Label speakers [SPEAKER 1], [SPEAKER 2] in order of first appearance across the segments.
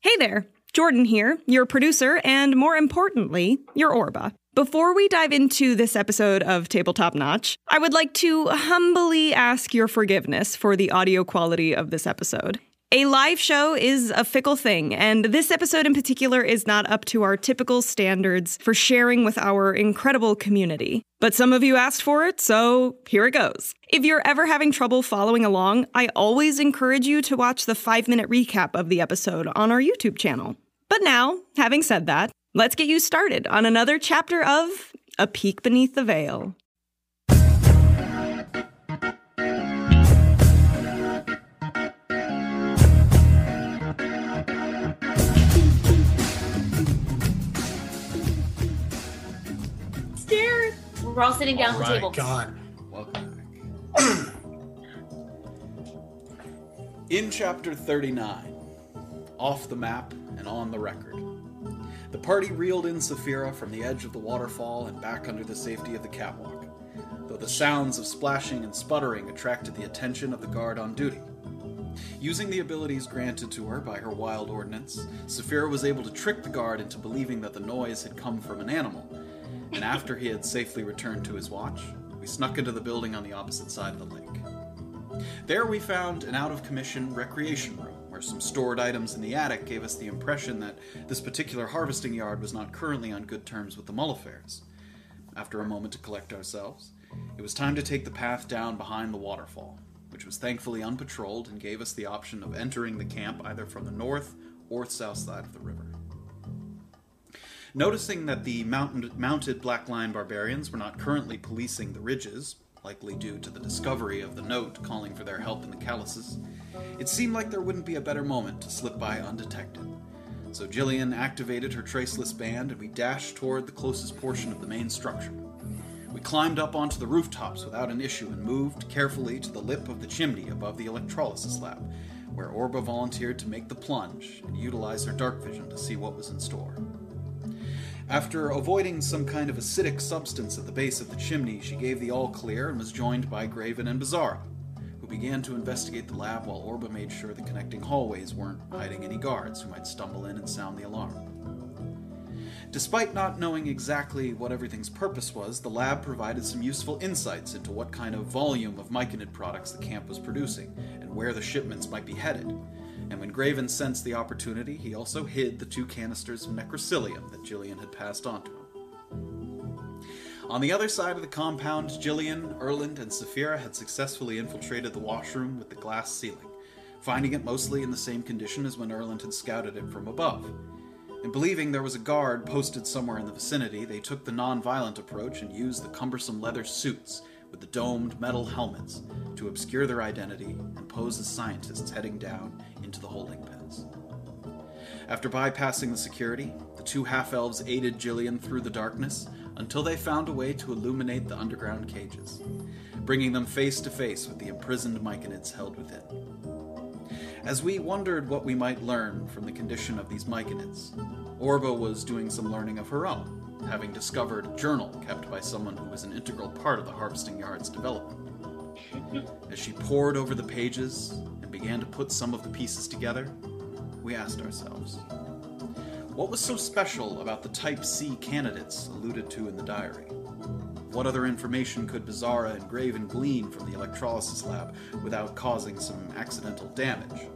[SPEAKER 1] Hey there, Jordan here, your producer, and more importantly, your Orba. Before we dive into this episode of Tabletop Notch, I would like to humbly ask your forgiveness for the audio quality of this episode. A live show is a fickle thing, and this episode in particular is not up to our typical standards for sharing with our incredible community. But some of you asked for it, so here it goes. If you're ever having trouble following along, I always encourage you to watch the five minute recap of the episode on our YouTube channel. But now, having said that, let's get you started on another chapter of A Peek Beneath the Veil.
[SPEAKER 2] Scared.
[SPEAKER 3] We're all sitting down
[SPEAKER 4] All
[SPEAKER 3] at the
[SPEAKER 4] right,
[SPEAKER 3] table.
[SPEAKER 4] God.
[SPEAKER 2] Welcome
[SPEAKER 4] In chapter 39, off the map and on the record, the party reeled in Saphira from the edge of the waterfall and back under the safety of the catwalk, though the sounds of splashing and sputtering attracted the attention of the guard on duty. Using the abilities granted to her by her wild ordinance, Saphira was able to trick the guard into believing that the noise had come from an animal, and after he had safely returned to his watch, we snuck into the building on the opposite side of the lake. There we found an out of commission recreation room where some stored items in the attic gave us the impression that this particular harvesting yard was not currently on good terms with the Mullifairs. After a moment to collect ourselves, it was time to take the path down behind the waterfall, which was thankfully unpatrolled and gave us the option of entering the camp either from the north or south side of the river. Noticing that the mountain, mounted Black Lion barbarians were not currently policing the ridges, likely due to the discovery of the note calling for their help in the calluses, it seemed like there wouldn't be a better moment to slip by undetected. So Jillian activated her traceless band and we dashed toward the closest portion of the main structure. We climbed up onto the rooftops without an issue and moved carefully to the lip of the chimney above the electrolysis lab, where Orba volunteered to make the plunge and utilize her dark vision to see what was in store. After avoiding some kind of acidic substance at the base of the chimney, she gave the all clear and was joined by Graven and Bizarra, who began to investigate the lab while Orba made sure the connecting hallways weren't hiding any guards who might stumble in and sound the alarm. Despite not knowing exactly what everything's purpose was, the lab provided some useful insights into what kind of volume of myconid products the camp was producing and where the shipments might be headed. And when Graven sensed the opportunity, he also hid the two canisters of necrocilium that Jillian had passed on to him. On the other side of the compound, Jillian, Erland, and Saphira had successfully infiltrated the washroom with the glass ceiling, finding it mostly in the same condition as when Erland had scouted it from above. And believing there was a guard posted somewhere in the vicinity, they took the non violent approach and used the cumbersome leather suits with the domed metal helmets to obscure their identity and pose as scientists heading down into the holding pens. After bypassing the security, the two half elves aided Jillian through the darkness until they found a way to illuminate the underground cages, bringing them face to face with the imprisoned myconids held within. As we wondered what we might learn from the condition of these myconids, Orba was doing some learning of her own, having discovered a journal kept by someone who was an integral part of the harvesting yard's development. As she pored over the pages and began to put some of the pieces together, we asked ourselves what was so special about the Type C candidates alluded to in the diary? What other information could Bizarra and Graven glean from the electrolysis lab without causing some accidental damage?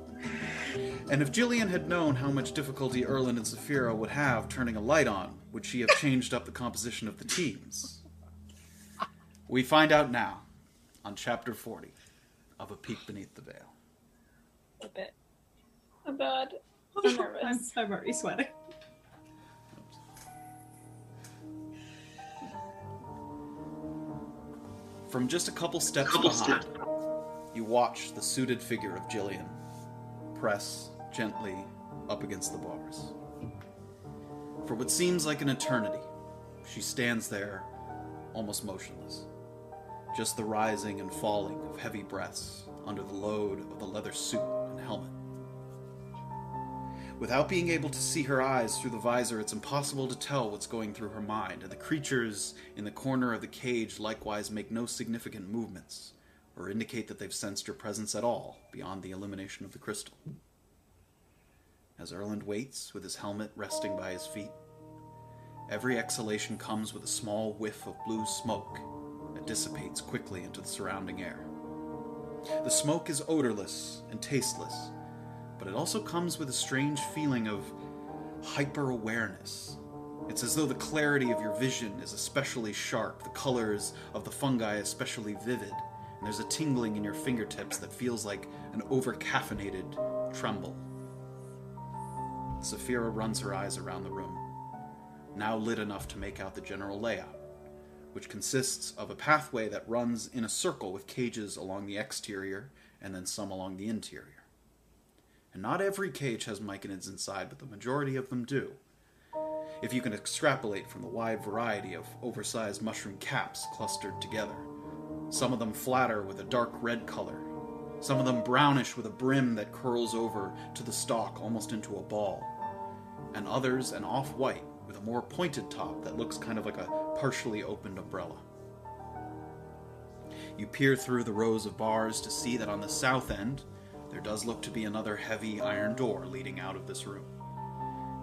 [SPEAKER 4] And if Jillian had known how much difficulty Erland and Saphira would have turning a light on, would she have changed up the composition of the teams? We find out now on chapter 40 of A Peek Beneath the Veil.
[SPEAKER 3] A bit. I'm bad. I'm nervous.
[SPEAKER 2] I'm, I'm already sweating.
[SPEAKER 4] From just a couple steps behind, you watch the suited figure of Jillian press gently up against the bars. For what seems like an eternity, she stands there almost motionless, just the rising and falling of heavy breaths under the load of the leather suit and helmet. Without being able to see her eyes through the visor, it's impossible to tell what's going through her mind, and the creatures in the corner of the cage likewise make no significant movements or indicate that they've sensed her presence at all beyond the illumination of the crystal. as Erland waits with his helmet resting by his feet. Every exhalation comes with a small whiff of blue smoke that dissipates quickly into the surrounding air. The smoke is odorless and tasteless, but it also comes with a strange feeling of hyper awareness. It's as though the clarity of your vision is especially sharp, the colors of the fungi especially vivid, and there's a tingling in your fingertips that feels like an over caffeinated tremble. Saphira runs her eyes around the room, now lit enough to make out the general layout, which consists of a pathway that runs in a circle with cages along the exterior and then some along the interior. And not every cage has myconids inside, but the majority of them do. If you can extrapolate from the wide variety of oversized mushroom caps clustered together, some of them flatter with a dark red color, some of them brownish with a brim that curls over to the stalk almost into a ball, and others an off white with a more pointed top that looks kind of like a partially opened umbrella. You peer through the rows of bars to see that on the south end, there does look to be another heavy iron door leading out of this room.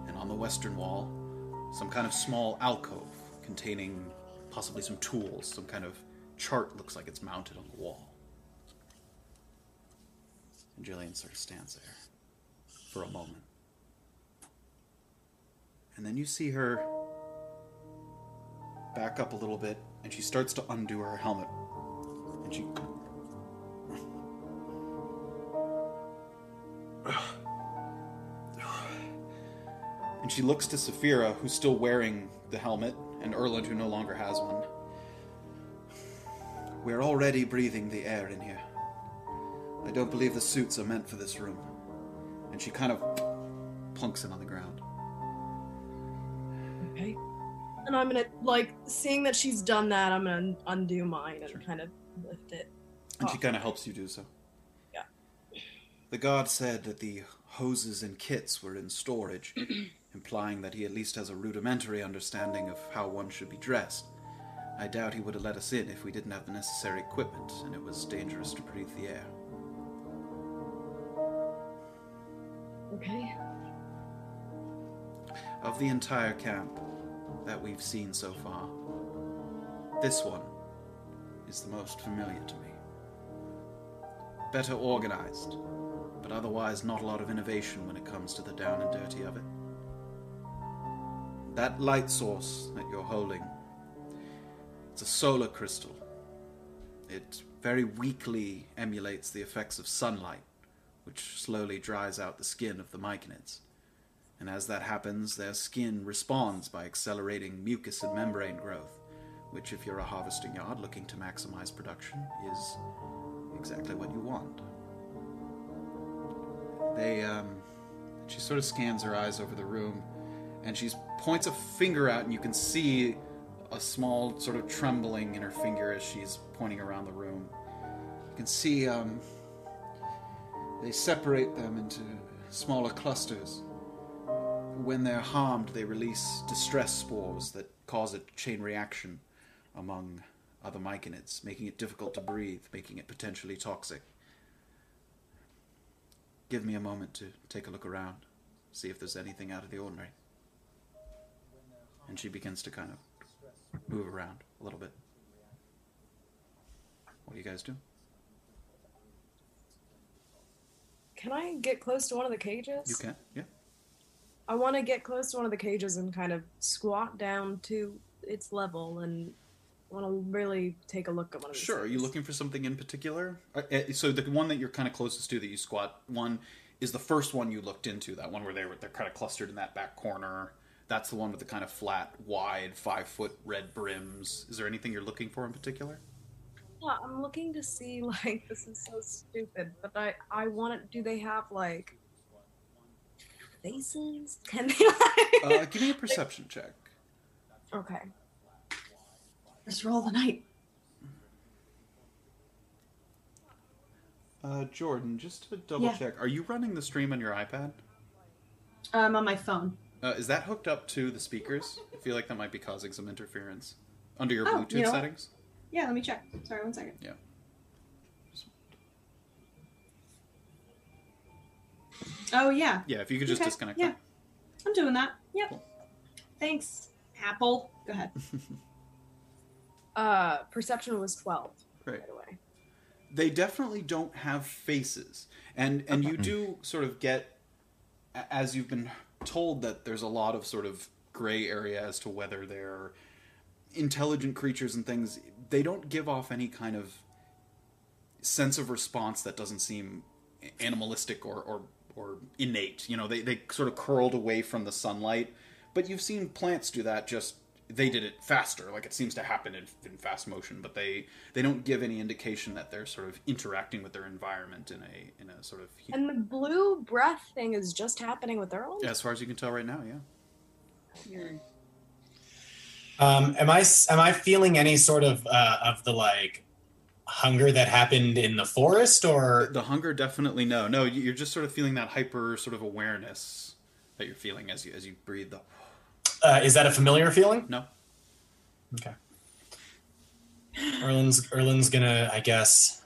[SPEAKER 4] And on the western wall, some kind of small alcove containing possibly some tools, some kind of chart looks like it's mounted on the wall. And Jillian sort of stands there for a moment. And then you see her back up a little bit, and she starts to undo her helmet. And she. And she looks to Saphira, who's still wearing the helmet, and Erland, who no longer has one. We're already breathing the air in here. I don't believe the suits are meant for this room. And she kind of plunks it on the ground.
[SPEAKER 5] Okay. And I'm gonna like seeing that she's done that. I'm gonna undo mine and
[SPEAKER 4] Sure.
[SPEAKER 5] kind of lift it.
[SPEAKER 4] And she
[SPEAKER 5] Oh.
[SPEAKER 4] kind of helps you do so.
[SPEAKER 5] Yeah.
[SPEAKER 4] The guard said that the hoses and kits were in storage, implying that he at least has a rudimentary understanding of how one should be dressed. I doubt he would have let us in if we didn't have the necessary equipment and it was dangerous to breathe the air.
[SPEAKER 5] Okay.
[SPEAKER 4] Of the entire camp that we've seen so far, this one is the most familiar to me. Better organized, but otherwise not a lot of innovation when it comes to the down and dirty of it. That light source that you're holding, it's a solar crystal. It very weakly emulates the effects of sunlight, which slowly dries out the skin of the myconids and as that happens, their skin responds by accelerating mucus and membrane growth, which, if you're a harvesting yard looking to maximize production, is exactly what you want. They, um, she sort of scans her eyes over the room, and she points a finger out, and you can see a small sort of trembling in her finger as she's pointing around the room. You can see, um, they separate them into smaller clusters. When they're harmed, they release distress spores that cause a chain reaction among other myconids, making it difficult to breathe, making it potentially toxic. Give me a moment to take a look around, see if there's anything out of the ordinary. And she begins to kind of move around a little bit. What do you guys do?
[SPEAKER 5] Can I get close to one of the cages?
[SPEAKER 4] You can, yeah.
[SPEAKER 5] I want to get close to one of the cages and kind of squat down to its level and want to really take a look at one of these.
[SPEAKER 4] Sure. Are you
[SPEAKER 5] things.
[SPEAKER 4] looking for something in particular? Uh, uh, So the one that you're kind of closest to, that you squat one, is the first one you looked into. That one where they were they're kind of clustered in that back corner. That's the one with the kind of flat, wide, five foot red brims. Is there anything you're looking for in particular?
[SPEAKER 5] Yeah, I'm looking to see like this is so stupid, but I I want it. Do they have like faces? Can they like?
[SPEAKER 4] Uh, give me a perception check.
[SPEAKER 5] okay.
[SPEAKER 2] Let's roll the night.
[SPEAKER 4] Uh, Jordan, just to double
[SPEAKER 2] Yeah.
[SPEAKER 4] check, are you running the stream on your iPad?
[SPEAKER 2] Um, on my phone.
[SPEAKER 4] Uh, is that hooked up to the speakers? I feel like that might be causing some interference under your
[SPEAKER 2] Oh, you
[SPEAKER 4] Bluetooth
[SPEAKER 2] know what?
[SPEAKER 4] settings.
[SPEAKER 2] Yeah, let me check. Sorry, one second. Oh yeah,
[SPEAKER 4] Yeah, if you could just
[SPEAKER 2] Okay,
[SPEAKER 4] disconnect
[SPEAKER 2] yeah.
[SPEAKER 4] that.
[SPEAKER 2] I'm doing that. Yep. Thanks, Apple. Go ahead.
[SPEAKER 5] Uh, perception was 12,
[SPEAKER 4] Right.
[SPEAKER 5] by the way.
[SPEAKER 4] they definitely don't have faces and and you do sort of get a- as you've been told that there's a lot of sort of gray area as to whether they're intelligent creatures and things they don't give off any kind of sense of response that doesn't seem a- animalistic or or, or innate you know they, they sort of curled away from the sunlight but you've seen plants do that just they did it faster like it seems to happen in, in fast motion but they they don't give any indication that they're sort of interacting with their environment in a in a sort of hu-
[SPEAKER 5] And the blue breath thing is just happening with Earl?
[SPEAKER 4] as far as you can tell right now yeah
[SPEAKER 6] Um, am I s- am I feeling any sort of uh, of the like hunger that happened in the forest, or
[SPEAKER 4] the hunger definitely no no you- you're just sort of feeling that hyper sort of awareness that you're feeling as you as you breathe the
[SPEAKER 6] uh, is that a familiar feeling?
[SPEAKER 4] no
[SPEAKER 6] Okay. Erlin's Erlin's gonna, I guess.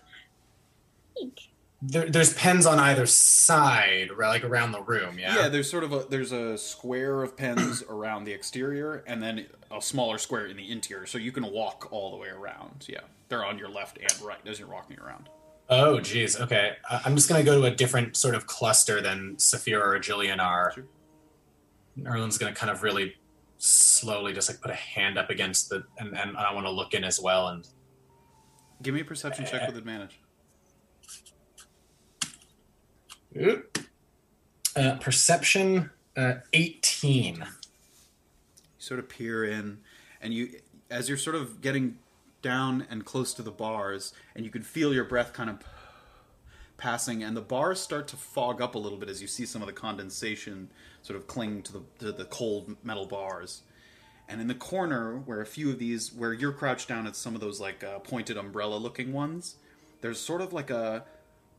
[SPEAKER 6] There, there's pens on either side, right, like around the room. Yeah.
[SPEAKER 4] Yeah, there's sort of a there's a square of pens around the exterior, and then a smaller square in the interior, so you can walk all the way around. Yeah, they're on your left and right as you're walking around.
[SPEAKER 6] Oh, geez. Okay. I- I'm just going to go to a different sort of cluster than Saphira or Jillian are.
[SPEAKER 4] Sure.
[SPEAKER 6] Erlen's going to kind of really slowly just like put a hand up against the, and, and I want to look in as well. And
[SPEAKER 4] Give me a perception check with advantage.
[SPEAKER 6] uh, perception uh, 18.
[SPEAKER 4] you sort of peer in and you as you're sort of getting down and close to the bars and you can feel your breath kind of passing and the bars start to fog up a little bit as you see some of the condensation sort of cling to the to the cold metal bars and in the corner where a few of these where you're crouched down at some of those like uh, pointed umbrella looking ones there's sort of like a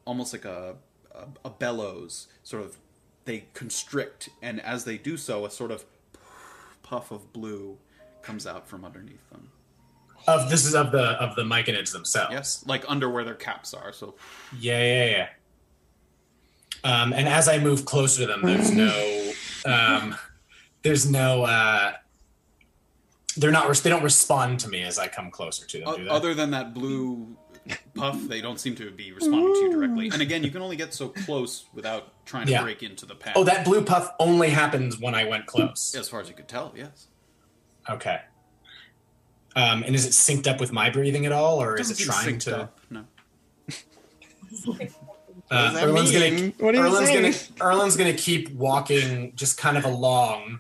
[SPEAKER 4] almost like a, a a bellows sort of they constrict and as they do so a sort of puff of blue comes out from underneath them.
[SPEAKER 6] Of this is of the of the myconids themselves.
[SPEAKER 4] Yes, like under where their caps are. So
[SPEAKER 6] Yeah, yeah, yeah. Um, and as I move closer to them, there's no, um, there's no, uh, they're not, res- they don't respond to me as I come closer to them.
[SPEAKER 4] o-
[SPEAKER 6] do they?
[SPEAKER 4] other than that blue puff, they don't seem to be responding to you directly. And again, you can only get so close without trying to
[SPEAKER 6] Yeah.
[SPEAKER 4] break into the pen.
[SPEAKER 6] oh, that blue puff only happens when I went close.
[SPEAKER 4] as far as you could tell, yes.
[SPEAKER 6] Okay. Um, and is it synced up with my breathing at all, or is
[SPEAKER 4] Doesn't
[SPEAKER 6] it
[SPEAKER 4] seem
[SPEAKER 6] trying
[SPEAKER 4] synced
[SPEAKER 6] to?
[SPEAKER 4] up, No.
[SPEAKER 6] Uh,
[SPEAKER 7] What does that
[SPEAKER 6] Erlen's
[SPEAKER 7] mean?
[SPEAKER 6] gonna.
[SPEAKER 7] What are you
[SPEAKER 6] Erlen's
[SPEAKER 7] saying?
[SPEAKER 6] gonna. Erlen's gonna keep walking, just kind of along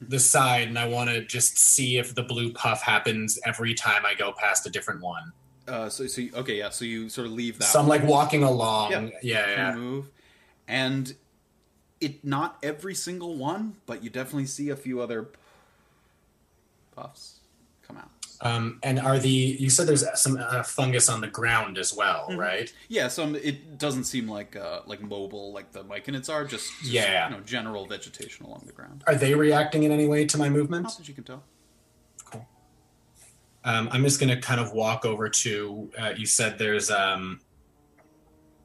[SPEAKER 6] the side, and I want to just see if the blue puff happens every time I go past a different one.
[SPEAKER 4] Uh, so, so you, okay, yeah. So you sort of leave that.
[SPEAKER 6] so I'm like walking along.
[SPEAKER 4] Yeah.
[SPEAKER 6] Yeah, yeah.
[SPEAKER 4] kind of
[SPEAKER 7] Mm-hmm.
[SPEAKER 4] move, and it not every single one, but you definitely see a few other puffs come out.
[SPEAKER 6] Um, and are the you said there's some uh, fungus on the ground as well,
[SPEAKER 7] Mm-hmm.
[SPEAKER 6] right?
[SPEAKER 4] Yeah, so um, it doesn't seem like uh, like mobile like the myconids are just, just
[SPEAKER 6] Yeah.
[SPEAKER 4] you know general vegetation along the ground.
[SPEAKER 6] Are they reacting in any way to my
[SPEAKER 4] Not
[SPEAKER 6] movement?
[SPEAKER 4] that you can tell.
[SPEAKER 6] Um, I'm just gonna kind of walk over to. Uh, you said there's. Um,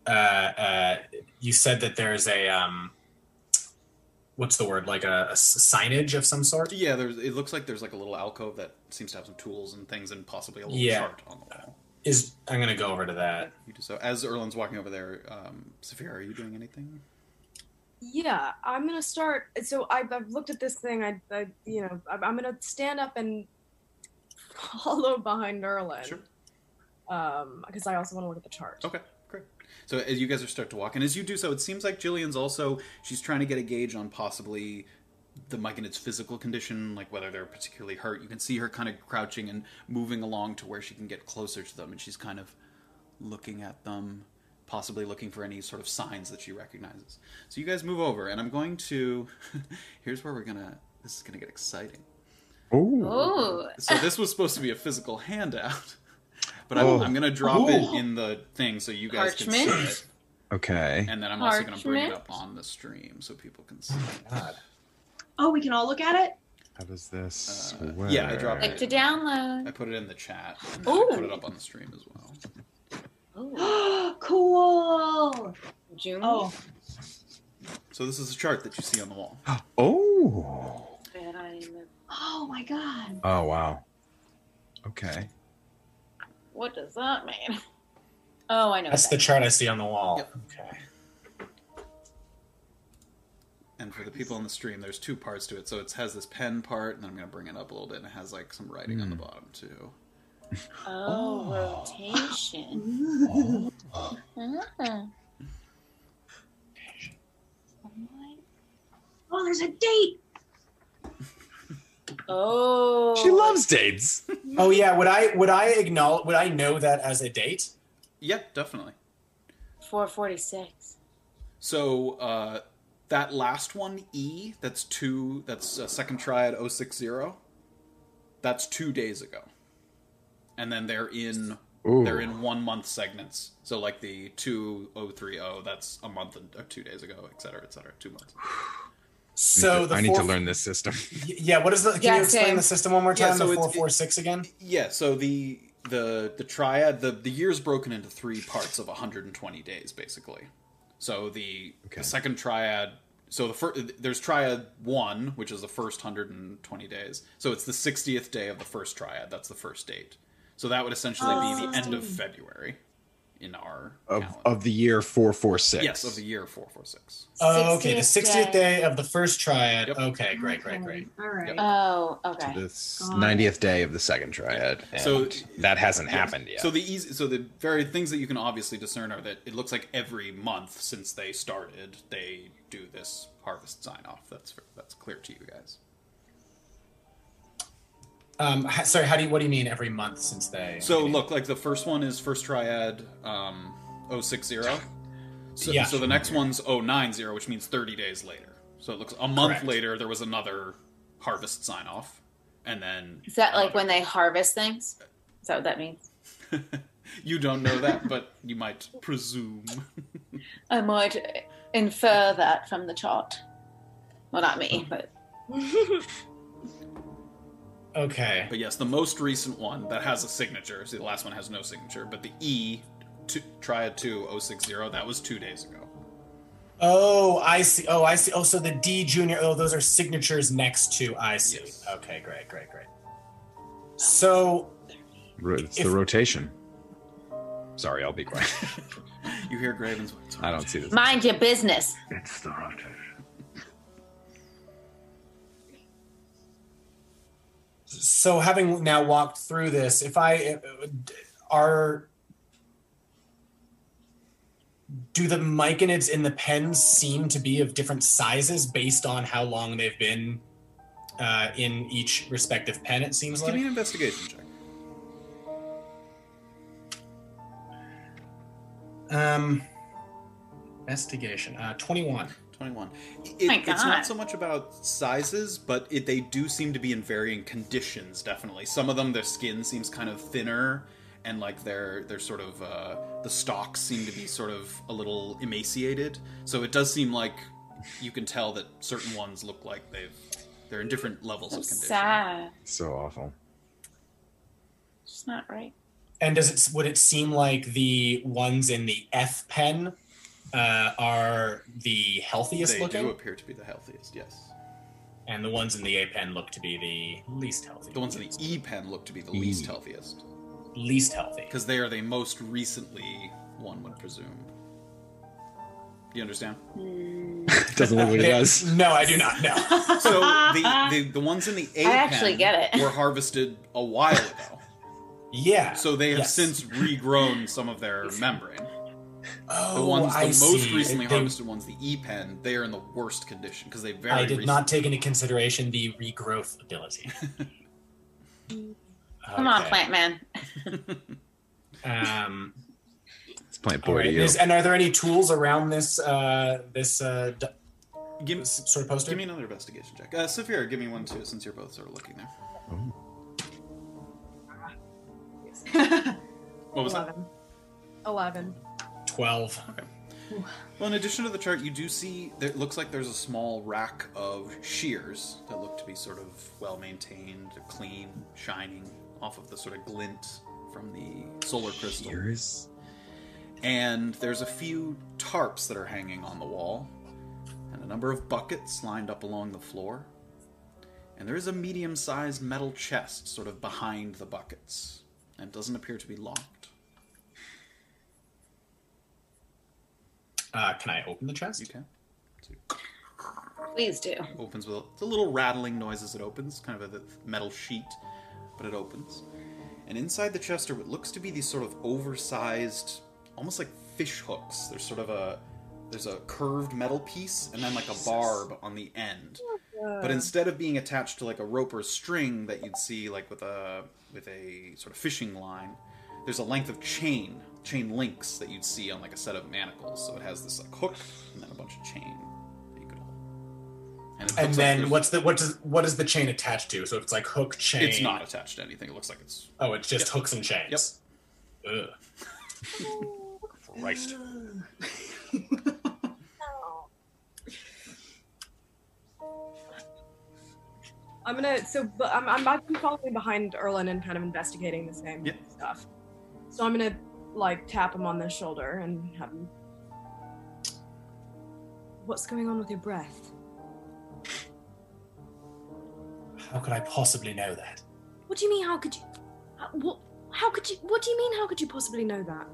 [SPEAKER 6] uh, uh, you said that there's a. Um, what's the word? Like a, a s- signage of some sort.
[SPEAKER 4] Yeah, there's. It looks like there's like a little alcove that seems to have some tools and things and possibly a little
[SPEAKER 6] Yeah.
[SPEAKER 4] chart on the wall.
[SPEAKER 6] Is I'm gonna go over to that.
[SPEAKER 4] You do so as Erlen's walking over there. Um, Sophia, are you doing anything?
[SPEAKER 5] Yeah, I'm gonna start. So I've, I've looked at this thing. I, I you know, I'm, I'm gonna stand up and follow behind Erlen.
[SPEAKER 4] Sure. Oh,
[SPEAKER 5] Um, because I also want to look at the chart.
[SPEAKER 4] Okay, great. So as you guys are start to walk, and as you do so, it seems like Jillian's also she's trying to get a gauge on possibly the mic and its physical condition, like whether they're particularly hurt. You can see her kind of crouching and moving along to where she can get closer to them, and she's kind of looking at them, possibly looking for any sort of signs that she recognizes. So you guys move over, and I'm going to. here's where we're gonna. This is gonna get exciting.
[SPEAKER 3] Oh,
[SPEAKER 4] So this was supposed to be a physical handout, but I'm,
[SPEAKER 7] Oh.
[SPEAKER 4] I'm gonna drop it
[SPEAKER 6] Ooh.
[SPEAKER 4] in the thing so you guys can see
[SPEAKER 3] Parchment?
[SPEAKER 4] it.
[SPEAKER 7] Okay.
[SPEAKER 4] And then I'm also going to bring it
[SPEAKER 3] Parchment?
[SPEAKER 4] up on the stream so people can see.
[SPEAKER 6] God.
[SPEAKER 2] Oh, we can all look at it.
[SPEAKER 7] How does this
[SPEAKER 4] Uh,
[SPEAKER 7] work?
[SPEAKER 4] yeah, I dropped
[SPEAKER 3] like to download.
[SPEAKER 4] I put it in the chat and then I put
[SPEAKER 3] Ooh.
[SPEAKER 4] it up on the stream as well.
[SPEAKER 3] Oh,
[SPEAKER 2] cool.
[SPEAKER 3] June.
[SPEAKER 2] Oh,
[SPEAKER 4] So this is a chart that you see on the wall.
[SPEAKER 7] Oh.
[SPEAKER 3] And I'm-
[SPEAKER 2] Oh my god.
[SPEAKER 7] Oh wow. Okay.
[SPEAKER 3] What does that mean? Oh, I know.
[SPEAKER 6] That's the
[SPEAKER 3] that.
[SPEAKER 6] chart I see on the wall.
[SPEAKER 4] Yep.
[SPEAKER 6] Okay.
[SPEAKER 4] And for the people on the stream, there's two parts to it. So it has this pen part, and then I'm going to bring it up a little bit, and it has like some writing on the
[SPEAKER 7] Mm.
[SPEAKER 4] bottom too.
[SPEAKER 3] Oh,
[SPEAKER 7] Oh.
[SPEAKER 3] rotation.
[SPEAKER 7] Oh.
[SPEAKER 3] Ah.
[SPEAKER 2] Oh, there's a date.
[SPEAKER 3] Oh.
[SPEAKER 7] She loves dates.
[SPEAKER 6] Oh yeah. Would I would I acknowledge would I know that as a date?
[SPEAKER 4] Yep, definitely.
[SPEAKER 3] 446.
[SPEAKER 4] So uh, that last one, E, that's two, that's uh, second triad 060, that's two days ago. And then they're in
[SPEAKER 7] Ooh.
[SPEAKER 4] they're in one month segments. So like the 2030, oh, that's a month and or two days ago, et cetera, et cetera, two months.
[SPEAKER 7] I
[SPEAKER 6] So
[SPEAKER 7] need, to,
[SPEAKER 6] the
[SPEAKER 7] I need
[SPEAKER 6] four,
[SPEAKER 7] to learn this system.
[SPEAKER 6] Y- Yeah. What is the? Can
[SPEAKER 5] Yeah,
[SPEAKER 6] you explain
[SPEAKER 5] same.
[SPEAKER 6] the system one more
[SPEAKER 4] Yeah,
[SPEAKER 6] time?
[SPEAKER 4] so
[SPEAKER 6] the
[SPEAKER 4] it's-
[SPEAKER 6] four four six again.
[SPEAKER 4] Yeah, so the the the triad the the year's broken into three parts of 120 days basically. So the,
[SPEAKER 7] Okay.
[SPEAKER 4] the second triad so the first there's triad 1 which is the first 120 days. So it's the 60th day of the first triad. That's the first date. So that would essentially be the end of February in our
[SPEAKER 7] Of,
[SPEAKER 4] calendar.
[SPEAKER 7] of the year four four six.
[SPEAKER 4] yes, of the year 446.
[SPEAKER 6] Oh, okay. The
[SPEAKER 3] 60th
[SPEAKER 6] sixtieth day of the first triad.
[SPEAKER 4] Yep.
[SPEAKER 6] Okay. Great. Great. Great.
[SPEAKER 2] All right.
[SPEAKER 3] Oh, okay.
[SPEAKER 7] The ninetieth day of the second triad.
[SPEAKER 4] So-
[SPEAKER 7] so that hasn't
[SPEAKER 4] Yes.
[SPEAKER 7] happened yet.
[SPEAKER 4] So the easy, so the very things that you can obviously discern are that it looks like every month since they started, they do this harvest sign off. That's that's clear to you guys.
[SPEAKER 6] Um. h- Sorry. How do you? What do you mean? Every month since they.
[SPEAKER 4] So look, like the first one is first triad um, 060. So,
[SPEAKER 6] Yeah.
[SPEAKER 4] so the next one's 090, which means 30 days later. So it looks a month
[SPEAKER 6] Correct.
[SPEAKER 4] later there was another harvest sign off, and then
[SPEAKER 3] Is that like when they harvest things? Is that what that means?
[SPEAKER 4] you don't know that, but you might presume.
[SPEAKER 3] I might infer that from the chart. Well, not me, but
[SPEAKER 6] Okay.
[SPEAKER 4] But yes, the most recent one that has a signature. See, the last one has no signature, but the E to, triad two oh six zero that was two days ago.
[SPEAKER 6] Oh, I see. Oh, I see. Oh, so the D junior. Oh, those are signatures next to. I see.
[SPEAKER 4] Yes.
[SPEAKER 6] Okay. Great. Great. Great. So
[SPEAKER 7] Ro- it's
[SPEAKER 6] if-
[SPEAKER 7] the rotation. Sorry, I'll be quiet.
[SPEAKER 4] You hear Graven's voice.
[SPEAKER 7] I don't see this.
[SPEAKER 3] mind your business.
[SPEAKER 7] It's the rotation.
[SPEAKER 6] so having now walked through this if i are do the myconids in the pens seem to be of different sizes based on how long they've been uh, in each respective pen it seems
[SPEAKER 4] Give me
[SPEAKER 6] like
[SPEAKER 4] an investigation check.
[SPEAKER 6] um investigation uh 21
[SPEAKER 4] Twenty-one. It,
[SPEAKER 3] Oh My
[SPEAKER 4] It's
[SPEAKER 3] God.
[SPEAKER 4] not so much about sizes, but it, they do seem to be in varying conditions. Definitely, some of them their skin seems kind of thinner, and like their their sort of uh, the stalks seem to be sort of a little emaciated. So it does seem like you can tell that certain ones look like they've they're in different levels
[SPEAKER 3] So
[SPEAKER 4] of condition.
[SPEAKER 3] sad.
[SPEAKER 7] So awful.
[SPEAKER 3] It's not right.
[SPEAKER 6] and does it would it seem like the ones in the f pen uh, are the healthiest
[SPEAKER 4] they
[SPEAKER 6] looking
[SPEAKER 4] do appear to be the healthiest, yes.
[SPEAKER 6] and the ones in the A pen look to be the least healthy.
[SPEAKER 4] The ones in the E pen look to be the least healthiest
[SPEAKER 6] least healthy.
[SPEAKER 4] because they are the most recently one would presume. Do you understand?
[SPEAKER 7] Doesn't look like it
[SPEAKER 6] They-
[SPEAKER 7] does.
[SPEAKER 6] No, I do not know.
[SPEAKER 4] So the, the the ones in the A
[SPEAKER 3] I
[SPEAKER 4] pen
[SPEAKER 3] actually get it.
[SPEAKER 4] were harvested a while ago.
[SPEAKER 6] yeah.
[SPEAKER 4] So they have
[SPEAKER 6] Yes.
[SPEAKER 4] since regrown some of their membrane. The
[SPEAKER 6] oh,
[SPEAKER 4] ones the
[SPEAKER 6] I
[SPEAKER 4] most
[SPEAKER 6] see.
[SPEAKER 4] recently
[SPEAKER 6] They-
[SPEAKER 4] harvested ones, the E pen, they are in the worst condition because they very
[SPEAKER 6] I did
[SPEAKER 4] recent-
[SPEAKER 6] not take into consideration the regrowth ability.
[SPEAKER 3] Come on,
[SPEAKER 6] Okay.
[SPEAKER 3] plant man.
[SPEAKER 6] Um,
[SPEAKER 7] It's plant
[SPEAKER 6] all
[SPEAKER 7] boy
[SPEAKER 6] right.
[SPEAKER 7] to
[SPEAKER 6] And,
[SPEAKER 7] you.
[SPEAKER 6] is- and are there any tools around this uh, this, uh, d-
[SPEAKER 4] Give,
[SPEAKER 6] this sort of poster?
[SPEAKER 4] give me another investigation check. Uh, Saphira, give me one too, since you're both sort of looking there.
[SPEAKER 6] Oh.
[SPEAKER 4] What was that?
[SPEAKER 5] Eleven. Eleven.
[SPEAKER 6] Twelve.
[SPEAKER 4] Well, in addition to the chart, you do see there it looks like there's a small rack of shears that look to be sort of well maintained, clean, shining off of the sort of glint from the solar crystal. e-
[SPEAKER 7] Yours?
[SPEAKER 4] And there's a few tarps that are hanging on the wall. and a number of buckets lined up along the floor. And there is a medium sized metal chest sort of behind the buckets, and it doesn't appear to be locked.
[SPEAKER 6] Uh, can I open the
[SPEAKER 4] You
[SPEAKER 6] chest?
[SPEAKER 4] can.
[SPEAKER 3] Please do.
[SPEAKER 4] opens with a, it's a little rattling noise as it opens, kind of a th- metal sheet, but it opens. And inside the chest are what looks to be these sort of oversized, almost like fish hooks. There's sort of a there's a curved metal piece and then like a barb on the end. But instead of being attached to like a rope or string that you'd see like with a with a sort of fishing line, there's a length of chain, chain links that you'd see on like a set of manacles. So it has this like hook and then a bunch of chain that you could hold. And, it looks
[SPEAKER 6] And
[SPEAKER 4] like
[SPEAKER 6] then
[SPEAKER 4] there's-
[SPEAKER 6] what's the what does what is the chain attached to? So if it's like hook chain.
[SPEAKER 4] It's not attached to anything. It looks like it's
[SPEAKER 6] Oh, it's just hooks and chains. Yep.
[SPEAKER 7] Christ.
[SPEAKER 5] I'm gonna so but I'm I'm actually following behind Erlen and kind of investigating the same
[SPEAKER 4] Yeah.
[SPEAKER 5] stuff. So I'm gonna like tap him on the shoulder and have him. What's going on with your breath?
[SPEAKER 6] How could I possibly know that?
[SPEAKER 5] What do you mean? How could you? How, what? How could you? What do you mean? How could you possibly know that?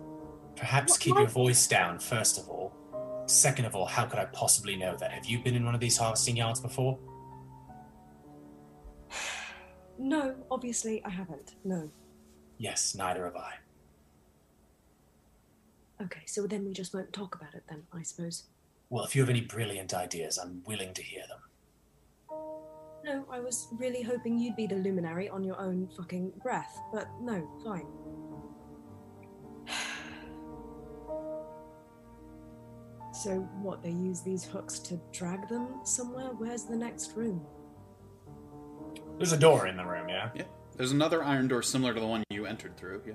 [SPEAKER 6] Perhaps
[SPEAKER 5] What-
[SPEAKER 6] keep
[SPEAKER 5] what-
[SPEAKER 6] your voice down, first of all. Second of all, how could I possibly know that? Have you been in one of these harvesting yards before?
[SPEAKER 5] No, obviously I haven't. No.
[SPEAKER 6] Yes, neither have I.
[SPEAKER 5] Okay, so then we just won't talk about it then, I suppose.
[SPEAKER 6] Well, if you have any brilliant ideas, I'm willing to hear them.
[SPEAKER 5] No, I was really hoping you'd be the luminary on your own fucking breath, but no, fine. So, what, they use these hooks to drag them somewhere? Where's the next room?
[SPEAKER 6] There's a door in the room, yeah?
[SPEAKER 4] yeah. There's another iron door similar to the one you entered through. Yeah.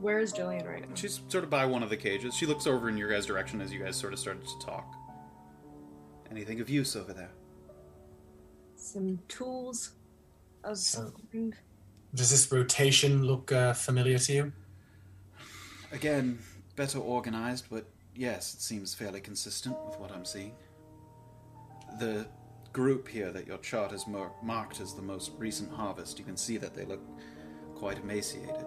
[SPEAKER 5] Where is Jillian right now?
[SPEAKER 4] She's sort of by one of the cages. She looks over in your guys' direction as you guys sort of started to talk. Anything of use over there?
[SPEAKER 5] Some tools of
[SPEAKER 6] So-
[SPEAKER 5] some kind.
[SPEAKER 6] Does this rotation look uh, familiar to you?
[SPEAKER 4] Again, better organized, but yes, it seems fairly consistent with what I'm seeing. The group here that your chart has mar- marked as the most recent harvest, you can see that they look quite emaciated.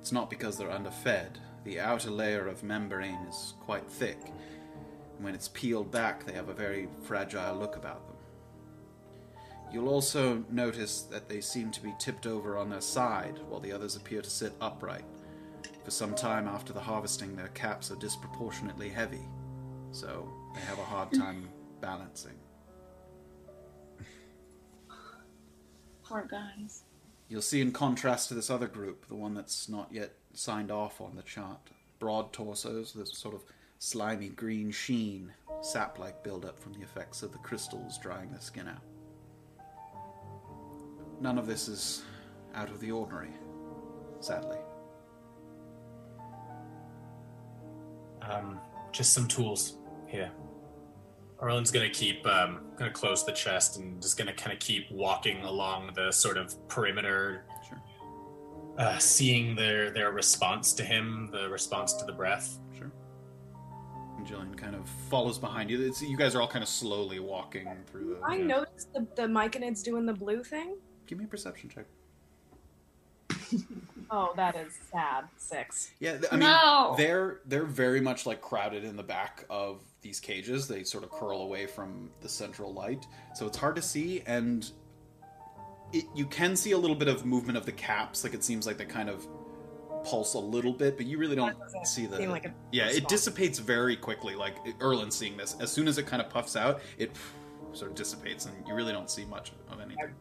[SPEAKER 4] It's not because they're underfed. The outer layer of membrane is quite thick, and when it's peeled back, they have a very fragile look about them. You'll also notice that they seem to be tipped over on their side, while the others appear to sit upright. For some time after the harvesting, their caps are disproportionately heavy, so they have a hard time balancing.
[SPEAKER 3] Poor guys.
[SPEAKER 4] You'll see in contrast to this other group, the one that's not yet signed off on the chart, broad torsos with a sort of slimy green sheen, sap like buildup from the effects of the crystals drying the skin out. None of this is out of the ordinary, sadly.
[SPEAKER 6] Um, just some tools here. Arlen's gonna keep, um, gonna close the chest and just gonna kind of keep walking along the sort of perimeter,
[SPEAKER 4] Sure.
[SPEAKER 6] uh, seeing their their response to him, the response to the breath.
[SPEAKER 4] Sure. And Jillian kind of follows behind you. It's, you guys are all kind of slowly walking through the.
[SPEAKER 5] I
[SPEAKER 4] yeah.
[SPEAKER 5] noticed the, the Myconids doing the blue thing.
[SPEAKER 4] Give me a perception check.
[SPEAKER 5] Oh, that is sad. Six.
[SPEAKER 4] Yeah, th- I mean,
[SPEAKER 3] No!
[SPEAKER 4] they're they're very much like crowded in the back of these cages. They sort of curl away from the central light, so it's hard to see. And it, you can see a little bit of movement of the caps. Like it seems like they kind of pulse a little bit, but you really don't
[SPEAKER 5] doesn't
[SPEAKER 4] see the.
[SPEAKER 5] seem like a
[SPEAKER 4] yeah, it
[SPEAKER 5] response.
[SPEAKER 4] dissipates very quickly. Like Erlen seeing this, as soon as it kind of puffs out, it sort of dissipates, and you really don't see much of anything.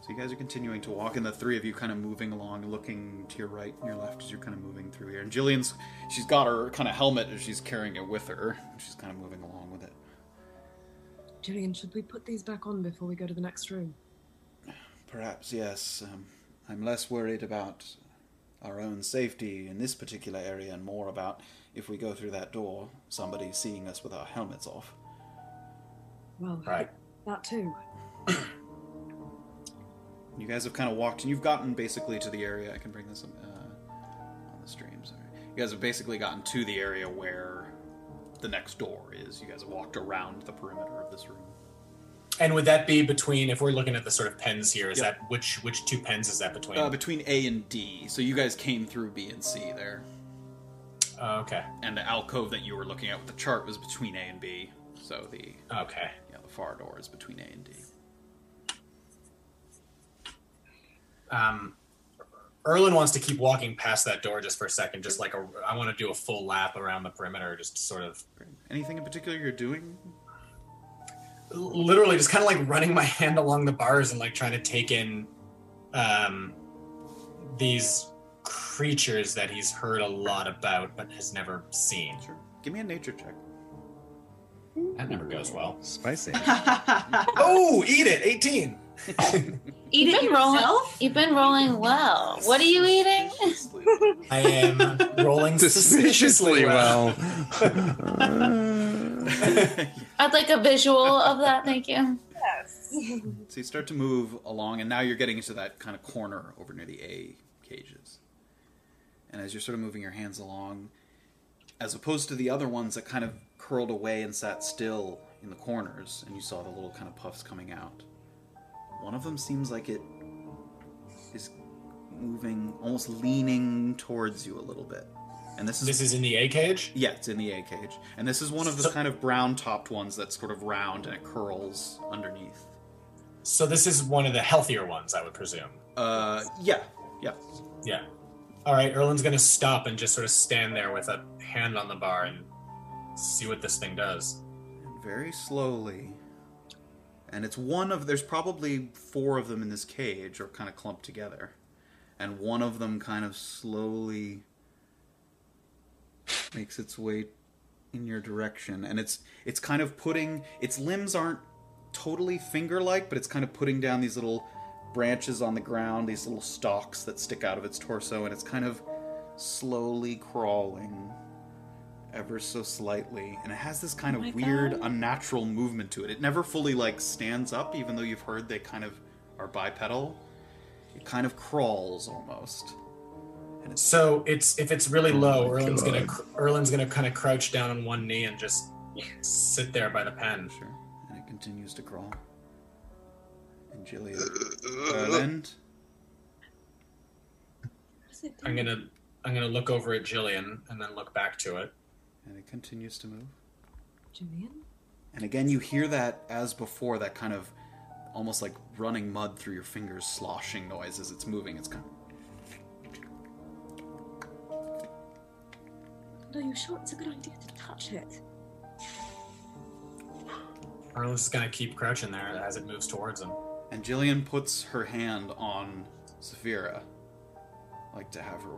[SPEAKER 4] So you guys are continuing to walk, and the three of you kind of moving along, looking to your right and your left as you're kind of moving through here. And Jillian's, she's got her kind of helmet and she's carrying it with her. She's kind of moving along with it.
[SPEAKER 5] Jillian, should we put these back on before we go to the next room?
[SPEAKER 4] Perhaps, yes. Um, I'm less worried about our own safety in this particular area and more about if we go through that door, somebody seeing us with our helmets off.
[SPEAKER 5] Well,
[SPEAKER 6] Right.
[SPEAKER 5] that too.
[SPEAKER 4] You guys have kind of walked, and you've gotten basically to the area. I can bring this up uh, on the stream. Sorry. You guys have basically gotten to the area where the next door is. You guys have walked around the perimeter of this room.
[SPEAKER 6] And would that be between? If we're looking at the sort of pens here, is
[SPEAKER 4] Yep.
[SPEAKER 6] that which which two pens is that between?
[SPEAKER 4] Uh, between A and D, so you guys came through B and C there,
[SPEAKER 6] Oh, okay,
[SPEAKER 4] and the alcove that you were looking at with the chart was between A and B. So the
[SPEAKER 6] okay.
[SPEAKER 4] yeah, the far door is between A and D.
[SPEAKER 6] Um, Erlin wants to keep walking past that door just for a second, just like a. I want to do a full lap around the perimeter, just to sort of
[SPEAKER 4] Anything in particular you're doing?
[SPEAKER 6] literally just kind of like running my hand along the bars and like trying to take in um, these creatures that he's heard a lot about but has never seen.
[SPEAKER 4] Sure. Give me a nature check.
[SPEAKER 6] That never goes well.
[SPEAKER 7] Spicy.
[SPEAKER 6] Oh, eat it! 18!
[SPEAKER 2] Eat it
[SPEAKER 3] Been rolling.
[SPEAKER 2] yourself?
[SPEAKER 3] You've been rolling well. What are you eating?
[SPEAKER 6] I am rolling
[SPEAKER 7] Suspiciously well.
[SPEAKER 2] Oh.
[SPEAKER 3] I'd like a visual of that. Thank you.
[SPEAKER 5] Yes.
[SPEAKER 4] So you start to move along, and now you're getting into that kind of corner over near the A cages. And as you're sort of moving your hands along, as opposed to the other ones that kind of curled away and sat still in the corners, and you saw the little kind of puffs coming out, one of them seems like it is moving, almost leaning towards you a little bit. And this is
[SPEAKER 6] This is in the A cage?
[SPEAKER 4] yeah, it's in the A cage. And this is one of the
[SPEAKER 6] So-
[SPEAKER 4] kind of brown topped ones that's sort of round and it curls underneath.
[SPEAKER 6] So this is one of the healthier ones, I would presume.
[SPEAKER 4] Uh, yeah, yeah.
[SPEAKER 6] Yeah. All right, Erlin's gonna stop and just sort of stand there with a hand on the bar and see what this thing does.
[SPEAKER 4] Very slowly. And it's one of, there's probably four of them in this cage or kind of clumped together. And one of them kind of slowly makes its way in your direction. And it's, it's kind of putting, its limbs aren't totally finger like, but it's kind of putting down these little branches on the ground, these little stalks that stick out of its torso. And it's kind of slowly crawling ever so slightly and it has this kind of weird unnatural movement to it it never fully like stands up even though you've heard they kind of are bipedal it kind of crawls almost
[SPEAKER 6] So it's if it's really low,
[SPEAKER 7] Oh my
[SPEAKER 6] Erlin's
[SPEAKER 7] God.
[SPEAKER 6] gonna cr- Erlin's gonna kind of crouch down on one knee and just sit there by the pen.
[SPEAKER 4] sure and it continues to crawl and Jillian Erland
[SPEAKER 6] I'm gonna I'm gonna look over at Jillian and then look back to it.
[SPEAKER 4] and it continues to move
[SPEAKER 5] Jillian?
[SPEAKER 4] and again you hear that as before that kind of almost like running mud through your fingers sloshing noise as it's moving it's kind of
[SPEAKER 5] No, you're sure it's a good idea to touch it.
[SPEAKER 6] Erlin's just gonna keep crouching there as it moves towards him.
[SPEAKER 4] And Jillian puts her hand on Saphira, like to have her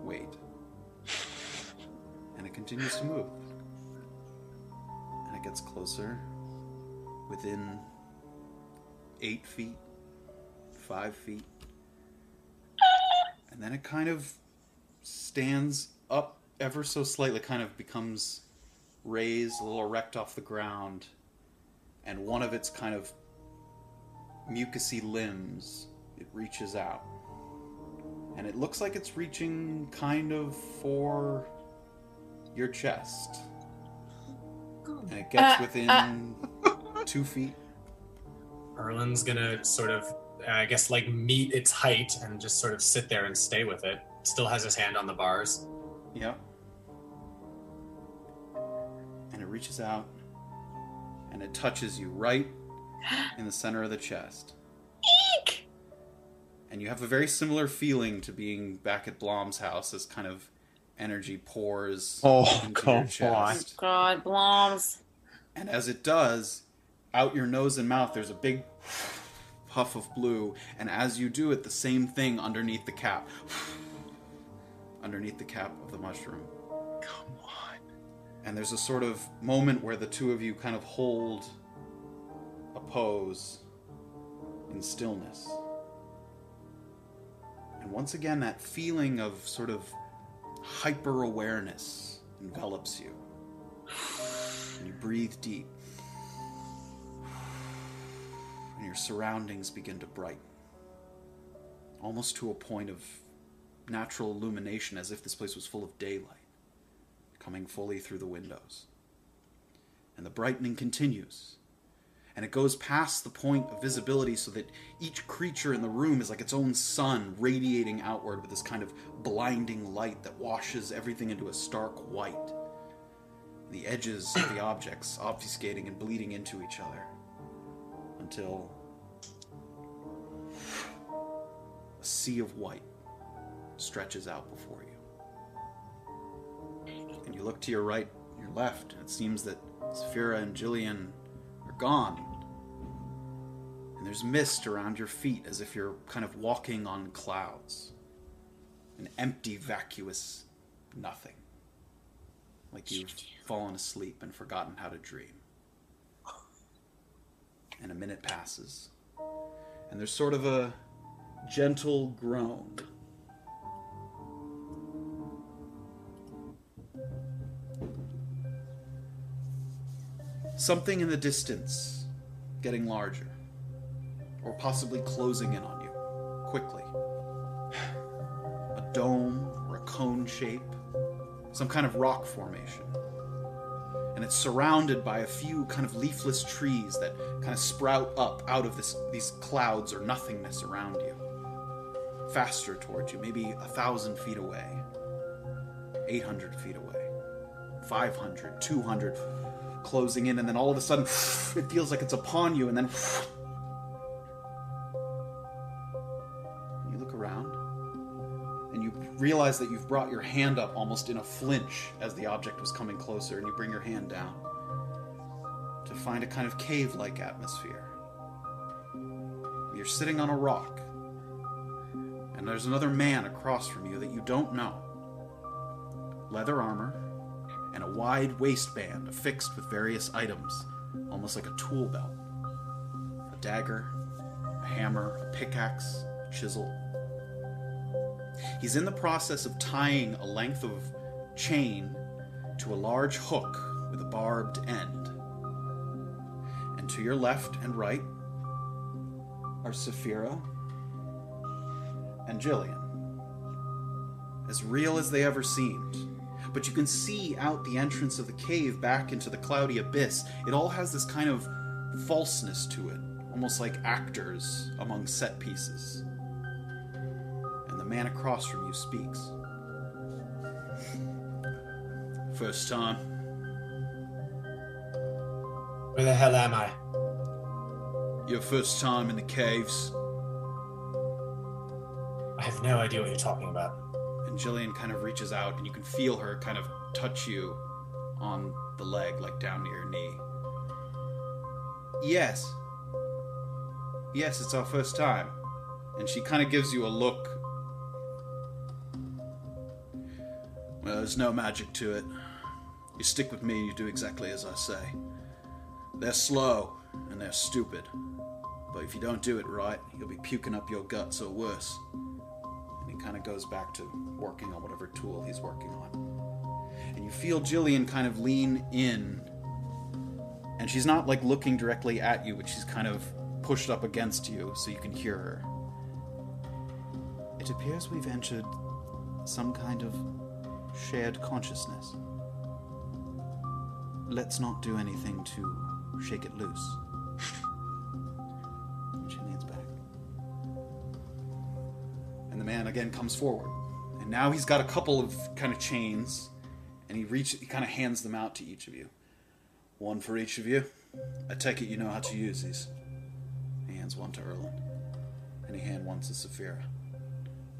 [SPEAKER 4] wait. And it continues to move. And it gets closer, within eight feet, five feet. And then it kind of stands up ever so slightly, kind of becomes raised, a little erect off the ground. And one of its kind of mucousy limbs, it reaches out. And it looks like it's reaching kind of for your chest. And it gets
[SPEAKER 3] Uh,
[SPEAKER 4] within two feet.
[SPEAKER 6] Erlin's gonna sort of uh, I guess like meet its height and just sort of sit there and stay with it. Still has his hand on the bars.
[SPEAKER 4] Yep. And it reaches out and it touches you right in the center of the chest.
[SPEAKER 3] Eek!
[SPEAKER 4] And you have a very similar feeling to being back at Blom's house as kind of energy pours
[SPEAKER 7] Oh,
[SPEAKER 4] into
[SPEAKER 7] come
[SPEAKER 4] your
[SPEAKER 7] on.
[SPEAKER 4] chest.
[SPEAKER 3] God, Bloms.
[SPEAKER 4] And as it does, out your nose and mouth, there's a big puff of blue. And as you do it, the same thing underneath the cap. underneath the cap of the mushroom. Come on. And there's a sort of moment where the two of you kind of hold a pose in stillness. And once again, that feeling of sort of hyper awareness envelops you. And you breathe deep. And your surroundings begin to brighten. almost to a point of natural illumination as if this place was full of daylight, coming fully through the windows. And the brightening continues, and it goes past the point of visibility so that each creature in the room is like its own sun radiating outward with this kind of blinding light that washes everything into a stark white. The edges of the objects obfuscating and bleeding into each other until a sea of white stretches out before you. And you look to your right, your left, and it seems that Sphira and Jillian are gone. And there's mist around your feet as if you're kind of walking on clouds. An empty, vacuous nothing. Like you've fallen asleep and forgotten how to dream. And a minute passes. And there's sort of a gentle groan. Something in the distance getting larger, or possibly closing in on you quickly. A dome or a cone shape, some kind of rock formation. And it's surrounded by a few kind of leafless trees that kind of sprout up out of this, these clouds or nothingness around you faster towards you, maybe a thousand feet away, 800 feet away, 500, 200, closing in, and then all of a sudden it feels like it's upon you, and then you look around and you realize that you've brought your hand up almost in a flinch as the object was coming closer, and you bring your hand down to find a kind of cave like atmosphere. You're sitting on a rock and there's another man across from you that you don't know. Leather armor and a wide waistband affixed with various items, almost like a tool belt. A dagger, a hammer, a pickaxe, a chisel. He's in the process of tying a length of chain to a large hook with a barbed end. And to your left and right are Saphira and Jillian. As real as they ever seemed. But you can see out the entrance of the cave back into the cloudy abyss. It all has this kind of falseness to it, almost like actors among set pieces. And the man across from you speaks. First time,
[SPEAKER 6] Where the hell am I?
[SPEAKER 4] your first time in the caves.
[SPEAKER 6] I have no idea what you're talking about.
[SPEAKER 4] And Jillian kind of reaches out, and you can feel her kind of touch you on the leg, like down to your knee. Yes. Yes, it's our first time. And she kind of gives you a look. Well, there's no magic to it. You stick with me, you do exactly as I say. They're slow, and they're stupid. But if you don't do it right, you'll be puking up your guts or worse and he kind of goes back to working on whatever tool he's working on. And you feel Jillian kind of lean in, and she's not like looking directly at you, but she's kind of pushed up against you so you can hear her. It appears we've entered some kind of shared consciousness. Let's not do anything to shake it loose. And she leans back. And the man again comes forward. And now he's got a couple of kind of chains, and he reach he kind of hands them out to each of you. One for each of you. I take it you know how to use these. He hands one to Erlen. And he hand one to Saphira.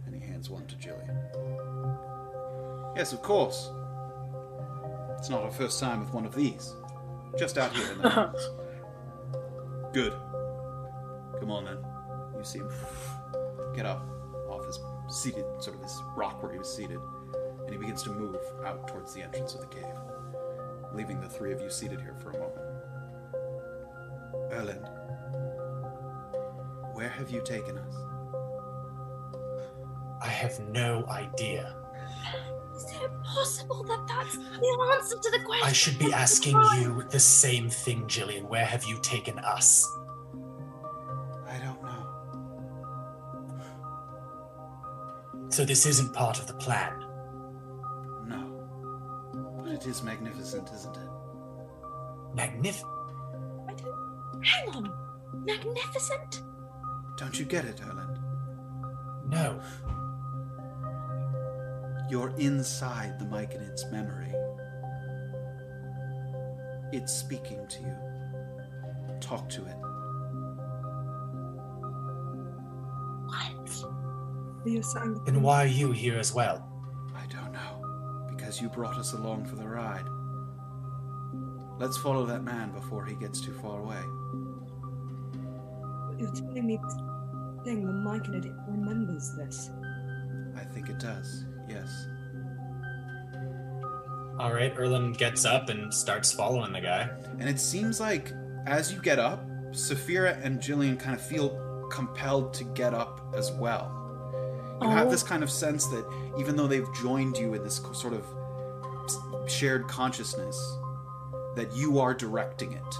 [SPEAKER 4] And he hands one to Jillian. Yes, of course. It's not our first time with one of these. Just out here in the mountains. Good. Come on then. You see him get up off his seated sort of his rock where he was seated, and he begins to move out towards the entrance of the cave, leaving the three of you seated here for a moment. Erland, where have you taken us?
[SPEAKER 6] I have no idea.
[SPEAKER 5] Is it possible that that's the answer to the question?
[SPEAKER 6] I should be asking you the same thing, Jillian. Where have you taken us?
[SPEAKER 4] I don't know.
[SPEAKER 8] So this isn't part of the plan.
[SPEAKER 4] No. But it is magnificent, isn't it?
[SPEAKER 8] Magnif.
[SPEAKER 5] Hang on. Magnificent?
[SPEAKER 4] Don't you get it, Erland?
[SPEAKER 8] No.
[SPEAKER 4] You're inside the mic and its memory. It's speaking to you. Talk to it.
[SPEAKER 8] Then why are you here as well?
[SPEAKER 4] I don't know. Because you brought us along for the ride. Let's follow that man before he gets too far away.
[SPEAKER 9] You're telling me this thing, the mic in it, it remembers this.
[SPEAKER 4] I think it does. Yes.
[SPEAKER 6] All right, Erlin gets up and starts following the guy.
[SPEAKER 4] And it seems like as you get up, Saphira and Jillian kind of feel compelled to get up as well. You have this kind of sense that even though they've joined you in this co- sort of s- shared consciousness, that you are directing it.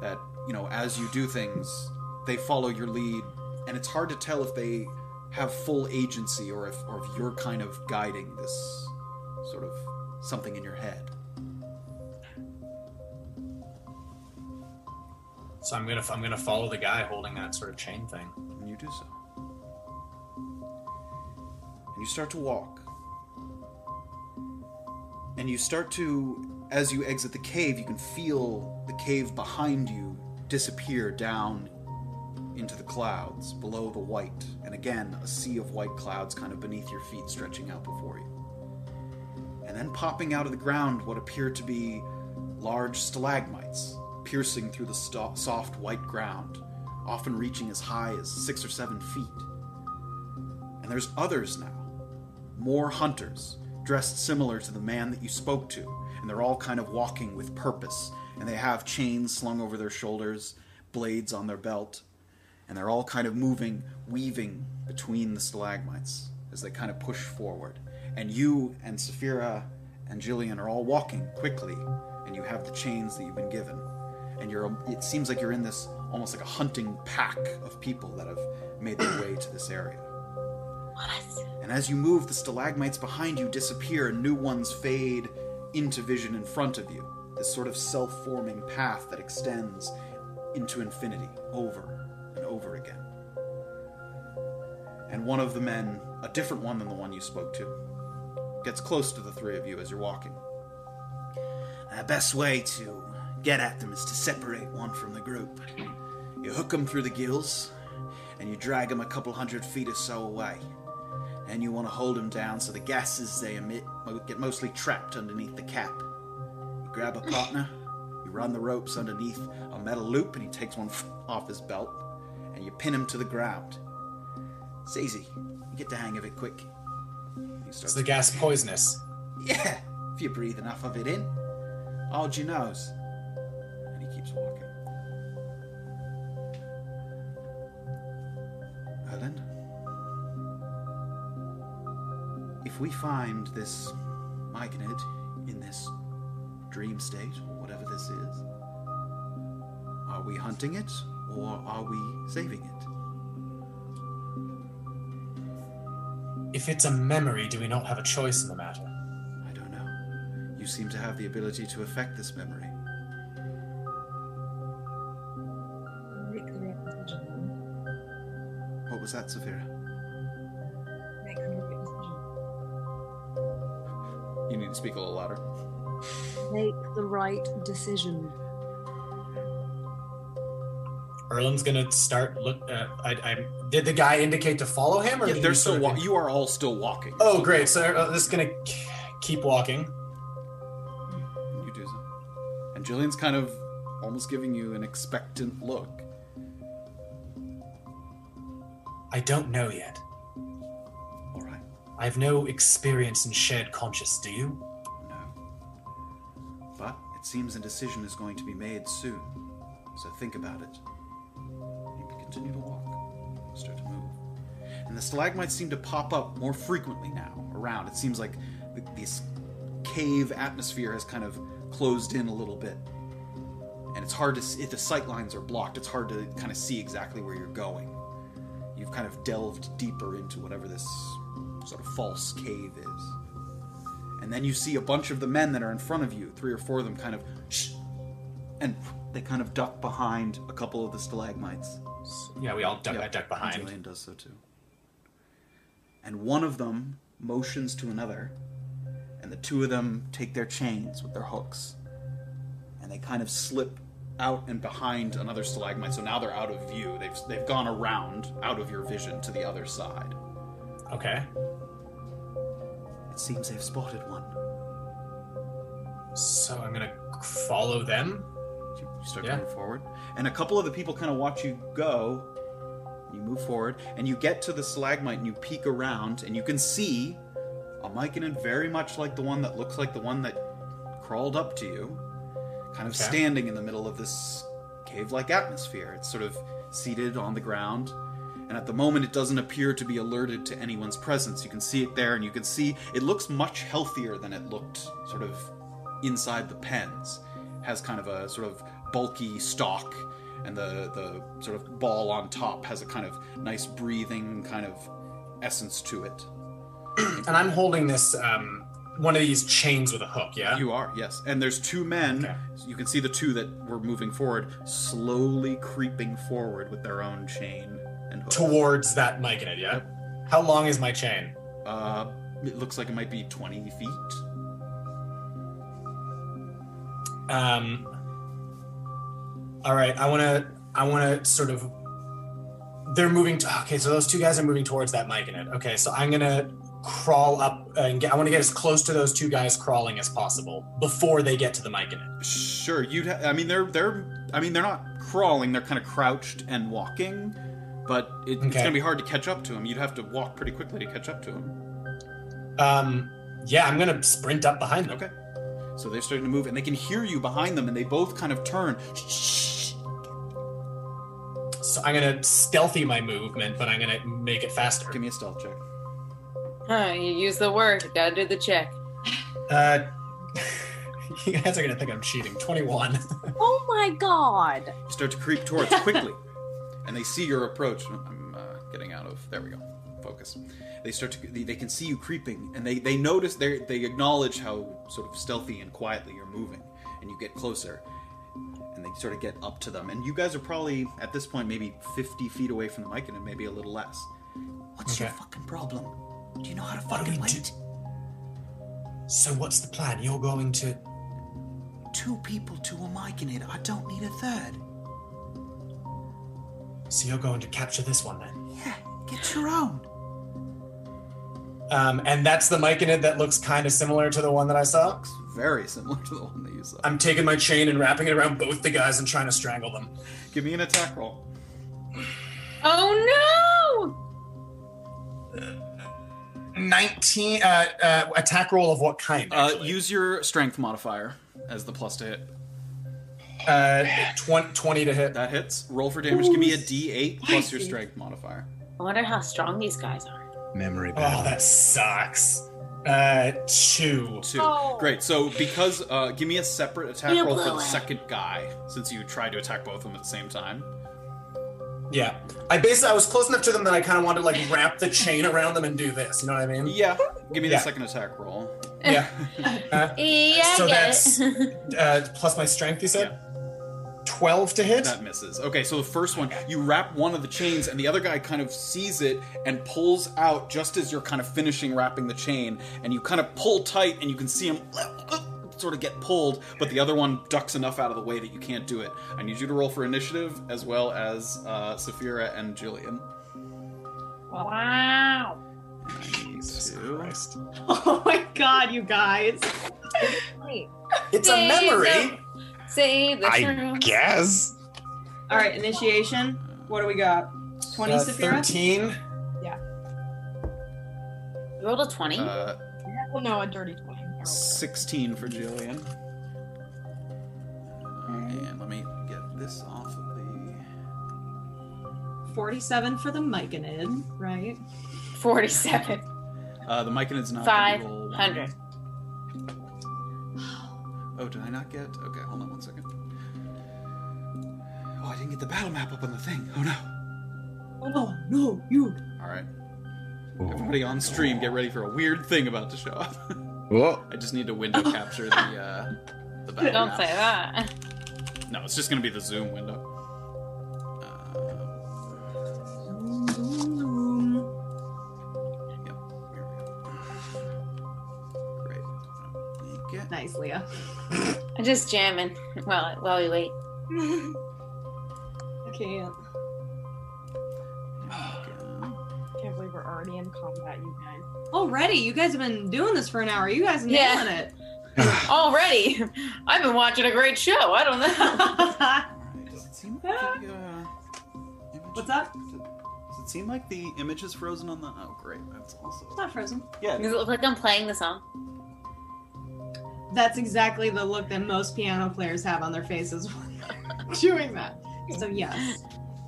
[SPEAKER 4] That, you know, as you do things, they follow your lead, and it's hard to tell if they have full agency or if, or if you're kind of guiding this sort of something in your head.
[SPEAKER 6] So I'm gonna I'm gonna follow the guy holding that sort of chain thing.
[SPEAKER 4] And you do so. And you start to walk. And you start to, as you exit the cave, you can feel the cave behind you disappear down into the clouds below the white. And again, a sea of white clouds kind of beneath your feet stretching out before you. And then popping out of the ground what appear to be large stalagmites piercing through the sto- soft white ground, often reaching as high as six or seven feet. And there's others now. More hunters, dressed similar to the man that you spoke to, and they're all kind of walking with purpose, and they have chains slung over their shoulders, blades on their belt, and they're all kind of moving, weaving between the stalagmites as they kind of push forward. And you and Saphira and Jillian are all walking quickly, and you have the chains that you've been given. And you're it seems like you're in this almost like a hunting pack of people that have made their way to this area. And as you move, the stalagmites behind you disappear and new ones fade into vision in front of you. This sort of self forming path that extends into infinity over and over again. And one of the men, a different one than the one you spoke to, gets close to the three of you as you're walking. The best way to get at them is to separate one from the group. You hook them through the gills, and you drag them a couple hundred feet or so away and you want to hold them down so the gases they emit mo- get mostly trapped underneath the cap. You grab a partner, you run the ropes underneath a metal loop, and he takes one off his belt, and you pin him to the ground. It's easy. You get the hang of it quick. You start
[SPEAKER 6] Is the gas poisonous?
[SPEAKER 4] yeah, if you breathe enough of it in, hold your nose. And he keeps walking. Erland? If we find this Myconid in this dream state, whatever this is, are we hunting it or are we saving it?
[SPEAKER 8] If it's a memory, do we not have a choice in the matter?
[SPEAKER 4] I don't know. You seem to have the ability to affect this memory.
[SPEAKER 9] Make the right decision.
[SPEAKER 4] What was that, Saphira?
[SPEAKER 9] Make the right decision.
[SPEAKER 4] You need to speak a little louder.
[SPEAKER 9] Make the right decision.
[SPEAKER 6] Erlin's gonna start look. Uh, I, I did the guy indicate to follow him, or
[SPEAKER 4] Yeah,
[SPEAKER 6] did
[SPEAKER 4] they're
[SPEAKER 6] you
[SPEAKER 4] still.
[SPEAKER 6] sort
[SPEAKER 4] Wa-
[SPEAKER 6] of-
[SPEAKER 4] you are all still walking.
[SPEAKER 6] Oh, great! So uh, this is gonna k- keep walking. Oh.
[SPEAKER 4] You do so. And Jillian's kind of almost giving you an expectant look.
[SPEAKER 8] I don't know yet.
[SPEAKER 4] All right.
[SPEAKER 8] I have no experience in shared conscious, do you?
[SPEAKER 4] No. But it seems a decision is going to be made soon. So think about it. You continue to walk. Start to move. And the stalagmites seem to pop up more frequently now around. It seems like th- this cave atmosphere has kind of closed in a little bit. And it's hard to see, if the sight lines are blocked, it's hard to kind of see exactly where you're going. You've kind of delved deeper into whatever this sort of false cave is. And then you see a bunch of the men that are in front of you, three or four of them kind of shh, and they kind of duck behind a couple of the stalagmites.
[SPEAKER 6] Yeah, we all duck.
[SPEAKER 4] Yep,
[SPEAKER 6] I duck behind.
[SPEAKER 4] Julian does so too. And one of them motions to another, and the two of them take their chains with their hooks, and they kind of slip out and behind another stalagmite. So now they're out of view. They've they've gone around out of your vision to the other side.
[SPEAKER 6] Okay.
[SPEAKER 4] It seems they've spotted one.
[SPEAKER 6] So I'm gonna follow them.
[SPEAKER 4] You you start
[SPEAKER 6] Yeah.
[SPEAKER 4] going forward, and a couple of the people kind of watch you go. You move forward, and you get to the stalagmite, and you peek around, and you can see a Myconin very much like the one that looks like the one that crawled up to you, kind of
[SPEAKER 6] Okay.
[SPEAKER 4] standing in the middle of this cave-like atmosphere. It's sort of seated on the ground, and at the moment, it doesn't appear to be alerted to anyone's presence. You can see it there, and you can see it looks much healthier than it looked sort of inside the pens has kind of a sort of bulky stalk and the the sort of ball on top has a kind of nice breathing kind of essence to it
[SPEAKER 6] And I'm holding this um, one of these chains with a hook. Yeah.
[SPEAKER 4] you are yes and there's two men
[SPEAKER 6] Okay.
[SPEAKER 4] you can see the two that were moving forward slowly creeping forward with their own chain and hook.
[SPEAKER 6] Towards that mic in it. Yeah. How long is my chain?
[SPEAKER 4] uh it looks like it might be 20 feet
[SPEAKER 6] Um. All right. I want to. I want to sort of. They're moving. To, okay, so those two guys are moving towards that mic in it. Okay, so I'm gonna crawl up and get. I want to get as close to those two guys crawling as possible before they get to the mic in it.
[SPEAKER 4] sure you'd ha- i mean they're they're i mean they're not crawling they're kind of crouched and walking but it, it's
[SPEAKER 6] Okay.
[SPEAKER 4] going to be hard to catch up to them you'd have to walk pretty quickly to catch up to them
[SPEAKER 6] Um. Yeah, I'm gonna sprint up behind them.
[SPEAKER 4] Okay. So they're starting to move, and they can hear you behind them, and they both kind of turn.
[SPEAKER 6] So I'm gonna stealthy my movement, but I'm gonna make it faster.
[SPEAKER 4] Give me a stealth check.
[SPEAKER 3] Huh, you use the word. You gotta do the check.
[SPEAKER 6] Uh, you guys are gonna think I'm cheating. Twenty-one.
[SPEAKER 5] Oh my god!
[SPEAKER 4] You start to creep towards quickly, and they see your approach. I'm uh, getting out of. There we go. Focus. They start to. They, they can see you creeping, and they they notice. They they acknowledge how sort of stealthy and quietly you're moving, and you get closer, and they sort of get up to them. And you guys are probably at this point maybe 50 feet away from the mic, and maybe a little less. What's your
[SPEAKER 6] Okay.
[SPEAKER 4] fucking problem? Do you know how to
[SPEAKER 6] do
[SPEAKER 4] fucking
[SPEAKER 6] we do?
[SPEAKER 4] wait?
[SPEAKER 6] So what's the plan? You're going to.
[SPEAKER 4] Two people to a mic in it. I don't need a third.
[SPEAKER 6] So you're going to capture this one then.
[SPEAKER 4] Yeah, get your own.
[SPEAKER 6] Um, and that's the mic in it that looks kind of similar to the one that I saw.
[SPEAKER 4] Looks very similar to the one that you saw.
[SPEAKER 6] I'm taking my chain and wrapping it around both the guys and trying to strangle them.
[SPEAKER 4] Give me an attack roll.
[SPEAKER 3] Oh
[SPEAKER 6] 19 uh, uh, attack roll of what kind?
[SPEAKER 4] Uh,
[SPEAKER 6] Actually?
[SPEAKER 4] use your strength modifier as the plus to hit.
[SPEAKER 6] uh, twen- 20 to hit.
[SPEAKER 4] That hits. Roll for damage. Give me a d8 plus your strength modifier.
[SPEAKER 3] no! I wonder how strong these guys are.
[SPEAKER 7] Memory
[SPEAKER 6] Oh,
[SPEAKER 7] bad.
[SPEAKER 6] that sucks. Uh, two.
[SPEAKER 4] Two. Great. So because uh, give me a separate attack roll for the second guy since you tried to attack both of them at the same time.
[SPEAKER 6] Yeah. I basically I was close enough to them that I kind of wanted to like wrap the chain around them and do this. You know what I mean?
[SPEAKER 4] Yeah. Give me the
[SPEAKER 6] Yeah.
[SPEAKER 4] second attack roll.
[SPEAKER 6] Yeah. Uh,
[SPEAKER 3] Yeah,
[SPEAKER 6] So
[SPEAKER 3] I get
[SPEAKER 6] that's-
[SPEAKER 3] it.
[SPEAKER 6] uh, plus my strength, you said. Twelve to hit.
[SPEAKER 4] That misses. Okay, so the first one, you wrap one of the chains, and the other guy kind of sees it and pulls out just as you're kind of finishing wrapping the chain, and you kind of pull tight, and you can see him sort of get pulled, but the other one ducks enough out of the way that you can't do it. I need you to roll for initiative as well as uh, Saphira and Jillian.
[SPEAKER 3] wow.
[SPEAKER 6] Jesus
[SPEAKER 4] Two.
[SPEAKER 6] Christ.
[SPEAKER 2] Oh my god, you guys.
[SPEAKER 6] It's a
[SPEAKER 3] Save the-
[SPEAKER 6] memory.
[SPEAKER 3] Save the
[SPEAKER 7] I
[SPEAKER 3] troops.
[SPEAKER 7] guess.
[SPEAKER 2] All right, initiation. What do we got? 20
[SPEAKER 6] Uh,
[SPEAKER 2] Saphira?
[SPEAKER 6] Thirteen.
[SPEAKER 3] You rolled a 20.
[SPEAKER 4] Uh,
[SPEAKER 5] Well, no, a dirty 20.
[SPEAKER 4] 16 for Jillian. And let me get this off of the.
[SPEAKER 2] 47 for the Myconid, right?
[SPEAKER 3] 47.
[SPEAKER 4] Uh, the mic and it's not. gonna roll one.
[SPEAKER 3] 500.
[SPEAKER 4] Oh, did I not get? Okay, hold on one second. Oh, I didn't get the battle map up on the thing. Oh no.
[SPEAKER 9] Oh no, you.
[SPEAKER 4] All right. Everybody on stream, get ready for a weird thing about to show up.
[SPEAKER 7] Whoa.
[SPEAKER 4] I just need to window capture the uh, the battle.
[SPEAKER 3] Don't
[SPEAKER 4] map.
[SPEAKER 3] say that.
[SPEAKER 4] No, it's just gonna be the Zoom window. Uh, yep, here we go. Great. Make it.
[SPEAKER 2] Nice, Leah.
[SPEAKER 3] I'm just jamming. Well, while we wait.
[SPEAKER 2] Okay. yeah.
[SPEAKER 5] Can't believe we're already in combat, you guys.
[SPEAKER 2] Already, you guys have been doing this for an hour. You guys
[SPEAKER 3] Yeah.
[SPEAKER 2] nailing it.
[SPEAKER 3] Already, I've been watching a great show. I don't know.
[SPEAKER 4] Alright, Does it seem like the, uh, image-
[SPEAKER 2] What's up?
[SPEAKER 4] Does it seem like the image is frozen on the? Oh, great. That's
[SPEAKER 2] It's
[SPEAKER 4] also.
[SPEAKER 2] not frozen.
[SPEAKER 4] Yeah.
[SPEAKER 3] Does it look like I'm playing the song?
[SPEAKER 2] That's exactly the look that most piano players have on their faces when they're doing that. So yes,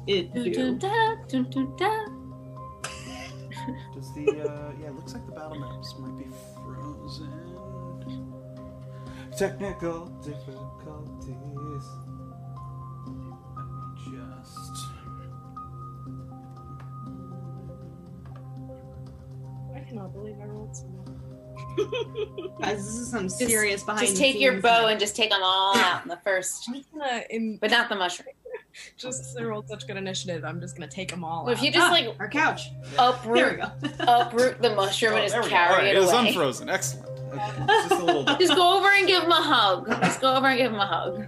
[SPEAKER 2] it do.
[SPEAKER 3] Dun-dun-dun-dun-dun.
[SPEAKER 4] Does the uh, yeah? It looks like the battle maps might be frozen. Technical difficulties. Let me just.
[SPEAKER 5] I cannot believe I rolled so much.
[SPEAKER 2] Guys, this is some serious behind.
[SPEAKER 3] Just
[SPEAKER 2] the
[SPEAKER 3] take your
[SPEAKER 2] scenes
[SPEAKER 3] bow
[SPEAKER 2] stuff.
[SPEAKER 3] and just take them all out in the first,
[SPEAKER 5] I'm just gonna, in,
[SPEAKER 3] but not the mushroom.
[SPEAKER 5] just since I rolled such good initiative, I'm just gonna take them all.
[SPEAKER 3] Well, if
[SPEAKER 5] out.
[SPEAKER 3] you just
[SPEAKER 2] Ah,
[SPEAKER 3] like
[SPEAKER 2] our couch. There we
[SPEAKER 3] uproot,
[SPEAKER 2] go. Oh,
[SPEAKER 3] uproot the mushroom and
[SPEAKER 4] Oh, there
[SPEAKER 3] just
[SPEAKER 4] we go. All
[SPEAKER 3] carry
[SPEAKER 4] right,
[SPEAKER 3] it
[SPEAKER 4] it was
[SPEAKER 3] away.
[SPEAKER 4] unfrozen. Excellent. Okay, it's just a little dark.
[SPEAKER 3] Just go over and give him a hug. Just go over and give him a hug.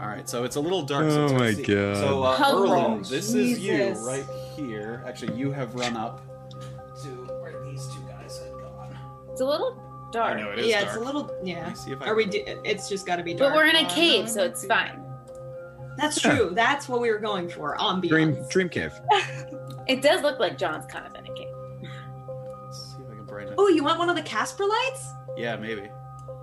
[SPEAKER 4] All right, so it's a little dark.
[SPEAKER 7] Oh
[SPEAKER 4] so it's hard
[SPEAKER 7] my
[SPEAKER 4] to see.
[SPEAKER 7] God.
[SPEAKER 4] So uh,
[SPEAKER 3] Hello,
[SPEAKER 4] Erlen, this is you
[SPEAKER 2] Jesus.
[SPEAKER 4] right here. Actually, you have run up to where these two guys had gone.
[SPEAKER 3] It's a little
[SPEAKER 4] I
[SPEAKER 3] dark,
[SPEAKER 4] know it is
[SPEAKER 2] Yeah,
[SPEAKER 4] dark.
[SPEAKER 2] it's a little.
[SPEAKER 4] Let
[SPEAKER 2] Yeah.
[SPEAKER 4] me see if I
[SPEAKER 2] Are we?
[SPEAKER 4] can-
[SPEAKER 2] Do, it's just got to be dark.
[SPEAKER 3] but we're in a
[SPEAKER 2] on-
[SPEAKER 3] cave, so it's fine.
[SPEAKER 2] That's true. That's what we were going for. Ambiance.
[SPEAKER 7] Dream Dream Cave.
[SPEAKER 3] It does look like John's kind of in a cave.
[SPEAKER 4] Let's see if I can brighten it.
[SPEAKER 2] Oh, you want one of the Casper lights?
[SPEAKER 4] Yeah, maybe.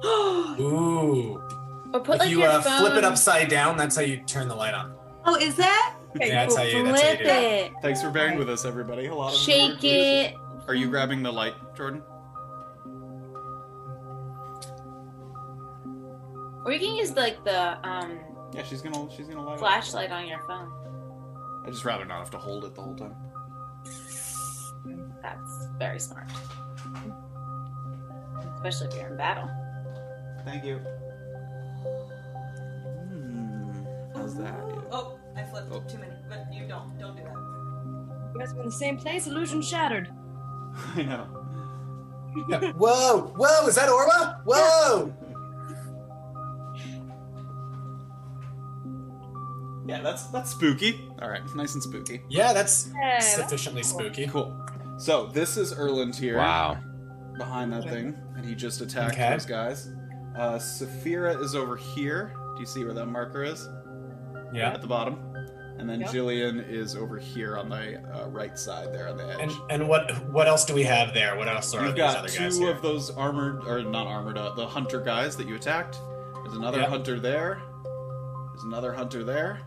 [SPEAKER 2] oh,
[SPEAKER 6] Ooh.
[SPEAKER 3] Or put
[SPEAKER 6] if
[SPEAKER 3] like
[SPEAKER 6] you
[SPEAKER 3] your
[SPEAKER 6] uh,
[SPEAKER 3] phone.
[SPEAKER 6] flip it upside down, that's how you turn the light on.
[SPEAKER 2] is that?
[SPEAKER 5] Okay,
[SPEAKER 6] that's how you. That's how you
[SPEAKER 3] Flip
[SPEAKER 6] do it.
[SPEAKER 3] it.
[SPEAKER 4] Thanks for bearing with us, everybody. A lot of
[SPEAKER 3] Shake it.
[SPEAKER 4] Are you grabbing the light, Jordan?
[SPEAKER 3] Or you can use like the um,
[SPEAKER 4] Yeah, she's gonna she's gonna light it.
[SPEAKER 3] flashlight on your phone.
[SPEAKER 4] I just rather not have to hold it the whole time.
[SPEAKER 3] That's very smart. Especially if you're in battle.
[SPEAKER 4] Thank you. Hmm. How's that? Yeah.
[SPEAKER 10] Oh, I flipped
[SPEAKER 4] Oh.
[SPEAKER 10] too many. But you don't. Don't do that.
[SPEAKER 5] You guys were in the same place. Illusion shattered.
[SPEAKER 4] I know.
[SPEAKER 6] Yeah. Whoa! Whoa! Is that Orba? Whoa!
[SPEAKER 4] Yeah, that's that's spooky. All right, nice and spooky.
[SPEAKER 6] Yeah, that's
[SPEAKER 5] Yeah,
[SPEAKER 6] sufficiently spooky.
[SPEAKER 4] Cool. So this is Erland here
[SPEAKER 7] Wow.
[SPEAKER 4] behind that thing, and he just attacked
[SPEAKER 6] Okay.
[SPEAKER 4] those guys. Uh, Saphira is over here. Do you see where that marker is?
[SPEAKER 6] Yeah.
[SPEAKER 4] At the bottom. And then
[SPEAKER 5] Yep.
[SPEAKER 4] Jillian is over here on the uh, right side there on the edge.
[SPEAKER 6] And and what what else do we have there? What else are
[SPEAKER 4] You've
[SPEAKER 6] these
[SPEAKER 4] got
[SPEAKER 6] other
[SPEAKER 4] two
[SPEAKER 6] guys here?
[SPEAKER 4] of those armored, or not armored, uh, the hunter guys that you attacked. There's another
[SPEAKER 6] Yep.
[SPEAKER 4] hunter there. There's another hunter there.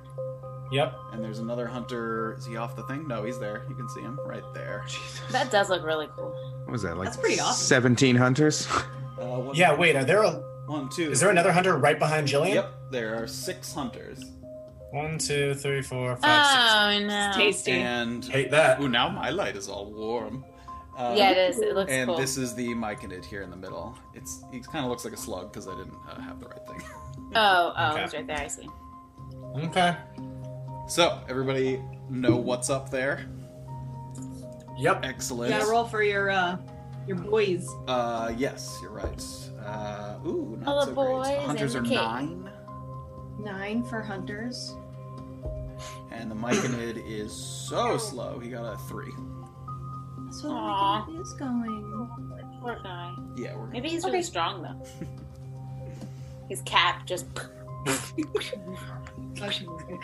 [SPEAKER 6] Yep.
[SPEAKER 4] And there's another hunter. Is he off the thing? No, he's there. You can see him right there. Uh,
[SPEAKER 3] That does look really cool.
[SPEAKER 7] What was that like?
[SPEAKER 2] That's pretty awesome.
[SPEAKER 7] Seventeen hunters.
[SPEAKER 4] Uh, one,
[SPEAKER 6] Yeah. Wait. Are there a
[SPEAKER 4] One, two.
[SPEAKER 6] is there another hunter right behind Jillian?
[SPEAKER 4] Yep, there are six hunters.
[SPEAKER 6] One, two, three, four, five, six.
[SPEAKER 3] Oh no.
[SPEAKER 2] Tasty.
[SPEAKER 4] And
[SPEAKER 2] Oh.
[SPEAKER 6] Hate that.
[SPEAKER 4] ooh, now my light is all warm. Uh,
[SPEAKER 3] Yeah, it is. It looks
[SPEAKER 4] And
[SPEAKER 3] cool.
[SPEAKER 4] this is the Myconid here in the middle. It's he kind of looks like a slug because I didn't uh, have the right thing.
[SPEAKER 3] Oh, oh,
[SPEAKER 6] Okay.
[SPEAKER 3] it's right there. I see.
[SPEAKER 6] Okay.
[SPEAKER 4] So everybody know what's up there.
[SPEAKER 6] Yep.
[SPEAKER 4] Excellent.
[SPEAKER 2] Yeah, roll for your uh, your boys.
[SPEAKER 4] Uh, yes, you're right. Uh, ooh, not
[SPEAKER 3] All
[SPEAKER 4] so
[SPEAKER 3] the
[SPEAKER 4] great.
[SPEAKER 3] boys
[SPEAKER 4] Hunters are
[SPEAKER 3] and the king.
[SPEAKER 4] nine,
[SPEAKER 2] Nine for hunters.
[SPEAKER 4] and the Myconid is so slow. He got a three.
[SPEAKER 2] That's what
[SPEAKER 3] Aw.
[SPEAKER 2] Mike is going.
[SPEAKER 3] Poor guy.
[SPEAKER 4] Yeah, we're
[SPEAKER 3] Maybe he's really strong though. His cap just.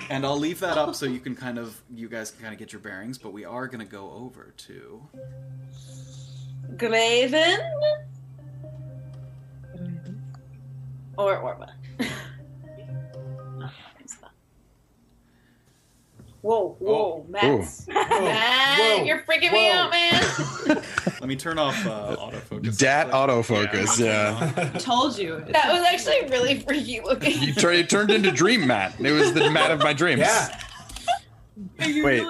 [SPEAKER 4] and I'll leave that up so you can kind of you guys can kind of get your bearings. But we are gonna go over to
[SPEAKER 3] Graven
[SPEAKER 2] Mm-hmm.
[SPEAKER 3] or Orba. whoa, Oh, whoa, Max. Matt,
[SPEAKER 6] Whoa,
[SPEAKER 3] you're freaking me
[SPEAKER 6] whoa.
[SPEAKER 3] out, man.
[SPEAKER 4] Let me turn off uh, autofocus.
[SPEAKER 7] Dat
[SPEAKER 4] actually.
[SPEAKER 7] autofocus. Yeah.
[SPEAKER 2] Told you. It's
[SPEAKER 3] That was actually really freaky looking.
[SPEAKER 7] You, tur- you turned into Dream Matt. It was the Matt of my dreams.
[SPEAKER 6] Yeah.
[SPEAKER 7] Wait,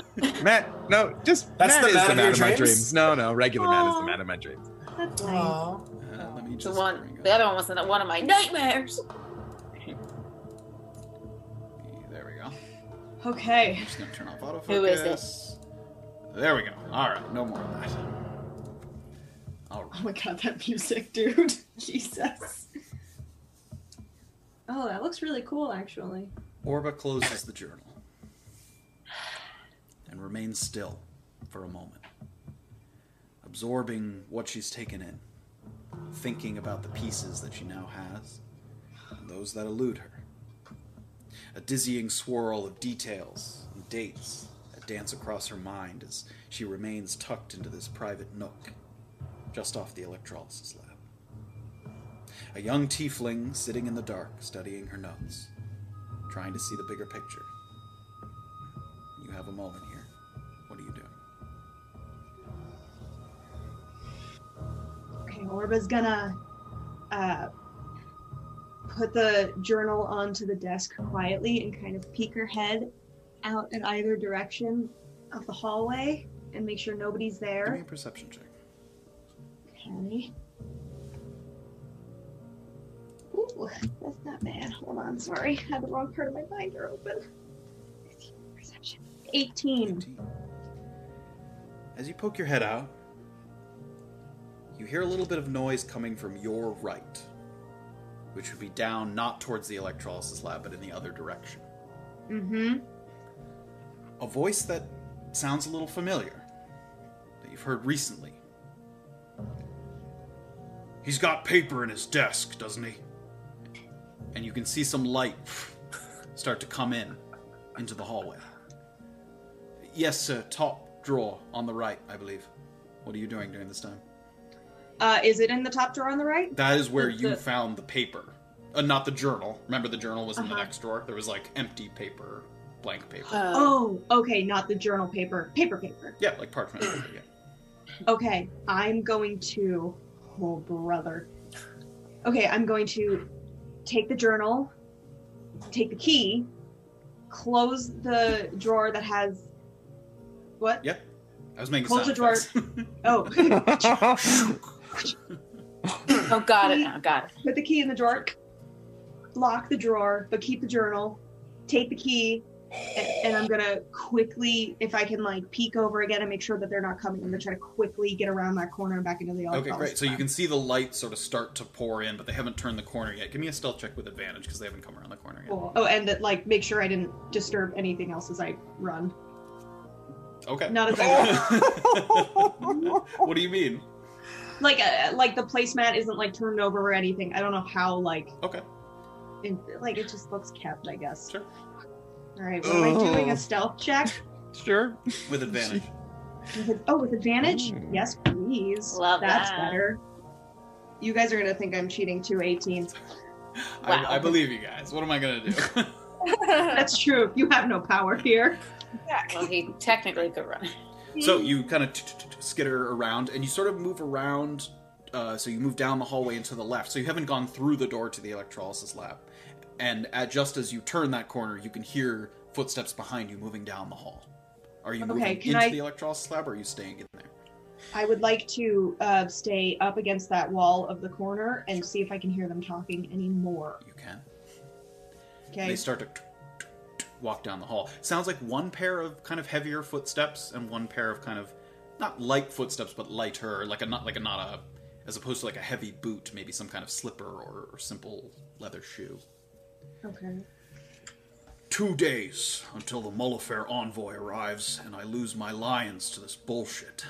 [SPEAKER 7] Matt. No, just
[SPEAKER 6] That's
[SPEAKER 7] Matt
[SPEAKER 6] the
[SPEAKER 7] is
[SPEAKER 6] Matt
[SPEAKER 7] the
[SPEAKER 6] of
[SPEAKER 7] Matt
[SPEAKER 6] your
[SPEAKER 7] of my
[SPEAKER 6] dreams? Oh.
[SPEAKER 7] dreams. No, no, regular Matt is the
[SPEAKER 3] Aw.
[SPEAKER 7] Matt of my dreams.
[SPEAKER 10] That's nice.
[SPEAKER 3] Aw.
[SPEAKER 4] Uh, let me
[SPEAKER 3] The
[SPEAKER 4] just
[SPEAKER 3] one,
[SPEAKER 4] bring
[SPEAKER 3] the
[SPEAKER 4] up-
[SPEAKER 3] other one was in one of my nightmares.
[SPEAKER 4] There we go.
[SPEAKER 2] Okay.
[SPEAKER 4] I'm just gonna turn off autofocus.
[SPEAKER 3] Who is
[SPEAKER 4] There we go. All right, no more of that. All right.
[SPEAKER 2] Oh my god, that music, dude. Jesus. Oh, that looks really cool, actually.
[SPEAKER 4] Orba closes the journal and remains still for a moment, absorbing what she's taken in, thinking about the pieces that she now has and those that elude her. A dizzying swirl of details and dates that dance across her mind as she remains tucked into this private nook just off the electrolysis lab. A young tiefling sitting in the dark studying her notes trying to see the bigger picture. You have a moment here. What are you doing?
[SPEAKER 2] Okay, Orba's gonna uh, put the journal onto the desk quietly and kind of peek her head out in either direction of the hallway and make sure nobody's
[SPEAKER 4] Give me a
[SPEAKER 2] there.
[SPEAKER 4] perception check.
[SPEAKER 2] Okay. Ooh, that's not bad. Hold on, sorry. had the wrong part of my binder open. Perception. 18.
[SPEAKER 4] 18. As you poke your head out, you hear a little bit of noise coming from your right, which would be down not towards the electrolysis lab, but in the other direction.
[SPEAKER 2] Mm-hmm.
[SPEAKER 4] A voice that sounds a little familiar, that you've heard recently. He's got paper in his desk, doesn't he? And you can see some light start to come in into the hallway. Yes, sir, top drawer on the right, I believe. What are you doing during this time?
[SPEAKER 2] Uh, is it in the top drawer on the right?
[SPEAKER 4] That is where you
[SPEAKER 2] The-
[SPEAKER 4] found the paper. Uh, not the journal. Remember, the journal was in the
[SPEAKER 2] Uh-huh.
[SPEAKER 4] next drawer? There was like empty paper, blank paper.
[SPEAKER 3] Uh,
[SPEAKER 2] Oh, okay, not the journal paper. Paper paper.
[SPEAKER 4] Yeah, like parchment paper, yeah.
[SPEAKER 2] Okay, I'm going to. Oh, brother. Okay, I'm going to take the journal, take the key, close the drawer that has. What?
[SPEAKER 4] Yep. I was making
[SPEAKER 2] Close
[SPEAKER 4] sound
[SPEAKER 2] the drawer.
[SPEAKER 4] effects.
[SPEAKER 2] Oh,
[SPEAKER 3] oh, got it now. Got it.
[SPEAKER 2] put the key in the drawer, lock the drawer, but keep the journal, take the key, and, and I'm gonna quickly, if I can, like peek over again and make sure that they're not coming. I'm gonna try to quickly get around that corner and back into the office.
[SPEAKER 4] okay, great. So you can see the light sort of start to pour in, but they haven't turned the corner yet. Give me a stealth check with advantage because they haven't come around the corner yet.
[SPEAKER 2] Cool. Oh, and that, like make sure I didn't disturb anything else as I run.
[SPEAKER 4] Okay.
[SPEAKER 2] Oh, Not as
[SPEAKER 4] what do you mean?
[SPEAKER 2] Like, uh, like the placemat isn't like turned over or anything. I don't know how like
[SPEAKER 4] Okay.
[SPEAKER 2] in, like it just looks kept, I guess.
[SPEAKER 4] Sure.
[SPEAKER 2] All right, what am I doing?
[SPEAKER 7] Oh.
[SPEAKER 2] A stealth check?
[SPEAKER 7] Sure.
[SPEAKER 4] With advantage.
[SPEAKER 2] With- oh, with advantage?
[SPEAKER 7] Ooh.
[SPEAKER 2] Yes, please.
[SPEAKER 3] Love
[SPEAKER 2] That's
[SPEAKER 3] that.
[SPEAKER 2] better. You guys are gonna think I'm cheating two eighteens.
[SPEAKER 3] Wow.
[SPEAKER 4] I, I believe you guys. What am I gonna do?
[SPEAKER 2] That's true. You have no power here.
[SPEAKER 3] Well, he technically could run.
[SPEAKER 4] so
[SPEAKER 2] Mm-hmm.
[SPEAKER 4] you kind of skitter around, and you sort of move around. Uh, so you move down the hallway and to the left. So you haven't gone through the door to the electrolysis lab. And at, just as you turn that corner, you can hear footsteps behind you moving down the hall. Are you
[SPEAKER 2] Okay,
[SPEAKER 4] moving
[SPEAKER 2] can
[SPEAKER 4] into
[SPEAKER 2] I-
[SPEAKER 4] the electrolysis lab, or are you staying in there?
[SPEAKER 2] I would like to uh, stay up against that wall of the corner and see if I can hear them talking anymore.
[SPEAKER 4] You can.
[SPEAKER 2] Okay.
[SPEAKER 4] They start to t- t- t- walk down the hall. Sounds like one pair of kind of heavier footsteps and one pair of kind of not light footsteps, but lighter, like a not like a not a as opposed to like a heavy boot, maybe some kind of slipper or, or simple leather shoe.
[SPEAKER 2] Okay.
[SPEAKER 4] Two days until the Mullifair envoy arrives, and I lose my lions to this bullshit.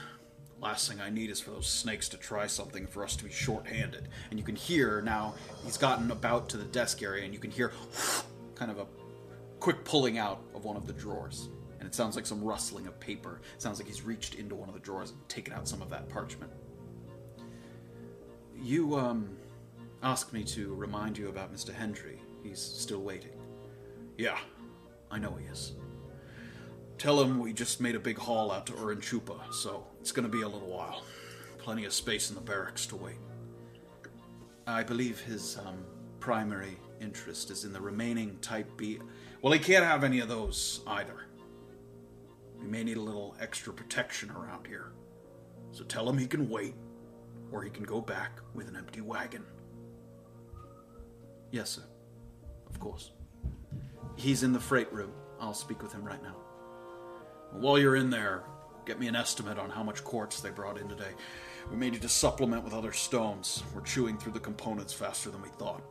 [SPEAKER 4] Last thing I need is for those snakes to try something for us to be shorthanded. And you can hear now, he's gotten about to the desk area, and you can hear kind of a quick pulling out of one of the drawers. And it sounds like some rustling of paper. sounds like he's reached into one of the drawers and taken out some of that parchment. You, um, asked me to remind you about Mr. Hendry. He's still waiting. Yeah, I know he is. Tell him we just made a big haul out to Urinchupa, so it's gonna be a little while. Plenty of space in the barracks to wait. I believe his um, primary interest is in the remaining Type B. Well, he can't have any of those either. We may need a little extra protection around here. So tell him he can wait, or he can go back with an empty wagon. Yes, sir. Of course. He's in the freight room. I'll speak with him right now. While you're in there, get me an estimate on how much quartz they brought in today. We may need to supplement with other stones. We're chewing through the components faster than we thought.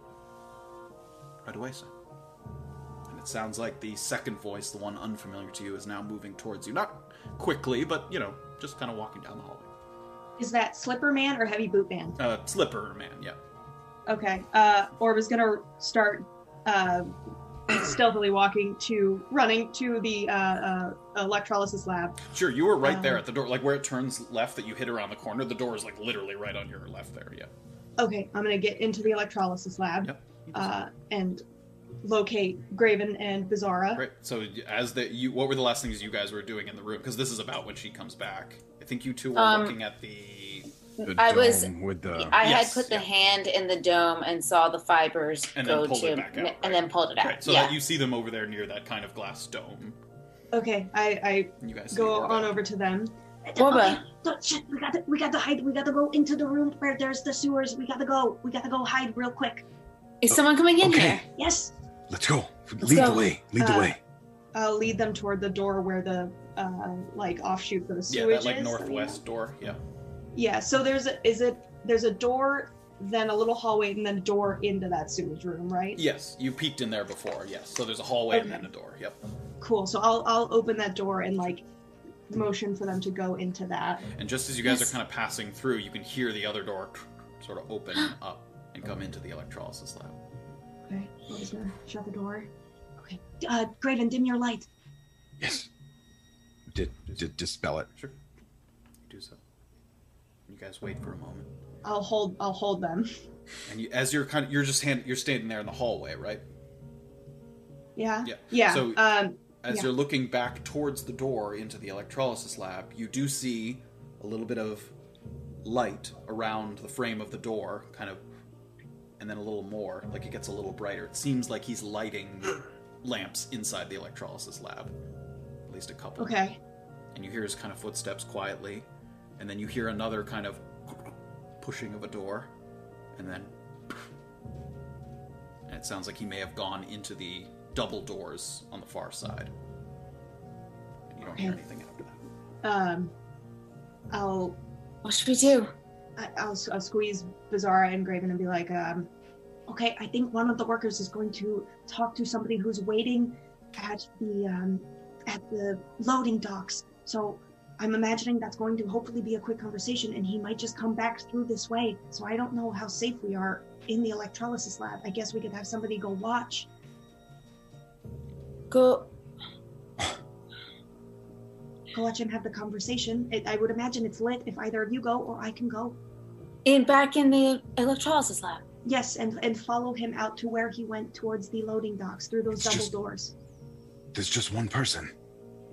[SPEAKER 4] Right away, sir. And it sounds like the second voice, the one unfamiliar to you, is now moving towards you. Not quickly, but, you know, just kind of walking down the hallway.
[SPEAKER 2] Is that Slipper Man or Heavy Boot Man?
[SPEAKER 4] Uh, slipper man, yeah.
[SPEAKER 2] Okay. Uh, Orb is gonna start uh, stealthily walking to running to the uh, uh, electrolysis lab.
[SPEAKER 4] Sure, you were right there
[SPEAKER 2] Um,
[SPEAKER 4] at the door, like where it turns left that you hit around the corner. The door is like literally right on your left there, yeah.
[SPEAKER 2] Okay, I'm gonna get into the electrolysis lab
[SPEAKER 4] Yep.
[SPEAKER 2] uh, and locate Graven and Bizarra.
[SPEAKER 4] Right. So as the you, what were the last things you guys were doing in the room? Because this is about when she comes back. I think you two were
[SPEAKER 3] Um,
[SPEAKER 4] looking at the
[SPEAKER 3] I was.
[SPEAKER 11] with the
[SPEAKER 3] I
[SPEAKER 4] Yes,
[SPEAKER 3] had put the hand in the dome and saw the fibers
[SPEAKER 4] And then
[SPEAKER 3] go
[SPEAKER 4] pulled
[SPEAKER 3] to,
[SPEAKER 4] it back out,
[SPEAKER 3] and then pulled it out.
[SPEAKER 4] right. So
[SPEAKER 3] yeah.
[SPEAKER 4] that you see them over there near that kind of glass dome.
[SPEAKER 2] Okay, I,
[SPEAKER 4] and You guys
[SPEAKER 2] I
[SPEAKER 4] see
[SPEAKER 2] go
[SPEAKER 4] Orba.
[SPEAKER 2] on over to them.
[SPEAKER 3] Orba.
[SPEAKER 12] Don't- shit, we gotta, we gotta hide. We gotta go into the room where there's the sewers. We gotta go. We gotta go hide real quick.
[SPEAKER 3] Is someone coming in here?
[SPEAKER 12] Yes.
[SPEAKER 11] Let's go.
[SPEAKER 2] Let's
[SPEAKER 11] Lead
[SPEAKER 2] go.
[SPEAKER 11] the way. Lead the
[SPEAKER 2] Uh,
[SPEAKER 11] way.
[SPEAKER 2] I'll lead them toward the door where the uh, like offshoot for the
[SPEAKER 4] Yeah,
[SPEAKER 2] sewage
[SPEAKER 4] that like
[SPEAKER 2] is.
[SPEAKER 4] northwest door. Yeah.
[SPEAKER 2] Yeah, so there's a, is it there's a door, then a little hallway, and then a door into that sewage room, right?
[SPEAKER 4] Yes, you peeked in there before. Yes. So there's a hallway and
[SPEAKER 2] Okay.
[SPEAKER 4] then a door. Yep.
[SPEAKER 2] Cool. So I'll I'll open that door and like motion for them to go into that.
[SPEAKER 4] And just as you guys are kind of passing through, you can hear the other door sort of open up and come into the electrolysis lab.
[SPEAKER 12] Okay. I'm just gonna shut the door. Okay. Uh, Graven, dim your light.
[SPEAKER 11] Yes. Did, did dispel it.
[SPEAKER 4] Sure. You do so. You guys wait for a moment.
[SPEAKER 2] I'll hold I'll hold them.
[SPEAKER 4] And you, as you're kind of you're just hand, you're standing there in the hallway, right?
[SPEAKER 2] Yeah.
[SPEAKER 4] Yeah.
[SPEAKER 2] Yeah.
[SPEAKER 4] So
[SPEAKER 2] um.
[SPEAKER 4] as
[SPEAKER 2] yeah.
[SPEAKER 4] you're looking back towards the door into the electrolysis lab, you do see a little bit of light around the frame of the door, kind of, and then a little more. Like it gets a little brighter. It seems like he's lighting lamps inside the electrolysis lab, at least a couple.
[SPEAKER 2] Okay.
[SPEAKER 4] And you hear his kind of footsteps quietly, and then you hear another kind of pushing of a door, and then and it sounds like he may have gone into the double doors on the far side. And you don't hear
[SPEAKER 2] Okay.
[SPEAKER 4] anything after that.
[SPEAKER 2] Um. I'll
[SPEAKER 3] What should we do?
[SPEAKER 2] I- I'll I'll squeeze Bizarra and Graven and be like, um,
[SPEAKER 12] Okay. I think one of the workers is going to talk to somebody who's waiting at the um, at the loading docks. So I'm imagining that's going to hopefully be a quick conversation, and he might just come back through this way. So I don't know how safe we are in the electrolysis lab. I guess we could have somebody go watch.
[SPEAKER 3] Go.
[SPEAKER 12] Go watch him have the conversation. It, I would imagine it's lit if either of you go or I can go.
[SPEAKER 3] In back in the electrolysis lab.
[SPEAKER 12] Yes, and and follow him out to where he went towards the loading docks through those
[SPEAKER 11] It's
[SPEAKER 12] double
[SPEAKER 11] just-
[SPEAKER 12] doors.
[SPEAKER 11] There's just one person.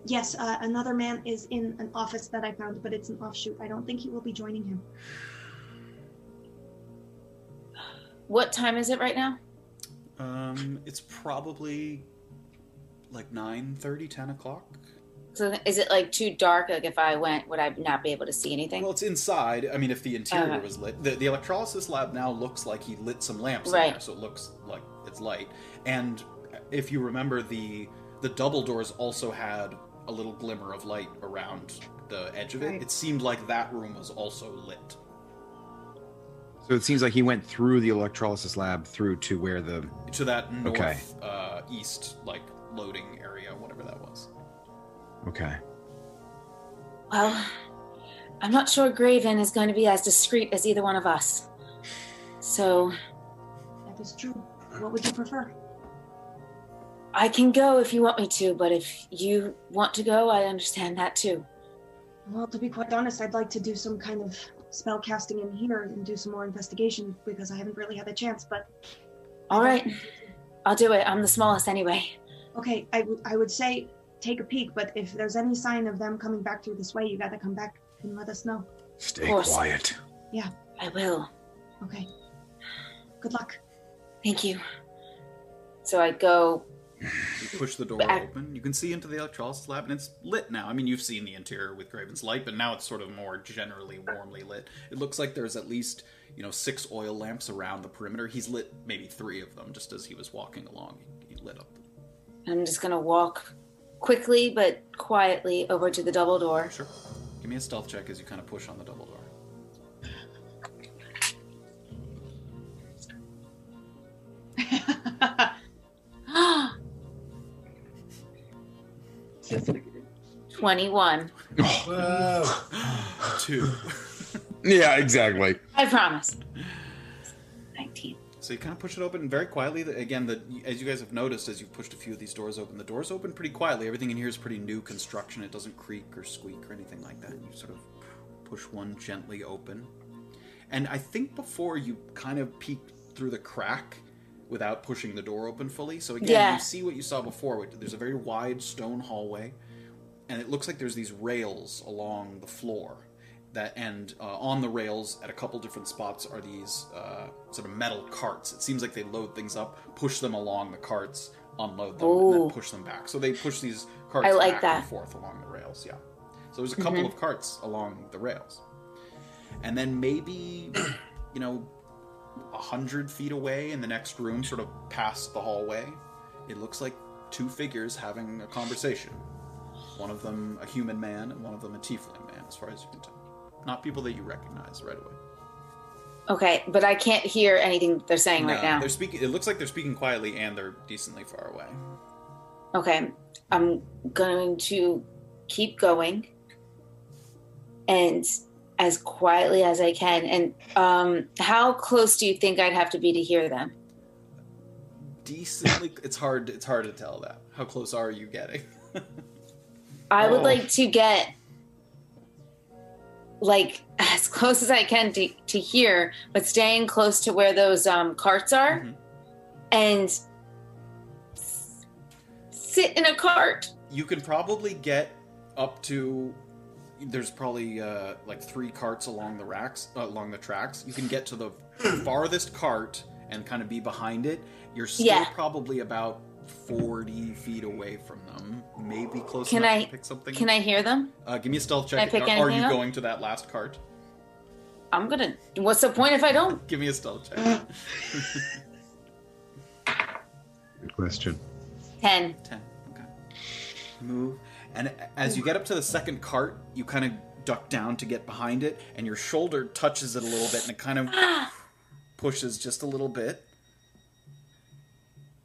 [SPEAKER 12] Yes, uh, another man is in an office that I found, but it's an offshoot. I don't think he will be joining him.
[SPEAKER 3] What time is it right now?
[SPEAKER 4] Um, it's probably like 9 10 o'clock.
[SPEAKER 3] So is it like too dark? Like if I went, would I not be able to see anything?
[SPEAKER 4] Well, it's inside. I mean, if the interior
[SPEAKER 3] Uh.
[SPEAKER 4] was lit, the, the electrolysis lab now looks like he lit some lamps in
[SPEAKER 3] Right.
[SPEAKER 4] there, so it looks like it's light. And if you remember, the the double doors also had a little glimmer of light around the edge of it.
[SPEAKER 2] Right.
[SPEAKER 4] It seemed like that room was also lit.
[SPEAKER 11] So it seems like he went through the electrolysis lab through to where the.
[SPEAKER 4] to that north
[SPEAKER 11] Okay.
[SPEAKER 4] uh, east like loading area, whatever that was.
[SPEAKER 11] Okay.
[SPEAKER 3] Well, I'm not sure Graven is going to be as discreet as either one of us. So
[SPEAKER 12] That is true. What would you prefer?
[SPEAKER 3] I can go if you want me to, but if you want to go, I understand that too.
[SPEAKER 12] Well, to be quite honest, I'd like to do some kind of spell casting in here and do some more investigation because I haven't really had a chance. But
[SPEAKER 3] All right, I'll do it. I'm the smallest anyway.
[SPEAKER 12] okay, I would- I would say take a peek, but if there's any sign of them coming back through this way, you gotta come back and let us know.
[SPEAKER 11] Stay
[SPEAKER 3] course.
[SPEAKER 11] quiet.
[SPEAKER 12] Yeah,
[SPEAKER 3] I will.
[SPEAKER 12] okay. Good luck.
[SPEAKER 3] Thank you. So I go
[SPEAKER 4] You push the door
[SPEAKER 3] But I-
[SPEAKER 4] open. You can see into the electrolysis lab, and it's lit now. I mean, you've seen the interior with Graven's light, but now it's sort of more generally warmly lit. It looks like there's at least you know six oil lamps around the perimeter. He's lit maybe three of them just as he was walking along. He, he lit up.
[SPEAKER 3] I'm just gonna walk quickly but quietly over to the double door.
[SPEAKER 4] Sure. Give me a stealth check as you kind of push on the double door.
[SPEAKER 3] Twenty-one.
[SPEAKER 4] Two.
[SPEAKER 7] yeah, exactly.
[SPEAKER 3] I promise.
[SPEAKER 4] So you kind of push it open very quietly. The- Again, the, as you guys have noticed, as you've pushed a few of these doors open, the doors open pretty quietly. Everything in here is pretty new construction. It doesn't creak or squeak or anything like that. You sort of push one gently open. And I think before you kind of peeked through the crack without pushing the door open fully. So again,
[SPEAKER 3] Yeah.
[SPEAKER 4] you see what you saw before. which- There's a very wide stone hallway, and it looks like there's these rails along the floor. That and uh, on the rails at a couple different spots are these uh, sort of metal carts. It seems like they load things up, push them along the carts, unload them, and
[SPEAKER 3] Ooh.
[SPEAKER 4] then push them back. So they push these carts
[SPEAKER 3] I like
[SPEAKER 4] back
[SPEAKER 3] that.
[SPEAKER 4] and forth along the rails. Yeah. So there's a couple
[SPEAKER 3] Mhm.
[SPEAKER 4] of carts along the rails, and then maybe you know a hundred feet away in the next room, sort of past the hallway, it looks like two figures having a conversation. One of them a human man, and one of them a tiefling man, as far as you can tell. Not people that you recognize right away.
[SPEAKER 3] Okay, but I can't hear anything that they're saying
[SPEAKER 4] No,
[SPEAKER 3] right now.
[SPEAKER 4] They're speaking. It looks like they're speaking quietly, and they're decently far away.
[SPEAKER 3] Okay, I'm going to keep going and as quietly as I can. And um, how close do you think I'd have to be to hear them?
[SPEAKER 4] Decently. it's hard. It's hard to tell that. How close are you getting?
[SPEAKER 3] I would
[SPEAKER 4] Oh.
[SPEAKER 3] like to get like as close as I can to, to hear, but staying close to where those um, carts are and s- sit in a cart.
[SPEAKER 4] you can probably get up to there's probably uh, like three carts along the racks uh, along the tracks you can get to the farthest cart and kind of be behind it you're still
[SPEAKER 3] Yeah.
[SPEAKER 4] probably about 40 feet away from them maybe close
[SPEAKER 3] Can
[SPEAKER 4] enough
[SPEAKER 3] I-
[SPEAKER 4] to pick something
[SPEAKER 3] Can I hear them?
[SPEAKER 4] uh, give me a stealth
[SPEAKER 3] Can I
[SPEAKER 4] check
[SPEAKER 3] pick
[SPEAKER 4] are, are you
[SPEAKER 3] anything up?
[SPEAKER 4] going to that last cart
[SPEAKER 3] I'm gonna. What's the point if I don't?
[SPEAKER 4] give me a stealth check
[SPEAKER 7] Good question.
[SPEAKER 3] 10.
[SPEAKER 4] 10. Okay. Move. And as you get up to the second cart, you kind of duck down to get behind it, and your shoulder touches it a little bit, and it kind of pushes just a little bit.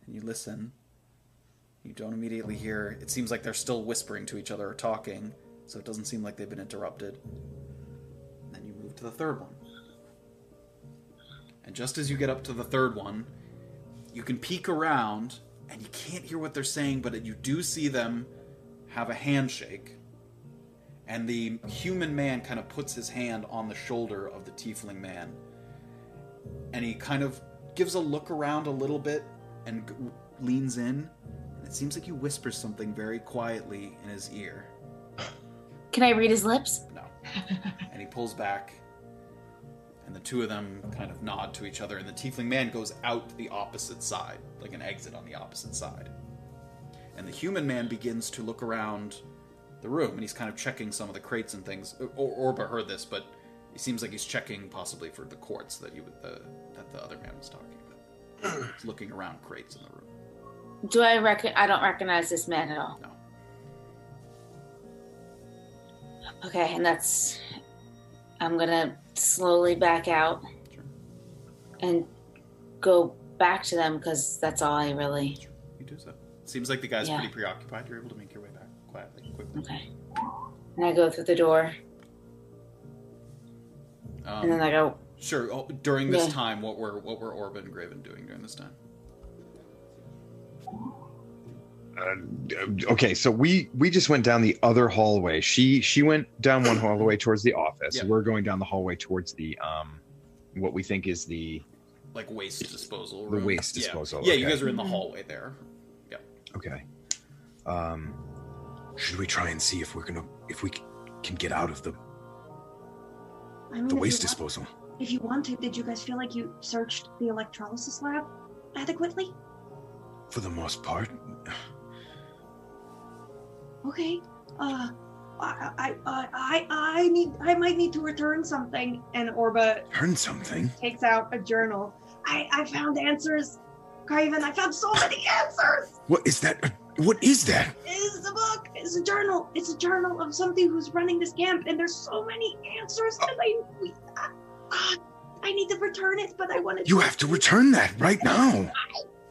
[SPEAKER 4] And you listen. You don't immediately hear. It seems like they're still whispering to each other or talking, so it doesn't seem like they've been interrupted. And then you move to the third one. And just as you get up to the third one, you can peek around and you can't hear what they're saying, but you do see them have a handshake. And the human man kind of puts his hand on the shoulder of the tiefling man. And he kind of gives a look around a little bit and g- leans in. And it seems like he whispers something very quietly in his ear.
[SPEAKER 3] Can I read his lips?
[SPEAKER 4] and he pulls back and the two of them kind of nod to each other and the tiefling man goes out the opposite side like an exit on the opposite side and the human man begins to look around the room and he's kind of checking some of the crates and things or orba heard this but it seems like he's checking possibly for the quartz that you the, that the other man was talking about he's looking around crates in the room
[SPEAKER 3] Do I reckon? I don't recognize this man at all. Okay, and that's. I'm gonna slowly back out and go back to them because that's all I really.
[SPEAKER 4] you do so seems like the guy's
[SPEAKER 3] Yeah.
[SPEAKER 4] pretty preoccupied you're able to make your way back quietly quickly
[SPEAKER 3] okay And I go through the door.
[SPEAKER 4] Um,
[SPEAKER 3] And then I go-
[SPEAKER 4] Sure. Oh, during this
[SPEAKER 3] Yeah.
[SPEAKER 4] time, what were what were Orba and Graven doing during this time?
[SPEAKER 7] Uh, okay, so we we just went down the other hallway. She she went down one hallway towards the office.
[SPEAKER 4] Yeah.
[SPEAKER 7] We're going down the hallway towards the um what we think is the
[SPEAKER 4] Like waste disposal.
[SPEAKER 7] The
[SPEAKER 4] room?
[SPEAKER 7] waste
[SPEAKER 4] Yeah.
[SPEAKER 7] disposal,
[SPEAKER 4] Yeah, you
[SPEAKER 7] okay.
[SPEAKER 4] guys are in the
[SPEAKER 7] Mhm.
[SPEAKER 4] hallway there. Yeah.
[SPEAKER 7] okay. Um
[SPEAKER 11] Should we try and see if we're gonna if we c- can get out of the
[SPEAKER 13] I mean, if
[SPEAKER 11] the
[SPEAKER 13] you
[SPEAKER 11] waste
[SPEAKER 13] want-
[SPEAKER 11] disposal?
[SPEAKER 13] If you wanted, did you guys feel like you searched the electrolysis lab adequately?
[SPEAKER 11] for the most part.
[SPEAKER 13] Okay. Uh, I, I, I, I, I need. I might need to return something. And Orba
[SPEAKER 11] Learn something.
[SPEAKER 13] takes out a journal. I, I found answers, Craven. I found so many answers.
[SPEAKER 11] What is that? Uh, What is that?
[SPEAKER 13] It's a book. It's a journal. It's a journal of somebody who's running this camp, and there's so many answers. And I, we, I, ah, I need to return it, but I want to.
[SPEAKER 11] You have to return that right now.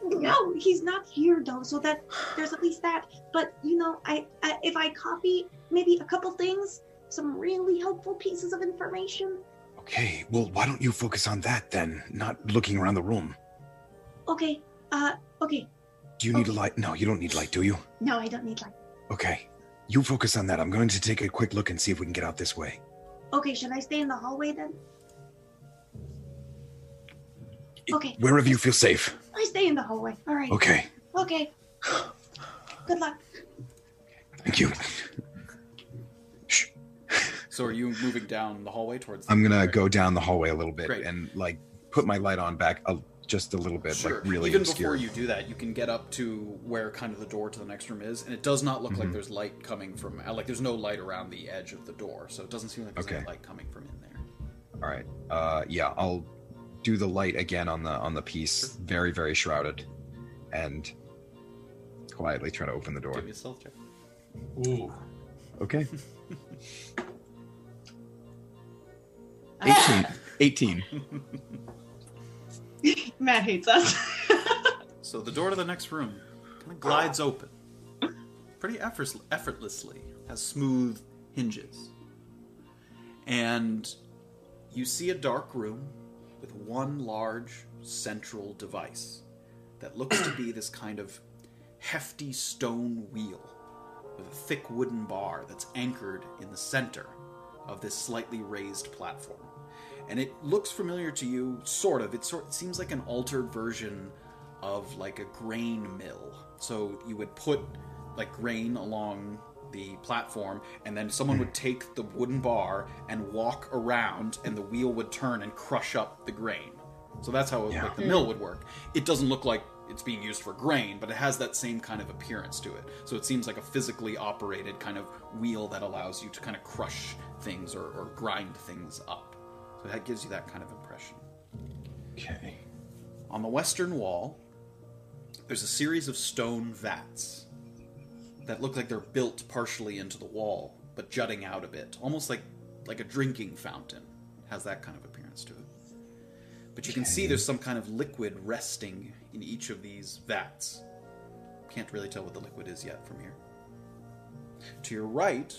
[SPEAKER 13] No, he's not here though, so that there's at least that. But you know, I, I if I copy maybe a couple things, some really helpful pieces of information.
[SPEAKER 11] Okay, well, why don't you focus on that then, not looking around the room?
[SPEAKER 13] Okay, uh, okay.
[SPEAKER 11] Do you
[SPEAKER 13] Oh.
[SPEAKER 11] need a light? No, you don't need light, do you?
[SPEAKER 13] No, I don't need light.
[SPEAKER 11] Okay. You focus on that. I'm going to take a quick look and see if we can get out this way.
[SPEAKER 13] Okay, should I stay in the hallway then? Okay,
[SPEAKER 11] Wherever you feel safe.
[SPEAKER 13] I stay in the hallway. All right.
[SPEAKER 11] Okay.
[SPEAKER 13] Okay. Good luck.
[SPEAKER 11] Thank you.
[SPEAKER 4] So are you moving down the hallway towards? The
[SPEAKER 11] I'm gonna go down the hallway a little bit
[SPEAKER 4] Great.
[SPEAKER 11] and like put my light on back a, just a little bit,
[SPEAKER 4] Sure.
[SPEAKER 11] like really
[SPEAKER 4] Even
[SPEAKER 11] obscure.
[SPEAKER 4] before you do that, you can get up to where kind of the door to the next room is, and it does not look like
[SPEAKER 11] Mhm.
[SPEAKER 4] there's light coming from. Like there's no light around the edge of the door, so it doesn't seem like there's any
[SPEAKER 11] Okay.
[SPEAKER 4] light coming from in there.
[SPEAKER 11] All right. Uh, yeah, I'll do the light again on the on the piece, very very shrouded, and quietly try to open the door.
[SPEAKER 4] Give me a stealth check.
[SPEAKER 6] Ooh.
[SPEAKER 11] Okay. 18. 18.
[SPEAKER 2] Matt hates us.
[SPEAKER 4] So the door to the next room kind of glides open, pretty effort- effortlessly, has smooth hinges, and you see a dark room with one large central device that looks to be this kind of hefty stone wheel with a thick wooden bar that's anchored in the center of this slightly raised platform. And it looks familiar to you, sort of. It sort it seems like an altered version of like a grain mill. So you would put like grain along the platform, and then someone would take the wooden bar and walk around, and the wheel would turn and crush up the grain. So that's how
[SPEAKER 11] Yeah.
[SPEAKER 4] like, the mill would work. It doesn't look like it's being used for grain, but it has that same kind of appearance to it. So it seems like a physically operated kind of wheel that allows you to kind of crush things or, or grind things up. So that gives you that kind of impression.
[SPEAKER 11] Okay.
[SPEAKER 4] On the western wall, there's a series of stone vats that look like they're built partially into the wall, but jutting out a bit, almost like like a drinking fountain. It has that kind of appearance to it. But you can see there's some kind of liquid resting in each of these vats. Can't really tell what the liquid is yet from here. To your right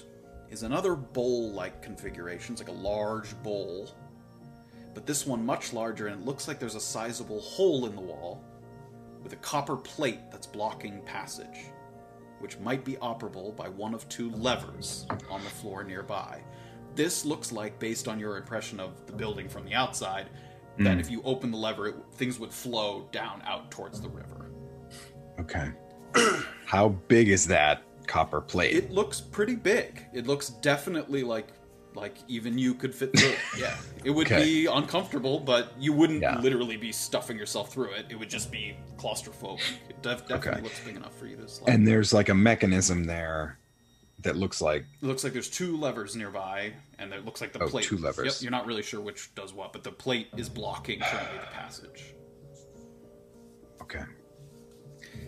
[SPEAKER 4] is another bowl-like configuration. It's like a large bowl but this one much larger and it looks like there's a sizable hole in the wall with a copper plate that's blocking passage, which might be operable by one of two levers on the floor nearby. This looks like, based on your impression of the building from the outside, that
[SPEAKER 11] Mm.
[SPEAKER 4] if you open the lever, it, things would flow down out towards the river.
[SPEAKER 11] Okay. How big is that copper plate?
[SPEAKER 4] It looks pretty big. It looks definitely like like even you could fit through it. Yeah. It would
[SPEAKER 11] Okay.
[SPEAKER 4] be uncomfortable, but you wouldn't literally be stuffing yourself through it. It would just be claustrophobic. It def- definitely
[SPEAKER 11] Okay.
[SPEAKER 4] looks big enough for you to slide.
[SPEAKER 11] and there's like a mechanism there that looks like
[SPEAKER 4] It looks like there's two levers nearby, and it looks like the
[SPEAKER 11] Oh,
[SPEAKER 4] plate.
[SPEAKER 11] two levers.
[SPEAKER 4] Yep, you're not really sure which does what, but the plate is blocking currently the passage.
[SPEAKER 11] okay.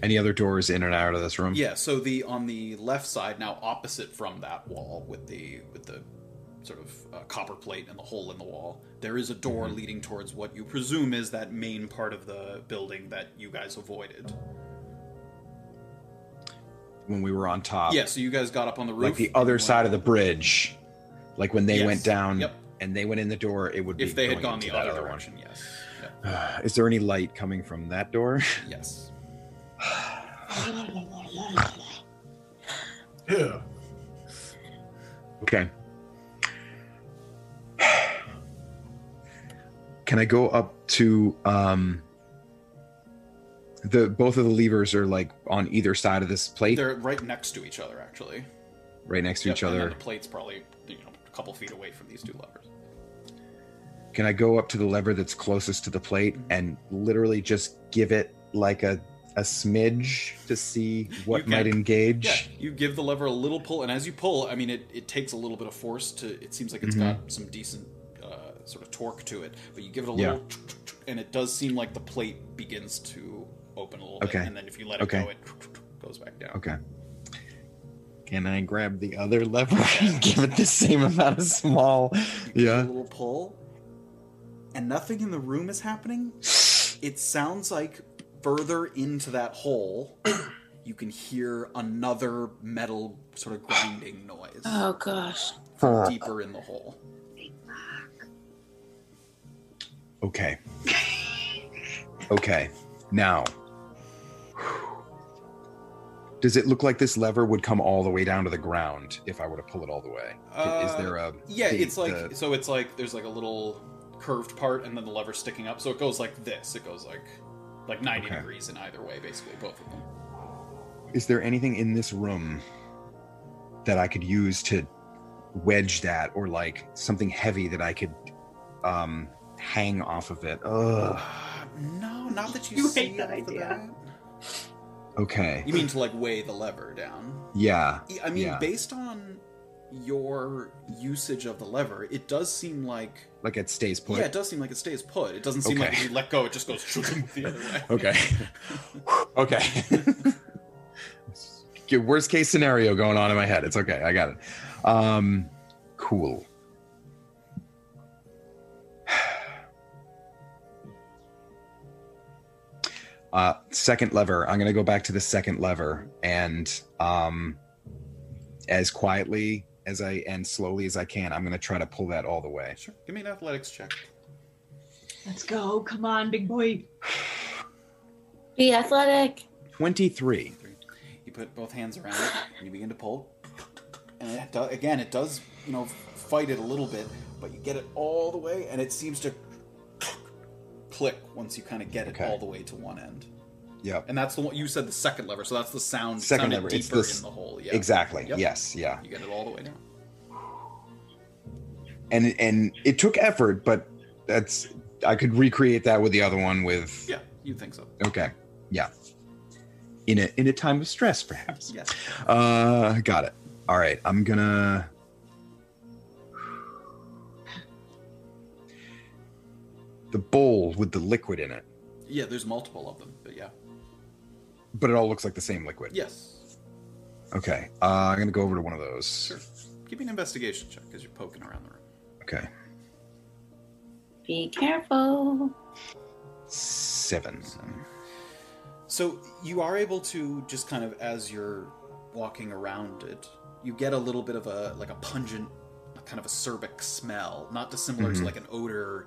[SPEAKER 11] Any other doors in and out of this room?
[SPEAKER 4] Yeah, so the on the left side now opposite from that wall with the with the sort of uh, copper plate and the hole in the wall, there is a door
[SPEAKER 11] Mm-hmm.
[SPEAKER 4] leading towards what you presume is that main part of the building that you guys avoided.
[SPEAKER 11] When we were on top.
[SPEAKER 4] Yeah, so you guys got up on the roof.
[SPEAKER 11] Ah. like the other side of the bridge. Like when they went
[SPEAKER 4] Yes.
[SPEAKER 11] down
[SPEAKER 4] Yep.
[SPEAKER 11] and they went in the door, it would be
[SPEAKER 4] if they had
[SPEAKER 11] going
[SPEAKER 4] gone
[SPEAKER 11] into
[SPEAKER 4] the
[SPEAKER 11] that
[SPEAKER 4] other,
[SPEAKER 11] one.
[SPEAKER 4] direction, yes. Yep.
[SPEAKER 11] Is there any light coming from that door?
[SPEAKER 4] Yes.
[SPEAKER 6] Yeah.
[SPEAKER 11] Okay. Can I go up to um the both of the levers are like on either side of this plate
[SPEAKER 4] They're right next to each other, actually.
[SPEAKER 11] right next to
[SPEAKER 4] Yep,
[SPEAKER 11] each
[SPEAKER 4] and then
[SPEAKER 11] other.
[SPEAKER 4] the plate's probably you know a couple feet away from these two levers. Mm-hmm.
[SPEAKER 11] Can I go up to the lever that's closest to the plate and literally just give it like a a smidge to see what
[SPEAKER 4] You
[SPEAKER 11] might
[SPEAKER 4] can-
[SPEAKER 11] engage.
[SPEAKER 4] Yeah, you give the lever a little pull, and as you pull, I mean, it, it takes a little bit of force to. It seems like it's
[SPEAKER 11] Mhm.
[SPEAKER 4] got some decent uh, sort of torque to it, but you give it a
[SPEAKER 11] Yeah.
[SPEAKER 4] little, and it does seem like the plate begins to open a little
[SPEAKER 11] Okay.
[SPEAKER 4] bit, and then if you let it
[SPEAKER 11] Okay.
[SPEAKER 4] go, it goes back down.
[SPEAKER 11] Okay. Can I grab the other lever and give it the same amount of small?
[SPEAKER 4] A
[SPEAKER 11] Yeah.
[SPEAKER 4] little pull, and nothing in the room is happening. It sounds like further into that hole, you can hear another metal sort of grinding noise
[SPEAKER 3] Oh gosh.
[SPEAKER 4] from deeper in the hole.
[SPEAKER 11] Okay. Okay. Now. Does it look like this lever would come all the way down to the ground if I were to pull it all the way? I- Is
[SPEAKER 4] Uh,
[SPEAKER 11] there a
[SPEAKER 4] yeah?
[SPEAKER 11] the-
[SPEAKER 4] it's like
[SPEAKER 11] the-
[SPEAKER 4] so. It's like there's like a little curved part, and then the lever sticking up. So it goes like this. It goes like like ninety
[SPEAKER 11] Okay.
[SPEAKER 4] degrees in either way, basically both of them.
[SPEAKER 11] Is there anything in this room that I could use to wedge that, or like something heavy that I could um, hang off of it? Ugh.
[SPEAKER 4] Uh, No, not that you,
[SPEAKER 2] You
[SPEAKER 4] see
[SPEAKER 2] hate that
[SPEAKER 4] after
[SPEAKER 2] idea.
[SPEAKER 11] Okay.
[SPEAKER 4] You mean to like weigh the lever down?
[SPEAKER 11] Yeah.
[SPEAKER 4] I mean,
[SPEAKER 11] yeah.
[SPEAKER 4] based on your usage of the lever, it does seem like
[SPEAKER 11] like it stays put.
[SPEAKER 4] yeah, it does seem like it stays put. It doesn't seem like
[SPEAKER 11] Okay.
[SPEAKER 4] if you let go, it just goes the other way.
[SPEAKER 11] Okay. okay. Get worst case scenario going on in my head. It's okay. I got it. Um, cool. Uh, second lever. I'm gonna go back to the second lever, and um, as quietly as I and slowly as I can, I'm gonna try to pull that all the way.
[SPEAKER 4] Sure. Give me an athletics check.
[SPEAKER 2] Let's go. Come on, big boy.
[SPEAKER 3] Be athletic.
[SPEAKER 11] Twenty-three.
[SPEAKER 4] You put both hands around it and you begin to pull. And it do, again, it does, you know, fight it a little bit, but you get it all the way and it seems to click once you kind of get it all the way to one end.
[SPEAKER 11] Yep.
[SPEAKER 4] And that's the one you said the second lever, so that's the sound it
[SPEAKER 11] Second
[SPEAKER 4] sounded
[SPEAKER 11] lever. It's
[SPEAKER 4] deeper
[SPEAKER 11] this
[SPEAKER 4] in the hole. Yeah.
[SPEAKER 11] exactly.
[SPEAKER 4] Yep.
[SPEAKER 11] Yes. Yeah.
[SPEAKER 4] You get it all the way down.
[SPEAKER 11] and and it took effort, but that's I could recreate that with the other one with
[SPEAKER 4] Yeah, you think so.
[SPEAKER 11] okay, yeah. In a in a time of stress, perhaps.
[SPEAKER 4] Yes.
[SPEAKER 11] Uh, got it. All right, I'm gonna. The bowl with the liquid in it,
[SPEAKER 4] Yeah, there's multiple of them, but yeah.
[SPEAKER 11] but it all looks like the same liquid.
[SPEAKER 4] Yes.
[SPEAKER 11] Okay, uh, I'm gonna go over to one of those.
[SPEAKER 4] Sure. Give me an investigation check as you're poking around the room.
[SPEAKER 11] Okay,
[SPEAKER 3] Be careful.
[SPEAKER 11] seven.
[SPEAKER 4] So you are able to just kind of as you're walking around it, you get a little bit of a like a pungent, kind of acerbic smell, not dissimilar to
[SPEAKER 11] Mhm.
[SPEAKER 4] like an odor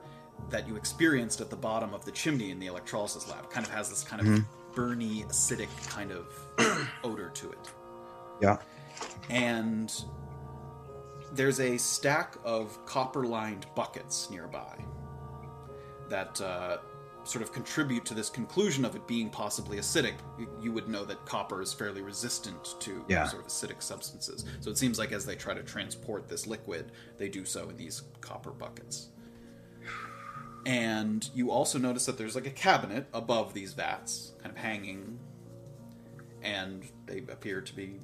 [SPEAKER 4] that you experienced at the bottom of the chimney in the electrolysis lab. Kind of has this kind of
[SPEAKER 11] Mhm.
[SPEAKER 4] burny, acidic kind of odor to it
[SPEAKER 11] Yeah.
[SPEAKER 4] and there's a stack of copper lined buckets nearby that uh, sort of contribute to this conclusion of it being possibly acidic. You- You would know that copper is fairly resistant to
[SPEAKER 11] Yeah.
[SPEAKER 4] sort of acidic substances. So it seems like as they try to transport this liquid, they do so in these copper buckets. And you also notice that there's like a cabinet above these vats, kind of hanging, and they appear to be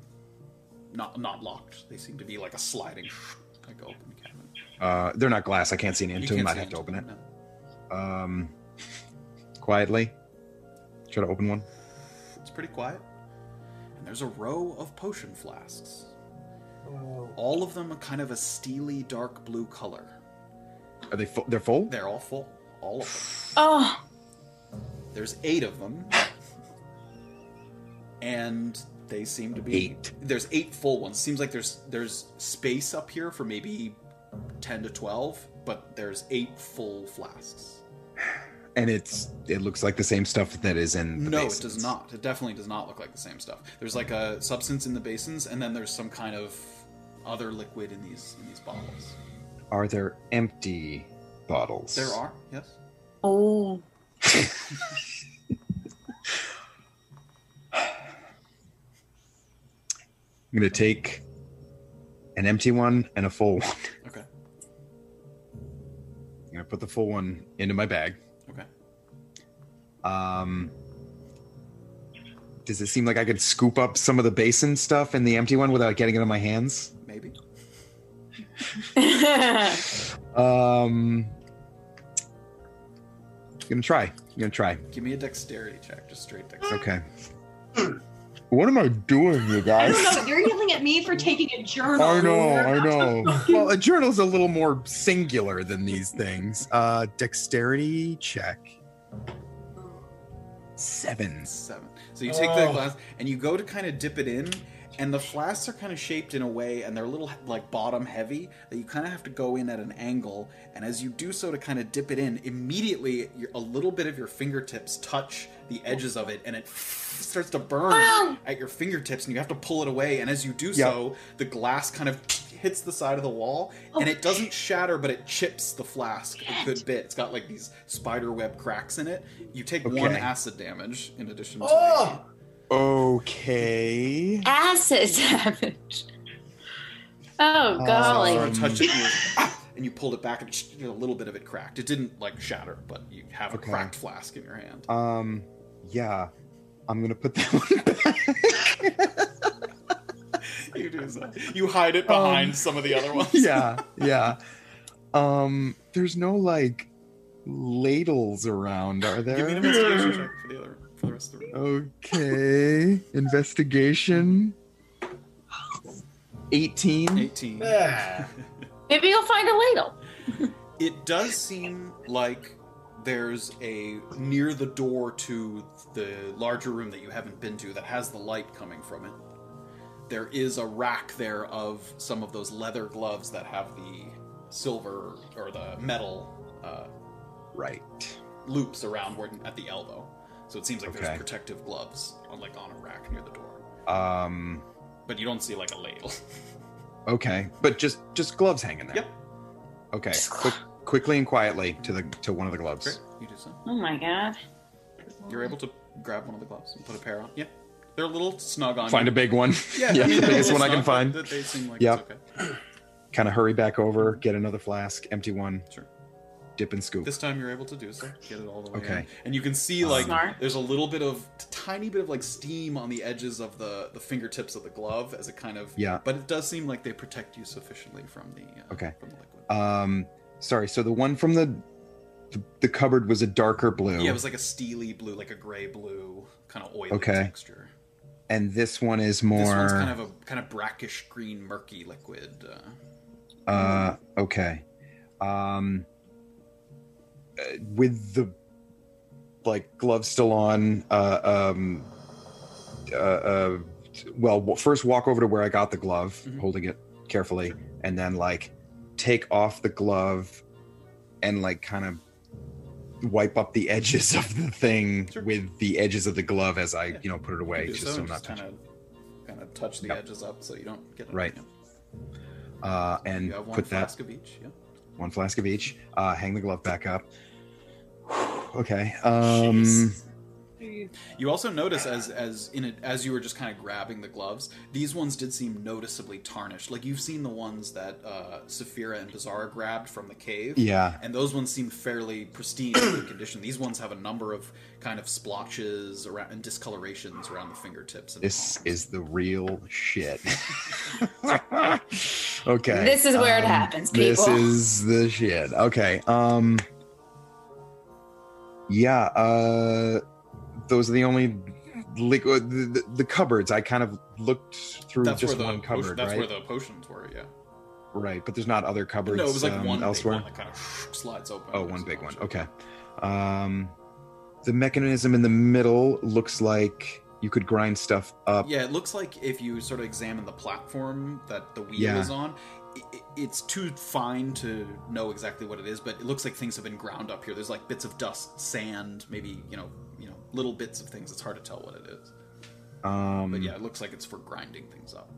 [SPEAKER 4] not not locked. They seem to be like a sliding, like open cabinet.
[SPEAKER 11] Uh, they're not glass. I can't see into
[SPEAKER 4] can't
[SPEAKER 11] them. I'd
[SPEAKER 4] see
[SPEAKER 11] have to
[SPEAKER 4] into
[SPEAKER 11] open it.
[SPEAKER 4] them,
[SPEAKER 11] Um, quietly. Try to open one.
[SPEAKER 4] It's pretty quiet. And there's a row of potion flasks. All of them are kind of a steely dark blue color.
[SPEAKER 11] Are they full? They're full.
[SPEAKER 4] They're all full. All of
[SPEAKER 3] Oh,
[SPEAKER 4] them. There's eight of them. And they seem to be
[SPEAKER 11] Eight.
[SPEAKER 4] There's eight full ones. Seems like there's there's space up here for maybe ten to twelve, but there's eight full flasks.
[SPEAKER 11] And it's it looks like the same stuff that is in the
[SPEAKER 4] no, it
[SPEAKER 11] basins.
[SPEAKER 4] does not. It definitely does not look like the same stuff. There's like a substance in the basins, and then there's some kind of other liquid in these in these bottles.
[SPEAKER 11] Are there empty bottles?
[SPEAKER 4] There are, yes.
[SPEAKER 3] oh.
[SPEAKER 11] I'm gonna take an empty one and a full one.
[SPEAKER 4] Okay.
[SPEAKER 11] I'm gonna put the full one into my bag.
[SPEAKER 4] Okay.
[SPEAKER 11] Um, Does it seem like I could scoop up some of the basin stuff in the empty one without getting it on my hands?
[SPEAKER 4] Maybe.
[SPEAKER 11] Um, gonna try. I'm gonna try.
[SPEAKER 4] Give me a dexterity check, just straight dexterity.
[SPEAKER 11] Okay. What am I doing, you
[SPEAKER 2] I
[SPEAKER 11] guys?
[SPEAKER 2] don't know. You're yelling at me for taking a journal.
[SPEAKER 11] I know, I know. well, a journal's a little more singular than these things. Uh, dexterity check. Seven.
[SPEAKER 4] Seven. So you take that
[SPEAKER 11] Oh.
[SPEAKER 4] glass and you go to kind of dip it in, and the flasks are kind of shaped in a way, and they're a little like bottom heavy that you kind of have to go in at an angle. And as you do so to kind of dip it in, immediately your, a little bit of your fingertips touch the edges of it, and it starts to burn at your fingertips, and you have to pull it away. And as you do so, the glass kind of hits the side of the wall, and it doesn't shatter, but it chips the flask a good bit. It's got like these spider web cracks in it. You take one
[SPEAKER 11] Okay.
[SPEAKER 4] acid damage in addition to Ah!
[SPEAKER 3] Oh!
[SPEAKER 11] Okay.
[SPEAKER 3] Acid damage. Oh,
[SPEAKER 4] Um,
[SPEAKER 3] golly.
[SPEAKER 4] Sort of touched it and, you ah, and you pulled it back, and sh- a little bit of it cracked. It didn't like shatter, but you have a
[SPEAKER 11] Okay.
[SPEAKER 4] cracked flask in your hand.
[SPEAKER 11] Um, yeah, I'm gonna put that one.
[SPEAKER 4] You do so. You hide it behind
[SPEAKER 11] Um,
[SPEAKER 4] some of the other ones.
[SPEAKER 11] yeah, yeah. Um, there's no like ladles around, are there?
[SPEAKER 4] Give me an investigation check for the other for the rest of the room.
[SPEAKER 11] Okay. Investigation.
[SPEAKER 4] Uh,
[SPEAKER 11] 18.
[SPEAKER 4] 18.
[SPEAKER 3] Maybe you'll find a ladle.
[SPEAKER 4] It does seem like there's a near the door to the larger room that you haven't been to that has the light coming from it. There is a rack there of some of those leather gloves that have the silver or the metal uh,
[SPEAKER 11] right
[SPEAKER 4] loops around where, at the elbow. So it seems like
[SPEAKER 11] Okay.
[SPEAKER 4] there's protective gloves on like on a rack near the door,
[SPEAKER 11] Um,
[SPEAKER 4] but you don't see like a ladle.
[SPEAKER 11] okay. But just just gloves hanging there.
[SPEAKER 4] Yep.
[SPEAKER 11] Okay. Quick, quickly and quietly to the to one of the gloves.
[SPEAKER 4] Great, you do so.
[SPEAKER 3] Oh my god.
[SPEAKER 4] You're able to grab one of the gloves and put a pair on. Yeah, they're a little snug on.
[SPEAKER 11] Find
[SPEAKER 4] you.
[SPEAKER 11] a big one.
[SPEAKER 4] Yeah,
[SPEAKER 11] Yeah,
[SPEAKER 4] I mean,
[SPEAKER 11] the
[SPEAKER 4] they're
[SPEAKER 11] biggest
[SPEAKER 4] a little
[SPEAKER 11] one I can
[SPEAKER 4] snug, but
[SPEAKER 11] find.
[SPEAKER 4] th- They seem like
[SPEAKER 11] Yep.
[SPEAKER 4] it's okay.
[SPEAKER 11] Kind of hurry back over, get another flask, empty one.
[SPEAKER 4] Sure.
[SPEAKER 11] Dip and scoop.
[SPEAKER 4] This time you're able to do so. Get it all the way.
[SPEAKER 11] Okay. Uh,
[SPEAKER 4] in. And you can see like
[SPEAKER 3] Smart.
[SPEAKER 4] there's a little bit of tiny bit of like steam on the edges of the the fingertips of the glove as it kind of
[SPEAKER 11] Yeah.
[SPEAKER 4] But it does seem like they protect you sufficiently from the. Uh,
[SPEAKER 11] Okay.
[SPEAKER 4] From the liquid.
[SPEAKER 11] Um, sorry. So the one from the the, the cupboard was a darker blue.
[SPEAKER 4] Yeah, it was like a steely blue, like a gray blue, kind of oily
[SPEAKER 11] Okay.
[SPEAKER 4] texture.
[SPEAKER 11] and this one is more.
[SPEAKER 4] This one's kind of a kind of brackish green, murky liquid. Uh,
[SPEAKER 11] Uh, okay. Um, uh, with the like gloves still on, uh, um, uh, uh, well, w- first walk over to where I got the glove,
[SPEAKER 4] Mm-hmm.
[SPEAKER 11] holding it carefully, and then like take off the glove and like kind of wipe up the edges of the thing with the edges of the glove as I, you know, put it away,
[SPEAKER 4] you do
[SPEAKER 11] just
[SPEAKER 4] so,
[SPEAKER 11] so I'm
[SPEAKER 4] and
[SPEAKER 11] not
[SPEAKER 4] just
[SPEAKER 11] touching.
[SPEAKER 4] kind of kind of touch the
[SPEAKER 11] Yep.
[SPEAKER 4] edges up so you don't get it.
[SPEAKER 11] Right.
[SPEAKER 4] Yeah.
[SPEAKER 11] Uh, and
[SPEAKER 4] You have one
[SPEAKER 11] put that
[SPEAKER 4] flask of each. Yeah.
[SPEAKER 11] one flask of each. Uh, hang the glove back up. okay. Um,
[SPEAKER 4] You also notice as as in it, as you were just kind of grabbing the gloves, these ones did seem noticeably tarnished. Like you've seen the ones that uh, Saphira and Bizarra grabbed from the cave,
[SPEAKER 11] Yeah.
[SPEAKER 4] and those ones seemed fairly pristine in good condition. These ones have a number of kind of splotches around and discolorations around the fingertips. And
[SPEAKER 11] this is the real shit. okay.
[SPEAKER 3] This is where it
[SPEAKER 11] um,
[SPEAKER 3] happens,
[SPEAKER 11] This
[SPEAKER 3] people.
[SPEAKER 11] is the shit. Okay. Um. Yeah. Uh, those are the only liquid. The, the, the cupboards. I kind of looked through
[SPEAKER 4] that's
[SPEAKER 11] just
[SPEAKER 4] where the
[SPEAKER 11] one
[SPEAKER 4] potion-
[SPEAKER 11] cupboard,
[SPEAKER 4] that's
[SPEAKER 11] right?
[SPEAKER 4] where the potions were. Yeah.
[SPEAKER 11] Right, but there's not other cupboards.
[SPEAKER 4] no, it was like
[SPEAKER 11] um,
[SPEAKER 4] one
[SPEAKER 11] elsewhere.
[SPEAKER 4] Big one that kind of slides open.
[SPEAKER 11] Oh, one big one. Okay. Um, the mechanism in the middle looks like you could grind stuff up.
[SPEAKER 4] Yeah, it looks like if you sort of examine the platform that the wheel
[SPEAKER 11] Yeah.
[SPEAKER 4] is on, i i- it's too fine to know exactly what it is, but it looks like things have been ground up here. There's like bits of dust, sand, maybe you know, you know, little bits of things. It's hard to tell what it is,
[SPEAKER 11] Um,
[SPEAKER 4] but yeah, it looks like it's for grinding things up.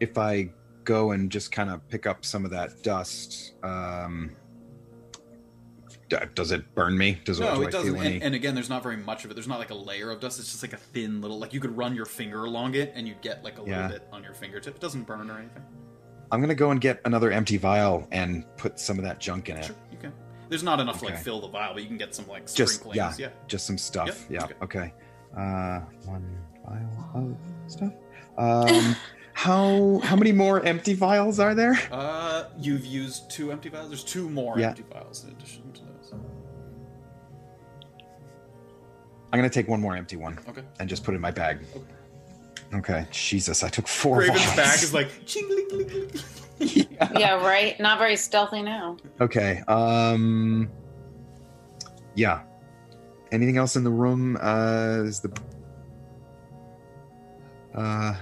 [SPEAKER 11] If I go and just kind of pick up some of that dust, um, d- does it burn me? Does it,
[SPEAKER 4] no,
[SPEAKER 11] do
[SPEAKER 4] it
[SPEAKER 11] I
[SPEAKER 4] doesn't.
[SPEAKER 11] feel any?
[SPEAKER 4] And, and again, there's not very much of it. There's not like a layer of dust. It's just like a thin little, like you could run your finger along it and you'd get like a
[SPEAKER 11] Yeah.
[SPEAKER 4] little bit on your fingertip. It doesn't burn or anything.
[SPEAKER 11] I'm gonna go and get another empty vial and put some of that junk in it.
[SPEAKER 4] Sure, you can. There's not enough to like
[SPEAKER 11] Okay.
[SPEAKER 4] fill the vial, but you can get some like
[SPEAKER 11] Just
[SPEAKER 4] sprinklings.
[SPEAKER 11] yeah,
[SPEAKER 4] yeah.
[SPEAKER 11] just some stuff.
[SPEAKER 4] Yep,
[SPEAKER 11] Yeah. Okay. Uh, one vial of stuff. Um, how how many more empty vials are there?
[SPEAKER 4] Uh, you've used two empty vials. There's two more
[SPEAKER 11] Yeah.
[SPEAKER 4] empty vials in addition to those.
[SPEAKER 11] I'm gonna take one more empty one.
[SPEAKER 4] Okay.
[SPEAKER 11] And just put it in my bag. Okay. Jesus, I took four.
[SPEAKER 4] Raven's
[SPEAKER 11] vials.
[SPEAKER 4] bag is like
[SPEAKER 3] yeah, right? Not very stealthy now.
[SPEAKER 11] Okay. Um. Yeah. Anything else in the room? Uh, is the uh.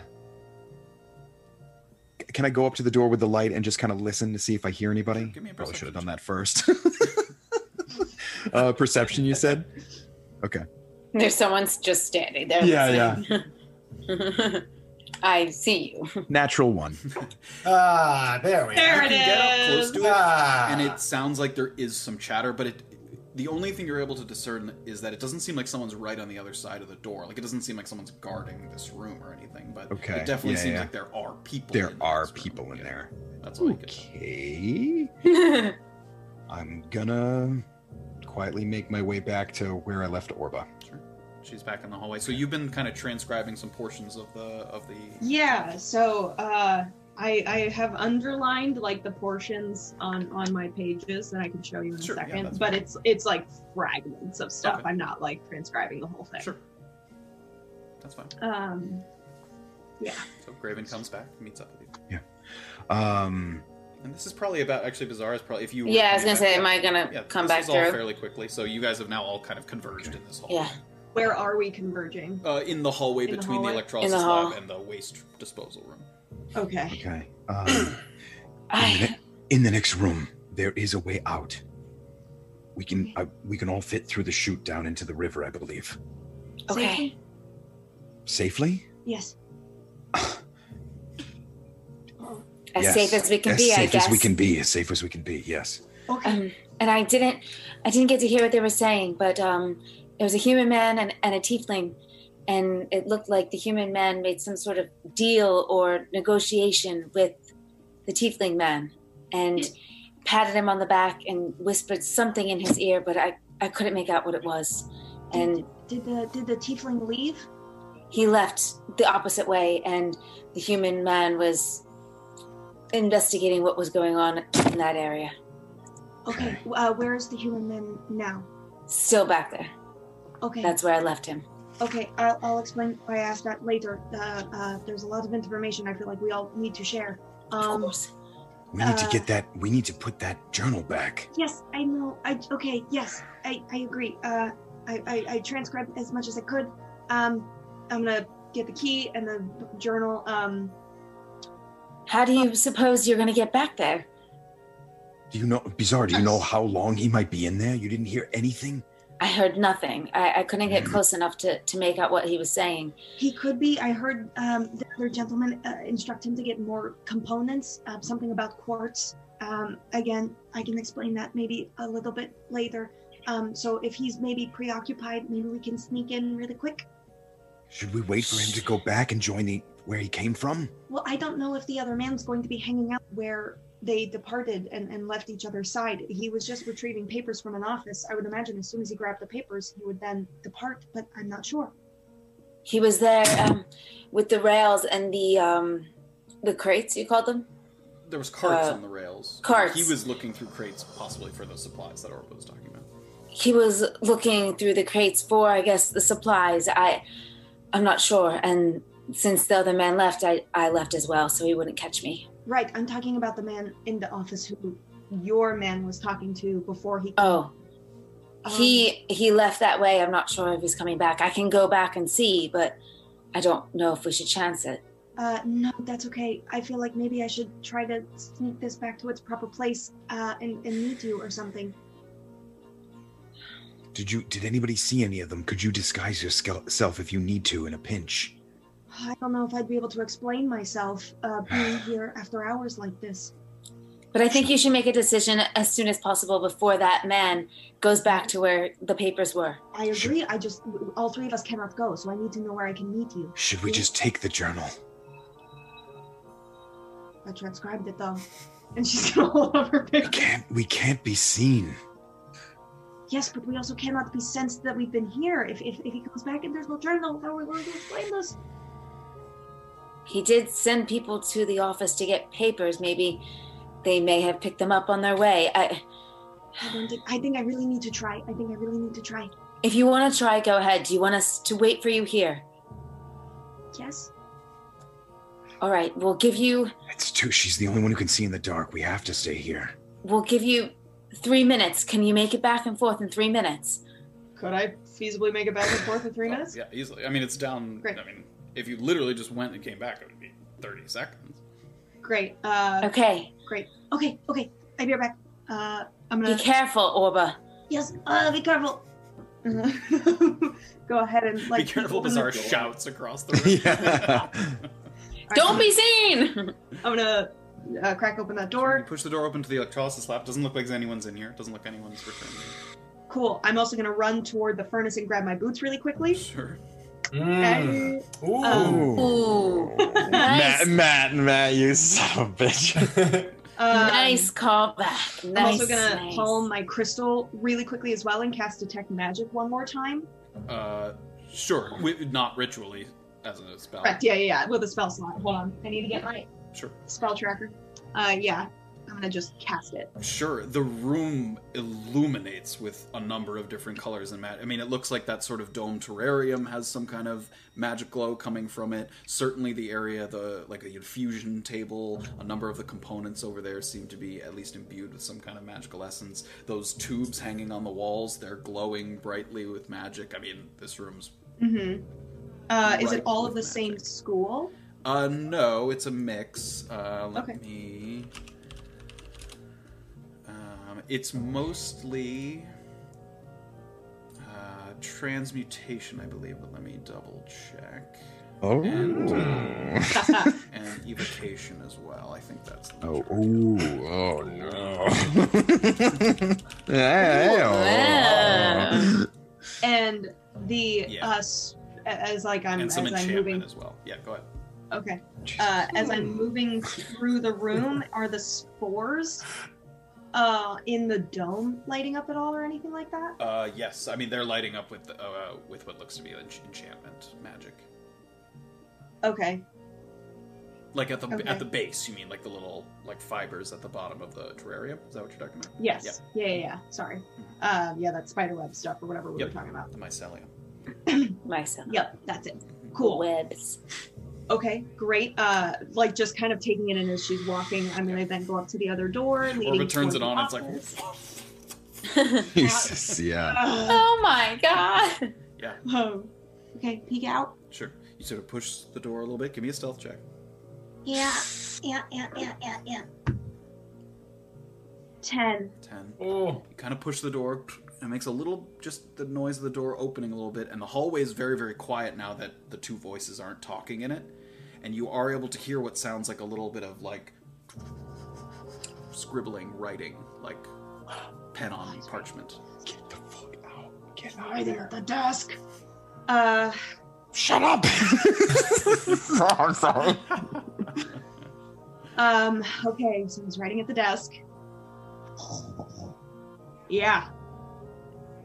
[SPEAKER 11] Can I go up to the door with the light and just kind of listen to see if I hear anybody? Probably should have done that first. uh, perception, you said. Okay.
[SPEAKER 3] There's someone's just standing there.
[SPEAKER 11] Yeah,
[SPEAKER 3] yeah. I see you.
[SPEAKER 11] Natural one.
[SPEAKER 6] Ah, there we
[SPEAKER 3] There
[SPEAKER 6] are.
[SPEAKER 3] it
[SPEAKER 4] You get up close to it,
[SPEAKER 6] Ah.
[SPEAKER 4] and it sounds like there is some chatter, but it. The only thing you're able to discern is that it doesn't seem like someone's right on the other side of the door. Like it doesn't seem like someone's guarding this room or anything. But
[SPEAKER 11] Okay,
[SPEAKER 4] it definitely
[SPEAKER 11] yeah,
[SPEAKER 4] seems
[SPEAKER 11] yeah.
[SPEAKER 4] like there are people.
[SPEAKER 11] There
[SPEAKER 4] in
[SPEAKER 11] are people in there.
[SPEAKER 4] That's all I could.
[SPEAKER 11] Okay. I'm gonna quietly make my way back to where I left Orba.
[SPEAKER 4] She's back in the hallway. So you've been kind of transcribing some portions of the of the.
[SPEAKER 2] Yeah, so uh, I I have underlined like the portions on on my pages that I can show you in
[SPEAKER 12] Sure,
[SPEAKER 2] a
[SPEAKER 12] yeah,
[SPEAKER 2] second,
[SPEAKER 12] that's
[SPEAKER 2] but
[SPEAKER 12] fine.
[SPEAKER 2] it's it's like fragments of stuff.
[SPEAKER 12] Okay.
[SPEAKER 2] I'm not like transcribing the whole thing.
[SPEAKER 4] Sure, that's fine.
[SPEAKER 2] Um, yeah.
[SPEAKER 4] So Graven comes back, meets up with you,
[SPEAKER 11] Um,
[SPEAKER 4] and this is probably about actually bizarre. Is probably if you. were
[SPEAKER 3] Yeah, I was
[SPEAKER 4] coming
[SPEAKER 3] gonna say,
[SPEAKER 4] back-
[SPEAKER 3] am I gonna
[SPEAKER 4] yeah,
[SPEAKER 3] come
[SPEAKER 4] this
[SPEAKER 3] back
[SPEAKER 4] was all
[SPEAKER 3] through?
[SPEAKER 4] fairly quickly. So you guys have now all kind of converged in this hallway.
[SPEAKER 3] Yeah.
[SPEAKER 2] Where are we converging?
[SPEAKER 4] Uh, in the hallway
[SPEAKER 2] In the
[SPEAKER 4] between the,
[SPEAKER 2] hallway?
[SPEAKER 4] electrolysis
[SPEAKER 2] In the hall.
[SPEAKER 4] lab and the waste disposal room.
[SPEAKER 2] Okay.
[SPEAKER 11] Okay. Um, in, the ne- in the next room, there is a way out. We can uh, we can all fit through the chute down into the river, I believe,
[SPEAKER 3] Okay.
[SPEAKER 11] safely.
[SPEAKER 12] Yes.
[SPEAKER 3] As
[SPEAKER 11] Yes.
[SPEAKER 3] safe as we can
[SPEAKER 11] as
[SPEAKER 3] be, I
[SPEAKER 11] safe
[SPEAKER 3] guess.
[SPEAKER 11] as we can be. As safe as we can be. Yes.
[SPEAKER 3] Um, and I didn't, I didn't get to hear what they were saying, but um, it was a human man and, and a tiefling, and it looked like the human man made some sort of deal or negotiation with the tiefling man, and patted him on the back and whispered something in his ear, but I, I couldn't make out what it was, and
[SPEAKER 12] Did the did the tiefling leave?
[SPEAKER 3] he left the opposite way, and the human man was investigating what was going on in that area,
[SPEAKER 12] Okay. Uh, where is the human man now?
[SPEAKER 3] still back there.
[SPEAKER 12] Okay.
[SPEAKER 3] That's where I left him.
[SPEAKER 12] Okay, I'll, I'll explain why I asked that later. Uh, uh, there's a lot of information I feel like we all need to share. Um, of
[SPEAKER 3] course.
[SPEAKER 11] We need to
[SPEAKER 12] Uh,
[SPEAKER 11] get that. We need to put that journal back.
[SPEAKER 12] Yes, I know. I okay. Yes, I, I agree. Uh, I, I I transcribed as much as I could. Um, I'm gonna get the key and the journal. Um,
[SPEAKER 3] How do you suppose you're going to get back there?
[SPEAKER 11] Do you know, Bizarre? Do you know how long he might be in there? You didn't hear anything.
[SPEAKER 3] I heard nothing. I, I couldn't get close enough to, to make out what he was saying.
[SPEAKER 12] he could be. I heard um, the other gentleman uh, instruct him to get more components. Uh, something about quartz. Um, again, I can explain that maybe a little bit later. Um, so if he's maybe preoccupied, maybe we can sneak in really quick.
[SPEAKER 11] Should we wait for him to go back and join the where he came from?
[SPEAKER 12] Well, I don't know if the other man's going to be hanging out where they departed and, and left each other's side. He was just retrieving papers from an office. I would imagine as soon as he grabbed the papers, he would then depart, but I'm not sure.
[SPEAKER 3] He was there um, with the rails and the um, the crates. You called them.
[SPEAKER 4] There was carts
[SPEAKER 3] Uh,
[SPEAKER 4] on the rails.
[SPEAKER 3] carts.
[SPEAKER 4] He was looking through crates possibly for those supplies that Orba was talking about.
[SPEAKER 3] He was looking through the crates for, I guess, the supplies. I I'm not sure. And since the other man left, I I left as well, so he wouldn't catch me.
[SPEAKER 12] Right, I'm talking about the man in the office who your man was talking to before he.
[SPEAKER 3] Oh. he he left that way. I'm not sure if he's coming back. I can go back and see, but I don't know if we should chance it.
[SPEAKER 12] Uh, no, that's okay. I feel like maybe I should try to sneak this back to its proper place uh, and, and meet you or something.
[SPEAKER 11] Did you? Did anybody see any of them? Could you disguise yourself if you need to in a pinch?
[SPEAKER 12] I don't know if I'd be able to explain myself uh, being here after hours like this.
[SPEAKER 3] But I think you should make a decision as soon as possible before that man goes back to where the papers were.
[SPEAKER 12] I agree. I just all three of us cannot go, so I need to know where I can meet you.
[SPEAKER 11] Should we just take the journal?
[SPEAKER 12] I transcribed it though, and she's gonna hold up her paper.
[SPEAKER 11] We can't be seen.
[SPEAKER 13] Yes, but we also cannot be sensed that we've been here. If, if, if he comes back and there's no journal, how are we going to explain this?
[SPEAKER 3] He did send people to the office to get papers. Maybe they may have picked them up on their way. I,
[SPEAKER 13] I don't think. I think I really need to try. I think I really need to try.
[SPEAKER 3] if you want to try, go ahead. Do you want us to wait for you here?
[SPEAKER 13] Yes.
[SPEAKER 3] All right, we'll give you
[SPEAKER 7] It's too. She's the only one who can see in the dark. We have to stay here.
[SPEAKER 3] we'll give you three minutes. Can you make it back and forth in three minutes?
[SPEAKER 2] Could I feasibly make it back and forth in three minutes?
[SPEAKER 4] Oh, Yeah, easily. I mean, it's down.
[SPEAKER 2] Great.
[SPEAKER 4] I mean, if you literally just went and came back, it would be 30 seconds.
[SPEAKER 2] Great. Uh,
[SPEAKER 3] Okay.
[SPEAKER 2] Great.
[SPEAKER 13] Okay, okay. I'll be right back. Uh, I'm
[SPEAKER 3] Be
[SPEAKER 13] gonna.
[SPEAKER 3] careful, Orba.
[SPEAKER 13] yes, uh, be careful. Go ahead and like.
[SPEAKER 4] Be careful,
[SPEAKER 13] open the
[SPEAKER 4] bizarre
[SPEAKER 13] door.
[SPEAKER 4] shouts across the room.
[SPEAKER 3] Don't be seen.
[SPEAKER 2] I'm gonna uh, crack open that door.
[SPEAKER 4] Push the door open to the electrolysis lab. Doesn't look like anyone's in here. Doesn't look anyone's returned.
[SPEAKER 2] Cool. I'm also gonna run toward the furnace and grab my boots really quickly.
[SPEAKER 4] Sure. Mm.
[SPEAKER 2] Okay.
[SPEAKER 6] Mm. Ooh.
[SPEAKER 2] Um,
[SPEAKER 11] Oh.
[SPEAKER 3] Ooh.
[SPEAKER 7] Oh.
[SPEAKER 2] Nice.
[SPEAKER 14] Matt, Matt, Matt, you son of a bitch.
[SPEAKER 2] um,
[SPEAKER 3] nice call back.
[SPEAKER 2] I'm
[SPEAKER 3] Nice.
[SPEAKER 2] also gonna
[SPEAKER 3] nice.
[SPEAKER 2] palm my crystal really quickly as well and cast detect magic one more time.
[SPEAKER 4] Uh, sure. Wi- not ritually as a spell.
[SPEAKER 2] Correct. Yeah, yeah, yeah. With a spell slot. Hold on. I need to get my
[SPEAKER 4] Sure.
[SPEAKER 2] spell tracker. Uh, yeah. I'm gonna just cast it.
[SPEAKER 4] Sure. The room illuminates with a number of different colors and mat. I mean, it looks like that sort of dome terrarium has some kind of magic glow coming from it. Certainly, the area, the like the infusion table, a number of the components over there seem to be at least imbued with some kind of magical essence. Those tubes hanging on the walls, they're glowing brightly with magic. I mean, this room's
[SPEAKER 2] Mm-hmm. Uh, is it
[SPEAKER 4] Right
[SPEAKER 2] all of the
[SPEAKER 4] with
[SPEAKER 2] same school?
[SPEAKER 4] Uh, no, it's a mix. Uh, let
[SPEAKER 2] Okay.
[SPEAKER 4] me. Um, it's mostly uh, transmutation, I believe, but let me double check.
[SPEAKER 7] Oh.
[SPEAKER 4] And, uh, and evocation as well. I think that's.
[SPEAKER 7] Oh, ooh, oh no. oh. Yeah.
[SPEAKER 2] And the uh, s- as like I'm
[SPEAKER 4] and some
[SPEAKER 2] Um, as I'm
[SPEAKER 4] enchantment
[SPEAKER 2] moving
[SPEAKER 4] as well. Yeah, go ahead.
[SPEAKER 2] Okay. Uh, as I'm moving through the room, are the spores uh, in the dome lighting up at all or anything like that?
[SPEAKER 4] Uh, yes, I mean they're lighting up with uh, with what looks to be ench- enchantment magic.
[SPEAKER 2] Okay.
[SPEAKER 4] Like at the
[SPEAKER 2] Okay.
[SPEAKER 4] at the base, you mean like the little like fibers at the bottom of the terrarium? Is that what you're talking about?
[SPEAKER 2] Yes. Yeah, yeah, yeah. Sorry. Um, yeah, that spiderweb stuff or whatever we
[SPEAKER 4] Yep.
[SPEAKER 2] were talking about.
[SPEAKER 4] The mycelium.
[SPEAKER 3] Myself.
[SPEAKER 2] Yep, that's it. Cool.
[SPEAKER 3] Webs.
[SPEAKER 2] Okay, great. Uh, like just kind of taking it in as she's walking. I'm gonna then go up to the other door. leading
[SPEAKER 4] Orba turns
[SPEAKER 2] toward
[SPEAKER 4] it
[SPEAKER 2] the
[SPEAKER 4] on. It's
[SPEAKER 2] office.
[SPEAKER 4] like
[SPEAKER 7] Jesus, yeah.
[SPEAKER 3] Oh my god.
[SPEAKER 4] yeah,
[SPEAKER 2] Um,
[SPEAKER 13] Okay, peek out.
[SPEAKER 4] sure. You sort of push the door a little bit. Give me a stealth check.
[SPEAKER 13] Yeah, yeah, yeah, yeah, yeah, yeah. Ten.
[SPEAKER 4] Ten.
[SPEAKER 6] Oh.
[SPEAKER 4] You kind of push the door. and It makes a little, just the noise of the door opening a little bit, and the hallway is very, very quiet now that the two voices aren't talking in it, and you are able to hear what sounds like a little bit of like scribbling, writing, like pen on parchment.
[SPEAKER 13] Get writing at the desk.
[SPEAKER 2] Uh,
[SPEAKER 7] Shut up. I'm sorry.
[SPEAKER 2] um, okay, so he's writing at the desk. Yeah.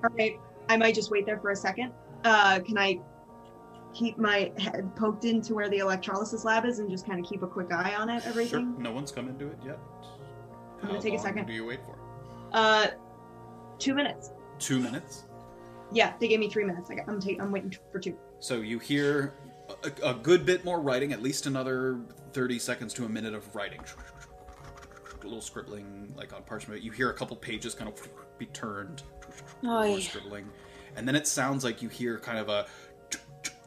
[SPEAKER 2] All right. I might just wait there for a second. Uh, can I keep my head poked into where the electrolysis lab is and just kind of keep a quick eye on it?
[SPEAKER 4] Sure,
[SPEAKER 2] Everything.
[SPEAKER 4] no one's come into it yet.
[SPEAKER 2] I'm gonna
[SPEAKER 4] How
[SPEAKER 2] take a
[SPEAKER 4] long
[SPEAKER 2] second.
[SPEAKER 4] Do you wait for
[SPEAKER 2] Uh, two minutes.
[SPEAKER 4] two minutes?
[SPEAKER 2] Yeah, they gave me three minutes. I got, I'm ta- I'm waiting t- for two.
[SPEAKER 4] So you hear a, a good bit more writing, at least another 30 seconds to a minute of writing. A little scribbling, like on parchment. You hear a couple pages kind of be turned, more
[SPEAKER 3] Oy.
[SPEAKER 4] scribbling. And then it sounds like you hear kind of a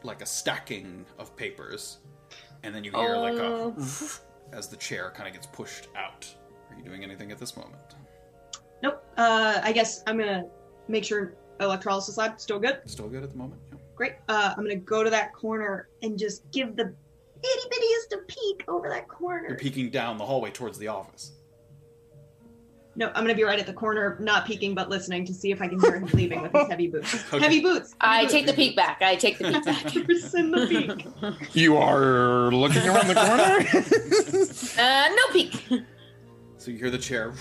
[SPEAKER 4] like a stacking of papers. And then you hear like a as the chair kind of gets pushed out. Are you doing anything at this moment?
[SPEAKER 2] Nope. Uh, I guess I'm gonna make sure electrolysis lab still good.
[SPEAKER 4] Still good at the moment? Yeah.
[SPEAKER 2] Great. Uh, I'm gonna go to that corner and just give the itty bittiest of peek over that corner.
[SPEAKER 4] You're peeking down the hallway towards the office.
[SPEAKER 2] No, I'm gonna be right at the corner, not peeking but listening to see if I can hear him leaving with his heavy boots.
[SPEAKER 4] Okay.
[SPEAKER 2] Heavy boots.
[SPEAKER 3] I take the peek back. I take the peek back.
[SPEAKER 2] Send the peek.
[SPEAKER 7] You are looking around the corner?
[SPEAKER 3] Uh, no peek.
[SPEAKER 4] So you hear the chair,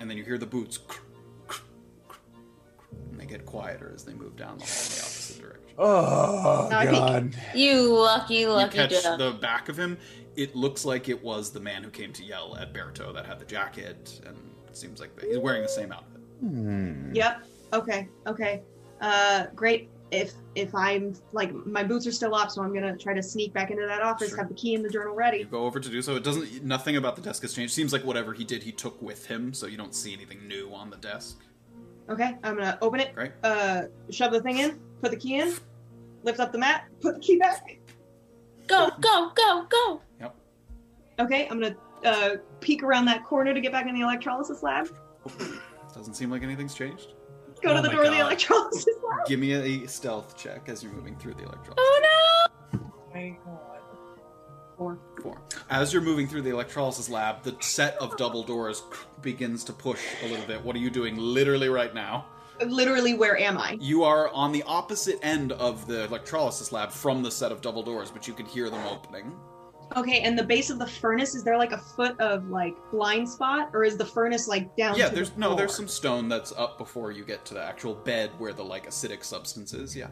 [SPEAKER 4] and then you hear the boots, get quieter as they move down the hall in the opposite direction.
[SPEAKER 11] Oh,
[SPEAKER 3] Now I think-
[SPEAKER 11] God.
[SPEAKER 3] You lucky,
[SPEAKER 4] You
[SPEAKER 3] lucky
[SPEAKER 4] catch
[SPEAKER 3] dog.
[SPEAKER 4] the back of him. It looks like it was the man who came to yell at Berto that had the jacket, and it seems like he's wearing the same outfit.
[SPEAKER 3] Hmm.
[SPEAKER 2] Yep. Okay. Okay. Uh, great. If if I'm like my boots are still up, so I'm gonna try to sneak back into that office,
[SPEAKER 4] Sure.
[SPEAKER 2] have the key and the journal ready.
[SPEAKER 4] You go over to do so. It doesn't. Nothing about the desk has changed. Seems like whatever he did, he took with him, so you don't see anything new on the desk.
[SPEAKER 2] Okay. I'm gonna open it.
[SPEAKER 4] Great.
[SPEAKER 2] Uh, shove the thing in. Put the key in. Lift up the mat. Put the key back.
[SPEAKER 3] Go. Go. Go. Go.
[SPEAKER 2] Okay. I'm gonna uh, peek around that corner to get back in the electrolysis lab.
[SPEAKER 4] Doesn't seem like anything's changed.
[SPEAKER 2] Go
[SPEAKER 4] Oh
[SPEAKER 2] to the
[SPEAKER 4] my
[SPEAKER 2] door of the
[SPEAKER 4] God.
[SPEAKER 2] electrolysis lab.
[SPEAKER 4] Give me a stealth check as you're moving through the electronics.
[SPEAKER 3] Oh
[SPEAKER 5] no!
[SPEAKER 2] Four.
[SPEAKER 4] Four. As you're moving through the electrolysis lab, the set of double doors begins to push a little bit. What are you doing literally right now?
[SPEAKER 2] Literally, where am I?
[SPEAKER 4] You are on the opposite end of the electrolysis lab from the set of double doors, but you can hear them opening.
[SPEAKER 2] Okay. And the base of the furnace is there like a foot of like blind spot, or is the furnace like down?
[SPEAKER 4] yeah,
[SPEAKER 2] to
[SPEAKER 4] there's
[SPEAKER 2] the
[SPEAKER 4] no, there's some
[SPEAKER 2] floor?
[SPEAKER 4] stone that's up before you get to the actual bed where the like acidic substance is. Yeah.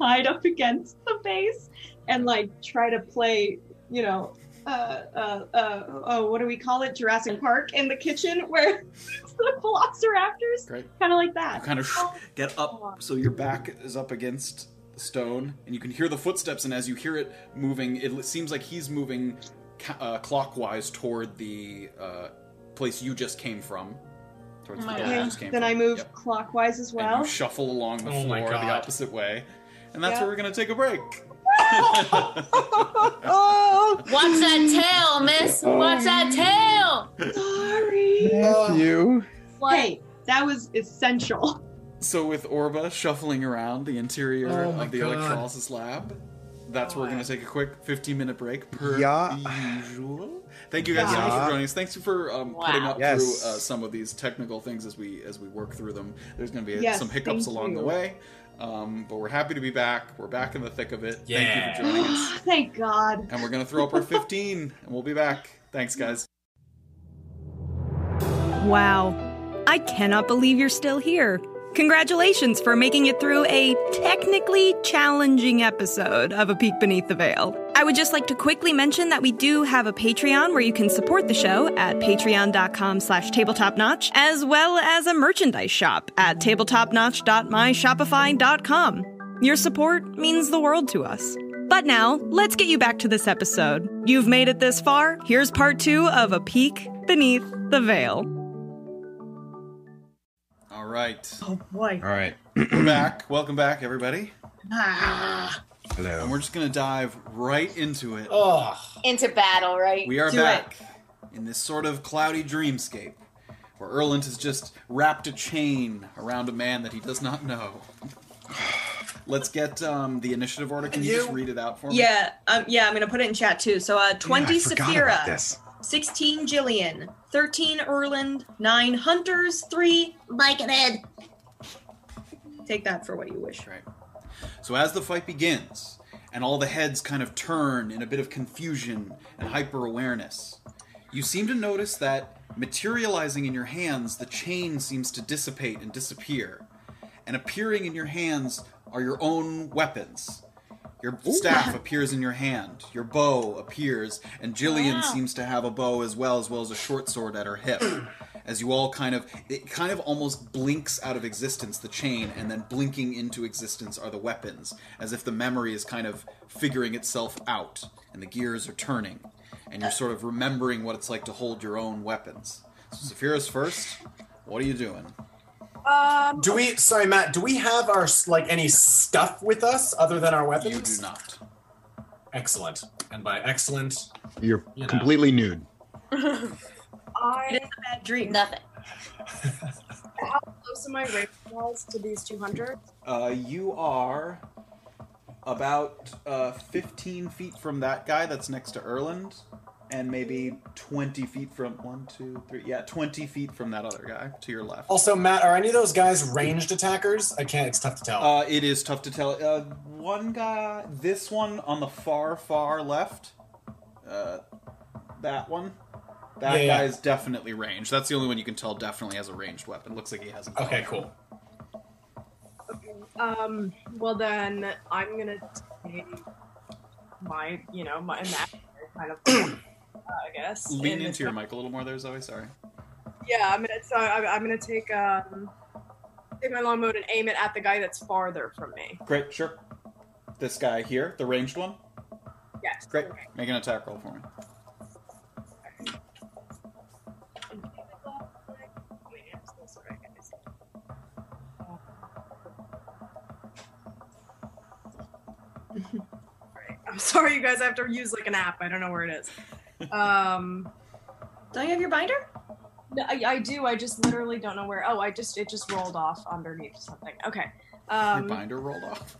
[SPEAKER 2] hide up against the base and like try to play, you know, uh, uh, uh, oh, what do we call it? Jurassic Park in the kitchen where it's the velociraptors,
[SPEAKER 4] Great.
[SPEAKER 2] kind of like
[SPEAKER 4] You
[SPEAKER 2] that.
[SPEAKER 4] kind of get up so your back is up against the stone, and you can hear the footsteps. And as you hear it moving, it l- seems like he's moving ca- uh, clockwise toward the uh, place you just came from, towards the door you
[SPEAKER 2] Okay,
[SPEAKER 4] just came
[SPEAKER 2] then
[SPEAKER 4] from.
[SPEAKER 2] I move
[SPEAKER 4] Yep.
[SPEAKER 2] clockwise as
[SPEAKER 4] And
[SPEAKER 2] well.
[SPEAKER 4] you shuffle along the
[SPEAKER 6] Oh my
[SPEAKER 4] floor the
[SPEAKER 6] God.
[SPEAKER 4] opposite way, and that's
[SPEAKER 2] Yeah.
[SPEAKER 4] where we're gonna take a break.
[SPEAKER 3] Watch that tail, miss. Watch that tail.
[SPEAKER 2] Sorry.
[SPEAKER 11] Matthew.
[SPEAKER 2] Hey, that was essential.
[SPEAKER 4] So with Orba shuffling around the interior
[SPEAKER 11] Oh my
[SPEAKER 4] of the
[SPEAKER 11] God.
[SPEAKER 4] electrolysis lab, that's where we're gonna take a quick 15 minute break per
[SPEAKER 11] Yeah.
[SPEAKER 4] usual. Thank you guys so
[SPEAKER 11] Yeah.
[SPEAKER 4] much for joining us. Thanks for um,
[SPEAKER 11] Wow.
[SPEAKER 4] putting up
[SPEAKER 11] Yes.
[SPEAKER 4] through uh, some of these technical things as we as we work through them. There's going to be
[SPEAKER 2] Yes,
[SPEAKER 4] some hiccups
[SPEAKER 2] thank
[SPEAKER 4] along the
[SPEAKER 2] you.
[SPEAKER 4] way, um, but we're happy to be back. We're back in the thick of it. Thank
[SPEAKER 6] Yeah.
[SPEAKER 4] you for joining us,
[SPEAKER 2] Thank God.
[SPEAKER 4] and we're going to throw up our 15, and we'll be back. Thanks, guys.
[SPEAKER 1] Wow. I cannot believe you're still here. Congratulations for making it through a technically challenging episode of A Peek Beneath the Veil. I would just like to quickly mention that we do have a Patreon where you can support the show at patreon.com slash tabletopnotch, as well as a merchandise shop at tabletopnotch.myshopify.com. Your support means the world to us. But now, let's get you back to this episode. You've made it this far. Here's part two of A Peek Beneath the Veil.
[SPEAKER 4] All right.
[SPEAKER 2] Oh boy.
[SPEAKER 11] All right.
[SPEAKER 4] we're back. Welcome back, everybody.
[SPEAKER 11] Hello.
[SPEAKER 4] And we're just going to dive right into it.
[SPEAKER 3] Into battle, right?
[SPEAKER 4] We are
[SPEAKER 3] Do it.
[SPEAKER 4] back in this sort of cloudy dreamscape where Erland has just wrapped a chain around a man that he does not know. Let's get um, the initiative order. Can you,
[SPEAKER 2] You-
[SPEAKER 4] just read it out for me?
[SPEAKER 2] Yeah, um, yeah, I'm gonna put it in chat too. So uh, 20
[SPEAKER 4] I forgot about
[SPEAKER 2] Saphira,
[SPEAKER 4] this.
[SPEAKER 2] 16 Jillian, 13 Erland, 9 Hunters, 3 Mike and Ed. Take that for what you wish.
[SPEAKER 4] Right. So as the fight begins, and all the heads kind of turn in a bit of confusion and hyper awareness, you seem to notice that materializing in your hands, the chain seems to dissipate and disappear. And appearing in your hands are your own weapons. Your staff appears in your hand, your bow appears, and Jillian
[SPEAKER 12] Wow.
[SPEAKER 4] seems to have a bow as well, as well as a short sword at her hip. as you all kind of it kind of almost blinks out of existence the chain and then blinking into existence are the weapons as if the memory is kind of figuring itself out and the gears are turning and you're sort of remembering what it's like to hold your own weapons so Saphira's first what are you doing
[SPEAKER 5] Um,
[SPEAKER 6] Do we? Sorry, Matt. Do we have our s- like any stuff with us other than our weapons? You do
[SPEAKER 4] not.
[SPEAKER 6] Excellent. And by excellent,
[SPEAKER 11] You're
[SPEAKER 6] You know.
[SPEAKER 11] completely nude.
[SPEAKER 5] I
[SPEAKER 2] It is a bad dream.
[SPEAKER 3] Nothing.
[SPEAKER 5] How close am I range wise to these two hunters?
[SPEAKER 4] uh, you are about uh, 15 feet from that guy that's next to erland and maybe 20 feet from one two three yeah 20 feet from that other guy to your left
[SPEAKER 6] Also, Matt, are any of those guys ranged attackers? I can't. It's tough to tell.
[SPEAKER 4] Uh, it is tough to tell. Uh, one guy, this one on the far, far left, uh, that one, that
[SPEAKER 6] Yeah, yeah.
[SPEAKER 4] guy is definitely ranged. That's the only one you can tell definitely has a ranged weapon. Looks like he has. A bow.
[SPEAKER 6] Okay, cool.
[SPEAKER 5] Um, well then, I'm gonna take my, you know, my imaginary kind of, uh, I guess.
[SPEAKER 4] Lean
[SPEAKER 5] and-
[SPEAKER 4] into your mic a little more there, Zoe. Sorry.
[SPEAKER 5] Yeah, I'm gonna. So I'm, I'm gonna take um, take my long mode and aim it at the guy that's farther from me.
[SPEAKER 4] Great, sure. This guy here, the ranged one.
[SPEAKER 5] Yes.
[SPEAKER 4] Great. Make an attack roll for me.
[SPEAKER 5] I'm sorry, you guys. I have to use like an app. I don't know where it is. Um,
[SPEAKER 2] don't you have your binder?
[SPEAKER 5] No, I, I do. I just literally don't know where. Oh, I just it just rolled off underneath something. Okay. Um,
[SPEAKER 4] your binder rolled off.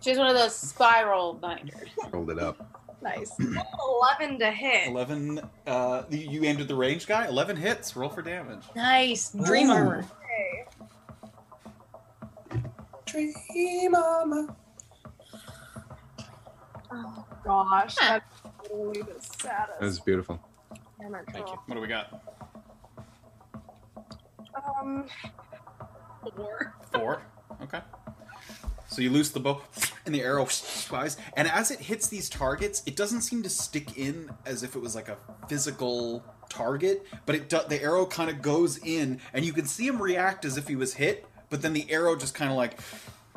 [SPEAKER 3] She's one of those spiral binders.
[SPEAKER 4] Rolled it up.
[SPEAKER 5] Nice. Eleven to hit.
[SPEAKER 4] Eleven. Uh, you- you aimed at the range guy. Eleven hits. Roll for damage.
[SPEAKER 2] Nice. Dream
[SPEAKER 4] Ooh.
[SPEAKER 2] armor.
[SPEAKER 8] Dream armor.
[SPEAKER 5] Oh gosh, that's literally the saddest.
[SPEAKER 7] That was beautiful.
[SPEAKER 5] Damn it,
[SPEAKER 4] Thank you.
[SPEAKER 5] roll.
[SPEAKER 4] What do we got?
[SPEAKER 5] Um, four.
[SPEAKER 4] Four. Okay. So you loose the bow, and the arrow flies. And as it hits these targets, it doesn't seem to stick in as if it was like a physical target. But it do- the arrow kind of goes in, and you can see him react as if he was hit. But then the arrow just kind of like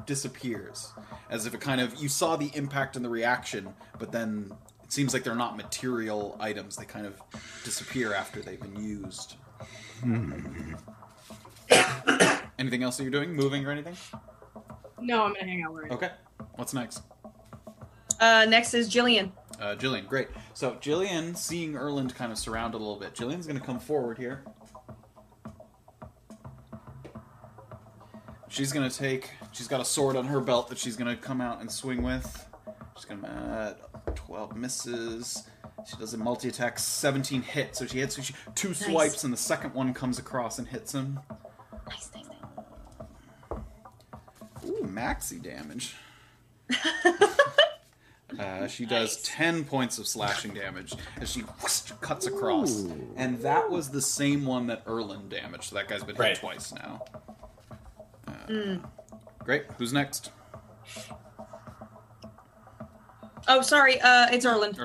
[SPEAKER 4] disappears, as if it kind of you saw the impact and the reaction. But then it seems like they're not material items; they kind of disappear after they've been used. Anything else that you're doing? Moving or anything?
[SPEAKER 5] No, I'm gonna hang out where it is.
[SPEAKER 4] Okay. What's next?
[SPEAKER 2] Uh, next is Jillian.
[SPEAKER 4] Uh, Jillian, great. So Jillian, seeing Erland kind of surrounded a little bit, Jillian's going to come forward here. She's going to take. She's got a sword on her belt that she's going to come out and swing with. She's going to add 12 misses. She does a multi attack, 17 hits. So she hits she, two
[SPEAKER 3] Nice.
[SPEAKER 4] swipes, and the second one comes across and hits him.
[SPEAKER 3] Nice, nice, nice.
[SPEAKER 4] Ooh, maxi damage. Uh, she does 10 points of slashing damage as she whoosh, cuts across.
[SPEAKER 8] Ooh.
[SPEAKER 4] And that was the same one that Erland damaged, so that guy's been
[SPEAKER 8] Right.
[SPEAKER 4] hit twice now. Uh, Great, who's next?
[SPEAKER 2] Oh, sorry. Uh, it's Erland.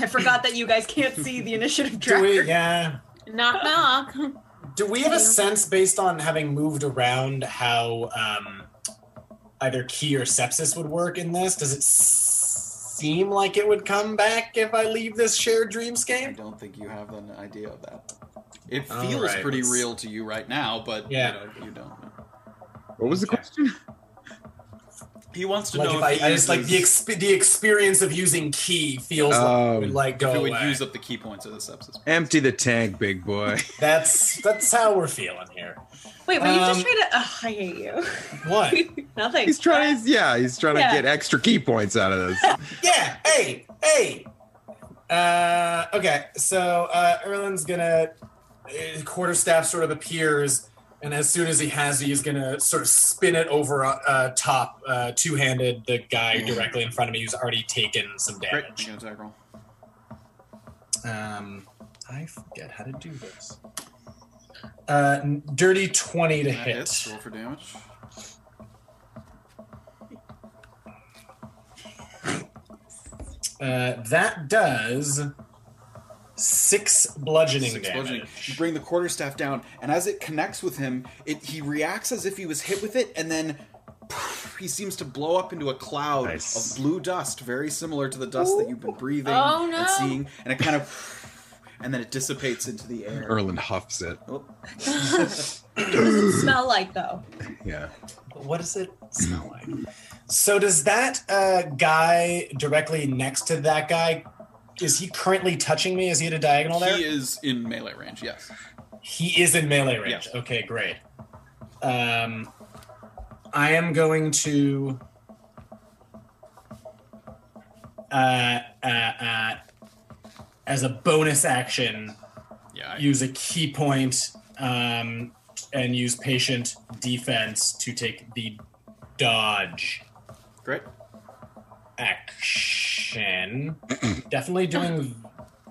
[SPEAKER 2] I forgot that you guys can't see the initiative tracker.
[SPEAKER 6] Do we, yeah.
[SPEAKER 3] Knock, knock.
[SPEAKER 6] Do we have a sense based on having moved around how um, either key or sepsis would work in this? Does it s- seem like it would come back if I leave this shared dreamscape? I
[SPEAKER 4] don't think you have an idea of that. It
[SPEAKER 6] All
[SPEAKER 4] feels
[SPEAKER 6] right,
[SPEAKER 4] pretty
[SPEAKER 6] let's-
[SPEAKER 4] real to you right now, but you
[SPEAKER 6] Yeah.
[SPEAKER 4] know, you, don't know.
[SPEAKER 7] What was the question?
[SPEAKER 4] He wants to
[SPEAKER 6] Like
[SPEAKER 4] know
[SPEAKER 6] if I,
[SPEAKER 4] if he
[SPEAKER 6] I just like the
[SPEAKER 4] uses-
[SPEAKER 6] exp- the experience of using key feels like, it would,
[SPEAKER 7] Um,
[SPEAKER 6] like go
[SPEAKER 4] if it would
[SPEAKER 6] away.
[SPEAKER 4] use up the key points of the sepsis.
[SPEAKER 7] Empty the tank, big boy.
[SPEAKER 6] That's that's how we're feeling here.
[SPEAKER 2] Wait, were you just
[SPEAKER 7] Um,
[SPEAKER 2] trying to? Oh, I hate you.
[SPEAKER 6] What?
[SPEAKER 2] Nothing.
[SPEAKER 7] He's trying. Yeah, he's trying
[SPEAKER 2] Yeah.
[SPEAKER 7] to get extra key points out of this.
[SPEAKER 6] yeah. Hey. Hey. Uh, okay. So uh, Erlen's gonna uh, quarterstaff sort of appears, and as soon as he has it, he's gonna sort of spin it over uh, uh, top, uh, two handed, the guy directly in front of me who's already taken some
[SPEAKER 4] Mm-hmm. Great,
[SPEAKER 6] damage.
[SPEAKER 4] make an attack roll.
[SPEAKER 6] Um, I forget how to do this. Uh, n- dirty twenty to
[SPEAKER 4] That
[SPEAKER 6] hit.
[SPEAKER 4] hits, roll for damage.
[SPEAKER 6] Uh, that does six bludgeoning
[SPEAKER 4] Six
[SPEAKER 6] damage.
[SPEAKER 4] bludgeoning. You bring the quarterstaff down, and as it connects with him, it he reacts as if he was hit with it, and then poof, he seems to blow up into a cloud of blue dust, very similar to the dust that you've been breathing
[SPEAKER 3] Oh, no.
[SPEAKER 4] and seeing, and it kind of and then it dissipates into the air.
[SPEAKER 7] Erland huffs it.
[SPEAKER 4] Oh.
[SPEAKER 2] smell like though?
[SPEAKER 7] Yeah.
[SPEAKER 6] What does it smell like? So does that uh, guy directly next to that guy? Is he currently touching me? Is he at a diagonal there?
[SPEAKER 4] He is in melee range. Yes.
[SPEAKER 6] He is in melee range. Okay, great. Um, I am going to. Uh, uh, uh, as a bonus action,
[SPEAKER 4] yeah,
[SPEAKER 6] use a key point um, and use patient defense to take the dodge
[SPEAKER 4] Great.
[SPEAKER 6] action. Definitely doing.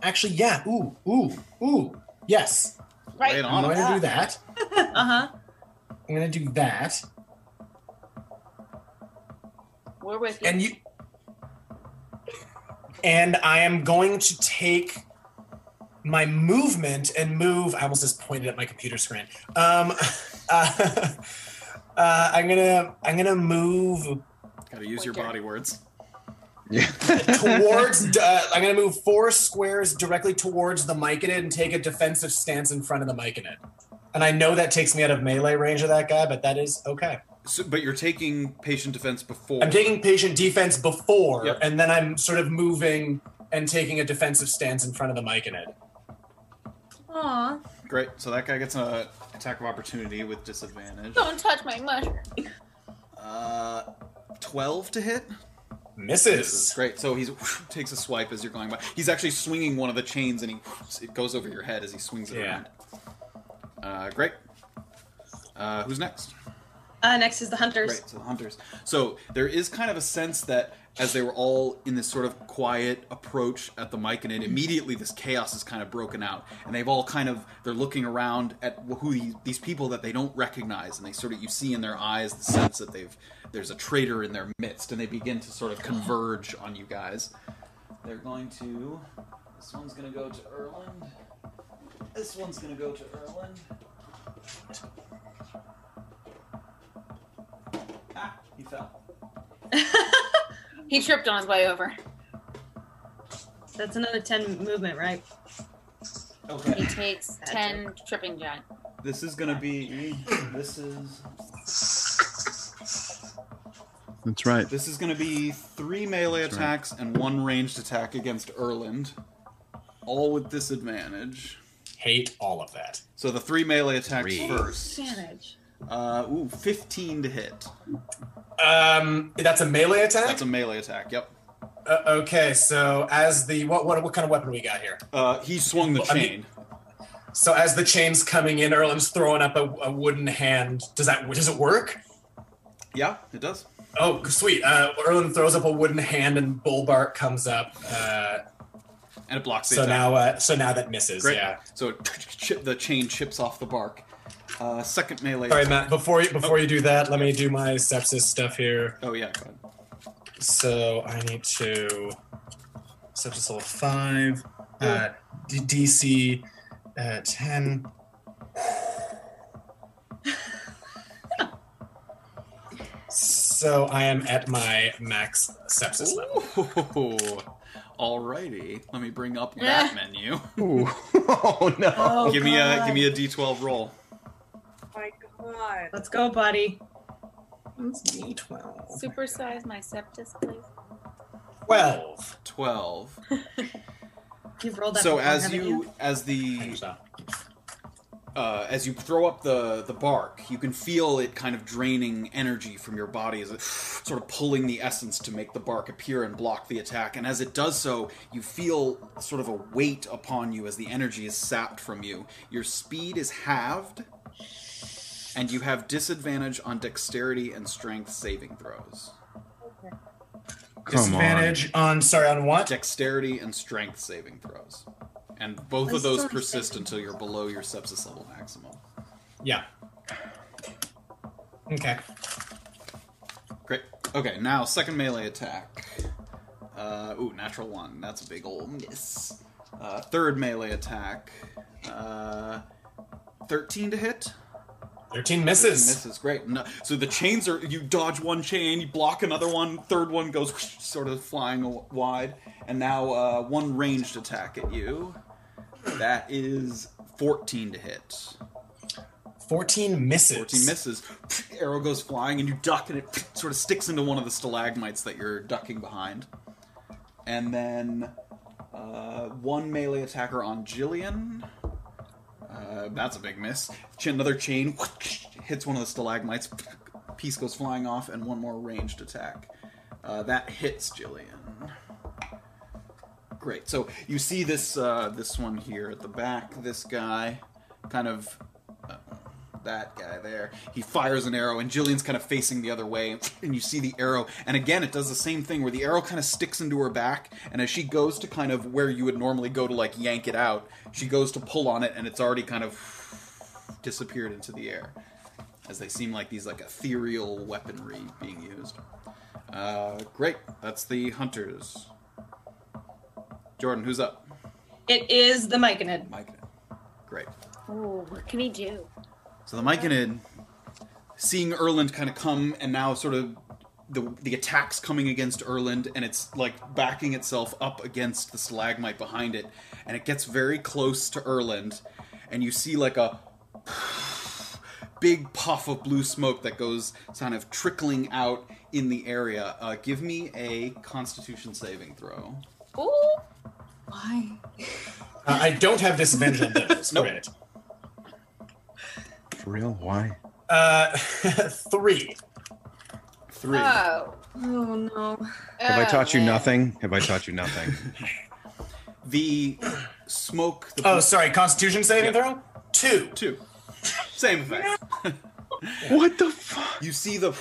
[SPEAKER 6] Actually, yeah. Ooh, ooh, ooh. Yes.
[SPEAKER 3] Right.
[SPEAKER 6] I'm going to do that.
[SPEAKER 2] Uh huh.
[SPEAKER 6] I'm gonna do that.
[SPEAKER 3] We're with you.
[SPEAKER 6] And you and I am going to take my movement and move. I almost just pointed at my computer screen. Um, uh, uh, I'm gonna I'm gonna move
[SPEAKER 4] Gotta use your body words.
[SPEAKER 6] towards. Uh, I'm gonna move four squares directly towards the Myconid and take a defensive stance in front of the Myconid. And I know that takes me out of melee range of that guy, but that is okay.
[SPEAKER 4] So, but you're taking patient defense before.
[SPEAKER 6] I'm taking patient defense before,
[SPEAKER 4] Yep.
[SPEAKER 6] and then I'm sort of moving and taking a defensive stance in front of the Myconid.
[SPEAKER 5] Aw,
[SPEAKER 4] Great. So that guy gets an attack of opportunity with disadvantage.
[SPEAKER 3] Don't touch my mushroom.
[SPEAKER 4] Uh, 12 to hit?
[SPEAKER 6] Misses.
[SPEAKER 4] Great. So he takes a swipe as you're going by. He's actually swinging one of the chains and he it goes over your head as he swings it around. Uh, great. Uh, who's next?
[SPEAKER 12] Uh, next is the hunters.
[SPEAKER 4] Right, so the hunters. So there is kind of a sense that as they were all in this sort of quiet approach at the mic, and it immediately this chaos is kind of broken out, and they've all kind of they're looking around at who these, these people that they don't recognize, and they sort of you see in their eyes the sense that they've there's a traitor in their midst, and they begin to sort of converge on you guys. They're going to. This one's gonna go to Erland. This one's gonna go to Erland. Ah, he fell.
[SPEAKER 12] He tripped on his way over. That's another 10 movement, right?
[SPEAKER 4] Okay.
[SPEAKER 3] He takes ten tripping giant.
[SPEAKER 4] This is gonna be. This is.
[SPEAKER 7] That's right.
[SPEAKER 4] This is gonna be three melee
[SPEAKER 7] That's right.
[SPEAKER 4] attacks and one ranged attack against Erland, all with disadvantage.
[SPEAKER 6] Hate all of that.
[SPEAKER 4] So the three melee attacks first.
[SPEAKER 12] Advantage.
[SPEAKER 4] Uh, ooh, fifteen to hit.
[SPEAKER 6] Um, that's a melee attack.
[SPEAKER 4] That's a melee attack. Yep.
[SPEAKER 6] Uh, okay, so as the what, what what kind of weapon we got here?
[SPEAKER 4] Uh, he swung the
[SPEAKER 6] I mean-
[SPEAKER 4] chain.
[SPEAKER 6] So as the chain's coming in, Erlen's throwing up a, a wooden hand. Does that does it work?
[SPEAKER 4] Yeah, it does.
[SPEAKER 6] Oh, sweet. Uh, Erlen throws up a wooden hand, and Bulbark comes up. Uh,
[SPEAKER 4] and it blocks the
[SPEAKER 6] so
[SPEAKER 4] attack.
[SPEAKER 6] now, uh, so now that misses.
[SPEAKER 4] Great.
[SPEAKER 6] Yeah.
[SPEAKER 4] So it chip, the chain chips off the bark. Uh, second melee.
[SPEAKER 6] Sorry,
[SPEAKER 4] attack.
[SPEAKER 6] Matt. Before you before you do that, let me do my sepsis stuff here.
[SPEAKER 4] Oh yeah, go ahead.
[SPEAKER 6] So I need to sepsis level five, uh, D- DC uh, ten. so I am at my max sepsis level.
[SPEAKER 4] Alrighty, let me bring up that menu.
[SPEAKER 7] oh no!
[SPEAKER 5] Oh,
[SPEAKER 4] give me a
[SPEAKER 5] God.
[SPEAKER 4] give me a d12 roll.
[SPEAKER 5] my god.
[SPEAKER 12] Let's go, buddy.
[SPEAKER 6] D12.
[SPEAKER 3] Supersize my septus, please.
[SPEAKER 6] Twelve.
[SPEAKER 4] Twelve.
[SPEAKER 12] You've rolled that
[SPEAKER 4] so
[SPEAKER 12] before,
[SPEAKER 4] as
[SPEAKER 12] haven't
[SPEAKER 4] you, as the uh, as you throw up the the bark, you can feel it kind of draining energy from your body as it sort of pulling the essence to make the bark appear and block the attack. And as it does so, you feel sort of a weight upon you as the energy is sapped from you. Your speed is halved, and you have disadvantage on dexterity and strength saving throws.
[SPEAKER 6] Disadvantage on. sorry on what?
[SPEAKER 4] Dexterity and strength saving throws, and both of
[SPEAKER 6] Those
[SPEAKER 4] those
[SPEAKER 6] don't
[SPEAKER 4] persist until you're below your sepsis level maximum.
[SPEAKER 6] Yeah. Okay.
[SPEAKER 4] Great. Okay, now second melee attack. Uh, ooh, natural one. That's a big ol' miss. Uh, third melee attack. Uh, Thirteen to hit.
[SPEAKER 6] 13 misses.
[SPEAKER 4] misses. Great. No, so the chains are. You dodge one chain, you block another one. Third one goes sort of flying aw- wide, and now uh, one ranged attack at you. That is fourteen to hit.
[SPEAKER 6] 14 misses.
[SPEAKER 4] 14 misses. Arrow goes flying, and you duck, and it sort of sticks into one of the stalagmites that you're ducking behind. And then uh, one melee attacker on Jillian. Uh, that's a big miss. Ch- Another chain hits one of the stalagmites. Piece goes flying off, and one more ranged attack. Uh, that hits Jillian. Great. So you see this uh, this one here at the back. This guy, kind of that guy there. He fires an arrow, and Jillian's kind of facing the other way, and you see the arrow. And again, it does the same thing where the arrow kind of sticks into her back, and as she goes to kind of where you would normally go to like yank it out, she goes to pull on it, and it's already kind of disappeared into the air. as they seem like these like ethereal weaponry being used. Uh, great, that's the hunters. Jordan, who's up?
[SPEAKER 12] It is the Myconid.
[SPEAKER 4] Great.
[SPEAKER 3] Oh, what can we do?
[SPEAKER 4] So the Myconid, seeing Erland kind of come and now sort of the the attacks coming against Erland and it's like backing itself up against the stalagmite behind it and it gets very close to Erland and you see like a big puff of blue smoke that goes kind of trickling out in the area. Uh, give me a Constitution saving throw.
[SPEAKER 12] Ooh. Why?
[SPEAKER 6] Uh, I don't have disadvantage on those. nope.
[SPEAKER 7] For real? Why?
[SPEAKER 6] Uh, three.
[SPEAKER 4] Three.
[SPEAKER 3] Uh.
[SPEAKER 12] Oh. Oh no.
[SPEAKER 7] Have
[SPEAKER 4] Oh,
[SPEAKER 7] I taught you nothing? Have I taught you nothing?
[SPEAKER 4] The smoke. The
[SPEAKER 6] Oh, sorry. Constitution saving throw. Two.
[SPEAKER 4] Two. Same effect.
[SPEAKER 7] What the fuck?
[SPEAKER 4] You see the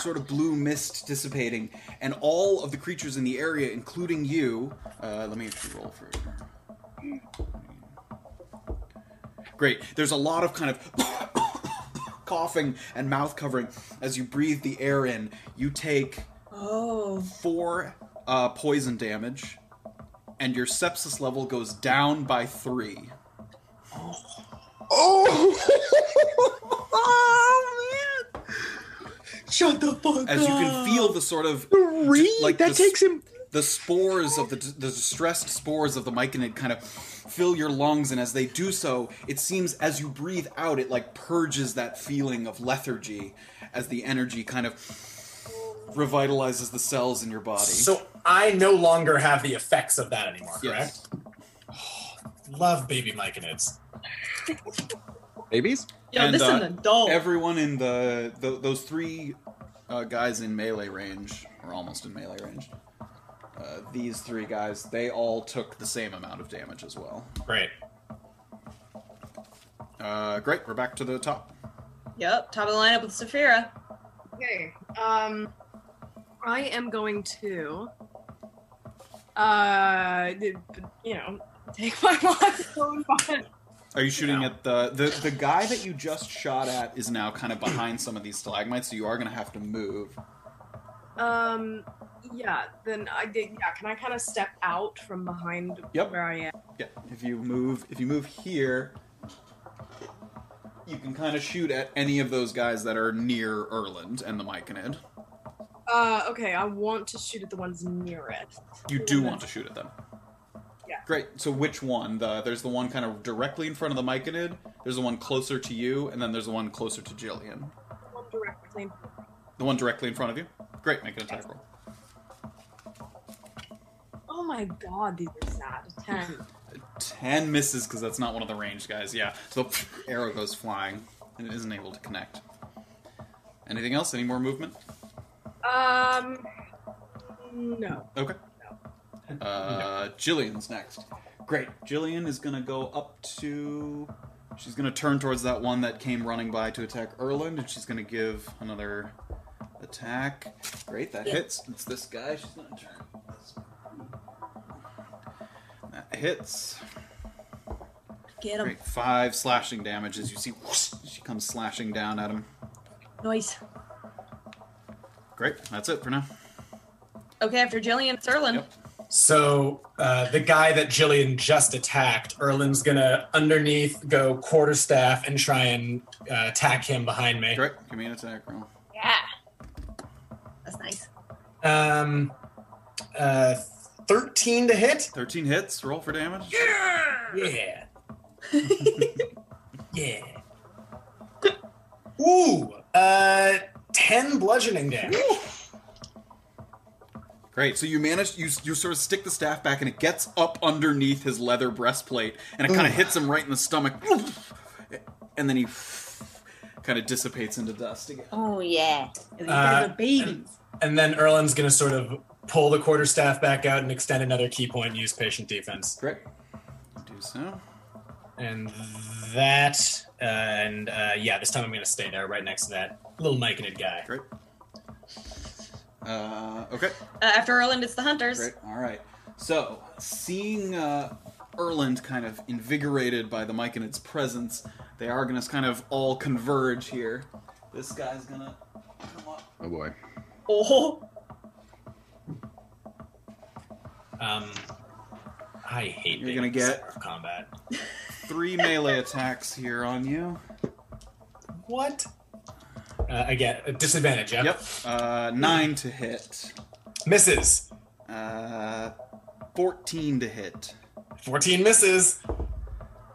[SPEAKER 4] sort of blue mist dissipating, and all of the creatures in the area, including you. Uh, let me actually roll for. Great. There's a lot of kind of coughing and mouth covering as you breathe the air in. You take
[SPEAKER 12] Oh.
[SPEAKER 4] four uh, poison damage, and your sepsis level goes down by three.
[SPEAKER 7] Oh, man! Shut the fuck
[SPEAKER 4] As you can feel the sort of
[SPEAKER 7] Three?
[SPEAKER 4] like
[SPEAKER 7] that
[SPEAKER 4] the
[SPEAKER 7] takes him.
[SPEAKER 4] the spores of the the distressed spores of the myconid kind of fill your lungs and as they do so it seems as you breathe out it like purges that feeling of lethargy as the energy kind of revitalizes the cells in your body
[SPEAKER 6] So I no longer have the effects of that anymore,
[SPEAKER 4] Yes.
[SPEAKER 6] correct? Love baby myconids.
[SPEAKER 7] Babies?
[SPEAKER 12] Yo, this
[SPEAKER 4] uh,
[SPEAKER 12] is an adult.
[SPEAKER 4] everyone in the, tho- those three uh, guys in melee range or almost in melee range uh, these three guys they all took the same amount of damage as well
[SPEAKER 6] Great.
[SPEAKER 4] uh, great we're back to the top
[SPEAKER 12] Yep. Top of the lineup with Saphira.
[SPEAKER 5] Okay. Um, I am going to, uh, d- d- you know, take my microphone.
[SPEAKER 4] Are you shooting at the, the the guy that you just shot at is now kind of behind some of these stalagmites, so you are going to have to move.
[SPEAKER 5] Um, yeah. Then I did. Yeah. Can I kind of step out from behind
[SPEAKER 4] Yep.
[SPEAKER 5] where I am?
[SPEAKER 4] Yeah, if you move if you move here, you can kind of shoot at any of those guys that are near Erland and the Myconid.
[SPEAKER 5] Uh, okay. I want to shoot at the ones nearest.
[SPEAKER 4] You do want to shoot at them.
[SPEAKER 5] Yeah.
[SPEAKER 4] Great. So which one? The, there's the one kind of directly in front of the Myconid. There's the one closer to you, and then there's the one closer to Jillian.
[SPEAKER 5] One directly.
[SPEAKER 4] The one directly in front of you. Great. Make an attack roll.
[SPEAKER 5] Oh my god, these are sad. Ten.
[SPEAKER 4] 10 misses because that's not one of the ranged guys. Yeah. So the arrow goes flying and it isn't able to connect. Anything else? Any more movement?
[SPEAKER 5] Um, no.
[SPEAKER 4] Okay. Uh, Jillian's next. Great. Jillian is going to go up to. She's going to turn towards that one that came running by to attack Erland and she's going to give another attack. Great. That
[SPEAKER 8] Yeah.
[SPEAKER 4] hits. It's this guy. She's going to turn. That hits.
[SPEAKER 12] Get him.
[SPEAKER 4] Great. Five slashing damage as you see whoosh, she comes slashing down at him.
[SPEAKER 12] Noise.
[SPEAKER 4] Great. That's it for now.
[SPEAKER 12] Okay. After Jillian Serlin.
[SPEAKER 6] So uh, the guy that Jillian just attacked, Erlin's gonna underneath go quarterstaff and try and uh, attack him behind me.
[SPEAKER 4] Great. Give me an attack roll.
[SPEAKER 12] Yeah. That's nice.
[SPEAKER 6] Um, uh, thirteen to hit.
[SPEAKER 4] Thirteen hits. Roll for damage.
[SPEAKER 6] Yeah. yeah. Ooh. Uh, ten bludgeoning damage.
[SPEAKER 4] Great. So you manage you you sort of stick the staff back and it gets up underneath his leather breastplate and it kind of hits him right in the stomach. And then he kind of dissipates into dust again.
[SPEAKER 3] Oh yeah.
[SPEAKER 6] Uh, And then Erlin's gonna sort of pull the quarterstaff back out and extend another key point. and Use patient defense.
[SPEAKER 4] Great. Do so.
[SPEAKER 6] And that, uh, and uh, yeah, this time I'm gonna stay there, right next to that little myconid guy.
[SPEAKER 4] Great. Uh, okay.
[SPEAKER 12] Uh, after Erland, it's the Hunters.
[SPEAKER 4] Great. All right. So, seeing uh, Erland kind of invigorated by the mic and its presence, they are going to kind of all converge here This guy's gonna come up.
[SPEAKER 7] Oh boy.
[SPEAKER 4] Oh.
[SPEAKER 6] Um, I hate
[SPEAKER 4] You're
[SPEAKER 6] being
[SPEAKER 4] gonna
[SPEAKER 6] in this
[SPEAKER 4] get-
[SPEAKER 6] hour of combat.
[SPEAKER 4] Three melee attacks here on you.
[SPEAKER 6] What? Uh, again, a disadvantage. Yep.
[SPEAKER 4] Uh, nine to hit.
[SPEAKER 6] Misses.
[SPEAKER 4] Uh, 14 to hit.
[SPEAKER 6] 14 misses.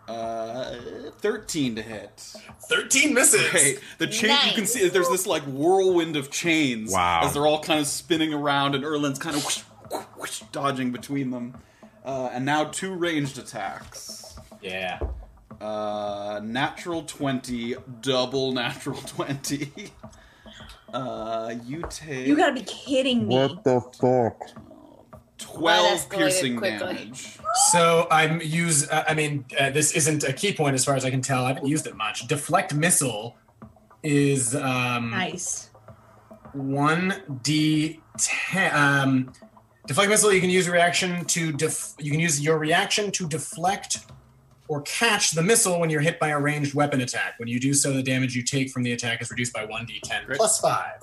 [SPEAKER 4] Uh, 13 to hit.
[SPEAKER 6] 13 misses.
[SPEAKER 4] Great. The chain, you can see, there's this like whirlwind of chains.
[SPEAKER 7] Wow.
[SPEAKER 4] As they're all kind of spinning around and Erlin's kind of whoosh, whoosh, whoosh, dodging between them. Uh, and now two ranged attacks.
[SPEAKER 6] Yeah.
[SPEAKER 4] Uh, natural 20, double natural 20. Uh, you take
[SPEAKER 12] You gotta be kidding me.
[SPEAKER 11] What the fuck?
[SPEAKER 4] 12
[SPEAKER 12] Well, that escalated
[SPEAKER 4] piercing
[SPEAKER 12] quickly.
[SPEAKER 4] damage.
[SPEAKER 6] So I'm use. Uh, I mean, uh, this isn't a key point as far as I can tell. I haven't used it much. Deflect missile is um,
[SPEAKER 12] Nice.
[SPEAKER 6] One d ten. Um, deflect missile. You can use reaction to def. You can use your reaction to deflect or catch the missile when you're hit by a ranged weapon attack. When you do so, the damage you take from the attack is reduced by one d ten plus five.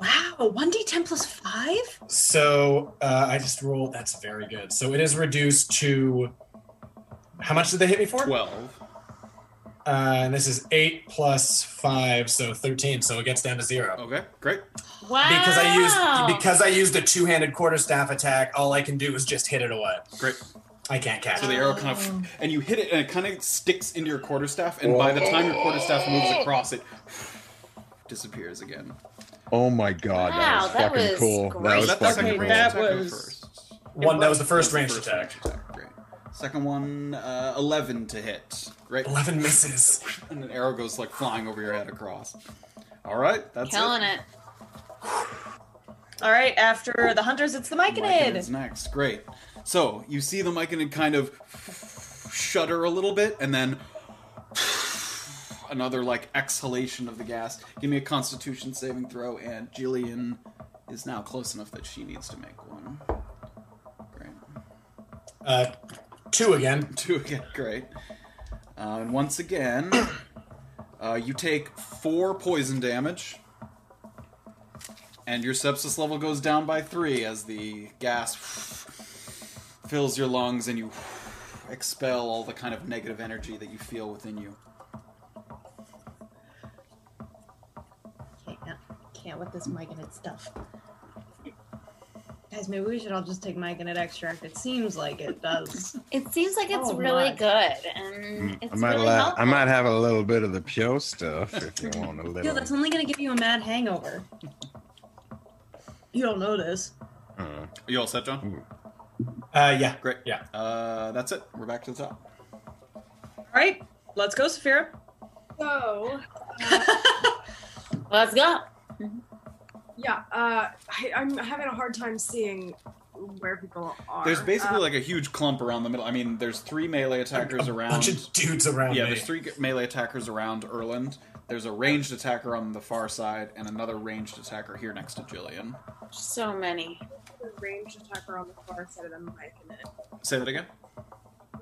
[SPEAKER 12] Wow, 1d10 plus 5?
[SPEAKER 6] So uh, I just rolled. That's very good. So it is reduced to. How much did they hit me for?
[SPEAKER 4] Twelve.
[SPEAKER 6] Uh, and this is eight plus five, so thirteen. So it gets down to zero.
[SPEAKER 4] Okay, great.
[SPEAKER 12] Wow.
[SPEAKER 6] Because
[SPEAKER 12] Oh.
[SPEAKER 6] I used because I used a two-handed quarterstaff attack. All I can do is just hit it away.
[SPEAKER 4] Great.
[SPEAKER 6] I can't catch
[SPEAKER 4] So
[SPEAKER 6] it.
[SPEAKER 4] the arrow kind of, and you hit it, and it kind of sticks into your quarterstaff. And by the time your quarterstaff moves across, it disappears again.
[SPEAKER 11] Oh my god, that was
[SPEAKER 4] Wow, that
[SPEAKER 11] fucking
[SPEAKER 4] was
[SPEAKER 11] cool.
[SPEAKER 4] great.
[SPEAKER 11] That was
[SPEAKER 4] That- that's
[SPEAKER 11] fucking
[SPEAKER 4] like
[SPEAKER 11] cool.
[SPEAKER 4] that was- First.
[SPEAKER 6] One that was the first
[SPEAKER 4] That's
[SPEAKER 6] ranged
[SPEAKER 4] the
[SPEAKER 6] attack.
[SPEAKER 4] Second one, uh, eleven to hit. Great.
[SPEAKER 6] Eleven misses.
[SPEAKER 4] And an arrow goes like flying over your head across. All right, that's
[SPEAKER 12] Killing
[SPEAKER 4] it.
[SPEAKER 12] it. All right, after the hunters, it's the
[SPEAKER 4] Myconid's
[SPEAKER 12] Myconid.
[SPEAKER 4] next. Great. So you see the Myconid kind of shudder a little bit, and then another like exhalation of the gas. Give me a Constitution saving throw, and Jillian is now close enough that she needs to make one.
[SPEAKER 6] Uh, two again.
[SPEAKER 4] Two again. Great. Uh, and once again, uh, you take four poison damage, and your sepsis level goes down by three as the gas fills your lungs and you expel all the kind of negative energy that you feel within you.
[SPEAKER 12] Can't, can't with this Myconid stuff. Guys, maybe we should all just take Myconid extract. It seems like it does.
[SPEAKER 3] It seems like it's
[SPEAKER 12] Oh,
[SPEAKER 3] really
[SPEAKER 12] my.
[SPEAKER 3] good, and
[SPEAKER 11] Mm,
[SPEAKER 3] it's
[SPEAKER 11] I might,
[SPEAKER 3] really
[SPEAKER 11] allow-
[SPEAKER 3] helpful.
[SPEAKER 11] I might have a little bit of the pure stuff if you want a
[SPEAKER 12] Yo,
[SPEAKER 11] little.
[SPEAKER 12] that's only gonna give you a mad hangover. You don't know this.
[SPEAKER 11] Uh,
[SPEAKER 4] Are you all set, John?
[SPEAKER 6] Uh, yeah.
[SPEAKER 4] Great.
[SPEAKER 6] Yeah.
[SPEAKER 4] Uh, that's it. We're back to the top.
[SPEAKER 12] All right, let's go, Saphira.
[SPEAKER 5] So,
[SPEAKER 3] Let's go.
[SPEAKER 5] yeah, uh, I, I'm having a hard time seeing where people are.
[SPEAKER 4] There's basically
[SPEAKER 5] Uh,
[SPEAKER 4] like a huge clump around the middle. I mean, there's three melee attackers around.
[SPEAKER 6] bunch of dudes around
[SPEAKER 4] Yeah,
[SPEAKER 6] me.
[SPEAKER 4] there's three g- melee attackers around Erland. There's a ranged attacker on the far side, and another ranged attacker here next to Jillian.
[SPEAKER 3] So many.
[SPEAKER 5] the ranged attacker on the far side of the Myconid.
[SPEAKER 4] Say that again.
[SPEAKER 5] I'm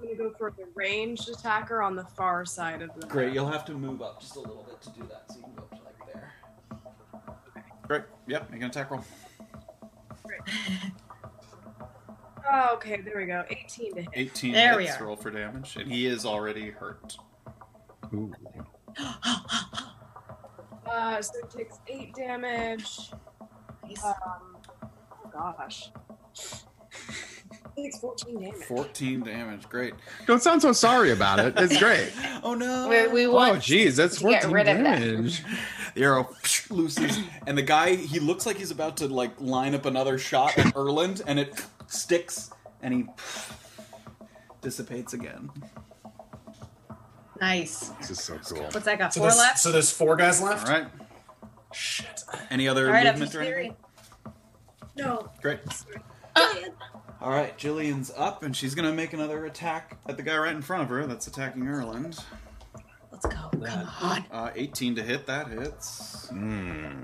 [SPEAKER 5] gonna go for the ranged attacker on the far side of the.
[SPEAKER 4] Great, you'll have to move up just a little bit to do that, so you can go up to like there. Great. Yep, make an attack roll.
[SPEAKER 5] Oh, okay, there we go. 18 to hit.
[SPEAKER 4] 18
[SPEAKER 5] There we
[SPEAKER 4] hits,
[SPEAKER 5] are.
[SPEAKER 4] roll for damage, and he is already hurt.
[SPEAKER 11] Ooh.
[SPEAKER 5] Uh, so it takes eight damage. Um, oh gosh. It takes 14 damage.
[SPEAKER 4] 14 damage, great.
[SPEAKER 11] Don't sound so sorry about it. It's great.
[SPEAKER 4] Oh no.
[SPEAKER 3] We, we
[SPEAKER 11] oh,
[SPEAKER 3] want
[SPEAKER 11] jeez, that's
[SPEAKER 3] to get
[SPEAKER 11] 14
[SPEAKER 3] rid of that.
[SPEAKER 11] damage.
[SPEAKER 4] The arrow looses, and the guy he looks like he's about to like line up another shot at Erland, and it sticks, and he dissipates again.
[SPEAKER 12] Nice.
[SPEAKER 11] This is so cool.
[SPEAKER 12] What's that got?
[SPEAKER 6] So
[SPEAKER 12] Four
[SPEAKER 6] there's-
[SPEAKER 12] left.
[SPEAKER 6] So there's four guys left.
[SPEAKER 4] All right.
[SPEAKER 6] Shit.
[SPEAKER 4] Any
[SPEAKER 12] All
[SPEAKER 4] other
[SPEAKER 12] right, up to
[SPEAKER 4] movement or anything?
[SPEAKER 12] Saphira. No.
[SPEAKER 4] Great. All right, Jillian's up, and she's gonna make another attack at the guy right in front of her. That's attacking Erland.
[SPEAKER 12] Let's go. Come on.
[SPEAKER 4] Uh, 18 to hit. That hits.
[SPEAKER 11] Mm.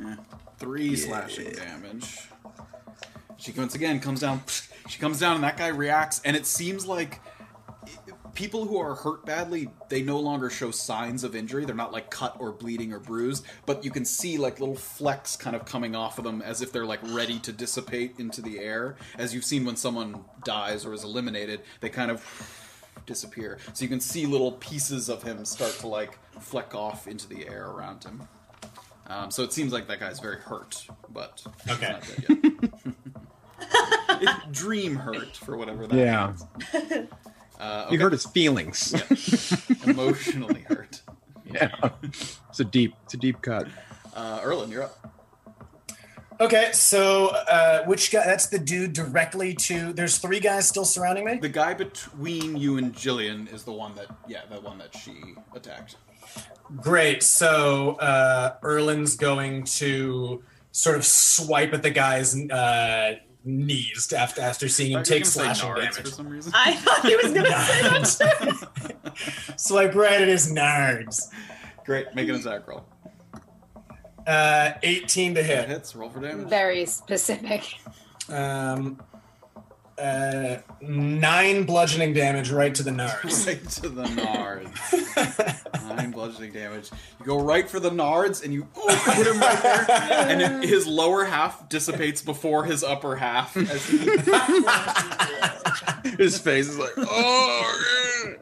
[SPEAKER 4] Yeah. Three slashing damage. She once again comes down. She comes down, and that guy reacts, and it seems like people who are hurt badly, they no longer show signs of injury. They're not like cut or bleeding or bruised, but you can see like little flecks kind of coming off of them as if they're like ready to dissipate into the air. As you've seen when someone dies or is eliminated, they kind of disappear. So you can see little pieces of him start to like fleck off into the air around him. Um, so it seems like that guy's very hurt, but he's
[SPEAKER 6] Okay.
[SPEAKER 4] not dead yet. It's dream hurt for whatever that
[SPEAKER 11] Yeah.
[SPEAKER 4] means. Uh,
[SPEAKER 11] You
[SPEAKER 4] okay.
[SPEAKER 11] hurt his feelings.
[SPEAKER 4] Yeah. Emotionally hurt.
[SPEAKER 11] yeah. It's a deep, it's a deep cut.
[SPEAKER 4] Uh, Erlen, you're up.
[SPEAKER 6] Okay, so uh, which guy? That's the dude directly to. There's three guys still surrounding me.
[SPEAKER 4] The guy between you and Jillian is the one that, yeah, the one that she attacked.
[SPEAKER 6] Great. So uh, Erlin's going to sort of swipe at the guy's uh, knees after after seeing him
[SPEAKER 4] Thought you were
[SPEAKER 6] take
[SPEAKER 4] gonna say
[SPEAKER 6] slashing
[SPEAKER 4] nards
[SPEAKER 6] damage.
[SPEAKER 4] for some reason.
[SPEAKER 12] I thought he was going to say that.
[SPEAKER 6] Swipe right at his nards.
[SPEAKER 4] Great. Make an attack roll.
[SPEAKER 6] Uh, 18 to hit.
[SPEAKER 4] Hits. Roll for damage.
[SPEAKER 3] Very specific.
[SPEAKER 6] Um, uh, nine bludgeoning damage right to the nards.
[SPEAKER 4] Right to the nards. Nine bludgeoning damage. You go right for the nards, and you oh, hit him right there, and then his lower half dissipates before his upper half. As he...
[SPEAKER 11] his face is like, oh,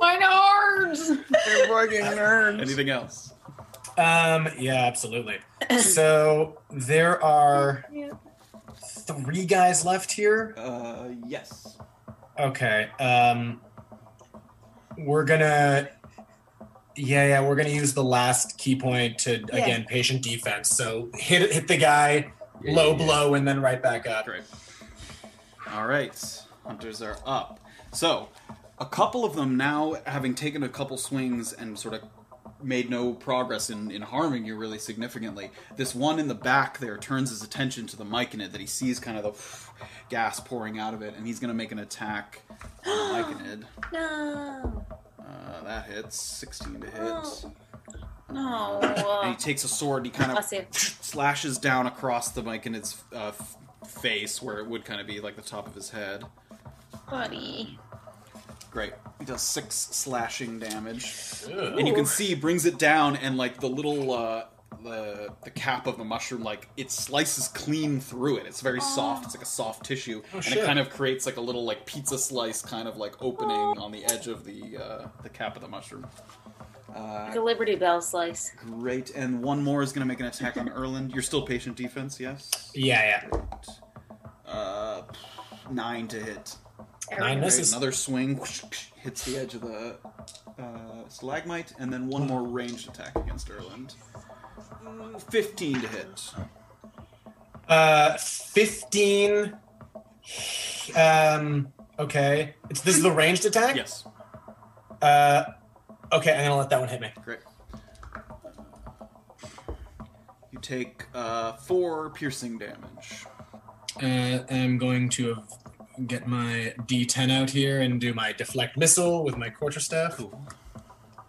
[SPEAKER 3] My arms.
[SPEAKER 11] fucking
[SPEAKER 4] Anything else?
[SPEAKER 6] Um, yeah, absolutely. So there are three guys left here.
[SPEAKER 4] Uh, yes.
[SPEAKER 6] Okay. Um, we're gonna. Yeah, yeah, we're gonna use the last key point to
[SPEAKER 8] Yeah.
[SPEAKER 6] again patient defense. So hit hit the guy,
[SPEAKER 4] Yeah,
[SPEAKER 6] low
[SPEAKER 4] yeah, yeah.
[SPEAKER 6] blow, and then right back up.
[SPEAKER 4] Great. All right, hunters are up. So, a couple of them now, having taken a couple swings and sort of made no progress in, in harming you really significantly, this one in the back there turns his attention to the mic in it that he sees kind of the gas pouring out of it, and he's going to make an attack on the mic
[SPEAKER 3] No.
[SPEAKER 4] Uh, that hits 16 to hit.
[SPEAKER 3] No.
[SPEAKER 4] and
[SPEAKER 12] uh,
[SPEAKER 4] he takes a sword and he kind of
[SPEAKER 3] Bless you.
[SPEAKER 4] slashes down across the mic in its uh, f- face where it would kind of be like the top of his head.
[SPEAKER 3] Buddy.
[SPEAKER 4] Great. He does six slashing damage,
[SPEAKER 6] Ew.
[SPEAKER 4] and you can see he brings it down, and like the little uh, the the cap of the mushroom, like it slices clean through it. It's very soft. It's like a soft tissue,
[SPEAKER 6] Oh,
[SPEAKER 4] and
[SPEAKER 6] shit.
[SPEAKER 4] it kind of creates like a little like pizza slice kind of like opening on the edge of the uh, the cap of the mushroom. Uh,
[SPEAKER 3] Like a Liberty Bell slice.
[SPEAKER 4] great, and one more is going to make an attack on Erland. You're still patient defense, yes?
[SPEAKER 6] Yeah, yeah.
[SPEAKER 4] Uh, nine to hit.
[SPEAKER 6] Nine misses.
[SPEAKER 4] Another swing whoosh, whoosh, hits the edge of the uh, stalagmite, and then one more ranged attack against Erland. Mm, Fifteen to hit.
[SPEAKER 6] Uh, fifteen. Um. Okay. It's this is the ranged attack.
[SPEAKER 4] Yes.
[SPEAKER 6] Uh. Okay, I'm gonna let that one hit me.
[SPEAKER 4] Great. You take uh, four piercing damage.
[SPEAKER 6] Uh, I'm going to have, get my D10 out here and do my deflect missile with my quarterstaff.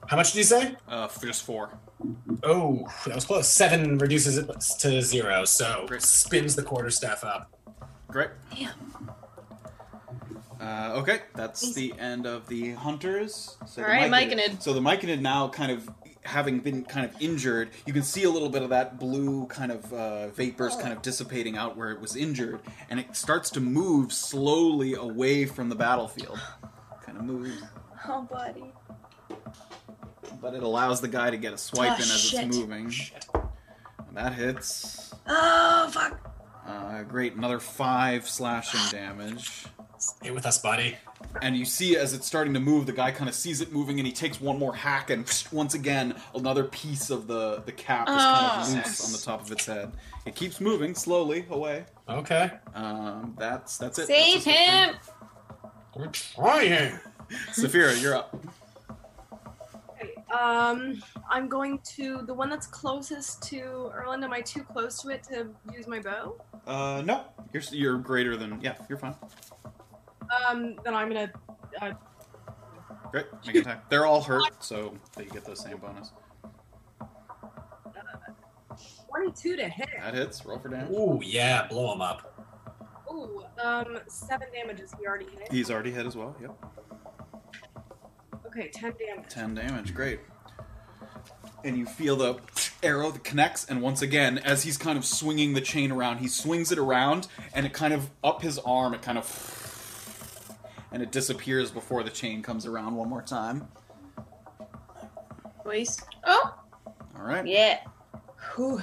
[SPEAKER 6] How much did you say?
[SPEAKER 4] Uh, f- just four.
[SPEAKER 6] Oh, that was close. Seven reduces it to zero, so spins the quarterstaff up.
[SPEAKER 4] Great. Uh, okay, that's the end of the hunters. So the
[SPEAKER 12] All right,
[SPEAKER 4] Myconid-
[SPEAKER 12] Myconid.
[SPEAKER 4] So the Myconid now kind of having been kind of injured, you can see a little bit of that blue kind of uh, vapors kind of dissipating out where it was injured, and it starts to move slowly away from the battlefield. Kind of moves,
[SPEAKER 12] Oh, buddy.
[SPEAKER 4] but it allows the guy to get a swipe
[SPEAKER 12] Ah,
[SPEAKER 4] in as
[SPEAKER 12] shit.
[SPEAKER 4] it's moving. And that hits.
[SPEAKER 12] Oh, fuck.
[SPEAKER 4] Uh, great, another five slashing damage.
[SPEAKER 6] Hit with us, buddy.
[SPEAKER 4] And you see as it's starting to move, the guy kind of sees it moving, and he takes one more hack, and once again, another piece of the the cap is kind of
[SPEAKER 6] Oh.
[SPEAKER 4] loose on the top of its head. It keeps moving slowly away.
[SPEAKER 6] Okay.
[SPEAKER 4] Um, that's that's it.
[SPEAKER 3] Save him.
[SPEAKER 6] We're trying.
[SPEAKER 4] Saphira, you're up.
[SPEAKER 5] Um, I'm going to the one that's closest to Erland. Am I too close to it to use my bow?
[SPEAKER 4] Uh, no, you're s- you're greater than yeah, you're fine.
[SPEAKER 5] Um, then I'm gonna. Uh,
[SPEAKER 4] Great, make an attack. They're all hurt, so they get the same bonus.
[SPEAKER 5] 22 to hit.
[SPEAKER 4] That hits. Roll for damage.
[SPEAKER 6] Ooh, yeah, blow him up.
[SPEAKER 5] Ooh, um, seven damages. He already hit.
[SPEAKER 4] He's already hit as well. Yep.
[SPEAKER 5] Okay, 10 damage.
[SPEAKER 4] 10 damage, great. And you feel the arrow that connects, and once again, as he's kind of swinging the chain around, he swings it around, and it kind of up his arm, it kind of. And it disappears before the chain comes around one more time.
[SPEAKER 12] Please.
[SPEAKER 3] Oh,
[SPEAKER 4] All right.
[SPEAKER 3] yeah.
[SPEAKER 12] Ooh.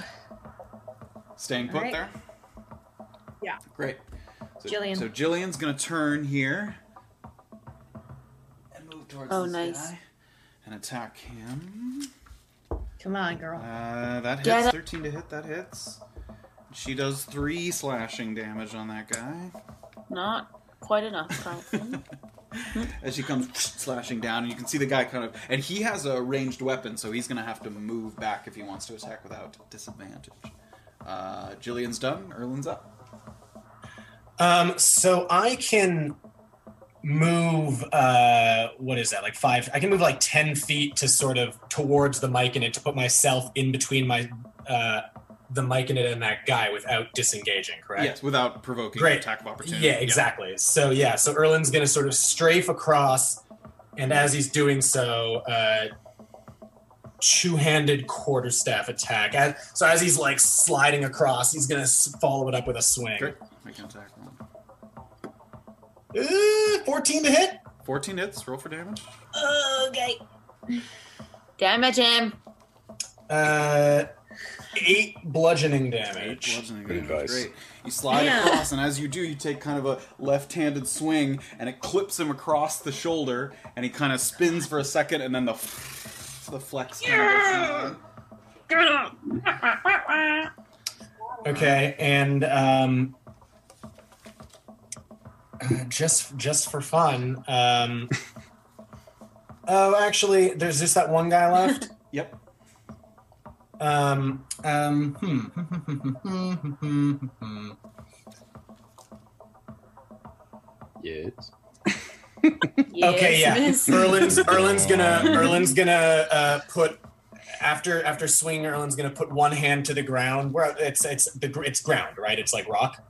[SPEAKER 4] Staying put
[SPEAKER 12] All right.
[SPEAKER 4] there.
[SPEAKER 5] Yeah.
[SPEAKER 4] Great. So,
[SPEAKER 12] Jillian.
[SPEAKER 4] So Jillian's going to turn here and move towards
[SPEAKER 12] Oh,
[SPEAKER 4] this
[SPEAKER 12] nice.
[SPEAKER 4] guy and attack him.
[SPEAKER 12] Come on, girl.
[SPEAKER 4] Uh, that
[SPEAKER 12] Get
[SPEAKER 4] hits.
[SPEAKER 12] up.
[SPEAKER 4] 13 to hit, that hits. She does three slashing damage on that guy.
[SPEAKER 3] Not quite enough, Franklin.
[SPEAKER 4] As she comes slashing down, and you can see the guy kind of. And he has a ranged weapon, so he's going to have to move back if he wants to attack without disadvantage. Uh, Jillian's done. Erlin's up.
[SPEAKER 6] Um, so I can move. Uh, what is that? Like five? I can move like ten feet to sort of towards the mic in it to put myself in between my uh, the mic in it and that guy without disengaging. Correct.
[SPEAKER 4] Yes, without provoking
[SPEAKER 6] Great.
[SPEAKER 4] an attack of opportunity.
[SPEAKER 6] Yeah, exactly. So yeah, so Erlin's gonna sort of strafe across, and as he's doing so, uh, two-handed quarterstaff attack. As, so as he's like sliding across, he's gonna s- follow it up with a swing.
[SPEAKER 4] Great. Make an attack roll.
[SPEAKER 6] Uh, Fourteen to hit.
[SPEAKER 4] 14 hits. Roll for damage.
[SPEAKER 3] okay. Damage him.
[SPEAKER 6] Uh, eight bludgeoning damage.
[SPEAKER 4] bludgeoning damage. Great. You slide across, and as you do, you take kind of a left-handed swing, and it clips him across the shoulder, and he kind of spins for a second, and then the the flex. Kind of
[SPEAKER 12] Get up.
[SPEAKER 6] Okay, and um, uh, just just for fun. Um, oh, actually, there's just that one guy left.
[SPEAKER 4] Yep.
[SPEAKER 6] Um. Um. Hmm.
[SPEAKER 14] Yes.
[SPEAKER 6] okay. Yeah.
[SPEAKER 14] Yes, miss.
[SPEAKER 6] Erlin's Erlin's gonna Erlin's gonna uh, put after after swing. Erlin's gonna put one hand to the ground. Where it's it's the gr- it's ground, right? It's like rock.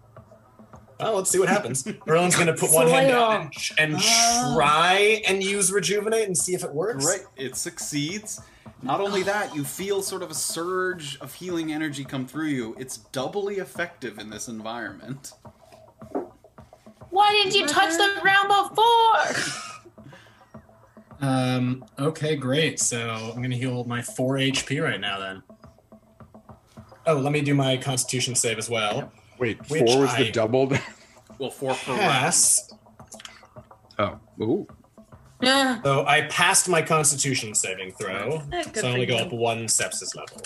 [SPEAKER 6] Well, let's see what happens. Erlin's gonna put one hand down and, sh- and try and use rejuvenate and see if it works.
[SPEAKER 4] Great. It succeeds. Not only that, you feel sort of a surge of healing energy come through you. It's doubly effective in this environment.
[SPEAKER 3] Why didn't you touch the ground before?
[SPEAKER 6] Um. Okay. Great. So I'm gonna heal my four HP right now. Then. Oh, let me do my Constitution save as well.
[SPEAKER 7] Wait,
[SPEAKER 6] Which
[SPEAKER 7] four was
[SPEAKER 6] I-
[SPEAKER 7] the doubled.
[SPEAKER 4] Well, four per
[SPEAKER 6] Pass.
[SPEAKER 7] oh, ooh.
[SPEAKER 6] So I passed my Constitution saving throw,
[SPEAKER 12] Oh, good
[SPEAKER 6] so I
[SPEAKER 12] for
[SPEAKER 6] only go
[SPEAKER 12] you.
[SPEAKER 6] up one sepsis level.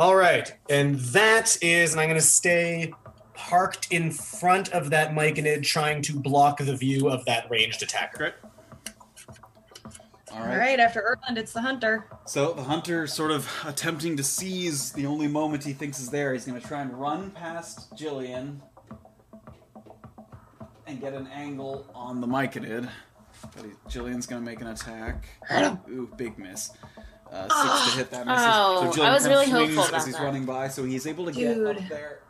[SPEAKER 6] All right, and that is, and I'm going to stay parked in front of that Myconid, trying to block the view of that ranged attacker.
[SPEAKER 4] All
[SPEAKER 12] All
[SPEAKER 4] right.
[SPEAKER 12] right, after Erland, it's the hunter.
[SPEAKER 4] So the hunter, sort of attempting to seize the only moment he thinks is there, he's going to try and run past Jillian and get an angle on the Myconid. But he, Jillian's going to make an attack. Ooh, big miss. Uh, six to hit that misses.
[SPEAKER 3] Oh,
[SPEAKER 4] so
[SPEAKER 3] I
[SPEAKER 4] Jillian
[SPEAKER 3] was
[SPEAKER 4] kind of
[SPEAKER 3] really
[SPEAKER 4] swings
[SPEAKER 3] hopeful
[SPEAKER 4] as
[SPEAKER 3] about
[SPEAKER 4] he's
[SPEAKER 3] that.
[SPEAKER 4] running by, so he's able to get
[SPEAKER 12] Dude.
[SPEAKER 4] up there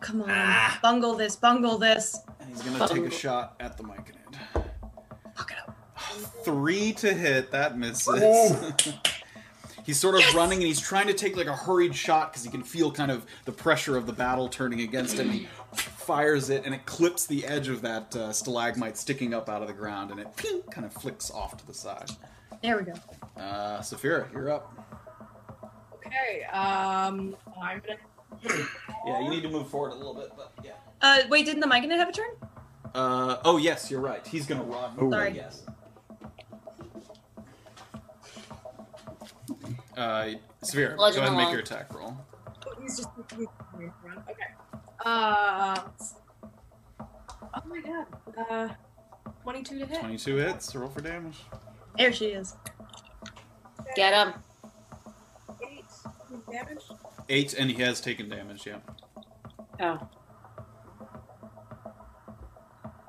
[SPEAKER 12] Come on.
[SPEAKER 4] Ah.
[SPEAKER 12] Bungle this, bungle this.
[SPEAKER 4] and he's going to take a shot at the Myconid. Three to hit, that misses. he's sort of running and he's trying to take like a hurried shot because he can feel kind of the pressure of the battle turning against him. He fires it and it clips the edge of that uh, stalagmite sticking up out of the ground and it ping, kind of flicks off to the side.
[SPEAKER 12] There we go.
[SPEAKER 4] Uh, Saphira, you're up.
[SPEAKER 5] Okay, um, I'm gonna.
[SPEAKER 4] Yeah, you need to move forward a little bit, but yeah.
[SPEAKER 12] Uh, wait, didn't the Myconid have a turn?
[SPEAKER 4] Uh, oh, yes, you're right. He's going to run.
[SPEAKER 12] Ooh. Sorry.
[SPEAKER 4] Yes. Uh, Saphira, go
[SPEAKER 5] Bludgeon
[SPEAKER 4] ahead and make
[SPEAKER 5] along.
[SPEAKER 4] your attack roll.
[SPEAKER 5] Oh, he's just. he's running around. Okay. Uh. Oh my god. Uh, 22 to hit.
[SPEAKER 4] 22 hits, roll for damage.
[SPEAKER 12] There she is.
[SPEAKER 3] Get him.
[SPEAKER 5] Eight damage.
[SPEAKER 4] Eight, and he has taken damage, yeah.
[SPEAKER 3] Oh.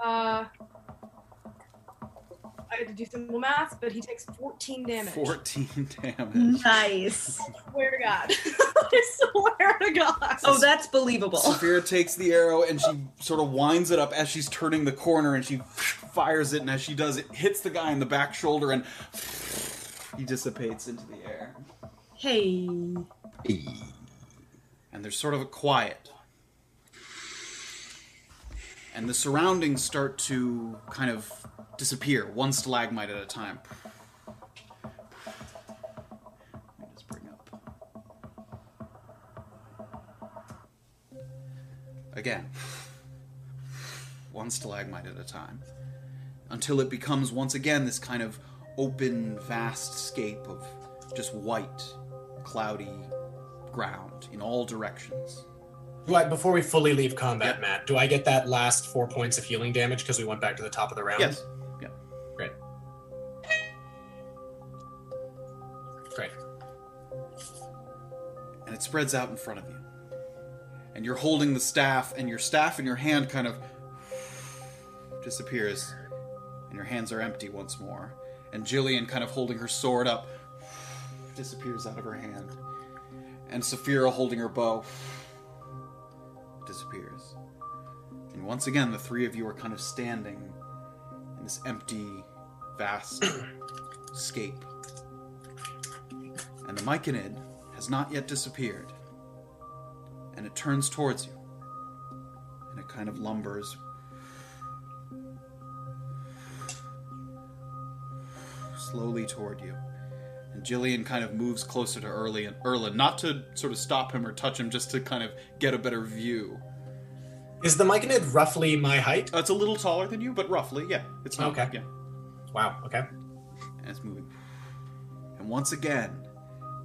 [SPEAKER 5] Uh. I had to do simple math, but he takes 14 damage.
[SPEAKER 4] 14 damage.
[SPEAKER 12] Nice.
[SPEAKER 5] I swear to God. I swear to God.
[SPEAKER 12] Oh, that's believable.
[SPEAKER 4] Saphira takes the arrow and she sort of winds it up as she's turning the corner and she fires it, and as she does, it hits the guy in the back shoulder and he dissipates into the air.
[SPEAKER 12] Hey.
[SPEAKER 4] And there's sort of a quiet. And the surroundings start to kind of disappear, one stalagmite at a time. again, one stalagmite at a time, until it becomes once again this kind of open, vast scape of just white, cloudy ground in all directions.
[SPEAKER 6] Right, before we fully leave combat, Matt, do I get that last four points of healing damage because we went back to the top of the round?
[SPEAKER 4] Yes. Yeah.
[SPEAKER 6] Great. Great.
[SPEAKER 4] And it spreads out in front of you and you're holding the staff, and your staff in your hand kind of disappears, and your hands are empty once more. And Jillian, kind of holding her sword up, disappears out of her hand. And Saphira, holding her bow, disappears. And once again, the three of you are kind of standing in this empty, vast scape. And the Myconid has not yet disappeared and it turns towards you. And it kind of lumbers. Slowly toward you. And Jillian kind of moves closer to Erly and Erlin, not to sort of stop him or touch him, just to kind of get a better view.
[SPEAKER 6] Is the Myconid roughly my height?
[SPEAKER 4] Uh, it's a little taller than you, but roughly, yeah. It's not
[SPEAKER 6] Okay.
[SPEAKER 4] yeah.
[SPEAKER 6] Wow, okay.
[SPEAKER 4] And it's moving. And once again,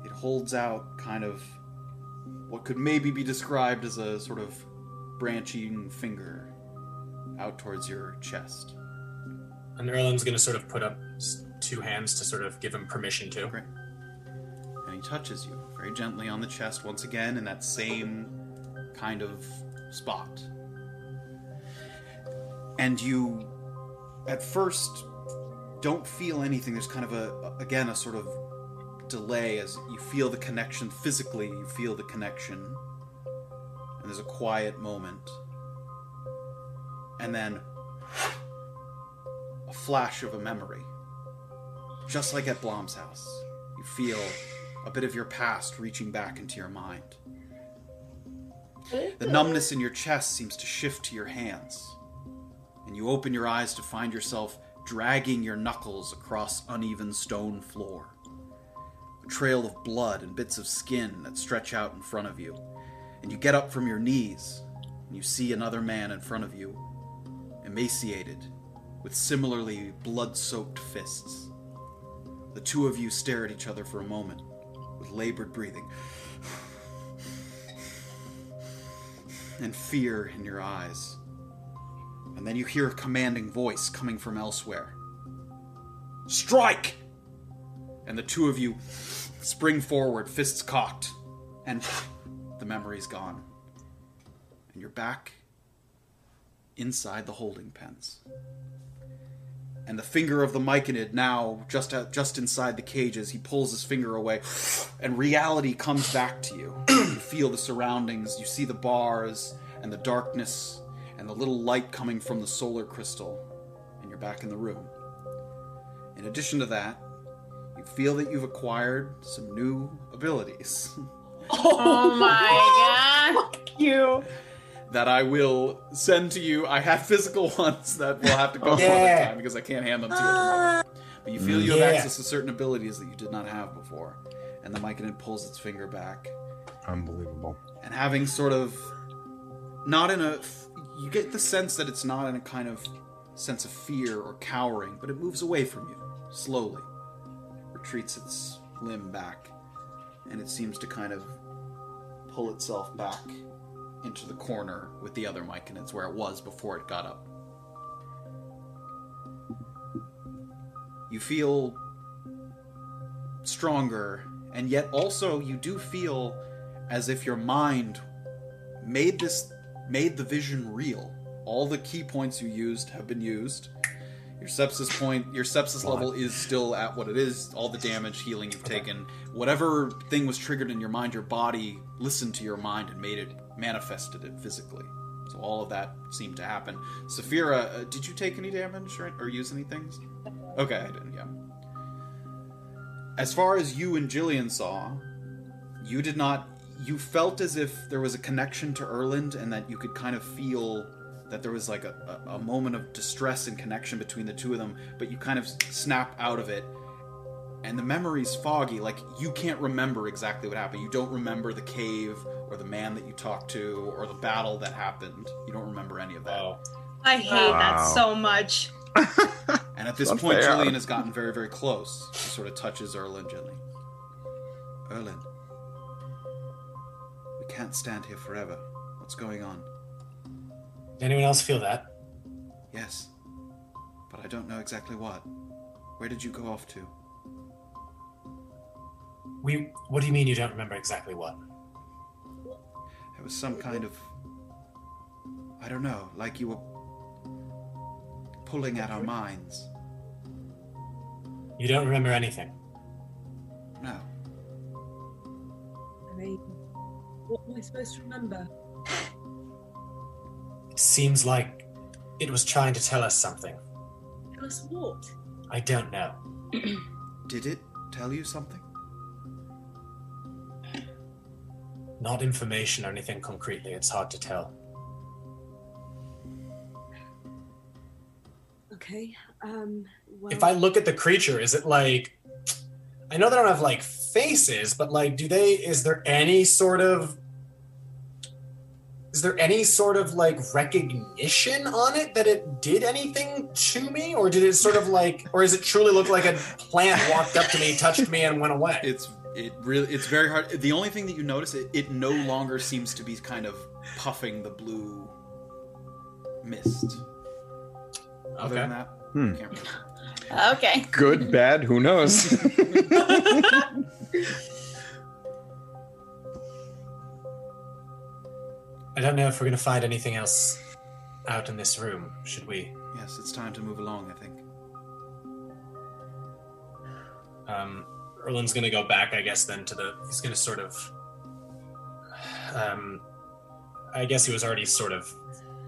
[SPEAKER 4] it holds out kind of what could maybe be described as a sort of branching finger out towards your chest.
[SPEAKER 6] And Erlin's going to sort of put up s- two hands to sort of give him permission to.
[SPEAKER 4] And he touches you very gently on the chest once again in that same kind of spot. And you, at first, don't feel anything. There's kind of a, again, a sort of delay as you feel the connection physically, you feel the connection. And there's a quiet moment. And then a flash of a memory. Just like at Blom's house, you feel a bit of your past reaching back into your mind. The numbness in your chest seems to shift to your hands, and you open your eyes to find yourself dragging your knuckles across uneven stone floor. A trail of blood and bits of skin that stretch out in front of you, and you get up from your knees, and you see another man in front of you, emaciated, with similarly blood soaked fists. The two of you stare at each other for a moment, with labored breathing. and fear in your eyes. And then you hear a commanding voice coming from elsewhere Strike! And the two of you spring forward, fists cocked, and the memory's gone. And you're back inside the holding pens. And the finger of the Myconid now just out, just inside the cages, he pulls his finger away, and reality comes back to you. you feel the surroundings, you see the bars and the darkness and the little light coming from the solar crystal, and you're back in the room. In addition to that, you feel that you've acquired some new abilities
[SPEAKER 3] Oh my god.
[SPEAKER 12] you.
[SPEAKER 4] that I will send to you. I have physical ones that will have to go
[SPEAKER 6] Yeah.
[SPEAKER 4] all the time because I can't hand them to you. at the moment. But you feel you have
[SPEAKER 6] Yeah.
[SPEAKER 4] access to certain abilities that you did not have before. And the Myconid pulls its finger back.
[SPEAKER 7] Unbelievable.
[SPEAKER 4] And having sort of. Not in a. You get the sense that it's not in a kind of sense of fear or cowering, but it moves away from you, slowly. Retreats its limb back. And it seems to kind of pull itself back into the corner with the other Myconids where it was before it got up. You feel stronger, and yet also you do feel as if your mind made this made the vision real. All the key points you used have been used. Your sepsis point, your sepsis level is still at what it is. All the damage, healing you've taken, whatever thing was triggered in your mind, your body listened to your mind and made it manifested it physically. So all of that seemed to happen. Saphira, uh, did you take any damage or, or use any things? Okay, I didn't. Yeah. As far as you and Jillian saw, you did not. You felt as if there was a connection to Erland, and that you could kind of feel that there was like a, a, a moment of distress and connection between the two of them. But you kind of snap out of it, and the memory's foggy. Like you can't remember exactly what happened. You don't remember the cave or the man that you talked to or the battle that happened. You don't remember any of that.
[SPEAKER 2] I hate
[SPEAKER 5] Oh,
[SPEAKER 2] that
[SPEAKER 4] Wow.
[SPEAKER 2] so much.
[SPEAKER 4] And at this
[SPEAKER 2] It's
[SPEAKER 4] point,
[SPEAKER 2] unfair.
[SPEAKER 4] Julian has gotten very, very close. She sort of touches Erlin gently. Erlin, we can't stand here forever. What's going on?
[SPEAKER 6] Did anyone else feel that?
[SPEAKER 4] Yes, but I don't know exactly what. Where did you go off to?
[SPEAKER 6] We. What do you mean you don't remember exactly what?
[SPEAKER 4] It was some kind of. I don't know, like you were pulling at our minds.
[SPEAKER 6] You don't remember anything.
[SPEAKER 4] No.
[SPEAKER 5] I mean, what am I supposed to remember?
[SPEAKER 6] It seems like it was trying to tell us something.
[SPEAKER 5] Tell us what?
[SPEAKER 6] I don't know.
[SPEAKER 4] Did it tell you something?
[SPEAKER 6] Not information or anything concretely. It's hard to tell.
[SPEAKER 5] Okay. Um. Well,
[SPEAKER 6] If I look at the creature, is it like I know they don't have like faces, but like do they is there any sort of is there any sort of like recognition on it that it did anything to me or did it sort of like or is it truly look like a plant walked up to me, touched me and went away?
[SPEAKER 4] It's it really it's very hard the only thing that you notice it, it no longer seems to be kind of puffing the blue mist other than that
[SPEAKER 11] Hmm.
[SPEAKER 4] can't remember.
[SPEAKER 3] Okay.
[SPEAKER 11] Good, bad, who knows?
[SPEAKER 6] I don't know if we're gonna find anything else out in this room, should we?
[SPEAKER 4] yes it's time to move along i think
[SPEAKER 6] Um, Erlin's gonna go back, I guess. Then to the he's gonna sort of, um, I guess he was already sort of,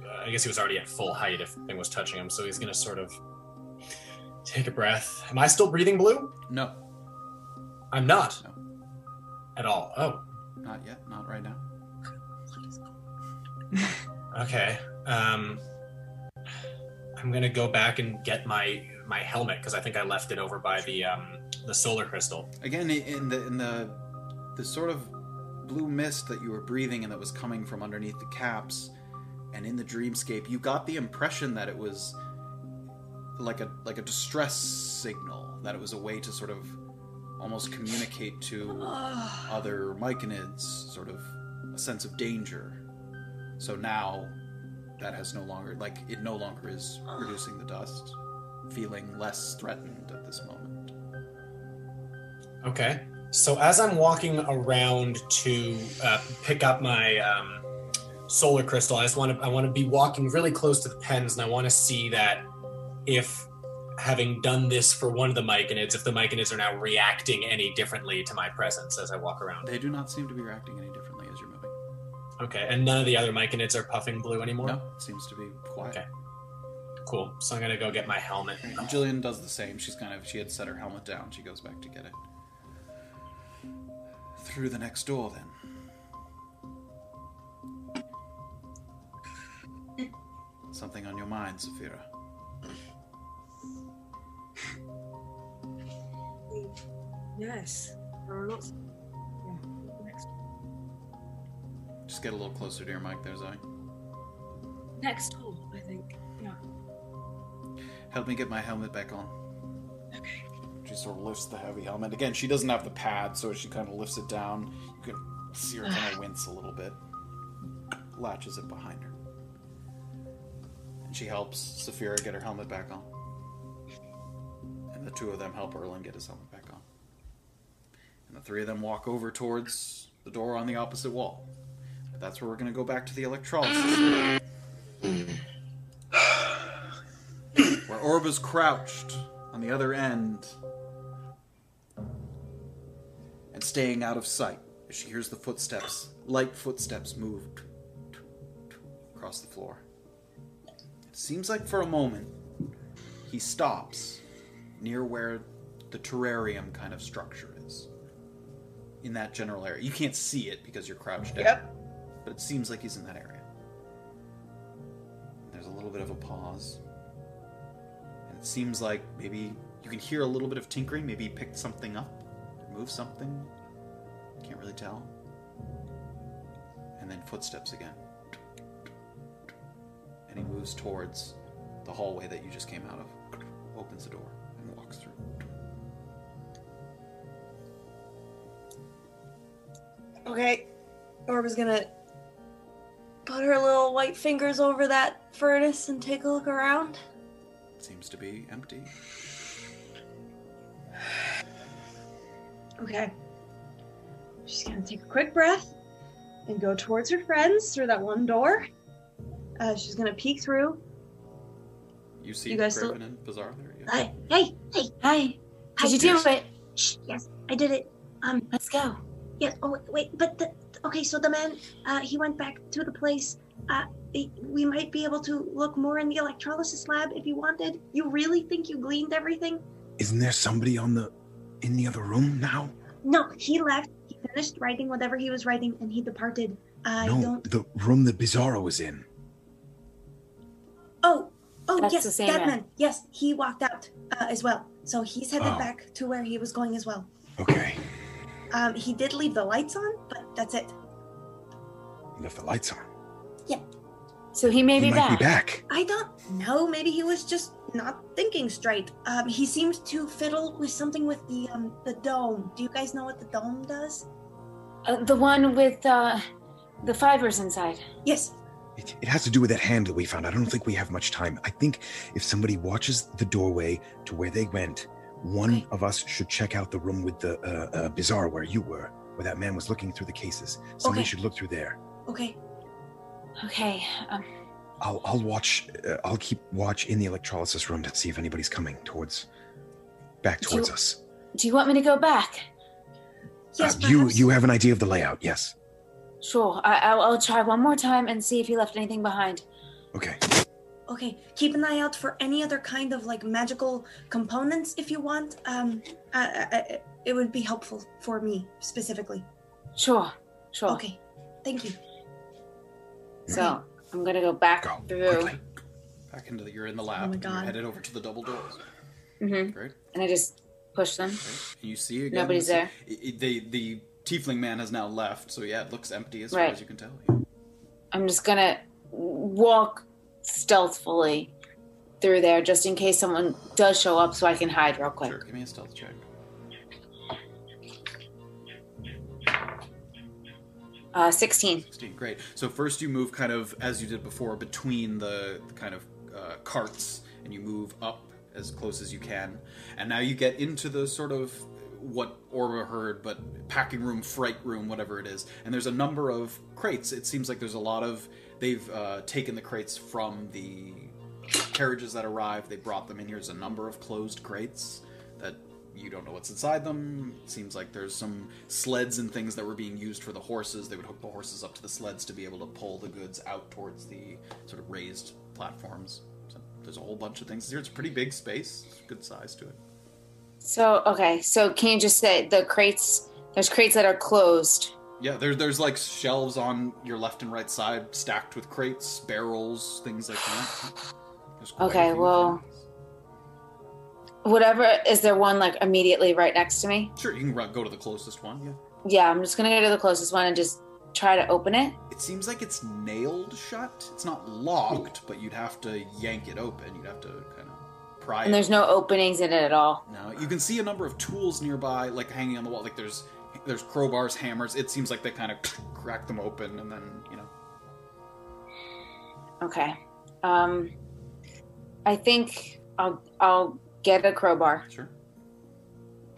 [SPEAKER 6] uh, I guess he was already at full height if the thing was touching him. So he's gonna sort of take a breath. Am I still breathing blue?
[SPEAKER 4] No,
[SPEAKER 6] I'm not. At all. Oh,
[SPEAKER 4] not yet not right now
[SPEAKER 6] okay. Um, I'm gonna go back and get my my helmet because I think I left it over by the um the solar crystal.
[SPEAKER 4] again i- in the in the the sort of blue mist that you were breathing and that was coming from underneath the caps and in the dreamscape you got the impression that it was like a like a distress signal that it was a way to sort of almost communicate to other myconids sort of a sense of danger so now that has no longer like it no longer is reducing the dust feeling less threatened at this moment
[SPEAKER 6] Okay. So as I'm walking around to uh, pick up my um, solar crystal, I just want to I want to be walking really close to the pens, and I want to see that if having done this for one of the myconids, if the myconids are now reacting any differently to my presence as I walk around.
[SPEAKER 4] They do not seem to be reacting any differently as you're moving.
[SPEAKER 6] Okay, and none of the other myconids are puffing blue anymore.
[SPEAKER 4] No, it seems to be quiet.
[SPEAKER 6] Okay. Cool. So I'm gonna go get my helmet.
[SPEAKER 4] And Jillian does the same. She's kind of she had set her helmet down. She goes back to get it. Through the next door, then. Something on your mind, Saphira.
[SPEAKER 5] yes. There are lots. Yeah. Next.
[SPEAKER 4] Just get a little closer to your mic there, Zoe.
[SPEAKER 5] Next door, I think. Yeah.
[SPEAKER 4] Help me get my helmet back on. Okay. She sort of lifts the heavy helmet. Again, she doesn't have the pad, so she kind of lifts it down. You can see her kind of wince a little bit. Latches it behind her. And she helps Saphira get her helmet back on. And the two of them help Erlen get his helmet back on. And the three of them walk over towards the door on the opposite wall. But that's where we're going to go back to the electrolysis. where Orba's crouched on the other end and staying out of sight as she hears the footsteps, light footsteps move across the floor. It seems like for a moment he stops near where the terrarium kind of structure is. In that general area. You can't see it because you're crouched down. Yep. But it seems like he's in that area. There's a little bit of a pause. And it seems like maybe you can hear a little bit of tinkering, maybe he picked something up, moved something. Can't really tell. And then footsteps again. And he moves towards the hallway that you just came out of, opens the door, and walks through.
[SPEAKER 12] Okay. Orba's gonna put her little white fingers over that furnace and take a look around.
[SPEAKER 4] Seems to be empty.
[SPEAKER 2] Okay. She's gonna take a quick breath and go towards her friends through that one door. Uh, she's gonna peek through.
[SPEAKER 4] You see
[SPEAKER 2] You
[SPEAKER 4] the
[SPEAKER 2] guys still-
[SPEAKER 4] Graven and Bizarre there? Yeah.
[SPEAKER 12] Hi, hey, hey, hi.
[SPEAKER 3] Did you do it?
[SPEAKER 12] Shh, yes, I did it. Um,
[SPEAKER 3] let's go.
[SPEAKER 12] Yeah. Oh wait, wait, but the, okay. So the man, uh, he went back to the place. Uh, he- we might be able to look more in the electrolysis lab if you wanted. You really think you gleaned everything?
[SPEAKER 11] Isn't there somebody on the in the other room now?
[SPEAKER 12] No, he left. He finished writing whatever he was writing, and he departed. I
[SPEAKER 11] no,
[SPEAKER 12] don't.
[SPEAKER 11] the room that Bizarro was in.
[SPEAKER 12] Oh, oh
[SPEAKER 3] That's
[SPEAKER 12] yes,
[SPEAKER 3] the same
[SPEAKER 12] that
[SPEAKER 3] man.
[SPEAKER 12] man. Yes, he walked out uh, as well. So he's headed
[SPEAKER 11] Oh.
[SPEAKER 12] back to where he was going as well.
[SPEAKER 11] Okay,
[SPEAKER 12] Um, he did leave the lights on, but that's it.
[SPEAKER 11] left the lights on.
[SPEAKER 3] So he may
[SPEAKER 11] He
[SPEAKER 3] be
[SPEAKER 11] might
[SPEAKER 3] back.
[SPEAKER 11] be back.
[SPEAKER 12] I don't know. Maybe he was just not thinking straight. Um, he seemed to fiddle with something with the um the dome. Do you guys know what the dome does?
[SPEAKER 3] Uh, the one with uh, the fibers inside.
[SPEAKER 12] Yes.
[SPEAKER 11] It, it has to do with that hand that we found. I don't think we have much time. I think if somebody watches the doorway to where they went, one of us should check out the room with the uh, uh, Bizarro where you were, where that man was looking through the cases. Somebody
[SPEAKER 3] Okay.
[SPEAKER 11] should look through there.
[SPEAKER 12] Okay.
[SPEAKER 3] Okay. Um,
[SPEAKER 11] I'll I'll watch. Uh, I'll keep watch in the electrolysis room to see if anybody's coming towards, back
[SPEAKER 3] Do
[SPEAKER 11] towards
[SPEAKER 3] you-
[SPEAKER 11] us.
[SPEAKER 3] do you want me to go back?
[SPEAKER 11] Uh, you you have an idea of the layout, yes?
[SPEAKER 3] Sure. I, I'll, I'll try one more time and see if he left anything behind.
[SPEAKER 11] Okay.
[SPEAKER 12] Okay. Keep an eye out for any other kind of like magical components if you want. Um, I, I, I- it would be helpful for me specifically.
[SPEAKER 3] Sure.
[SPEAKER 11] Oh.
[SPEAKER 3] Sure.
[SPEAKER 12] Okay. Thank you.
[SPEAKER 3] So I'm gonna go back through.
[SPEAKER 4] Back into the, you're in the
[SPEAKER 2] Oh
[SPEAKER 4] lab.
[SPEAKER 3] my
[SPEAKER 4] and you're
[SPEAKER 3] God.
[SPEAKER 4] headed over to the double doors.
[SPEAKER 3] hmm
[SPEAKER 4] Right?
[SPEAKER 3] And I just push them.
[SPEAKER 4] And you see again.
[SPEAKER 3] Nobody's
[SPEAKER 4] you
[SPEAKER 3] there.
[SPEAKER 4] see- i- i- the the tiefling man has now left, so yeah, it looks empty as far
[SPEAKER 3] Right.
[SPEAKER 4] as you can tell.
[SPEAKER 3] I'm just gonna walk stealthfully through there just in case someone does show up so I can hide real quick.
[SPEAKER 4] Give me a stealth check.
[SPEAKER 3] Uh, 16.
[SPEAKER 4] 16, great. So first you move kind of as you did before between the, the kind of uh, carts, and you move up as close as you can, and now you get into the sort of what Orba heard, but packing room, freight room, whatever it is. And there's a number of crates. It seems like there's a lot of they've uh, taken the crates from the carriages that arrived. They brought them in. Here's a number of closed crates that you don't know what's inside them. It seems like there's some sleds and things that were being used for the horses. They would hook the horses up to the sleds to be able to pull the goods out towards the sort of raised platforms. So there's a whole bunch of things here. It's a pretty big space. It's a good size to it.
[SPEAKER 3] So, okay. So, can you just say the crates? There's crates that are closed.
[SPEAKER 4] Yeah, there, there's like shelves on your left and right side stacked with crates, barrels, things like that. There's quite a
[SPEAKER 3] Okay,
[SPEAKER 4] few
[SPEAKER 3] well. Whatever. Is there one like immediately right next to me?
[SPEAKER 4] Sure, you can run, go to the closest one. Yeah.
[SPEAKER 3] Yeah, I'm just gonna go to the closest one and just try to open it.
[SPEAKER 4] It seems like it's nailed shut. It's not locked, but you'd have to yank it open. You'd have to kind of pry.
[SPEAKER 3] And
[SPEAKER 4] it.
[SPEAKER 3] there's no openings in it at all.
[SPEAKER 4] No, you can see a number of tools nearby, like hanging on the wall. Like there's there's crowbars, hammers. It seems like they kind of crack them open, and then you know.
[SPEAKER 3] Okay. Um, I think I'll I'll get a crowbar.
[SPEAKER 4] Sure.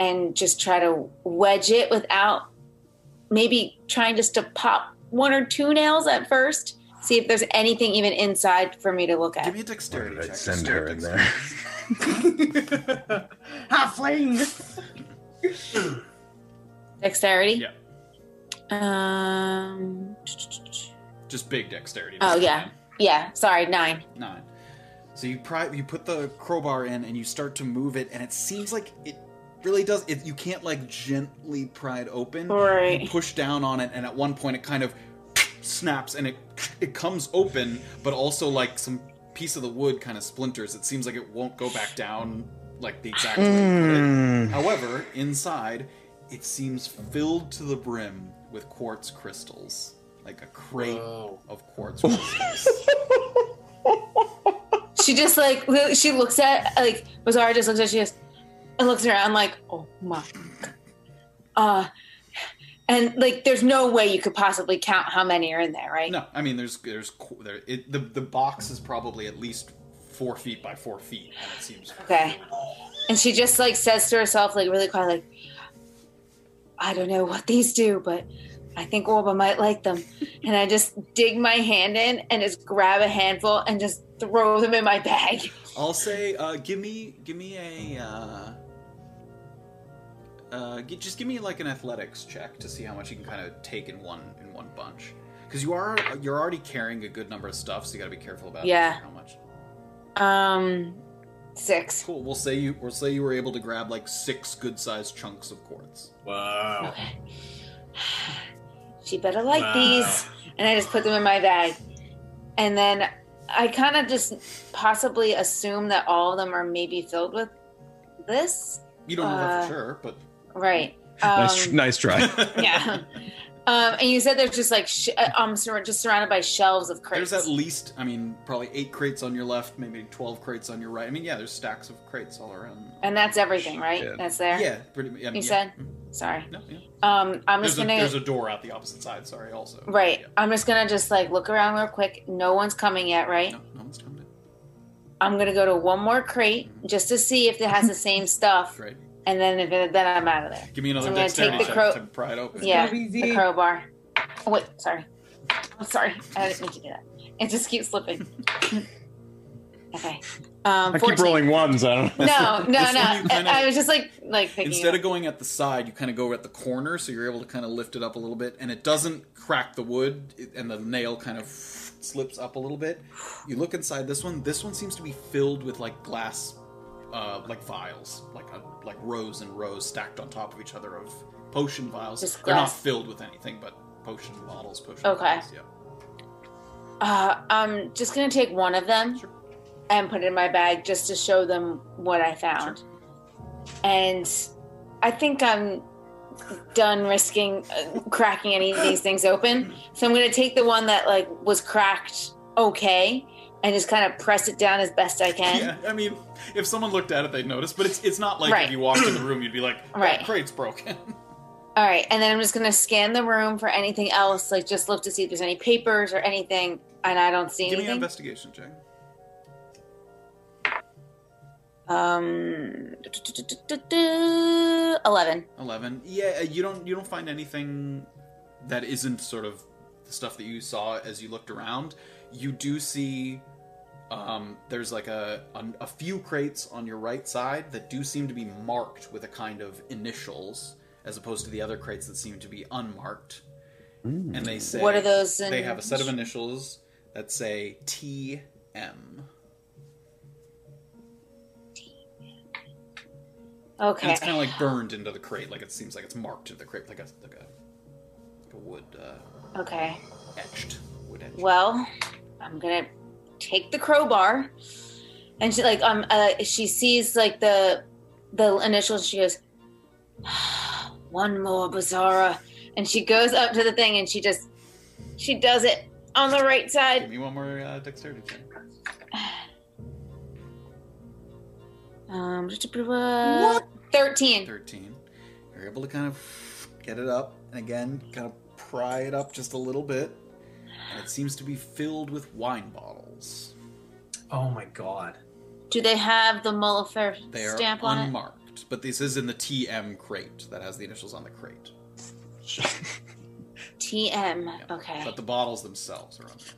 [SPEAKER 3] And just try to wedge it without maybe trying just to pop one or two nails at first, see if there's anything even inside for me to look at. Give
[SPEAKER 4] me a dexterity
[SPEAKER 7] I'd send her in there.
[SPEAKER 3] Halfling. Dexterity.
[SPEAKER 4] Yeah.
[SPEAKER 3] Um.
[SPEAKER 4] Just big dexterity.
[SPEAKER 3] Oh
[SPEAKER 4] this
[SPEAKER 3] yeah,
[SPEAKER 4] time.
[SPEAKER 3] yeah. Sorry, nine.
[SPEAKER 4] Nine. So you pry, you put the crowbar in and you start to move it, and it seems like it really does. It, you can't like gently pry it open.
[SPEAKER 3] Right.
[SPEAKER 4] You push down on it, and at one point it kind of snaps, and it it comes open, but also like some piece of the wood kind of splinters. It seems like it won't go back down like the exact way you put it. However, inside, it seems filled to the brim with quartz crystals, like a crate of quartz crystals.
[SPEAKER 3] She just like li- she looks at like Bizarre just looks at she goes and looks around like oh my, God. uh, and like there's no way you could possibly count how many are in there, right?
[SPEAKER 4] no, I mean there's there's qu- there, it, the the box is probably at least four feet by four feet, and it seems
[SPEAKER 3] Okay. And she just like says to herself, like really quiet, like, I don't know what these do, but I think Orba might like them. And I just dig my hand in and just grab a handful and just throw them in my bag.
[SPEAKER 4] I'll say, uh, give me, give me a, uh, uh, gi- just give me like an athletics check to see how much you can kind of take in one in one bunch, because you are you're already carrying a good number of stuff, so you got to be careful about
[SPEAKER 3] Yeah.
[SPEAKER 4] how much.
[SPEAKER 3] Um, six.
[SPEAKER 4] Cool. We'll say you, we'll say you were able to grab like six good sized chunks of quartz.
[SPEAKER 6] Wow.
[SPEAKER 3] She better like
[SPEAKER 4] Wow.
[SPEAKER 3] these. And I just put them in my bag. And then I kind of just possibly assume that all of them are maybe filled with this.
[SPEAKER 4] You don't know that
[SPEAKER 3] Uh,
[SPEAKER 4] for sure, but
[SPEAKER 3] Right.
[SPEAKER 7] nice,
[SPEAKER 3] Um,
[SPEAKER 7] nice
[SPEAKER 11] Uh,
[SPEAKER 7] try.
[SPEAKER 3] yeah. Um, and you said there's just like sh- uh, um, sur- just surrounded by shelves of crates.
[SPEAKER 4] there's at least, I mean, probably eight crates on your left, maybe twelve crates on your right. I mean, yeah, there's stacks of crates all around.
[SPEAKER 3] and that's everything, right?
[SPEAKER 4] Yeah.
[SPEAKER 3] That's there.
[SPEAKER 4] Yeah, pretty. I mean,
[SPEAKER 3] you
[SPEAKER 4] yeah. Mm,
[SPEAKER 3] said. Sorry.
[SPEAKER 4] No, yeah.
[SPEAKER 3] Um, I'm
[SPEAKER 4] there's
[SPEAKER 3] just
[SPEAKER 4] a,
[SPEAKER 3] gonna.
[SPEAKER 4] there's a door out the opposite side. Sorry, also.
[SPEAKER 3] right. I'm just gonna just like look around real quick. No one's coming yet, right?
[SPEAKER 4] No one's coming.
[SPEAKER 3] I'm gonna go to one more crate just to see if it has the same stuff,
[SPEAKER 4] Great.
[SPEAKER 3] and then if it, then I'm out of there.
[SPEAKER 4] Give me another
[SPEAKER 3] I'm gonna
[SPEAKER 4] dexterity
[SPEAKER 3] take the
[SPEAKER 4] check
[SPEAKER 3] crow-
[SPEAKER 4] to pry it open.
[SPEAKER 3] yeah, the crowbar. Oh, wait, sorry. I'm sorry. I didn't mean to do that. It just keeps slipping. okay. Um,
[SPEAKER 14] I
[SPEAKER 3] 14.
[SPEAKER 14] keep rolling ones. I don't.
[SPEAKER 3] No, no, no.
[SPEAKER 4] It's when you kinda-
[SPEAKER 3] I was just like, like picking.
[SPEAKER 4] Instead
[SPEAKER 3] it
[SPEAKER 4] of going at the side, you kind of go at the corner, so you're able to kind of lift it up a little bit, and it doesn't crack the wood, it- and the nail kind of slips up a little bit. You look inside this one. This one seems to be filled with like glass, uh, like vials, like a, like rows and rows stacked on top of each other of potion vials.
[SPEAKER 3] Just
[SPEAKER 4] They're not
[SPEAKER 3] glass.
[SPEAKER 4] filled with anything, but potion bottles, potion.
[SPEAKER 3] Okay.
[SPEAKER 4] bottles, yeah.
[SPEAKER 3] up. uh, I'm just gonna take one of them and put it in my bag just to show them what I found. And I think I'm done risking uh, cracking any of these things open. So I'm gonna take the one that like was cracked okay and just kind of press it down as best I can.
[SPEAKER 4] Yeah, I mean, if someone looked at it, they'd notice. But it's it's not like
[SPEAKER 3] Right.
[SPEAKER 4] if you walked in the room, you'd be like, that
[SPEAKER 3] Right.
[SPEAKER 4] crate's broken.
[SPEAKER 3] All right, and then I'm just gonna scan the room for anything else. Like, just look to see if there's any papers or anything, and I don't see
[SPEAKER 4] Give me an
[SPEAKER 3] anything.
[SPEAKER 4] investigation check.
[SPEAKER 3] um, du-du-du-du-du-du, eleven.
[SPEAKER 4] Eleven. Yeah, uh, you don't you don't find anything that isn't sort of the stuff that you saw as you looked around. You do see um, there's like a, a a few crates on your right side that do seem to be marked with a kind of initials, as opposed to the other crates that seem to be unmarked. And they say
[SPEAKER 3] What are those in-
[SPEAKER 4] They have a set of initials that say T M.
[SPEAKER 3] Okay.
[SPEAKER 4] And it's kind of like burned into the crate, like it seems like it's marked into the crate, like a like a, like a wood uh,
[SPEAKER 3] Okay.
[SPEAKER 4] etched wood etched.
[SPEAKER 3] Well, I'm gonna take the crowbar, and she like um uh, she sees like the the initials. She goes, one more Bizarra, and she goes up to the thing and she just she does it on the right side.
[SPEAKER 4] Give me one more uh, dexterity check.
[SPEAKER 3] Um, what? Thirteen.
[SPEAKER 4] Thirteen. You're able to kind of get it up, and again, kind of pry it up just a little bit, and it seems to be filled with wine bottles.
[SPEAKER 6] Oh my god.
[SPEAKER 3] Do they have the Mullifer
[SPEAKER 4] They are
[SPEAKER 3] stamp on it?
[SPEAKER 4] unmarked, but this is in the TM crate that has the initials on the crate.
[SPEAKER 3] TM. Okay.
[SPEAKER 4] But the bottles themselves are unmarked.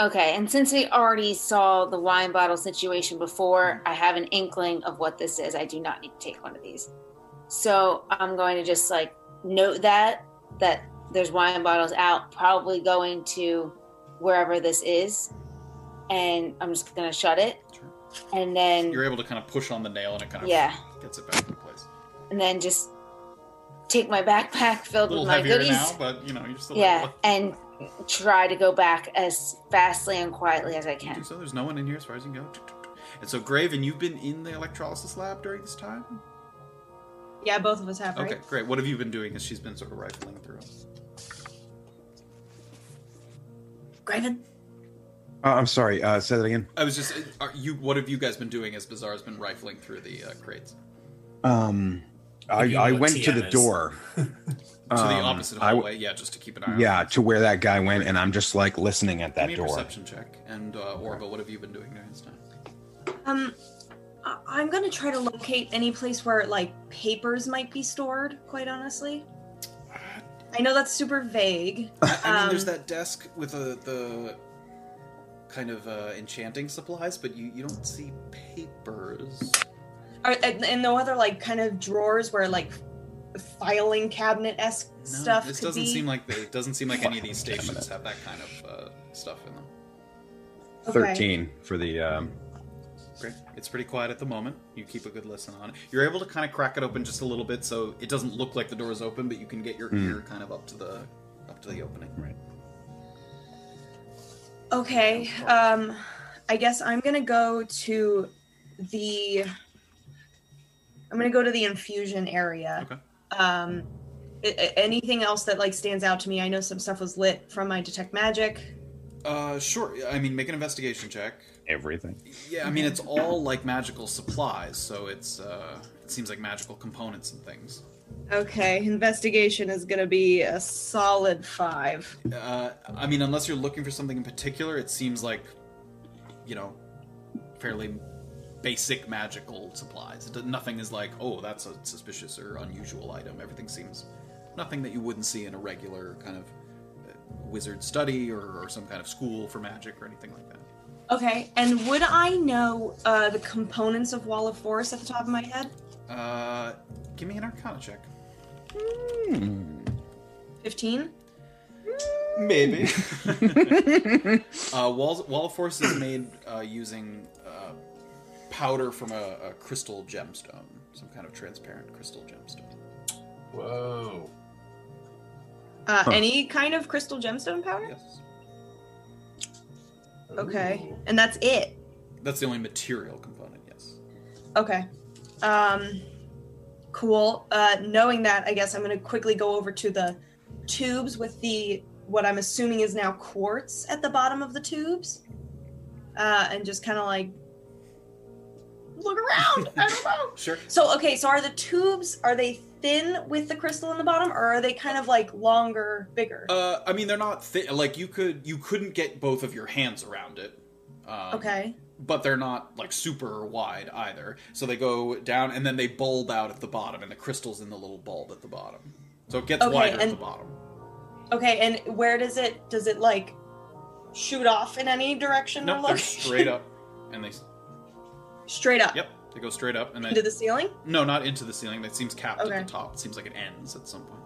[SPEAKER 3] Okay, and since we already saw the wine bottle situation before,
[SPEAKER 4] Mm-hmm.
[SPEAKER 3] I have an inkling of what this is. I do not need to take one of these. So I'm going to just like note that that there's wine bottles out, probably going to wherever this is, and I'm just gonna shut it. And then
[SPEAKER 4] You're able to kind of push on the nail and it kind of
[SPEAKER 3] Yeah.
[SPEAKER 4] gets it back in place.
[SPEAKER 3] and then just take my backpack
[SPEAKER 4] A
[SPEAKER 3] filled
[SPEAKER 4] little
[SPEAKER 3] with my
[SPEAKER 4] heavier
[SPEAKER 3] goodies.
[SPEAKER 4] now, but you know, you're still
[SPEAKER 3] yeah,
[SPEAKER 4] able
[SPEAKER 3] and try to go back as fastly and quietly as I
[SPEAKER 4] to do
[SPEAKER 3] can.
[SPEAKER 4] so. There's no one in here as far as you can go. And so, Graven, you've been in the electrolysis lab during this time?
[SPEAKER 12] Yeah, both of us have, right?
[SPEAKER 4] Okay, great. What have you been doing as she's been sort of rifling through?
[SPEAKER 15] Graven,
[SPEAKER 7] Uh, I'm sorry. Uh, say that again.
[SPEAKER 4] I was just, uh, are you. What have you guys been doing as Bazaar's been rifling through the uh, crates?
[SPEAKER 7] Um, I,
[SPEAKER 4] You
[SPEAKER 7] I
[SPEAKER 4] know what
[SPEAKER 7] went to
[SPEAKER 4] TM
[SPEAKER 7] the
[SPEAKER 4] is.
[SPEAKER 7] door.
[SPEAKER 4] To the
[SPEAKER 7] Um,
[SPEAKER 4] opposite
[SPEAKER 7] I w-
[SPEAKER 4] hallway, yeah, just to keep an eye. on
[SPEAKER 7] Yeah, to where that guy went, and I'm just like listening at
[SPEAKER 4] Give
[SPEAKER 7] that
[SPEAKER 4] me
[SPEAKER 7] door.
[SPEAKER 4] a perception check. And uh, Orba, what have you been doing during this time?
[SPEAKER 12] Um, I- I'm gonna try to locate any place where like papers might be stored. Quite honestly, I know that's super vague.
[SPEAKER 4] I, I mean, there's
[SPEAKER 12] Um,
[SPEAKER 4] that desk with the the kind of uh, enchanting supplies, but you you don't see papers.
[SPEAKER 12] Are, and, and no other like kind of drawers where like filing cabinet esque
[SPEAKER 4] No,
[SPEAKER 12] stuff.
[SPEAKER 4] This
[SPEAKER 12] could
[SPEAKER 4] doesn't
[SPEAKER 12] be?
[SPEAKER 4] seem like they, it doesn't seem like any of these stations have that kind of uh, stuff in them.
[SPEAKER 12] Okay.
[SPEAKER 7] Thirteen for the. Um,
[SPEAKER 4] Great. It's pretty quiet at the moment. You keep a good listen on it. You're able to kind of crack it open just a little bit, so it doesn't look like the door is open, but you can get your
[SPEAKER 7] Mm.
[SPEAKER 4] ear kind of up to the up to the opening.
[SPEAKER 7] Right.
[SPEAKER 12] Okay. Um, I guess I'm gonna go to the. I'm gonna go to the infusion area. Okay. Um, a- a- anything else that like stands out to me? I know some stuff was lit from my detect magic.
[SPEAKER 4] Uh, sure. I mean, make an investigation check.
[SPEAKER 7] Everything.
[SPEAKER 4] Yeah, I mean, it's all like magical supplies, so it's uh, it seems like magical components and things.
[SPEAKER 12] Okay, investigation is gonna be a solid five.
[SPEAKER 4] Uh, I mean, unless you're looking for something in particular, it seems like, you know, fairly basic magical supplies. It, does- nothing is like, oh, that's a suspicious or unusual item. Everything seems nothing that you wouldn't see in a regular kind of uh, wizard study or, or some kind of school for magic or anything like that.
[SPEAKER 12] Okay, and would I know uh, the components of Wall of Force at the top of my head?
[SPEAKER 4] Uh, give me an Arcana check.
[SPEAKER 12] Fifteen.
[SPEAKER 4] Maybe. uh, wall, wall of Force is made uh, using uh, powder from a, a crystal gemstone, some kind of transparent crystal gemstone.
[SPEAKER 6] Whoa.
[SPEAKER 12] Uh,
[SPEAKER 4] Huh.
[SPEAKER 12] Any kind of crystal gemstone powder?
[SPEAKER 4] Yes.
[SPEAKER 12] Okay, and that's it.
[SPEAKER 4] That's the only material component, yes.
[SPEAKER 12] Okay. Um cool. Uh knowing that, I guess I'm going to quickly go over to the tubes with the what I'm assuming is now quartz at the bottom of the tubes. Uh and just kind of like look around. I don't know.
[SPEAKER 4] Sure.
[SPEAKER 12] So okay, so are the tubes are they thin with the crystal in the bottom or are they kind of like longer, bigger?
[SPEAKER 4] Uh, I mean, they're not thi- like you could you couldn't get both of your hands around it. Um,
[SPEAKER 12] okay.
[SPEAKER 4] But they're not like super wide either, so they go down and then they bulb out at the bottom, and the crystals in the little bulb at the bottom. So it gets
[SPEAKER 12] Okay,
[SPEAKER 4] wider at
[SPEAKER 12] and-
[SPEAKER 4] the bottom.
[SPEAKER 12] Okay, and where does it does it like shoot off in any direction
[SPEAKER 4] No,
[SPEAKER 12] or
[SPEAKER 4] they're
[SPEAKER 12] look
[SPEAKER 4] straight up, and they
[SPEAKER 12] straight up
[SPEAKER 4] yep they go straight up and then
[SPEAKER 12] into the ceiling?
[SPEAKER 4] no not into the ceiling that seems capped
[SPEAKER 12] Okay.
[SPEAKER 4] at the top. It seems like it ends at some point.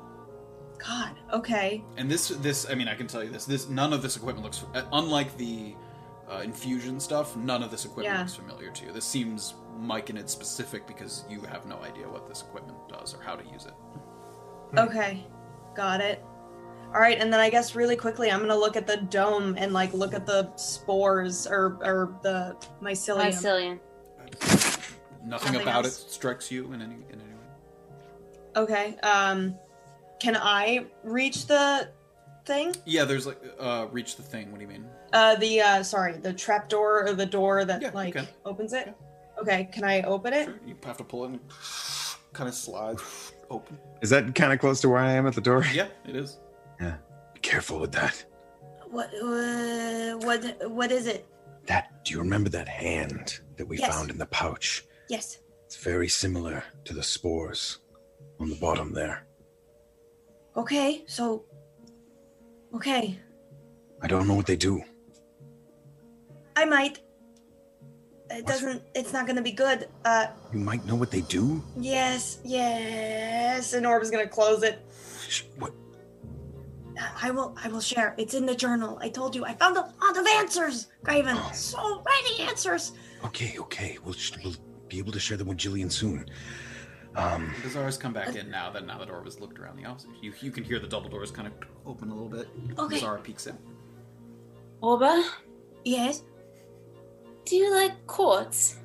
[SPEAKER 12] God, okay.
[SPEAKER 4] And this, this, I mean, I can tell you this. This none of this equipment looks uh, unlike the uh, infusion stuff. None of this equipment
[SPEAKER 12] Yeah.
[SPEAKER 4] looks familiar to you. This seems Mike and it's specific because you have no idea what this equipment does or how to use it. Hmm.
[SPEAKER 12] Okay, got it. All right, and then I guess really quickly, I'm gonna look at the dome and like look at the spores or or the mycelium.
[SPEAKER 3] Mycelium.
[SPEAKER 4] Nothing,
[SPEAKER 12] Nothing
[SPEAKER 4] about
[SPEAKER 12] else?
[SPEAKER 4] it strikes you in any in any way.
[SPEAKER 12] Okay. Um, can I reach the thing?
[SPEAKER 4] Yeah, there's like uh, reach the thing. What do you mean?
[SPEAKER 12] Uh, the uh, sorry, the trap door or the door that like
[SPEAKER 4] can.
[SPEAKER 12] opens it. Okay, can I open it?
[SPEAKER 4] You have to pull it and kind of slide open.
[SPEAKER 7] Is that kind of close to where I am at the door?
[SPEAKER 4] Yeah, it is.
[SPEAKER 7] Yeah. Be careful with that.
[SPEAKER 15] what uh, what what is it?
[SPEAKER 7] That. Do you remember that hand that we
[SPEAKER 15] Yes.
[SPEAKER 7] found in the pouch?
[SPEAKER 15] Yes.
[SPEAKER 7] It's very similar to the spores on the bottom there.
[SPEAKER 15] Okay. So. Okay.
[SPEAKER 7] I don't know what they do.
[SPEAKER 12] I might. It doesn't. It's not gonna be good. Uh,
[SPEAKER 11] You might know what they do.
[SPEAKER 12] yes, yes. And Orb is gonna close it.
[SPEAKER 11] What?
[SPEAKER 12] I will. I will share. It's in the journal. I told you. I found a lot of answers, Graven. So many answers.
[SPEAKER 11] Okay, okay. We'll, sh- we'll be able to share them with Jillian soon. Um,
[SPEAKER 4] Bizarre's come back
[SPEAKER 12] Uh,
[SPEAKER 4] in now that now the door was looked around the office. You, you can hear the double doors kind of open a little bit.
[SPEAKER 3] Okay.
[SPEAKER 4] Bizarre peeks in.
[SPEAKER 3] Orba?
[SPEAKER 12] Yes?
[SPEAKER 3] Do you like quartz?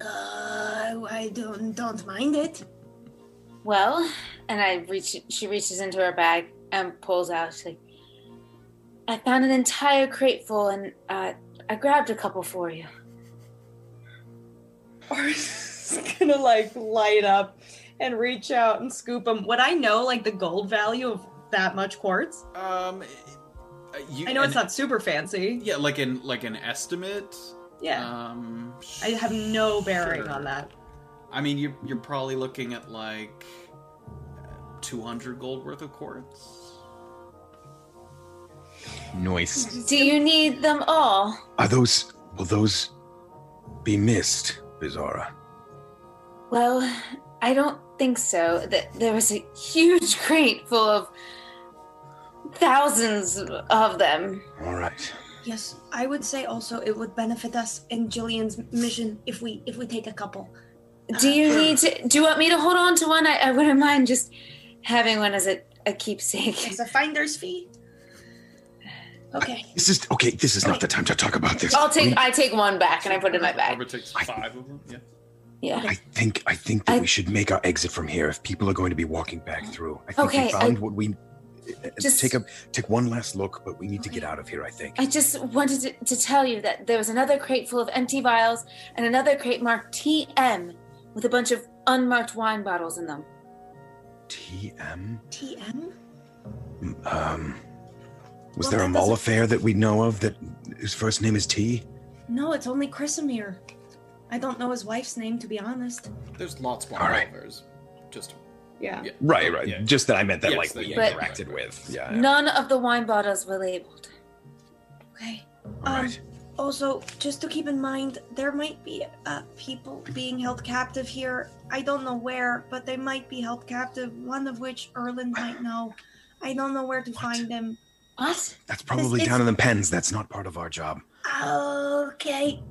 [SPEAKER 12] Uh, I don't don't mind it.
[SPEAKER 3] Well, and I reach. She reaches into her bag and pulls out. She's like, I found an entire crate full, and uh, I grabbed a couple for you.
[SPEAKER 12] It's gonna like light up and reach out and scoop them. Would I know like the gold value of that much quartz?
[SPEAKER 4] Um, you,
[SPEAKER 12] I know it's
[SPEAKER 4] and-
[SPEAKER 12] not super fancy.
[SPEAKER 4] Yeah, like an like an estimate.
[SPEAKER 12] Yeah.
[SPEAKER 4] Um,
[SPEAKER 12] I have no bearing on that.
[SPEAKER 4] I mean, you're you're probably looking at like two hundred gold worth of quartz.
[SPEAKER 11] noise.
[SPEAKER 3] Do you need them all?
[SPEAKER 11] Are those? Will those be missed, Bizarra?
[SPEAKER 3] Well, I don't think so. Th- There was a huge crate full of thousands of them.
[SPEAKER 11] All right.
[SPEAKER 12] Yes, I would say also it would benefit us in Jillian's mission if we if we take a couple.
[SPEAKER 3] Do you need to? Do you want me to hold on to one? I, I wouldn't mind just having one as a, a keepsake.
[SPEAKER 12] It's a finder's fee. Okay.
[SPEAKER 11] This is okay. This is not the time to talk about this.
[SPEAKER 3] I'll
[SPEAKER 11] We-
[SPEAKER 3] take. I take one back and I put it in my bag.
[SPEAKER 4] takes five of them. Yeah.
[SPEAKER 3] Yeah.
[SPEAKER 11] I think I think that we should make our exit from here if people are going to be walking back through. I think
[SPEAKER 3] Okay,
[SPEAKER 11] we
[SPEAKER 3] I-
[SPEAKER 11] found what we uh,
[SPEAKER 3] Just-
[SPEAKER 11] take a take one last look, but we need to get out of here. I think.
[SPEAKER 3] I just wanted to, to tell you that there was another crate full of empty vials and another crate marked TM with a bunch of unmarked wine bottles in them.
[SPEAKER 11] TM.
[SPEAKER 12] TM?
[SPEAKER 11] Um, was
[SPEAKER 12] Well,
[SPEAKER 11] there a
[SPEAKER 12] that
[SPEAKER 11] mall affair that we know of that whose first name is T?
[SPEAKER 12] No, it's only Chrisimir. I don't know his wife's name to be honest.
[SPEAKER 4] There's lots more
[SPEAKER 11] All right.
[SPEAKER 4] revolvers. Just
[SPEAKER 12] Yeah.
[SPEAKER 11] Right, right. Just that I meant that
[SPEAKER 4] Yes,
[SPEAKER 11] like
[SPEAKER 4] that
[SPEAKER 11] we
[SPEAKER 4] you-
[SPEAKER 3] But-
[SPEAKER 11] interacted with. Oh, Yeah.
[SPEAKER 3] None of the wine bottles were labeled.
[SPEAKER 12] Okay. Um, Also, just to keep in mind, there might be uh, people being held captive here. I don't know where, but they might be held captive. One of which Erland might know. I don't know where to find them.
[SPEAKER 3] What?
[SPEAKER 11] That's probably
[SPEAKER 12] it's-
[SPEAKER 11] down in the pens. That's not part of our job.
[SPEAKER 12] Okay.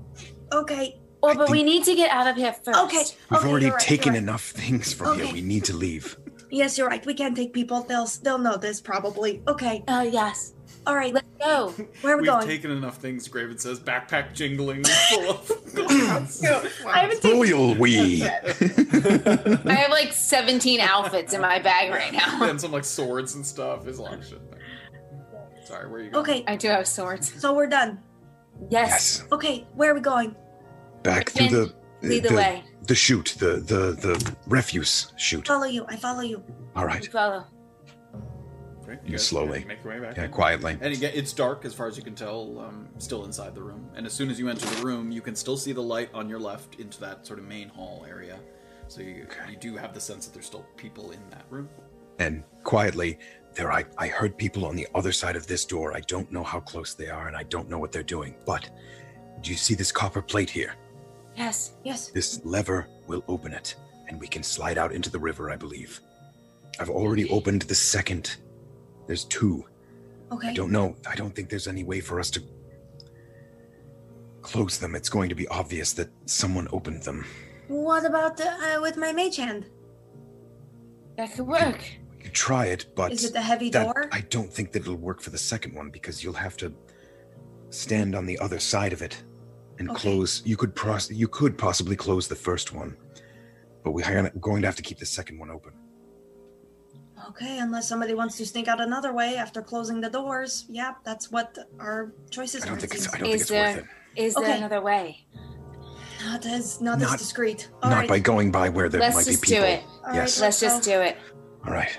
[SPEAKER 12] Okay.
[SPEAKER 3] Or, Oh, but we need to get out of here first.
[SPEAKER 12] Okay.
[SPEAKER 11] We've
[SPEAKER 12] okay,
[SPEAKER 11] already
[SPEAKER 12] Oh, you're right,
[SPEAKER 11] taken
[SPEAKER 12] you're right.
[SPEAKER 11] enough things from
[SPEAKER 12] Okay.
[SPEAKER 11] here. We need to leave.
[SPEAKER 12] Yes, you're right. We can't take people. They'll they'll know this probably. Okay.
[SPEAKER 3] Uh, yes.
[SPEAKER 12] All right. Let's
[SPEAKER 3] go.
[SPEAKER 12] Where are we
[SPEAKER 4] We've
[SPEAKER 12] going?
[SPEAKER 4] taken enough things. Graven says, backpack jingling full of gold.
[SPEAKER 3] I haven't taken-
[SPEAKER 11] Royal we.
[SPEAKER 3] I have like 17 outfits in my bag right now.
[SPEAKER 4] and some like swords and stuff. There's a lot of shit. Sorry, where are you going?
[SPEAKER 12] Okay.
[SPEAKER 3] I do have swords.
[SPEAKER 12] So we're done.
[SPEAKER 3] Yes.
[SPEAKER 12] Okay. Where are we going?
[SPEAKER 11] Back through the uh,
[SPEAKER 12] lead the
[SPEAKER 11] the,
[SPEAKER 12] way.
[SPEAKER 11] the chute, the the the refuse chute.
[SPEAKER 12] Follow you. I follow you.
[SPEAKER 11] All right.
[SPEAKER 3] Follow.
[SPEAKER 4] Great,
[SPEAKER 11] You
[SPEAKER 4] guys
[SPEAKER 11] slowly.
[SPEAKER 4] Make your way back.
[SPEAKER 11] Yeah,
[SPEAKER 4] in.
[SPEAKER 11] quietly.
[SPEAKER 4] And again, it's dark as far as you can tell, um, still inside the room. And as soon as you enter the room, you can still see the light on your left into that sort of main hall area. So you, you do have the sense that there's still people in that room.
[SPEAKER 11] And quietly, there I, I heard people on the other side of this door. I don't know how close they are and I don't know what they're doing. But do you see this copper plate here?
[SPEAKER 3] Yes. Yes.
[SPEAKER 11] This lever will open it, and we can slide out into the river, I believe. I've already opened the second. There's two.
[SPEAKER 12] Okay.
[SPEAKER 11] I don't know. I don't think there's any way for us to close them. It's going to be obvious that someone opened them.
[SPEAKER 12] What about uh, with my mage hand?
[SPEAKER 3] That could work.
[SPEAKER 11] You try it, but
[SPEAKER 12] Is it the heavy
[SPEAKER 11] that-
[SPEAKER 12] door?
[SPEAKER 11] I don't think that it'll work for the second one because you'll have to stand on the other side of it and
[SPEAKER 12] Okay.
[SPEAKER 11] close. You could pros- you could possibly close the first one, but we- we're going to have to keep the second one open.
[SPEAKER 12] Okay, unless somebody wants to sneak out another way after closing the doors. Yeah, that's what our choices
[SPEAKER 11] I don't
[SPEAKER 12] are.
[SPEAKER 11] think
[SPEAKER 12] it
[SPEAKER 11] it's-
[SPEAKER 12] seems.
[SPEAKER 11] I don't think Is it's worth there-
[SPEAKER 3] it. Is there
[SPEAKER 12] Okay.
[SPEAKER 3] another way?
[SPEAKER 12] Not as not, as
[SPEAKER 11] Not-
[SPEAKER 12] discreet. All
[SPEAKER 11] Not
[SPEAKER 12] right.
[SPEAKER 11] by going by where there
[SPEAKER 3] Let's
[SPEAKER 11] might
[SPEAKER 3] just
[SPEAKER 11] be people.
[SPEAKER 3] do it.
[SPEAKER 11] All right, Yes.
[SPEAKER 3] Let's just
[SPEAKER 12] Oh.
[SPEAKER 3] do it.
[SPEAKER 11] All right.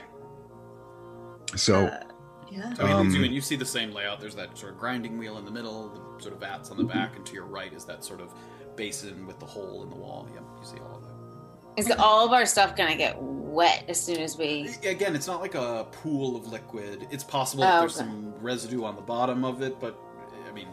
[SPEAKER 11] So
[SPEAKER 12] Uh, yeah.
[SPEAKER 4] So he looks you
[SPEAKER 11] Um,
[SPEAKER 4] in. You see the same layout. There's that sort of grinding wheel in the middle, the sort of vats on the back, and to your right is that sort of basin with the hole in the wall. Yep, you see all of that.
[SPEAKER 3] Is all of our stuff gonna get wet as soon as we?
[SPEAKER 4] Again, it's not like a pool of liquid. It's possible
[SPEAKER 3] Oh,
[SPEAKER 4] that there's
[SPEAKER 3] okay.
[SPEAKER 4] some residue on the bottom of it, but I mean,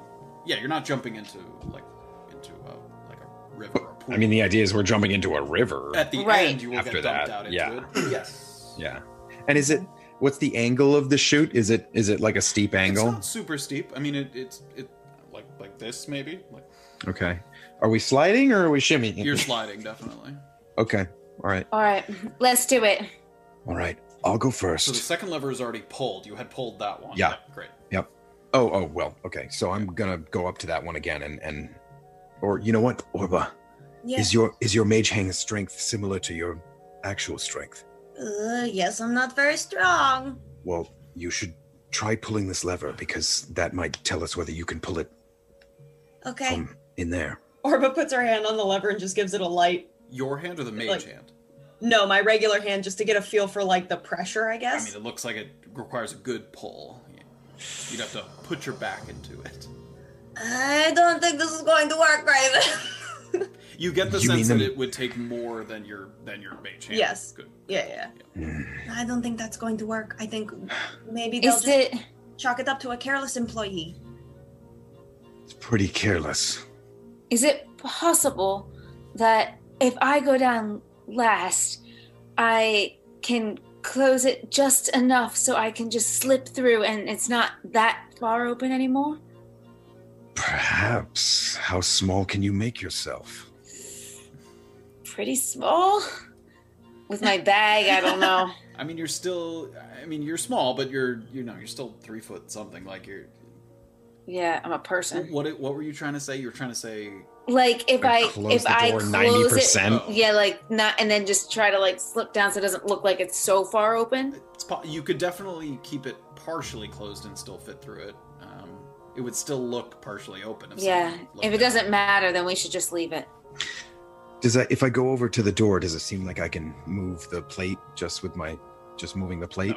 [SPEAKER 4] yeah, you're not jumping into like into a, like a river or a pool.
[SPEAKER 16] I mean, the idea is we're jumping into a river.
[SPEAKER 4] At the end, you will
[SPEAKER 16] After
[SPEAKER 4] get dumped
[SPEAKER 16] that,
[SPEAKER 4] out into
[SPEAKER 16] yeah.
[SPEAKER 4] it. Yes.
[SPEAKER 16] Yeah.
[SPEAKER 11] And is it what's the angle of the chute? Is it is it like a steep
[SPEAKER 4] It's
[SPEAKER 11] angle?
[SPEAKER 4] not super steep. I mean, it, it's it like like this maybe. Like
[SPEAKER 11] Okay. Are we sliding or are we shimmying?
[SPEAKER 4] you're sliding definitely.
[SPEAKER 11] Okay. All right.
[SPEAKER 3] All right, let's do it.
[SPEAKER 11] All right. I'll go
[SPEAKER 4] So the
[SPEAKER 11] first.
[SPEAKER 4] second lever is already pulled. You had pulled that one.
[SPEAKER 11] Yeah.
[SPEAKER 4] Great.
[SPEAKER 11] Yep. Oh, oh, well, okay. So I'm gonna go up to that one again and and or you know what, Orba.
[SPEAKER 12] Yeah.
[SPEAKER 11] Is your is your mage hang strength similar to your actual strength?
[SPEAKER 12] Uh, yes, I'm not very strong.
[SPEAKER 11] Well, you should try pulling this lever because that might tell us whether you can pull it
[SPEAKER 12] Okay.
[SPEAKER 11] in there.
[SPEAKER 12] Orba puts her hand on the lever and just gives it a light.
[SPEAKER 4] Your hand or the mage
[SPEAKER 12] Like-
[SPEAKER 4] hand?
[SPEAKER 12] No, my regular hand, just to get a feel for like the pressure, I
[SPEAKER 4] I
[SPEAKER 12] guess.
[SPEAKER 4] mean, it looks like it requires a good pull. You'd have to put your back into it.
[SPEAKER 12] I don't think this is going to work right.
[SPEAKER 4] You get the
[SPEAKER 11] You mean
[SPEAKER 4] sense that
[SPEAKER 11] the-
[SPEAKER 4] it would take more than your than your mage hand.
[SPEAKER 12] yes.
[SPEAKER 4] Good.
[SPEAKER 12] Yeah, yeah.
[SPEAKER 13] I don't think that's going to work. I think
[SPEAKER 12] Maybe
[SPEAKER 13] they'll
[SPEAKER 12] Is
[SPEAKER 13] just chalk it up to a careless employee.
[SPEAKER 11] It's pretty careless.
[SPEAKER 3] Is it possible that if I go down last, I can close it just enough so I can just slip through and it's not that far open anymore?
[SPEAKER 11] Perhaps. How small can you make yourself?
[SPEAKER 3] Pretty small. With my bag, I don't know.
[SPEAKER 4] I mean, you're still. I mean, you're small, but you're you know you're still three foot something. Like you're.
[SPEAKER 3] Yeah, I'm a person.
[SPEAKER 4] What what were you trying to say? You were trying to say.
[SPEAKER 3] Like if
[SPEAKER 4] Like,
[SPEAKER 3] I
[SPEAKER 4] close
[SPEAKER 3] if
[SPEAKER 4] the
[SPEAKER 3] I
[SPEAKER 4] door
[SPEAKER 3] close
[SPEAKER 4] 90%?
[SPEAKER 3] it, yeah, like not, and then just try to like slip down so it doesn't look like it's so far open.
[SPEAKER 4] It's po- you could definitely keep it partially closed and still fit through it. Um, it would still look partially open. If
[SPEAKER 3] Yeah,
[SPEAKER 4] someone looked
[SPEAKER 3] if it
[SPEAKER 4] at
[SPEAKER 3] doesn't matter, then we should just leave it.
[SPEAKER 11] Does that if I go over to the door, does it seem like I can move the plate just with my just moving the plate?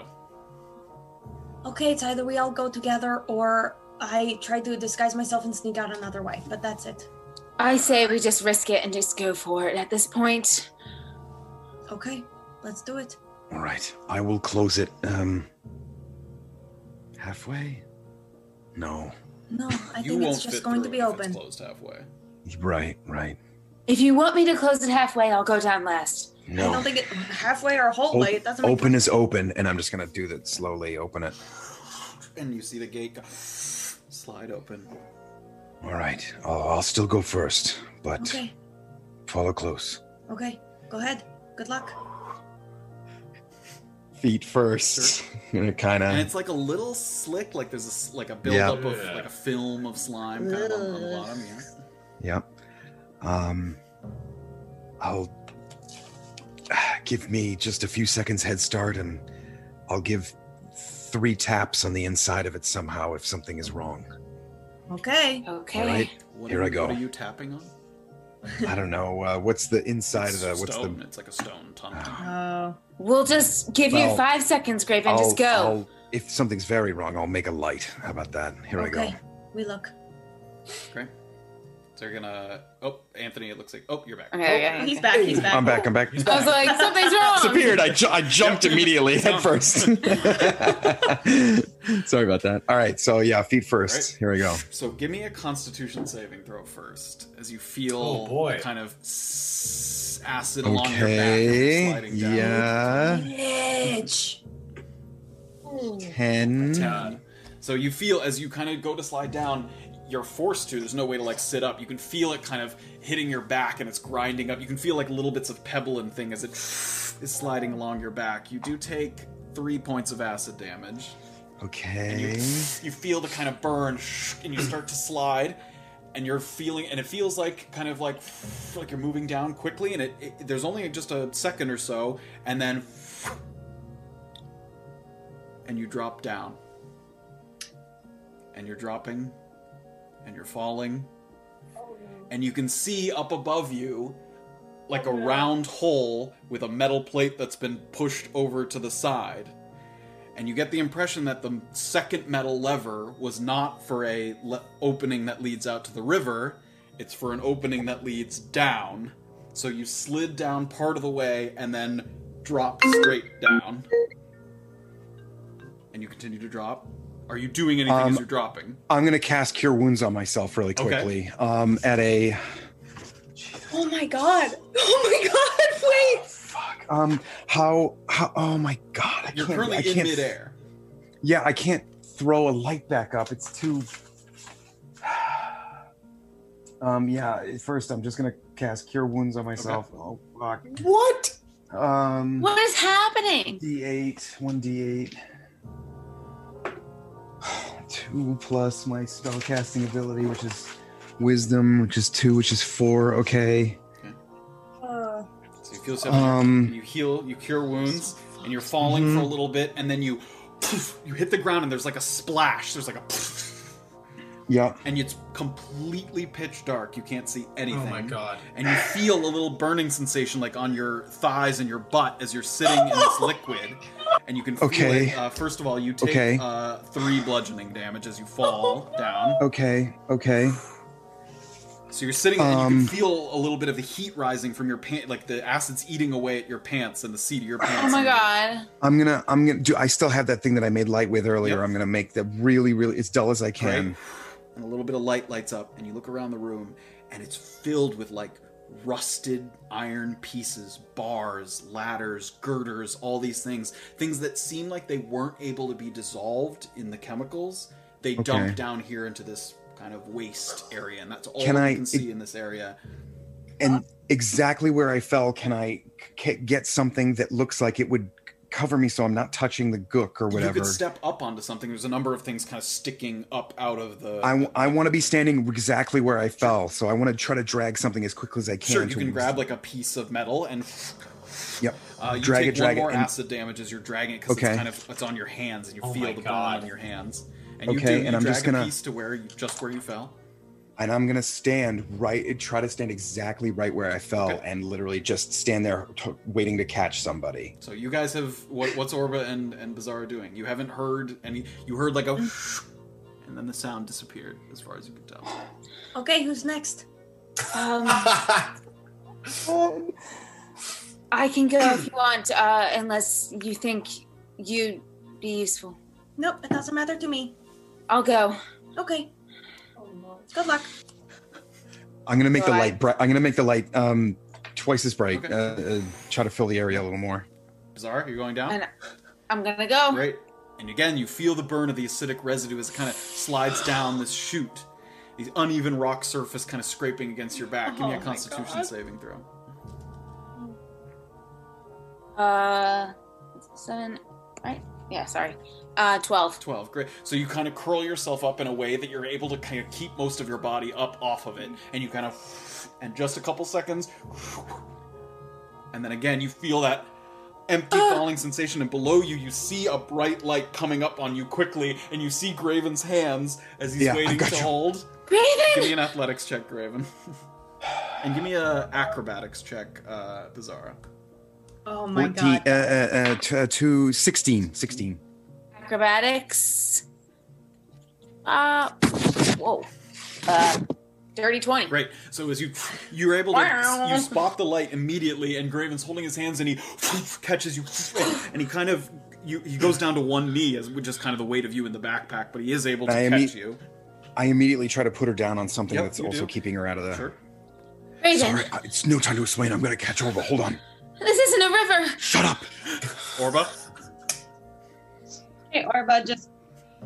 [SPEAKER 13] Okay, it's either we all go together or I try to disguise myself and sneak out another way, but that's it.
[SPEAKER 3] I say we just risk it and just go for it at this point.
[SPEAKER 13] Okay, let's do it.
[SPEAKER 11] All right. I will close it um halfway. No.
[SPEAKER 13] No, I
[SPEAKER 4] You
[SPEAKER 13] think
[SPEAKER 4] won't
[SPEAKER 13] it's just
[SPEAKER 4] fit
[SPEAKER 13] going to
[SPEAKER 4] through
[SPEAKER 13] be
[SPEAKER 4] it if it's
[SPEAKER 13] open.
[SPEAKER 4] Closed halfway.
[SPEAKER 11] Right, right.
[SPEAKER 3] If you want me to close it halfway, I'll go down last.
[SPEAKER 11] No.
[SPEAKER 12] I don't think it halfway or a whole way. It doesn't make
[SPEAKER 11] open is open, and I'm just gonna do that slowly. Open it.
[SPEAKER 4] And you see the gate go, slide open.
[SPEAKER 11] All right. I'll, I'll still go first, but
[SPEAKER 13] Okay,
[SPEAKER 11] follow close.
[SPEAKER 13] okay, go ahead. Good luck.
[SPEAKER 11] Feet first. kind
[SPEAKER 4] And
[SPEAKER 11] of.
[SPEAKER 4] it's like a little slick. Like there's a s- like a buildup
[SPEAKER 11] Yeah.
[SPEAKER 4] of like a film of slime kind of on, on the bottom. Yeah.
[SPEAKER 11] Yep. Um, I'll give me just a few seconds head start, and I'll give three taps on the inside of it somehow if something is wrong.
[SPEAKER 12] Okay.
[SPEAKER 3] Okay.
[SPEAKER 11] All right.
[SPEAKER 4] What
[SPEAKER 11] Here
[SPEAKER 4] are,
[SPEAKER 11] I
[SPEAKER 4] you-
[SPEAKER 11] go.
[SPEAKER 4] What are you tapping on?
[SPEAKER 11] I don't know. Uh, what's the inside of the? Ah. What's
[SPEAKER 4] stone.
[SPEAKER 11] the?
[SPEAKER 4] It's like a stone tum tum.
[SPEAKER 12] Oh.
[SPEAKER 3] We'll just give you
[SPEAKER 11] Well,
[SPEAKER 3] five seconds, Graven.
[SPEAKER 11] I'll-
[SPEAKER 3] just go.
[SPEAKER 11] I'll- if something's very wrong, I'll make a light. How about that? Here I go.
[SPEAKER 13] Okay, we look.
[SPEAKER 4] Okay. So you're gonna. Oh, Anthony, it looks like. Oh, you're back.
[SPEAKER 3] Okay,
[SPEAKER 4] Oh,
[SPEAKER 3] okay, He's okay.
[SPEAKER 12] back, he's
[SPEAKER 11] I'm back. I'm back.
[SPEAKER 3] I was like, something's wrong.
[SPEAKER 14] Disappeared. I, ju- I jumped immediately head first.
[SPEAKER 11] Sorry about that. All right. So yeah, feet first. Here we go.
[SPEAKER 4] So give me a Constitution saving throw first, as you feel
[SPEAKER 6] Oh, boy.
[SPEAKER 4] kind of s- acid along your back
[SPEAKER 11] Okay.
[SPEAKER 4] sliding down.
[SPEAKER 11] Yeah.
[SPEAKER 12] Bitch.
[SPEAKER 11] Ten. Mm.
[SPEAKER 4] Ten. So you feel as you kind of go to slide down, you're forced to. There's no way to like sit up. You can feel it kind of hitting your back and it's grinding up. You can feel like little bits of pebble and thing as it is sliding along your back. You do take three points of acid damage. And you,
[SPEAKER 11] Okay.
[SPEAKER 4] you feel the kind of burn, and you start to slide, and you're feeling, and it feels like kind of like like you're moving down quickly, and it, it there's only just a second or so, and then and you drop down, and you're dropping, and you're falling, and you can see up above you. Like a round hole with a metal plate that's been pushed over to the side and you get the impression that the second metal lever was not for a le- opening that leads out to the river it's for an opening that leads down so you slid down part of the way and then dropped straight down and you continue to drop Are you doing anything as
[SPEAKER 11] Um,
[SPEAKER 4] you're dropping?
[SPEAKER 11] I'm gonna cast Cure Wounds on myself really
[SPEAKER 4] Okay.
[SPEAKER 11] quickly. Um, at a
[SPEAKER 2] Oh my god. Oh my god, wait.
[SPEAKER 11] um, how how oh my god! I
[SPEAKER 4] You're
[SPEAKER 11] can't,
[SPEAKER 4] currently
[SPEAKER 11] I
[SPEAKER 4] in
[SPEAKER 11] can't,
[SPEAKER 4] midair.
[SPEAKER 11] Yeah, I can't throw a light back up. It's too. Um, yeah. First, I'm just gonna cast Cure Wounds on myself. Oh fuck!
[SPEAKER 3] What?
[SPEAKER 11] Um,
[SPEAKER 3] What is happening?
[SPEAKER 11] D8, one D8. Two plus my spellcasting ability, which is wisdom, which is two, which is four. Okay.
[SPEAKER 2] Uh,
[SPEAKER 4] So you feel something.
[SPEAKER 11] Um,
[SPEAKER 4] and you heal, you cure wounds, and you're falling for a
[SPEAKER 11] Mhm.
[SPEAKER 4] little bit, and then you, poof, you hit the ground, and there's like a splash. There's like a, poof,
[SPEAKER 11] Yep.
[SPEAKER 4] and it's completely pitch dark. You can't see anything.
[SPEAKER 6] my God.
[SPEAKER 4] And you feel a little burning sensation, like on your thighs and your butt, as you're sitting in this liquid, and you can feel
[SPEAKER 11] Okay.
[SPEAKER 4] it. Uh, first of all, you take
[SPEAKER 11] Okay.
[SPEAKER 4] uh, three bludgeoning damage as you fall down.
[SPEAKER 11] Okay. Okay.
[SPEAKER 4] So you're sitting, and you
[SPEAKER 11] Um,
[SPEAKER 4] can feel a little bit of the heat rising from your pants, like the acid's eating away at your pants and the seat of your pants.
[SPEAKER 3] Oh my god.
[SPEAKER 11] I'm gonna. I'm gonna do. I still have that thing that I made light with earlier. I'm gonna make that really, really as dull as I can.
[SPEAKER 4] Right. And a little bit of light lights up, and you look around the room, and it's filled with like rusted iron pieces, bars, ladders, girders, all these things. Things that seem like they weren't able to be dissolved in the chemicals. They
[SPEAKER 11] Okay.
[SPEAKER 4] dumped down here into this kind of waste area, and that's all
[SPEAKER 11] Can
[SPEAKER 4] that
[SPEAKER 11] I- e-
[SPEAKER 4] you can see in this area.
[SPEAKER 11] And exactly where I fell, can I c- get something that looks like it would cover me, so I'm not touching the gook or whatever?
[SPEAKER 4] You could step up onto something. There's a number of things kind of sticking up out of the.
[SPEAKER 11] I, want to be standing exactly where I fell, so I want to try to drag something as quickly as I can.
[SPEAKER 4] sure, you
[SPEAKER 11] to-
[SPEAKER 4] can grab like a piece of metal and
[SPEAKER 11] Yep.
[SPEAKER 4] Uh, you
[SPEAKER 11] drag
[SPEAKER 4] take
[SPEAKER 11] it, drag
[SPEAKER 4] one
[SPEAKER 11] it.
[SPEAKER 4] more
[SPEAKER 11] and-
[SPEAKER 4] acid damage as you're dragging it because
[SPEAKER 11] Okay.
[SPEAKER 4] it's kind of it's on your hands and you
[SPEAKER 6] Oh
[SPEAKER 4] feel
[SPEAKER 6] my
[SPEAKER 4] the
[SPEAKER 6] God.
[SPEAKER 4] burn on your hands. And you
[SPEAKER 11] Okay,
[SPEAKER 4] do,
[SPEAKER 11] and
[SPEAKER 4] you
[SPEAKER 11] I'm
[SPEAKER 4] drag
[SPEAKER 11] just
[SPEAKER 4] a
[SPEAKER 11] gonna-
[SPEAKER 4] piece to where you, just where you fell.
[SPEAKER 11] and I'm gonna stand right, eh, try to stand exactly right where I fell, and literally just stand there t- waiting to catch somebody.
[SPEAKER 4] So you guys have what, what's Orba and and Bizarra doing? You haven't heard any. You heard like a,
[SPEAKER 3] Mm.
[SPEAKER 4] and then the sound disappeared as far as you could tell.
[SPEAKER 2] Okay, who's next?
[SPEAKER 3] Um, I can go if you want, uh, unless you think you'd be useful.
[SPEAKER 2] Nope, it doesn't matter to me.
[SPEAKER 3] I'll go.
[SPEAKER 2] Okay. Good luck.
[SPEAKER 11] I'm gonna make the
[SPEAKER 2] Right.
[SPEAKER 11] light. Bri- I'm gonna make the light um, twice as bright.
[SPEAKER 4] Okay.
[SPEAKER 11] Uh, uh, try to fill the area a little more.
[SPEAKER 4] Bizarra, you're going down.
[SPEAKER 3] And I'm gonna go.
[SPEAKER 4] Right. And again, you feel the burn of the acidic residue as it kind of slides down this chute, the uneven rock surface kind of scraping against your back. Give me
[SPEAKER 3] Oh
[SPEAKER 4] a
[SPEAKER 3] my
[SPEAKER 4] Constitution
[SPEAKER 3] God.
[SPEAKER 4] saving throw.
[SPEAKER 3] Uh, seven, right? Yeah, sorry. Uh, 12.
[SPEAKER 4] 12 great so you kind of curl yourself up in a way that you're able to kind of keep most of your body up off of it and you kind of and just a couple seconds and then again you feel that empty falling sensation and below you you see a bright light coming up on you quickly and you see graven's hands as he's
[SPEAKER 11] Yeah, I
[SPEAKER 4] waiting
[SPEAKER 11] got
[SPEAKER 4] to
[SPEAKER 11] you.
[SPEAKER 4] hold
[SPEAKER 3] graven
[SPEAKER 4] give me an athletics check graven and give me a acrobatics check uh bizarra
[SPEAKER 2] Oh
[SPEAKER 11] my god. Uh, uh, uh, t- uh, to 16, 16.
[SPEAKER 3] Acrobatics. Uh, whoa. Uh, dirty 20.
[SPEAKER 4] Great. So as you you're able to you spot the light immediately, and Graven's holding his hands, and he catches you, and he kind of you he goes down to one knee, as with just kind of the weight of you in the backpack, but he is able to
[SPEAKER 11] I
[SPEAKER 4] catch
[SPEAKER 11] imme-
[SPEAKER 4] you.
[SPEAKER 11] I immediately try to put her down on something
[SPEAKER 4] Yep,
[SPEAKER 11] that's
[SPEAKER 4] you
[SPEAKER 11] also
[SPEAKER 4] do.
[SPEAKER 11] keeping her out of the.
[SPEAKER 4] Sure.
[SPEAKER 3] Raven,
[SPEAKER 11] Uh, It's no time to explain. I'm gonna catch Orba. Hold on.
[SPEAKER 3] this isn't a river.
[SPEAKER 4] Orba.
[SPEAKER 2] Okay, Orba just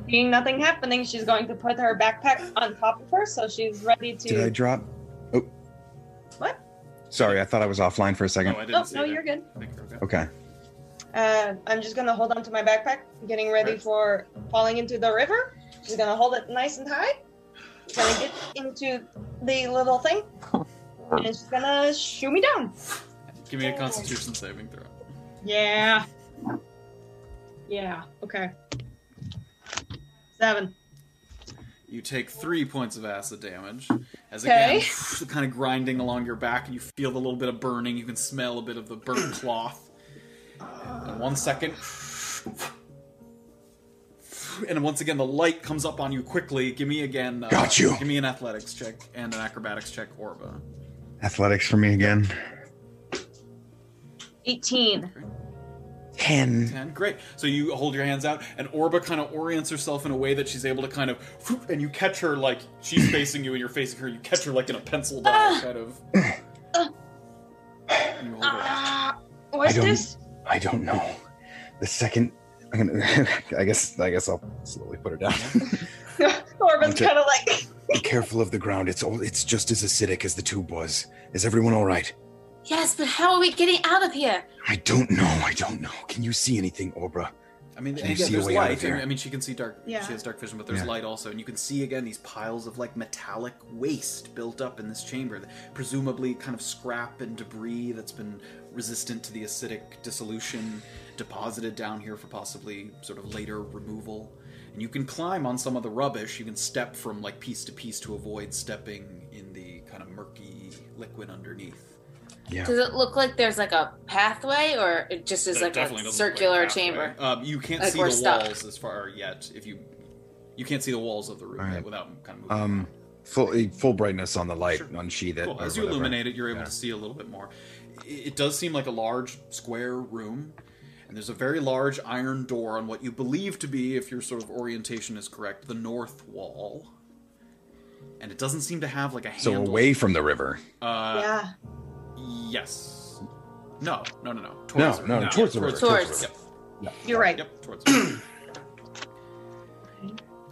[SPEAKER 2] seeing nothing happening, she's going to put her backpack on top of her so she's ready to.
[SPEAKER 11] Did I drop? Oh.
[SPEAKER 2] What?
[SPEAKER 11] Sorry, I thought I was offline for a second.
[SPEAKER 4] No, I didn't
[SPEAKER 2] Oh,
[SPEAKER 4] see
[SPEAKER 2] no,
[SPEAKER 4] that.
[SPEAKER 2] you're good.
[SPEAKER 11] Okay.
[SPEAKER 2] Uh, I'm just gonna hold on to my backpack, getting ready for falling into the river. She's gonna hold it nice and high. She's gonna get into the little thing, and she's gonna shoot me down.
[SPEAKER 4] Give me a Constitution saving throw.
[SPEAKER 2] Yeah. Yeah. Okay. Seven.
[SPEAKER 4] You take three points of acid damage. As
[SPEAKER 2] Okay.
[SPEAKER 4] again, kind of grinding along your back, and you feel the little bit of burning. You can smell a bit of the burnt cloth. And one second. And once again, the light comes up on you quickly. Give me again. Uh,
[SPEAKER 11] Got you.
[SPEAKER 4] Give me an athletics check and an acrobatics check, Orba.
[SPEAKER 11] Athletics for me again.
[SPEAKER 2] 18.
[SPEAKER 7] Ten.
[SPEAKER 4] Ten. Great. So you hold your hands out, and Orba kind of orients herself in a way that she's able to kind of, whoop, and you catch her like she's facing you, and you're facing her. You catch her like in a pencil dial kind of. and you hold her out.
[SPEAKER 12] Uh,
[SPEAKER 7] I don't, I don't know. The second, I'm gonna. I guess. I guess I'll slowly put her down.
[SPEAKER 12] Orban's
[SPEAKER 7] Okay.
[SPEAKER 12] kind of like,
[SPEAKER 7] Be careful of the ground. It's all. It's just as acidic as the tube was. Is everyone all right?
[SPEAKER 3] Yes, but how are we getting out of here?
[SPEAKER 7] I don't know. I don't know. Can you see anything, Orbra?
[SPEAKER 4] I mean,
[SPEAKER 7] Can you
[SPEAKER 4] and again,
[SPEAKER 7] see a
[SPEAKER 4] there's
[SPEAKER 7] way out of
[SPEAKER 4] light. and-
[SPEAKER 7] here?
[SPEAKER 4] I mean, she can see dark.
[SPEAKER 12] Yeah.
[SPEAKER 4] She has dark vision, but there's
[SPEAKER 7] Yeah.
[SPEAKER 4] light also, and you can see again these piles of like metallic waste built up in this chamber, that presumably kind of scrap and debris that's been resistant to the acidic dissolution, deposited down here for possibly sort of later removal. And you can climb on some of the rubbish. You can step from like piece to piece to avoid stepping in the kind of murky liquid underneath.
[SPEAKER 3] Does it look like there's like a pathway, or it just is
[SPEAKER 4] That
[SPEAKER 3] like
[SPEAKER 4] definitely
[SPEAKER 3] a
[SPEAKER 4] doesn't look like
[SPEAKER 3] circular
[SPEAKER 4] halfway.
[SPEAKER 3] chamber?
[SPEAKER 4] Um, you can't
[SPEAKER 3] Like
[SPEAKER 4] see
[SPEAKER 3] we're
[SPEAKER 4] the
[SPEAKER 3] stuck.
[SPEAKER 4] walls as far yet. If you you can't see the walls of the room
[SPEAKER 7] All right.
[SPEAKER 4] without kind of moving.
[SPEAKER 7] Um, full eh, full brightness on the light. Unsheath it.
[SPEAKER 4] Cool.
[SPEAKER 7] or
[SPEAKER 4] As you
[SPEAKER 7] whatever.
[SPEAKER 4] illuminate it, you're able
[SPEAKER 7] Yeah.
[SPEAKER 4] to see a little bit more. I- It does seem like a large square room, and there's a very large iron door on what you believe to be, if your sort of orientation is correct, the north wall. And it doesn't seem to have like a
[SPEAKER 14] So
[SPEAKER 4] handle.
[SPEAKER 14] away from the river.
[SPEAKER 4] Uh,
[SPEAKER 12] yeah.
[SPEAKER 4] Yes. No. No. No. No.
[SPEAKER 14] No,
[SPEAKER 4] the
[SPEAKER 14] no,
[SPEAKER 4] river.
[SPEAKER 14] no, towards the river, towards the
[SPEAKER 4] Yep.
[SPEAKER 12] You're right.
[SPEAKER 4] Yep, towards it.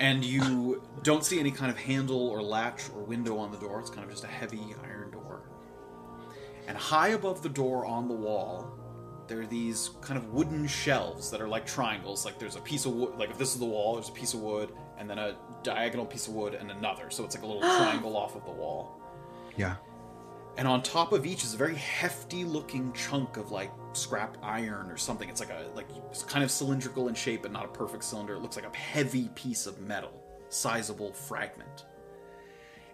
[SPEAKER 4] and you don't see any kind of handle or latch or window on the door. It's kind of just a heavy iron door. And high above the door on the wall, there are these kind of wooden shelves that are like triangles. Like there's a piece of wood, like if this is the wall, there's a piece of wood, and then a diagonal piece of wood, and another. So it's like a little triangle off of the wall.
[SPEAKER 7] Yeah.
[SPEAKER 4] And on top of each is a very hefty looking chunk of like scrap iron or something. It's like a like it's kind of cylindrical in shape but not a perfect cylinder. It looks like a heavy piece of metal, sizable fragment.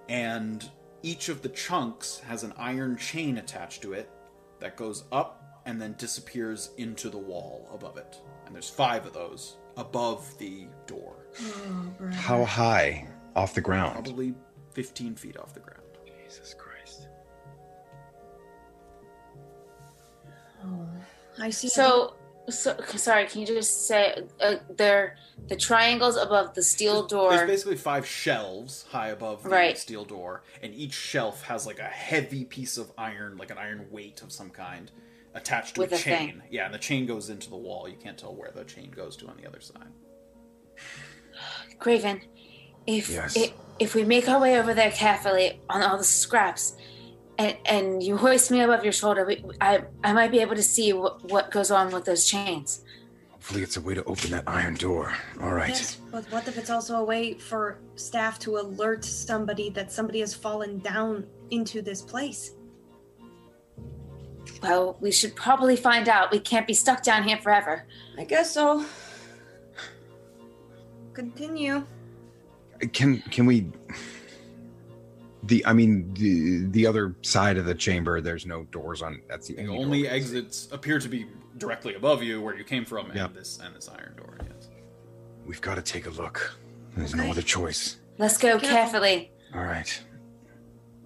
[SPEAKER 4] And each of the chunks has an iron chain attached to it that goes up and then disappears into the wall above it. And there's five of those above the door.
[SPEAKER 7] How high off the ground?
[SPEAKER 4] Probably 15 feet off the ground.
[SPEAKER 7] Jesus Christ.
[SPEAKER 12] I see.
[SPEAKER 3] So, so sorry. Can you just say uh, they're the triangles above the steel
[SPEAKER 4] There's
[SPEAKER 3] door?
[SPEAKER 4] basically five shelves high above the
[SPEAKER 3] Right.
[SPEAKER 4] steel door, and each shelf has like a heavy piece of iron, like an iron weight of some kind, attached to
[SPEAKER 3] With
[SPEAKER 4] a
[SPEAKER 3] a
[SPEAKER 4] chain.
[SPEAKER 3] thing.
[SPEAKER 4] Yeah, and the chain goes into the wall. You can't tell where the chain goes to on the other side.
[SPEAKER 3] Graven, if
[SPEAKER 4] Yes.
[SPEAKER 3] i if we make our way over there carefully on all the scraps, and and you hoist me above your shoulder, we, I I might be able to see what what goes on with those chains.
[SPEAKER 7] Hopefully, it's a way to open that iron door. All right.
[SPEAKER 12] Yes, but what if it's also a way for staff to alert somebody that somebody has fallen down into this place?
[SPEAKER 3] Well, we should probably find out. We can't be stuck down here forever.
[SPEAKER 12] I guess so. Continue.
[SPEAKER 7] Can can we? The I mean the the other side of the chamber. There's no doors on. That's the
[SPEAKER 4] The
[SPEAKER 7] only.
[SPEAKER 4] only exits appear to be directly above you, where you came from, and
[SPEAKER 7] Yeah.
[SPEAKER 4] this and this iron door. Yes.
[SPEAKER 7] We've got to take a look. There's no other choice.
[SPEAKER 3] Let's go carefully.
[SPEAKER 7] All right.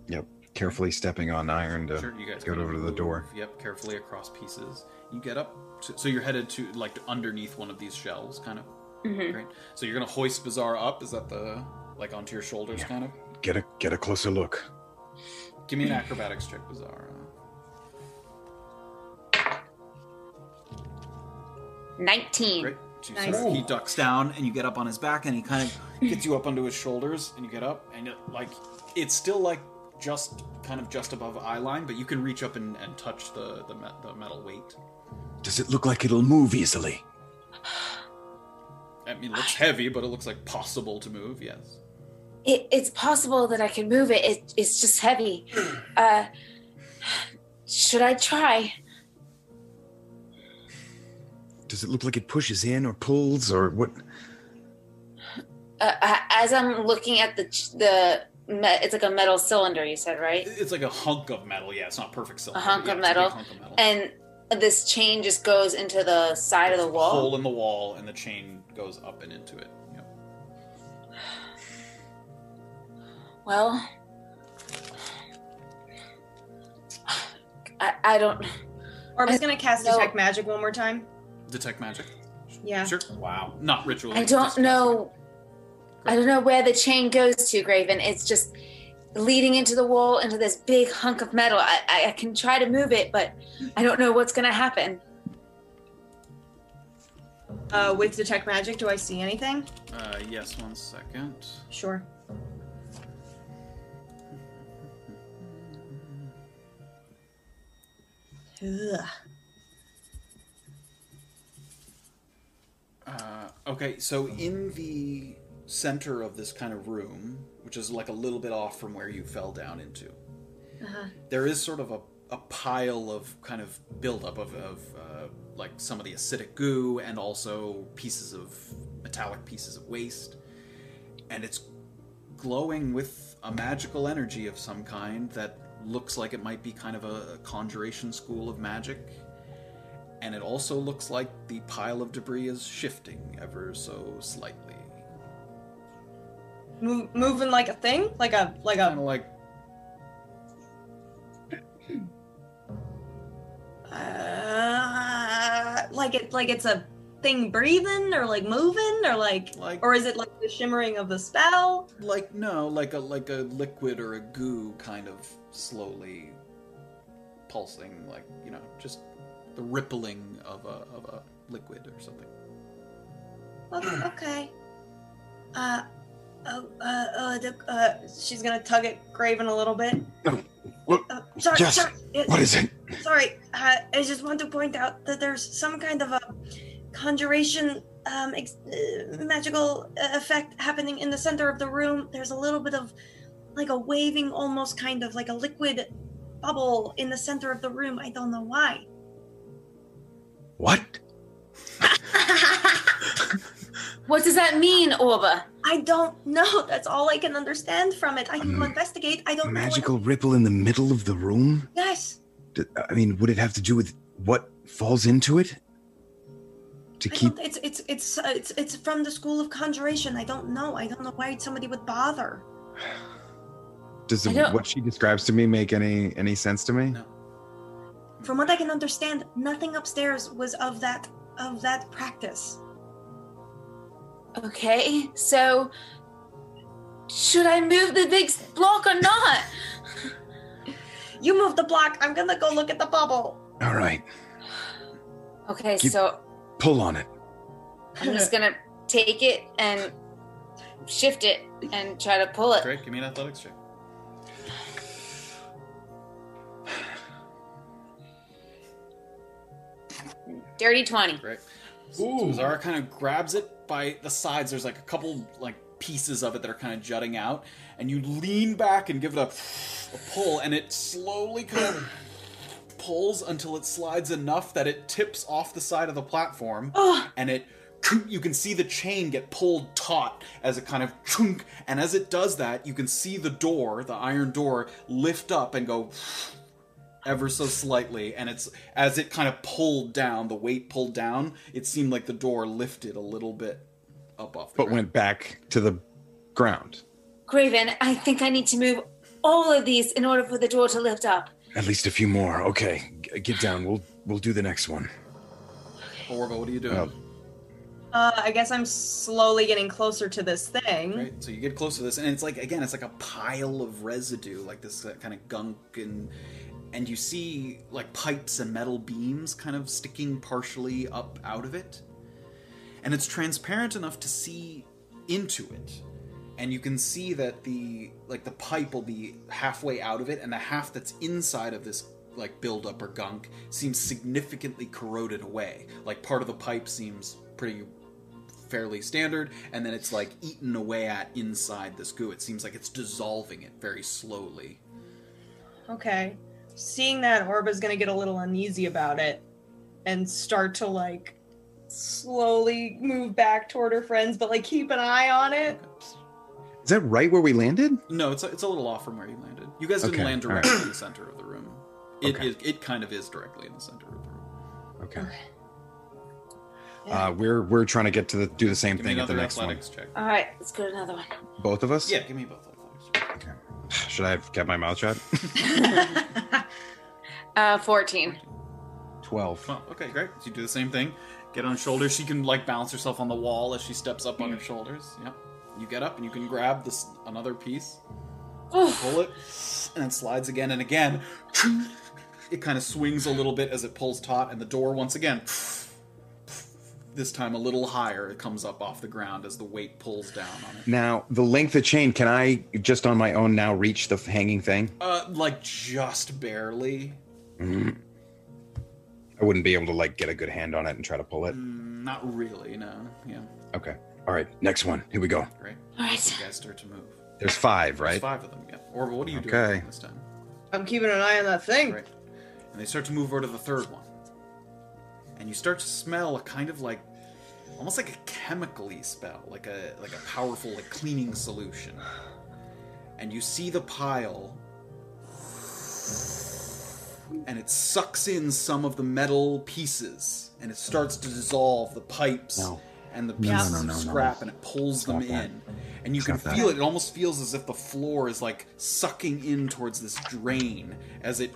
[SPEAKER 7] Yep. Carefully stepping on iron to
[SPEAKER 4] Sure, you guys
[SPEAKER 7] get
[SPEAKER 4] can
[SPEAKER 7] over to the
[SPEAKER 4] move,
[SPEAKER 7] door.
[SPEAKER 4] Yep, carefully across pieces. You get up, to, so you're headed to like underneath one of these shelves, kind of.
[SPEAKER 3] Mhm.
[SPEAKER 4] Great. So you're gonna hoist Bizarre up. Is that the like onto your shoulders, kind of?
[SPEAKER 7] Get a get a closer look.
[SPEAKER 4] Give me an acrobatics check, Bizarre.
[SPEAKER 3] Nineteen.
[SPEAKER 4] Great. So you sort of- he ducks down, and you get up on his back, and he kind of gets you up onto his shoulders, and you get up, and it, like it's still like just kind of just above eye line, but you can reach up and, and touch the the, me- the metal weight.
[SPEAKER 7] Does it look like it'll move easily?
[SPEAKER 4] I mean, it looks heavy, but it looks like possible to move. Yes.
[SPEAKER 3] It, it's possible that I can move it. it it's just heavy. Uh, should I try?
[SPEAKER 7] Does it look like it pushes in or pulls or what?
[SPEAKER 3] Uh, a- as I'm looking at the ch- the me- it's like a metal cylinder. You said right?
[SPEAKER 4] It's like a hunk of metal. Yeah, it's not perfect
[SPEAKER 3] A
[SPEAKER 4] cylinder.
[SPEAKER 3] hunk
[SPEAKER 4] yeah,
[SPEAKER 3] of
[SPEAKER 4] it's big
[SPEAKER 3] metal,
[SPEAKER 4] hunk of metal.
[SPEAKER 3] and this chain just goes into the side of the
[SPEAKER 4] Hole
[SPEAKER 3] wall.
[SPEAKER 4] in the wall, and the chain goes up and into it. Yep.
[SPEAKER 3] Well, I, I don't.
[SPEAKER 12] Or I'm just gonna cast
[SPEAKER 3] No.
[SPEAKER 12] detect magic one more time.
[SPEAKER 4] detect magic.
[SPEAKER 12] Yeah.
[SPEAKER 4] Sure.
[SPEAKER 6] Wow.
[SPEAKER 4] Not ritual.
[SPEAKER 3] I don't know. I don't know where the chain goes to, Graven. It's just leading into the wall, into this big hunk of metal. I, I, I can try to move it, but I don't know what's going to happen.
[SPEAKER 12] Uh, with detect magic, do I see anything?
[SPEAKER 4] Uh, yes, one second.
[SPEAKER 12] Sure. Ugh.
[SPEAKER 4] Uh, okay, so in the center of this kind of room, which is like a little bit off from where you fell down into,
[SPEAKER 15] Uh-huh.
[SPEAKER 4] there is sort of a, a pile of kind of buildup of, of uh, like some of the acidic goo and also pieces of metallic pieces of waste. And it's glowing with a magical energy of some kind that looks like it might be kind of a conjuration school of magic. And it also looks like the pile of debris is shifting ever so slightly.
[SPEAKER 12] Mo- moving like a thing, like a like a.
[SPEAKER 4] like.
[SPEAKER 12] Uh, like it, like it's a thing breathing or like moving or like,
[SPEAKER 4] like
[SPEAKER 12] or is it like the shimmering of the spell?
[SPEAKER 4] Like no, like a like a liquid or a goo kind of slowly pulsing, like, you know, just the rippling of a of a liquid or something.
[SPEAKER 12] Okay. okay. Uh, oh, uh, uh, the, uh, she's gonna tug at Graven a little bit.
[SPEAKER 14] Look,
[SPEAKER 12] Uh, sorry,
[SPEAKER 14] Yes.
[SPEAKER 12] sorry. uh,
[SPEAKER 14] What is it?
[SPEAKER 12] Sorry, uh, I just want to point out that there's some kind of a conjuration um, ex- uh, magical uh, effect happening in the center of the room. There's a little bit of like a waving, almost kind of like a liquid bubble in the center of the room. I don't know why.
[SPEAKER 14] What?
[SPEAKER 3] What does that mean, Orba?
[SPEAKER 12] I don't know. That's all I can understand from it. I
[SPEAKER 14] Um,
[SPEAKER 12] can go investigate. I don't know.
[SPEAKER 7] Magical ripple in the middle of the room?
[SPEAKER 12] What- yes.
[SPEAKER 7] D- I mean, would it have to do with what falls into it? To
[SPEAKER 12] I
[SPEAKER 7] keep
[SPEAKER 12] don't, it's it's it's uh, it's it's from the school of conjuration. I don't know. I don't know why somebody would bother.
[SPEAKER 11] Does
[SPEAKER 12] I
[SPEAKER 11] the,
[SPEAKER 12] don't-
[SPEAKER 11] what she describes to me make any any sense to me?
[SPEAKER 12] From what I can understand, nothing upstairs was of that of that practice.
[SPEAKER 3] Okay, so should I move the big s- block or not?
[SPEAKER 12] You move the block. I'm gonna go look at the bubble.
[SPEAKER 7] All right,
[SPEAKER 3] Okay,
[SPEAKER 7] Keep-
[SPEAKER 3] so
[SPEAKER 7] pull on it.
[SPEAKER 3] I'm just gonna take it and shift it and try to pull it.
[SPEAKER 4] Great, give me an athletics check.
[SPEAKER 3] Dirty 20.
[SPEAKER 4] Great. So Zara kind of grabs it by the sides. There's like a couple like pieces of it that are kind of jutting out, and you lean back and give it a, a pull, and it slowly kind of pulls until it slides enough that it tips off the side of the platform, and it you can see the chain get pulled taut as it kind of chunk, and as it does that, you can see the door, the iron door, lift up and go ever so slightly and it's as it kind of pulled down the weight pulled down it seemed like the door lifted a little bit up off the
[SPEAKER 11] But went back to the ground.
[SPEAKER 3] Graven, I think I need to move all of these in order for the door to lift up.
[SPEAKER 7] At least a few more. Okay, g- get down. We'll we'll do the next one.
[SPEAKER 4] Orba, what are you doing?
[SPEAKER 12] Uh, I guess I'm slowly getting closer to this thing.
[SPEAKER 4] Right, so you get close to this, and it's like again, it's like a pile of residue, like this uh, kind of gunk, and and you see like pipes and metal beams kind of sticking partially up out of it, and it's transparent enough to see into it, and you can see that the like the pipe will be halfway out of it, and the half that's inside of this like buildup or gunk seems significantly corroded away. Like part of the pipe seems pretty fairly standard, and then it's like eaten away at inside this goo. It seems like it's dissolving it very slowly.
[SPEAKER 12] Okay. Seeing that, Orba's gonna get a little uneasy about it and start to like slowly move back toward her friends, but like keep an eye on it.
[SPEAKER 11] Is that right where we landed?
[SPEAKER 4] No, it's a, it's a little off from where you landed. You guys didn't
[SPEAKER 11] Okay,
[SPEAKER 4] land
[SPEAKER 11] all right.
[SPEAKER 4] directly in the center of the room. It is- it kind of is directly in the center of the room.
[SPEAKER 11] Okay. Uh, we're we're trying to get to the do the same
[SPEAKER 4] Give me
[SPEAKER 11] thing at the
[SPEAKER 4] another
[SPEAKER 11] next
[SPEAKER 4] athletics
[SPEAKER 11] one.
[SPEAKER 4] check.
[SPEAKER 3] All right, let's go to another one.
[SPEAKER 11] Both of us?
[SPEAKER 4] Yeah, give me both.
[SPEAKER 11] Should I have kept my mouth shut?
[SPEAKER 3] Uh, 14.
[SPEAKER 11] Twelve.
[SPEAKER 4] Well, okay, great. So you do the same thing. Get on shoulders. She can like balance herself on the wall as she steps up on her shoulders. Yep. You get up and you can grab this another piece, pull it, and it slides again and again. It kind of swings a little bit as it pulls taut, and the door once again. This time a little higher. It comes up off the ground as the weight pulls down on it.
[SPEAKER 11] Now, the length of chain, can I just on my own now reach the hanging thing?
[SPEAKER 4] Uh, like just barely.
[SPEAKER 11] Mm. I wouldn't be able to like get a good hand on it and try to pull it.
[SPEAKER 4] Mm, Not really. No. Yeah.
[SPEAKER 11] Okay. All right. Next one. Here we go.
[SPEAKER 4] Right.
[SPEAKER 3] All
[SPEAKER 4] right. You guys start to move.
[SPEAKER 11] There's five, right?
[SPEAKER 4] There's five of them. Yeah. Orville, what are you
[SPEAKER 11] Okay.
[SPEAKER 4] doing this time?
[SPEAKER 12] I'm keeping an eye on that thing.
[SPEAKER 4] and they start to move over to the third one. And you start to smell a kind of like almost like a chemically spell, like a like a powerful like cleaning solution. And you see the pile and it sucks in some of the metal pieces and it starts to dissolve the pipes
[SPEAKER 11] No.
[SPEAKER 4] and the
[SPEAKER 11] No, no,
[SPEAKER 4] pieces
[SPEAKER 11] no, no,
[SPEAKER 4] of
[SPEAKER 11] no.
[SPEAKER 4] scrap and it pulls them
[SPEAKER 11] not that.
[SPEAKER 4] in and you
[SPEAKER 11] It's
[SPEAKER 4] can
[SPEAKER 11] not that.
[SPEAKER 4] feel it. It almost feels as if the floor is like sucking in towards this drain as it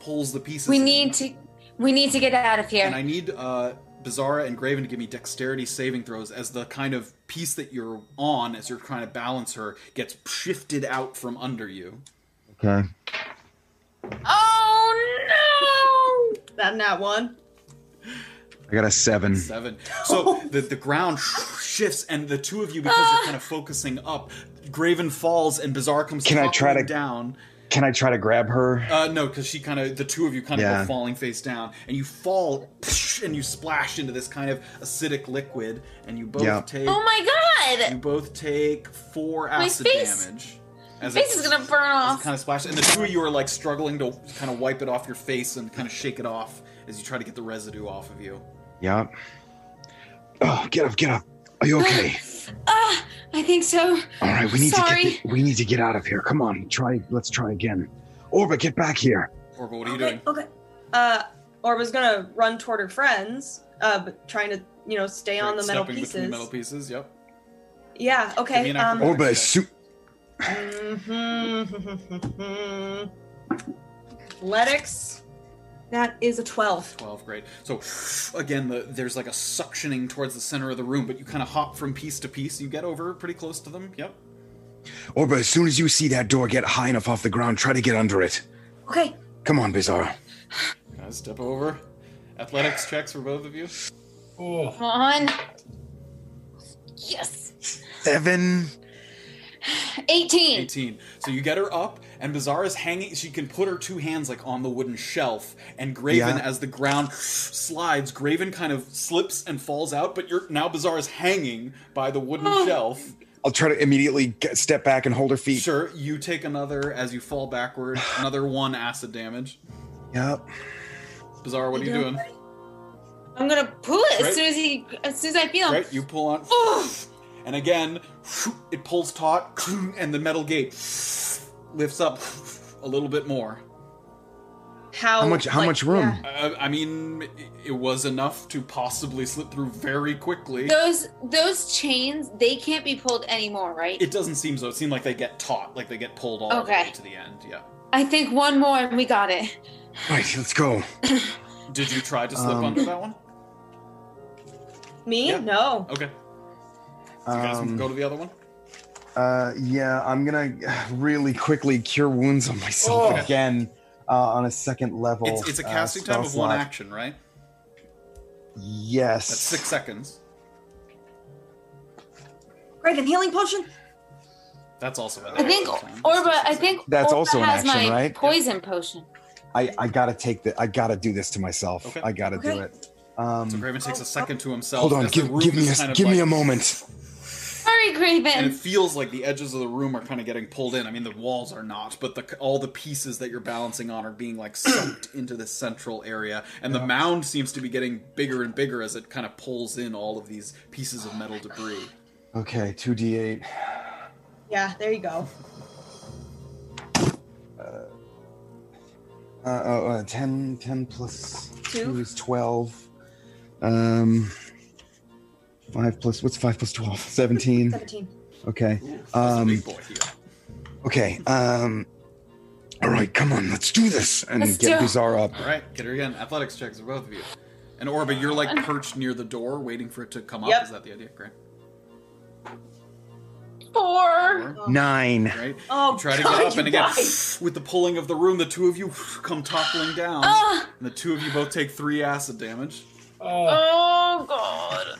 [SPEAKER 4] pulls the pieces.
[SPEAKER 3] We
[SPEAKER 4] in.
[SPEAKER 3] need to we need to get out of here.
[SPEAKER 4] And I need uh, Bizarra and Graven to give me dexterity saving throws as the kind of piece that you're on, as you're trying to balance her, gets shifted out from under you.
[SPEAKER 11] Okay.
[SPEAKER 12] Oh no! That not one.
[SPEAKER 11] I got a seven.
[SPEAKER 4] Seven. So the, the ground shifts, and the two of you, because you're kind of focusing up, Graven falls, and Bizarra comes
[SPEAKER 11] Can I try to-
[SPEAKER 4] toppling down.
[SPEAKER 11] Can I try to grab her?
[SPEAKER 4] Uh, no, because she kind of the two of you kind of
[SPEAKER 11] Yeah.
[SPEAKER 4] go falling face down, and you fall, and you splash into this kind of acidic liquid, and you both
[SPEAKER 11] Yeah.
[SPEAKER 4] take.
[SPEAKER 3] Oh my God!
[SPEAKER 4] You both take four
[SPEAKER 3] My
[SPEAKER 4] acid
[SPEAKER 3] face-
[SPEAKER 4] damage.
[SPEAKER 3] My face is gonna burn off.
[SPEAKER 4] kind of splash, and the two of you are like struggling to kind of wipe it off your face and kind of shake it off as you try to get the residue off of you.
[SPEAKER 11] Yeah. Oh, get up, get up. Are you okay?
[SPEAKER 3] Ah, I think so.
[SPEAKER 11] All right, we need
[SPEAKER 3] Sorry.
[SPEAKER 11] to get the- we need to get out of here. Come on, try. Let's try again. Orba, get back here.
[SPEAKER 4] Orba, what are you doing?
[SPEAKER 12] Okay. Uh, Orba's gonna run toward her friends, uh, but trying to you know stay on
[SPEAKER 4] Right,
[SPEAKER 12] the metal
[SPEAKER 4] stepping
[SPEAKER 12] pieces.
[SPEAKER 4] between metal pieces. Yep.
[SPEAKER 12] Yeah.
[SPEAKER 4] me
[SPEAKER 12] Okay.
[SPEAKER 4] an
[SPEAKER 12] Um,
[SPEAKER 11] Orba is su-
[SPEAKER 12] mhm. Athletics. That is a twelve.
[SPEAKER 4] 12 great so again the, there's like a suctioning towards the center of the room but you kind of hop from piece to piece you get over pretty close to them yep
[SPEAKER 11] Orba. As soon as you see that door get high enough off the ground, try to get under it.
[SPEAKER 12] Okay.
[SPEAKER 11] Come on, Bizarro.
[SPEAKER 4] Can I step over? Athletics checks for both of you.
[SPEAKER 6] Oh.
[SPEAKER 3] Come on. Yes.
[SPEAKER 11] Seven.
[SPEAKER 3] 18.
[SPEAKER 4] 18. So you get her up, and Bizarra's hanging. She can put her two hands like on the wooden shelf, and Graven,
[SPEAKER 11] Yeah.
[SPEAKER 4] as the ground slides, Graven kind of slips and falls out. But you're now Bizarra's hanging by the wooden shelf.
[SPEAKER 11] I'll try to immediately get, step back and hold her feet.
[SPEAKER 4] Sure, you take another as you fall backward. Another one acid damage.
[SPEAKER 11] Yep.
[SPEAKER 4] Bizarra, what are you
[SPEAKER 3] Yeah.
[SPEAKER 4] doing?
[SPEAKER 3] I'm gonna pull it
[SPEAKER 4] Right.
[SPEAKER 3] as soon as he, as soon as I feel him.
[SPEAKER 4] Right, you pull on, and again, it pulls taut, and the metal gate lifts up a little bit more.
[SPEAKER 12] How,
[SPEAKER 11] How much- how much room?
[SPEAKER 4] Uh, I mean, i- it was enough to possibly slip through very quickly.
[SPEAKER 3] Those those chains, they can't be pulled anymore, right?
[SPEAKER 4] It doesn't seem so. It seemed like they get taut, like they get pulled all the
[SPEAKER 3] Okay.
[SPEAKER 4] way to the end. Yeah.
[SPEAKER 3] I think one more and we got it.
[SPEAKER 11] Right, let's go.
[SPEAKER 4] Did you try to slip
[SPEAKER 11] Um,
[SPEAKER 4] under that one?
[SPEAKER 12] Me? No.
[SPEAKER 4] Okay. You guys
[SPEAKER 11] Um,
[SPEAKER 4] go to the other one.
[SPEAKER 11] Uh, yeah, I'm gonna uh, really quickly cure wounds on myself
[SPEAKER 4] Oh.
[SPEAKER 11] again uh, on a second level.
[SPEAKER 4] It's, it's a
[SPEAKER 11] uh,
[SPEAKER 4] casting
[SPEAKER 11] spell
[SPEAKER 4] time of one
[SPEAKER 11] slot.
[SPEAKER 4] action, right?
[SPEAKER 11] Yes.
[SPEAKER 4] That's six seconds.
[SPEAKER 12] Graven healing potion.
[SPEAKER 4] That's also. an
[SPEAKER 3] I think
[SPEAKER 4] action time.
[SPEAKER 3] Orba, I think
[SPEAKER 11] That's
[SPEAKER 3] Orba
[SPEAKER 11] also an
[SPEAKER 3] has
[SPEAKER 11] action,
[SPEAKER 3] my
[SPEAKER 11] right?
[SPEAKER 3] poison potion.
[SPEAKER 11] I, I gotta take the. I gotta do this to myself. I gotta do
[SPEAKER 3] Okay.
[SPEAKER 11] it. Um,
[SPEAKER 4] So Graven takes a second to himself.
[SPEAKER 11] hold on.
[SPEAKER 4] as the
[SPEAKER 11] Give,
[SPEAKER 4] room
[SPEAKER 11] give me
[SPEAKER 4] is
[SPEAKER 11] a
[SPEAKER 4] kind of
[SPEAKER 11] give me
[SPEAKER 4] like-
[SPEAKER 11] a moment.
[SPEAKER 3] Sorry,
[SPEAKER 4] And it
[SPEAKER 3] Graven.
[SPEAKER 4] feels like the edges of the room are kind of getting pulled in. I mean, the walls are not, but the, all the pieces that you're balancing on are being like sucked into the central area. And the mound seems to be getting bigger and bigger as it kind of pulls in all of these pieces of metal debris.
[SPEAKER 11] Okay, two d eight.
[SPEAKER 12] Yeah. There you go.
[SPEAKER 11] Uh, oh, uh, 10, 10 plus
[SPEAKER 12] Two.
[SPEAKER 11] two is twelve. Um, five plus what's five plus twelve? Seventeen.
[SPEAKER 12] Seventeen.
[SPEAKER 11] Okay.
[SPEAKER 4] There's a
[SPEAKER 11] Um,
[SPEAKER 4] big boy here.
[SPEAKER 11] okay. Um, all right, come on, let's do this and
[SPEAKER 4] Let's
[SPEAKER 11] get
[SPEAKER 4] do it.
[SPEAKER 11] Bizarre up.
[SPEAKER 4] All right, get her again. Athletics checks for both of you. And Orba, you're like perched near the door, waiting for it to come
[SPEAKER 3] Yep.
[SPEAKER 4] up. Is that the idea? Great.
[SPEAKER 3] Four.
[SPEAKER 11] Nine.
[SPEAKER 4] Right.
[SPEAKER 3] Oh,
[SPEAKER 4] you try to
[SPEAKER 3] God,
[SPEAKER 4] get up, and
[SPEAKER 3] you
[SPEAKER 4] again,
[SPEAKER 3] guys.
[SPEAKER 4] with the pulling of the room, the two of you come toppling down,
[SPEAKER 3] Ah.
[SPEAKER 4] and the two of you both take three acid damage.
[SPEAKER 3] Oh god.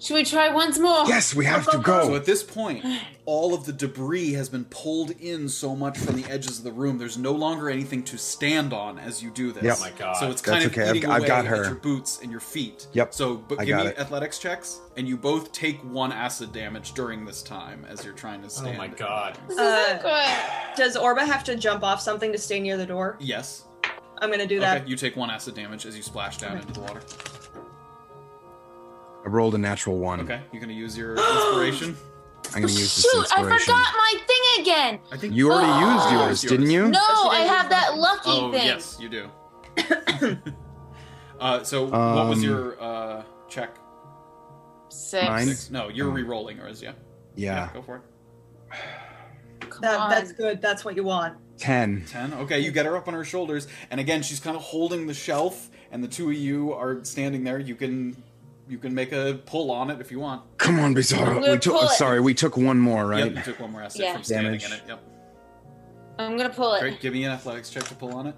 [SPEAKER 3] Should we try once more?
[SPEAKER 11] Oh.
[SPEAKER 4] So at this point, all of the debris has been pulled in so much from the edges of the room. There's no longer anything to stand on as you do this.
[SPEAKER 11] Yep. Oh my God.
[SPEAKER 4] So it's
[SPEAKER 11] That's
[SPEAKER 4] kind of
[SPEAKER 11] okay. I've-
[SPEAKER 4] eating
[SPEAKER 11] I've
[SPEAKER 4] away
[SPEAKER 11] got her.
[SPEAKER 4] at your boots and your feet.
[SPEAKER 11] Yep.
[SPEAKER 4] So, but
[SPEAKER 11] I
[SPEAKER 4] give
[SPEAKER 11] got
[SPEAKER 4] me
[SPEAKER 11] it.
[SPEAKER 4] athletics checks, and you both take one acid damage during this time as you're trying to
[SPEAKER 11] Oh
[SPEAKER 4] stand.
[SPEAKER 6] my God.
[SPEAKER 12] Uh, does Orba have to jump off something to stay near the door?
[SPEAKER 4] Yes.
[SPEAKER 12] I'm gonna do that.
[SPEAKER 4] Okay. You take one acid damage as you splash down into the water.
[SPEAKER 11] I rolled a natural one.
[SPEAKER 4] Okay. You're gonna use your inspiration.
[SPEAKER 11] I'm going to use this
[SPEAKER 3] Shoot, I
[SPEAKER 11] inspiration.
[SPEAKER 3] forgot my thing again.
[SPEAKER 4] I think
[SPEAKER 11] You already
[SPEAKER 3] Oh.
[SPEAKER 11] used yours, didn't you?
[SPEAKER 3] No, I have that lucky
[SPEAKER 4] Oh
[SPEAKER 3] thing.
[SPEAKER 4] yes, you do. uh, so what was
[SPEAKER 11] Um,
[SPEAKER 4] your uh, check?
[SPEAKER 3] Six.
[SPEAKER 11] Mine?
[SPEAKER 4] No, you're
[SPEAKER 11] Um,
[SPEAKER 4] re-rolling yours. Yeah.
[SPEAKER 11] Yeah.
[SPEAKER 4] Go for it.
[SPEAKER 12] That, that's good. That's what you want.
[SPEAKER 11] Ten.
[SPEAKER 4] Ten. Okay, you get her up on her shoulders, and again, she's kind of holding the shelf, and the two of you are standing there. You can, you can make a pull on it if you want.
[SPEAKER 11] Come on,
[SPEAKER 4] I'm
[SPEAKER 11] Bizarro.
[SPEAKER 4] gonna
[SPEAKER 11] We took.
[SPEAKER 4] pull it.
[SPEAKER 11] sorry, we took one more, right?
[SPEAKER 4] Yep, you took one more acid
[SPEAKER 3] Yeah.
[SPEAKER 4] from standing
[SPEAKER 11] Damage.
[SPEAKER 4] in it. Yep.
[SPEAKER 3] I'm gonna pull it.
[SPEAKER 4] Great. Give me an athletics check to pull on it.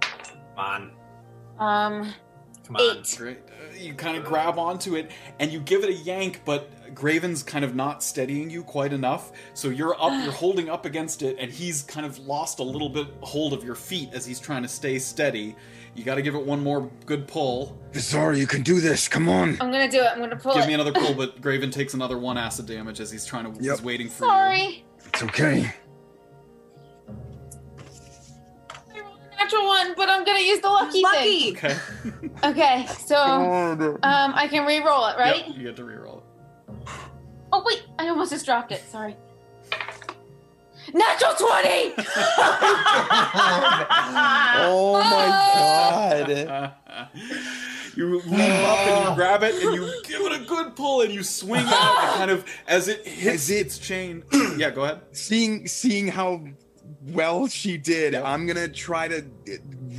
[SPEAKER 6] Come on.
[SPEAKER 3] Um,
[SPEAKER 6] Come
[SPEAKER 3] on. Eight.
[SPEAKER 4] Great. Uh, You kind of grab onto it and you give it a yank, but Graven's kind of not steadying you quite enough. So you're up, you're holding up against it, and he's kind of lost a little bit hold of your feet as he's trying to stay steady. You got to give it one more good pull.
[SPEAKER 11] Bizarro, you can do this. Come on.
[SPEAKER 3] I'm gonna do it. I'm gonna pull
[SPEAKER 4] give
[SPEAKER 3] it.
[SPEAKER 4] me another pull, but Graven takes another one acid damage as he's trying to. He's waiting for
[SPEAKER 3] Sorry.
[SPEAKER 11] It's okay.
[SPEAKER 3] Natural one, but I'm gonna use the lucky,
[SPEAKER 4] you.
[SPEAKER 3] thing.
[SPEAKER 4] Okay.
[SPEAKER 3] Okay, so um, I can re-roll it, right?
[SPEAKER 4] Yep, you get to reroll it.
[SPEAKER 3] Oh wait, I almost just dropped it. Sorry. Natural twenty.
[SPEAKER 14] Oh my
[SPEAKER 4] god. You leap up and you grab it and you give it a good pull and you swing out and kind of as it hits its chain. yeah, go ahead.
[SPEAKER 11] Seeing seeing how well she did, I'm gonna try to uh,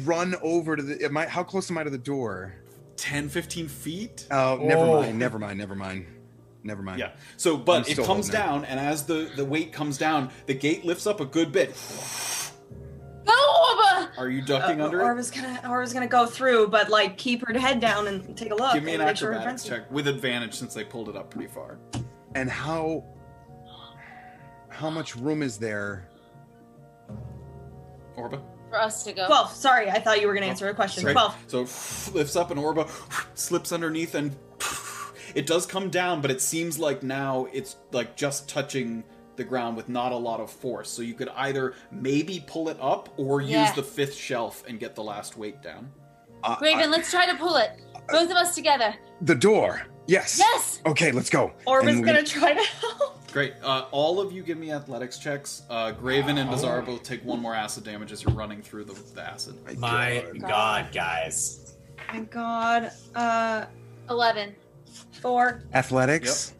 [SPEAKER 11] run over to the. Am I, how close am I to the door?
[SPEAKER 4] 10, 15 feet.
[SPEAKER 11] Oh, never
[SPEAKER 4] Oh.
[SPEAKER 11] mind. Never mind. Never mind. Never mind.
[SPEAKER 4] Yeah. So,
[SPEAKER 11] I'm
[SPEAKER 4] but it
[SPEAKER 11] still
[SPEAKER 4] comes
[SPEAKER 11] holding out.
[SPEAKER 4] down, and as the the weight comes down, the gate lifts up a good bit.
[SPEAKER 3] Go, Orba.
[SPEAKER 4] Are you ducking
[SPEAKER 12] Uh,
[SPEAKER 4] under it?
[SPEAKER 12] Orba's gonna Orba's gonna go through, but like keep her head down and take a look.
[SPEAKER 4] Give me an
[SPEAKER 12] and make sure her
[SPEAKER 4] acrobatics
[SPEAKER 12] friends-
[SPEAKER 4] check with advantage since they pulled it up pretty far.
[SPEAKER 11] And how how much room is there?
[SPEAKER 4] Orba.
[SPEAKER 3] For us to go.
[SPEAKER 12] Twelve. Sorry, I thought you were gonna answer a question.
[SPEAKER 4] Right?
[SPEAKER 12] Twelve.
[SPEAKER 4] So lifts up and Orba slips underneath and it does come down, but it seems like now it's like just touching the ground with not a lot of force. So you could either maybe pull it up or use
[SPEAKER 3] Yeah.
[SPEAKER 4] the fifth shelf and get the last weight down.
[SPEAKER 3] Graven, let's try to pull it. Both of us together.
[SPEAKER 11] Uh, The door. Yes.
[SPEAKER 3] Yes.
[SPEAKER 11] Okay, let's go. And we-
[SPEAKER 12] try to.
[SPEAKER 4] Great. Uh, all of you give me athletics checks. Uh, Graven and Bizarre both take one more acid damage as you're running through the, the acid.
[SPEAKER 6] My God, guys.
[SPEAKER 12] My God. Uh,
[SPEAKER 3] Eleven.
[SPEAKER 12] Four.
[SPEAKER 11] Athletics.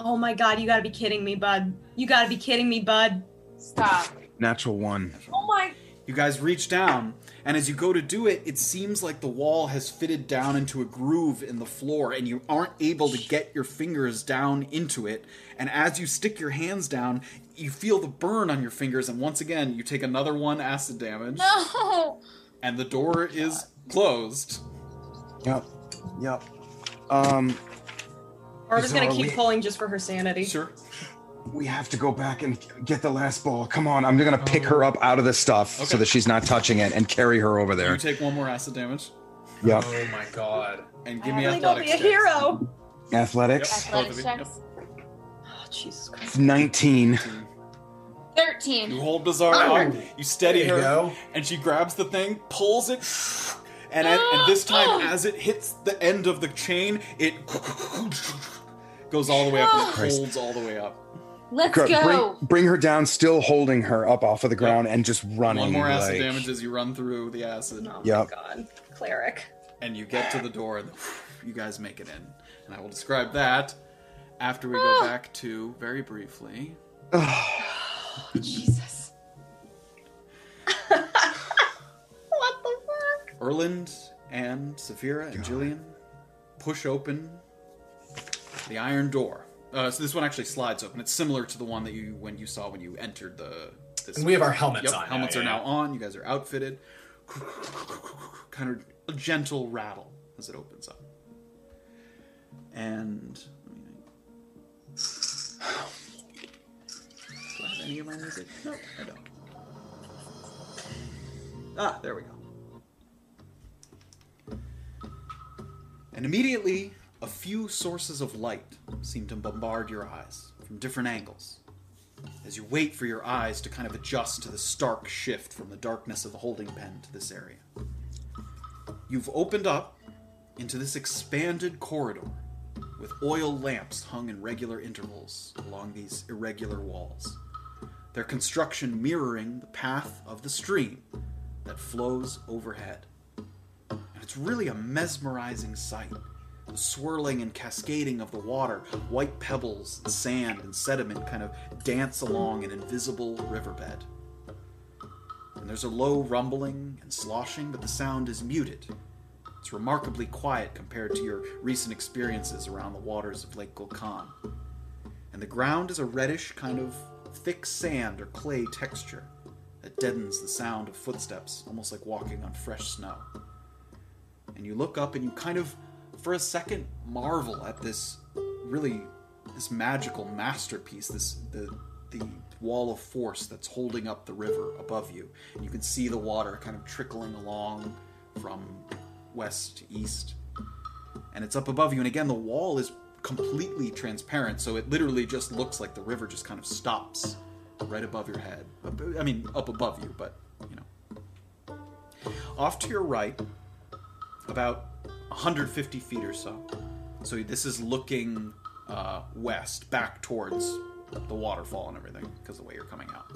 [SPEAKER 12] Oh my God! You gotta be kidding me, bud. You gotta be kidding me, bud.
[SPEAKER 3] Stop.
[SPEAKER 11] Natural one.
[SPEAKER 12] Oh my.
[SPEAKER 4] You guys reach down, and as you go to do it, it seems like the wall has fitted down into a groove in the floor, and you aren't able to get your fingers down into it. And as you stick your hands down, you feel the burn on your fingers, and once again, you take another one acid damage,
[SPEAKER 3] No.
[SPEAKER 4] and the door is closed.
[SPEAKER 11] Yep. Yep. Um
[SPEAKER 12] Orba's gonna
[SPEAKER 11] Bizarre,
[SPEAKER 12] keep
[SPEAKER 11] we-
[SPEAKER 12] pulling just for her sanity.
[SPEAKER 4] Sure.
[SPEAKER 11] we have to go back and get the last ball. Come on. I'm gonna pick her up out of the stuff so that she's not touching it and carry her over
[SPEAKER 4] You
[SPEAKER 11] there.
[SPEAKER 4] take one more acid damage,
[SPEAKER 11] Yep.
[SPEAKER 6] Oh my God.
[SPEAKER 4] and give me
[SPEAKER 12] Really gonna
[SPEAKER 4] athletics.
[SPEAKER 12] be a
[SPEAKER 4] checks.
[SPEAKER 12] hero.
[SPEAKER 11] Athletics.
[SPEAKER 3] Athletics checks.
[SPEAKER 12] Oh, Jesus Christ.
[SPEAKER 11] Nineteen.
[SPEAKER 4] You
[SPEAKER 3] Thirteen.
[SPEAKER 4] hold Bizarre
[SPEAKER 3] Oh.
[SPEAKER 4] up, you steady
[SPEAKER 6] There
[SPEAKER 4] her,
[SPEAKER 6] you go.
[SPEAKER 4] and she grabs the thing, pulls it, and, it- and this time, as it hits the end of the chain, it goes all the way up and it
[SPEAKER 11] Christ.
[SPEAKER 4] holds all the way up.
[SPEAKER 3] Let's
[SPEAKER 11] Gr-
[SPEAKER 3] go.
[SPEAKER 11] Bring, bring her down, still holding her up off of the ground and just running.
[SPEAKER 4] One more acid
[SPEAKER 11] like-
[SPEAKER 4] damage as you run through the acid,
[SPEAKER 11] Yep.
[SPEAKER 12] Oh God. Cleric.
[SPEAKER 4] and you get to the door, and you guys make it in. And I will describe that after we go back to very briefly.
[SPEAKER 11] Ugh.
[SPEAKER 12] Jesus.
[SPEAKER 4] Erland and Saphira and Jillian push open the iron door. Uh, so this one actually slides open. It's similar to the one that you when you saw when you entered the. This
[SPEAKER 6] And we have our helmets
[SPEAKER 4] Yep,
[SPEAKER 6] on now,
[SPEAKER 4] Helmets
[SPEAKER 6] yeah,
[SPEAKER 4] are now
[SPEAKER 6] yeah.
[SPEAKER 4] on. You guys are outfitted. Kind of a gentle rattle as it opens up. And do I have any of my music? No, I don't. Ah, there we go. And immediately, a few sources of light seem to bombard your eyes from different angles. As you wait for your eyes to kind of adjust to the stark shift from the darkness of the holding pen to this area, you've opened up into this expanded corridor with oil lamps hung in regular intervals along these irregular walls, their construction mirroring the path of the stream that flows overhead. And it's really a mesmerizing sight. The swirling and cascading of the water, white pebbles, and sand, and sediment kind of dance along an invisible riverbed. And there's a low rumbling and sloshing, but the sound is muted. It's remarkably quiet compared to your recent experiences around the waters of Lake Golkan. And the ground is a reddish kind of thick sand or clay texture that deadens the sound of footsteps, almost like walking on fresh snow and you look up and you kind of for a second marvel at this really this magical masterpiece this the the wall of force that's holding up the river above you and you can see the water kind of trickling along from west to east and it's up above you and again the wall is completely transparent so it literally just looks like the river just kind of stops right above your head Up- i mean up above you but you know off to your right about 150 feet or so. So this is looking uh, west, back towards the waterfall and everything, because the way you're coming out.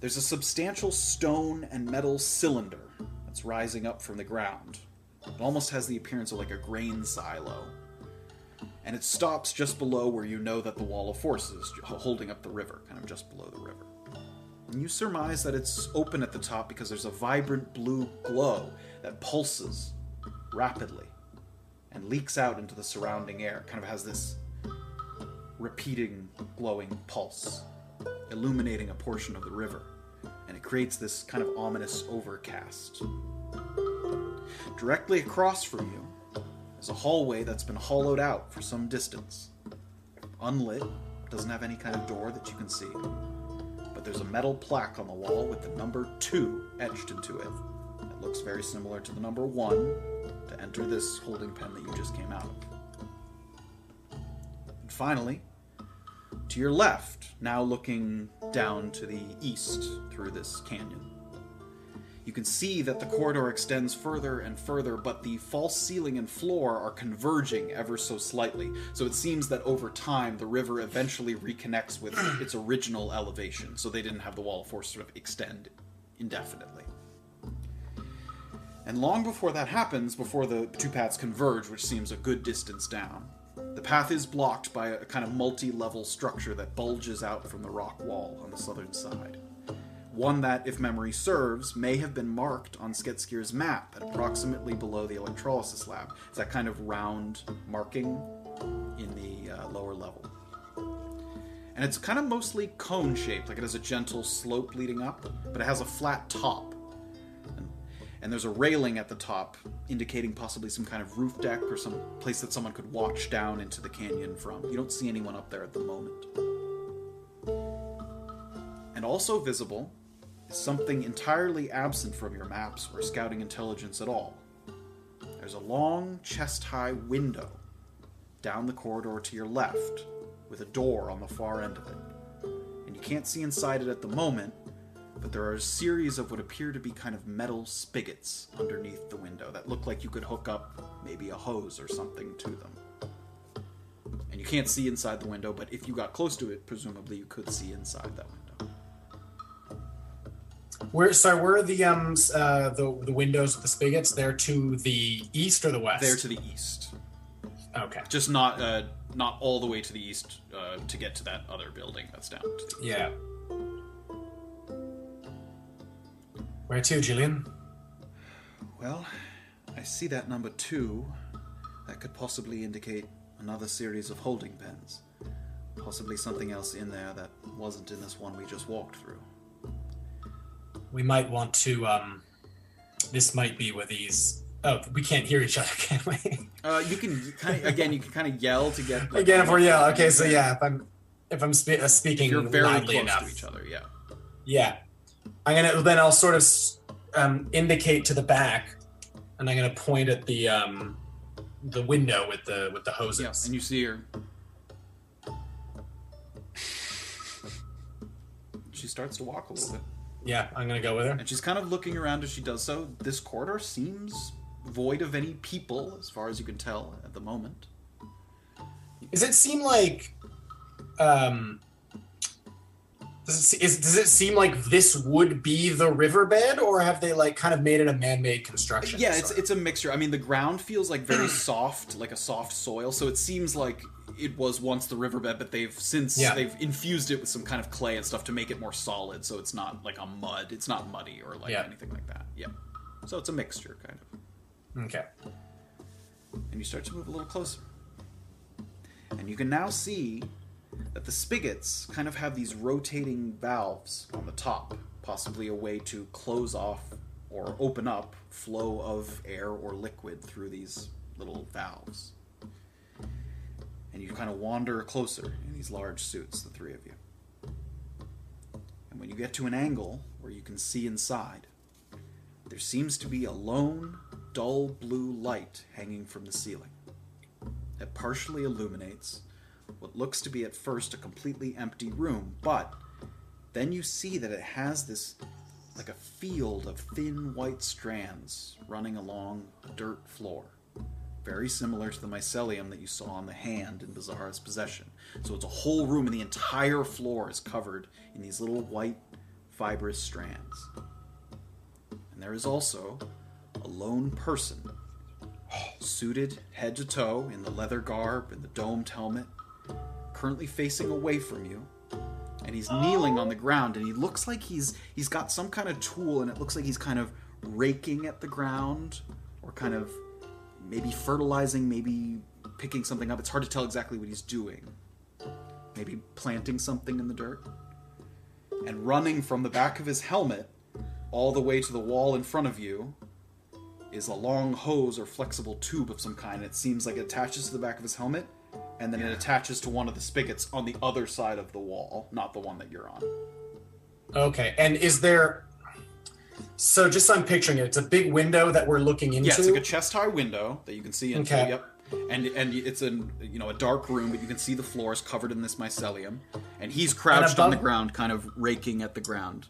[SPEAKER 4] There's a substantial stone and metal cylinder that's rising up from the ground. It almost has the appearance of like a grain silo. And it stops just below where you know that the wall of force is j- holding up the river, kind of just below the river. And you surmise that it's open at the top because there's a vibrant blue glow that pulses rapidly and leaks out into the surrounding air. Kind of has this repeating, glowing pulse, illuminating a portion of the river. And it creates this kind of ominous overcast. Directly across from you is a hallway that's been hollowed out for some distance. Unlit, doesn't have any kind of door that you can see but there's a metal plaque on the wall with the number 2 etched into it. It looks very similar to the number 1 to enter this holding pen that you just came out of. And finally, to your left, now looking down to the east through this canyon, you can see that the corridor extends further and further, but the false ceiling and floor are converging ever so slightly. So it seems that over time, the river eventually reconnects with its original elevation. So they didn't have the wall of force sort of extend indefinitely. And long before that happens, before the two paths converge, which seems a good distance down, the path is blocked by a kind of multi level structure that bulges out from the rock wall on the southern side one that, if memory serves, may have been marked on Sketskier's map at approximately below the electrolysis lab. It's that kind of round marking in the uh, lower level. And it's kind of mostly cone shaped, like it has a gentle slope leading up, but it has a flat top. And, and there's a railing at the top, indicating possibly some kind of roof deck or some place that someone could watch down into the canyon from. You don't see anyone up there at the moment. And also visible is something entirely absent from your maps or scouting intelligence at all. There's a long, chest high window down the corridor to your left, with a door on the far end of it. And you can't see inside it at the moment, but there are a series of what appear to be kind of metal spigots underneath the window that look like you could hook up maybe a hose or something to them. And you can't see inside the window, but if you got close to it, presumably you could see inside that window.
[SPEAKER 6] Where sorry, where are the um s- uh, the the windows with the spigots? They're to the east or the west?
[SPEAKER 4] They're to the east.
[SPEAKER 6] Okay.
[SPEAKER 4] Just not uh, not all the way to the east uh, to get to that other building that's down. To the east.
[SPEAKER 6] Yeah. Where to, Jillian?
[SPEAKER 4] Well, I see that number two. That could possibly indicate another series of holding pens. Possibly something else in there that wasn't in this one we just walked through.
[SPEAKER 6] We might want to. Um, this might be where these. Oh, we can't hear each other, can we?
[SPEAKER 4] Uh, you can kind of, again, you can kind of yell to get
[SPEAKER 6] Again, if we're yeah. Okay, so yeah, if I'm if I'm spe- uh, speaking
[SPEAKER 4] You're very
[SPEAKER 6] loudly
[SPEAKER 4] close
[SPEAKER 6] enough,
[SPEAKER 4] to each other. Yeah.
[SPEAKER 6] Yeah. I'm gonna then I'll sort of um, indicate to the back, and I'm gonna point at the um, the window with the with the hoses.
[SPEAKER 4] Yeah, and you see her. She starts to walk a little bit.
[SPEAKER 6] Yeah, I'm gonna go with her.
[SPEAKER 4] And she's kind of looking around as she does so. This corridor seems void of any people, as far as you can tell at the moment.
[SPEAKER 6] Does it seem like, um, does it, se- is, does it seem like this would be the riverbed, or have they like kind of made it a man-made construction?
[SPEAKER 4] Yeah, it's
[SPEAKER 6] sort of?
[SPEAKER 4] it's a mixture. I mean, the ground feels like very soft, like a soft soil. So it seems like it was once the riverbed, but they've since
[SPEAKER 6] Yeah.
[SPEAKER 4] they've infused it with some kind of clay and stuff to make it more solid. So it's not like a mud. It's not muddy or like
[SPEAKER 6] Yeah.
[SPEAKER 4] anything like that. Yeah. So it's a mixture, kind of.
[SPEAKER 6] okay.
[SPEAKER 4] And you start to move a little closer, and you can now see that the spigots kind of have these rotating valves on the top, possibly a way to close off or open up flow of air or liquid through these little valves. And you kind of wander closer in these large suits, the three of you. And when you get to an angle where you can see inside, there seems to be a lone, dull blue light hanging from the ceiling. It partially illuminates what looks to be at first a completely empty room, but then you see that it has this like a field of thin white strands running along a dirt floor. Very similar to the mycelium that you saw on the hand in Bizarre's possession. So it's a whole room and the entire floor is covered in these little white fibrous strands. And there is also a lone person, suited head to toe in the leather garb and the domed helmet, currently facing away from you, and he's kneeling on the ground and he looks like he's he's got some kind of tool and it looks like he's kind of raking at the ground or kind of maybe fertilizing, maybe picking something up. It's hard to tell exactly what he's doing. Maybe planting something in the dirt. And running from the back of his helmet all the way to the wall in front of you is a long hose or flexible tube of some kind. It seems like it attaches to the back of his helmet, and then it attaches to one of the spigots on the other side of the wall, not the one that you're on.
[SPEAKER 6] Okay, and is there? So just so I'm picturing it, it's a big window that we're looking into.
[SPEAKER 4] Yeah, it's like a chest high window that you can see into.
[SPEAKER 6] Okay.
[SPEAKER 4] Yep. And and it's in you know a dark room, but you can see the floor is covered in this mycelium, and he's crouched on the
[SPEAKER 6] above-
[SPEAKER 4] ground, kind of raking at the ground.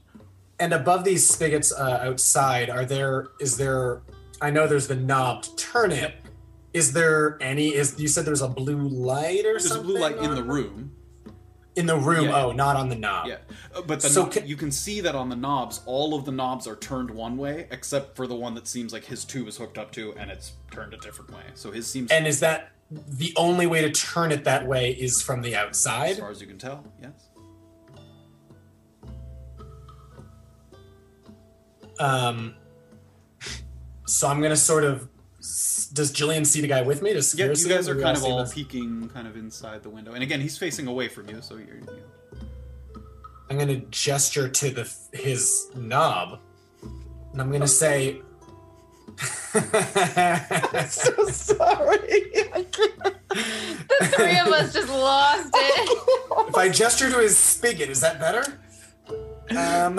[SPEAKER 6] And above these spigots uh, outside, are there? Is there? I know there's the knobbed turnip. Is there any? Is you said there's a blue light or
[SPEAKER 4] There's a
[SPEAKER 6] something?
[SPEAKER 4] blue light in
[SPEAKER 6] on-
[SPEAKER 4] the room.
[SPEAKER 6] In the room.
[SPEAKER 4] Yeah.
[SPEAKER 6] Oh, not on the knob.
[SPEAKER 4] Yeah, Uh, but the
[SPEAKER 6] So
[SPEAKER 4] so you can see that on the knobs, all of the knobs are turned one way, except for the one that seems like his tube is hooked up to, and it's turned a different way. So his seems
[SPEAKER 6] And is that the only way to turn it that way? Is from the outside?
[SPEAKER 4] as far as you can tell. Yes.
[SPEAKER 6] Um, so I'm gonna sort of. Does Jillian see the guy with me? Does
[SPEAKER 4] Yeah, you
[SPEAKER 6] Skir see
[SPEAKER 4] guys
[SPEAKER 6] him?
[SPEAKER 4] are
[SPEAKER 6] Do we
[SPEAKER 4] kind of
[SPEAKER 6] see
[SPEAKER 4] all
[SPEAKER 6] this?
[SPEAKER 4] peeking, kind of inside the window, and again, he's facing away from you, so you're. You
[SPEAKER 6] I'm gonna gesture to the his knob, and I'm gonna say,
[SPEAKER 11] so sorry.
[SPEAKER 3] The three of us just lost it.
[SPEAKER 6] if I gesture to his spigot, is that better? Um,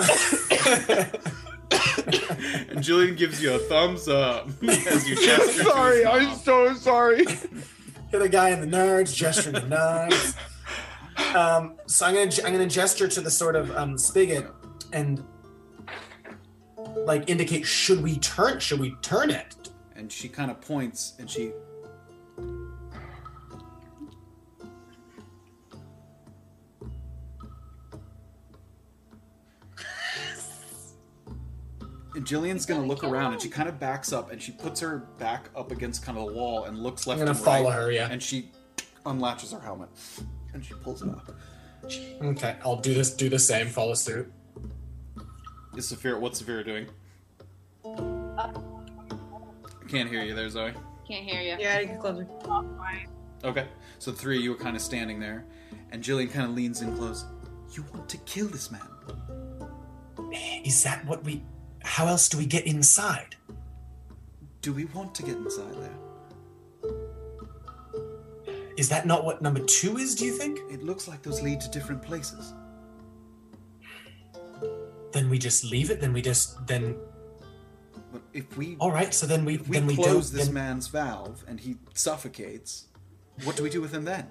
[SPEAKER 4] and Jillian gives you a thumbs up as you gesture.
[SPEAKER 11] sorry, I'm so sorry.
[SPEAKER 6] hit the guy in the nerds, gesturing the nerds. Um, so I'm gonna I'm gonna gesture to the sort of um, spigot and like indicate should we turn should we turn it?
[SPEAKER 4] And she kind of points, and she. And Jillian's gonna look around, and she kind of backs up, and she puts her back up against kind of the wall, and looks left
[SPEAKER 6] I'm gonna
[SPEAKER 4] and
[SPEAKER 6] follow
[SPEAKER 4] right,
[SPEAKER 6] her, yeah.
[SPEAKER 4] And she unlatches her helmet, and she pulls it up.
[SPEAKER 6] Okay, I'll do this do the same, follow suit.
[SPEAKER 4] Is Saphira? What's Saphira doing? Can't hear you there, Zoe.
[SPEAKER 3] Can't hear you.
[SPEAKER 12] Yeah, I get closer.
[SPEAKER 4] Okay. So the three of you are kind of standing there, and Jillian kind of leans in close. You want to kill this man?
[SPEAKER 6] Is that what we. How else do we get inside?
[SPEAKER 4] Do we want to get inside there?
[SPEAKER 6] Is that not what number two is, do you think?
[SPEAKER 4] It looks like those lead to different places.
[SPEAKER 6] Then we just leave it, then we just. Then.
[SPEAKER 4] But if we
[SPEAKER 6] All right, so then we.
[SPEAKER 4] if we
[SPEAKER 6] then we
[SPEAKER 4] close
[SPEAKER 6] don't.
[SPEAKER 4] this
[SPEAKER 6] then,
[SPEAKER 4] man's valve and he suffocates, what do we do with him then?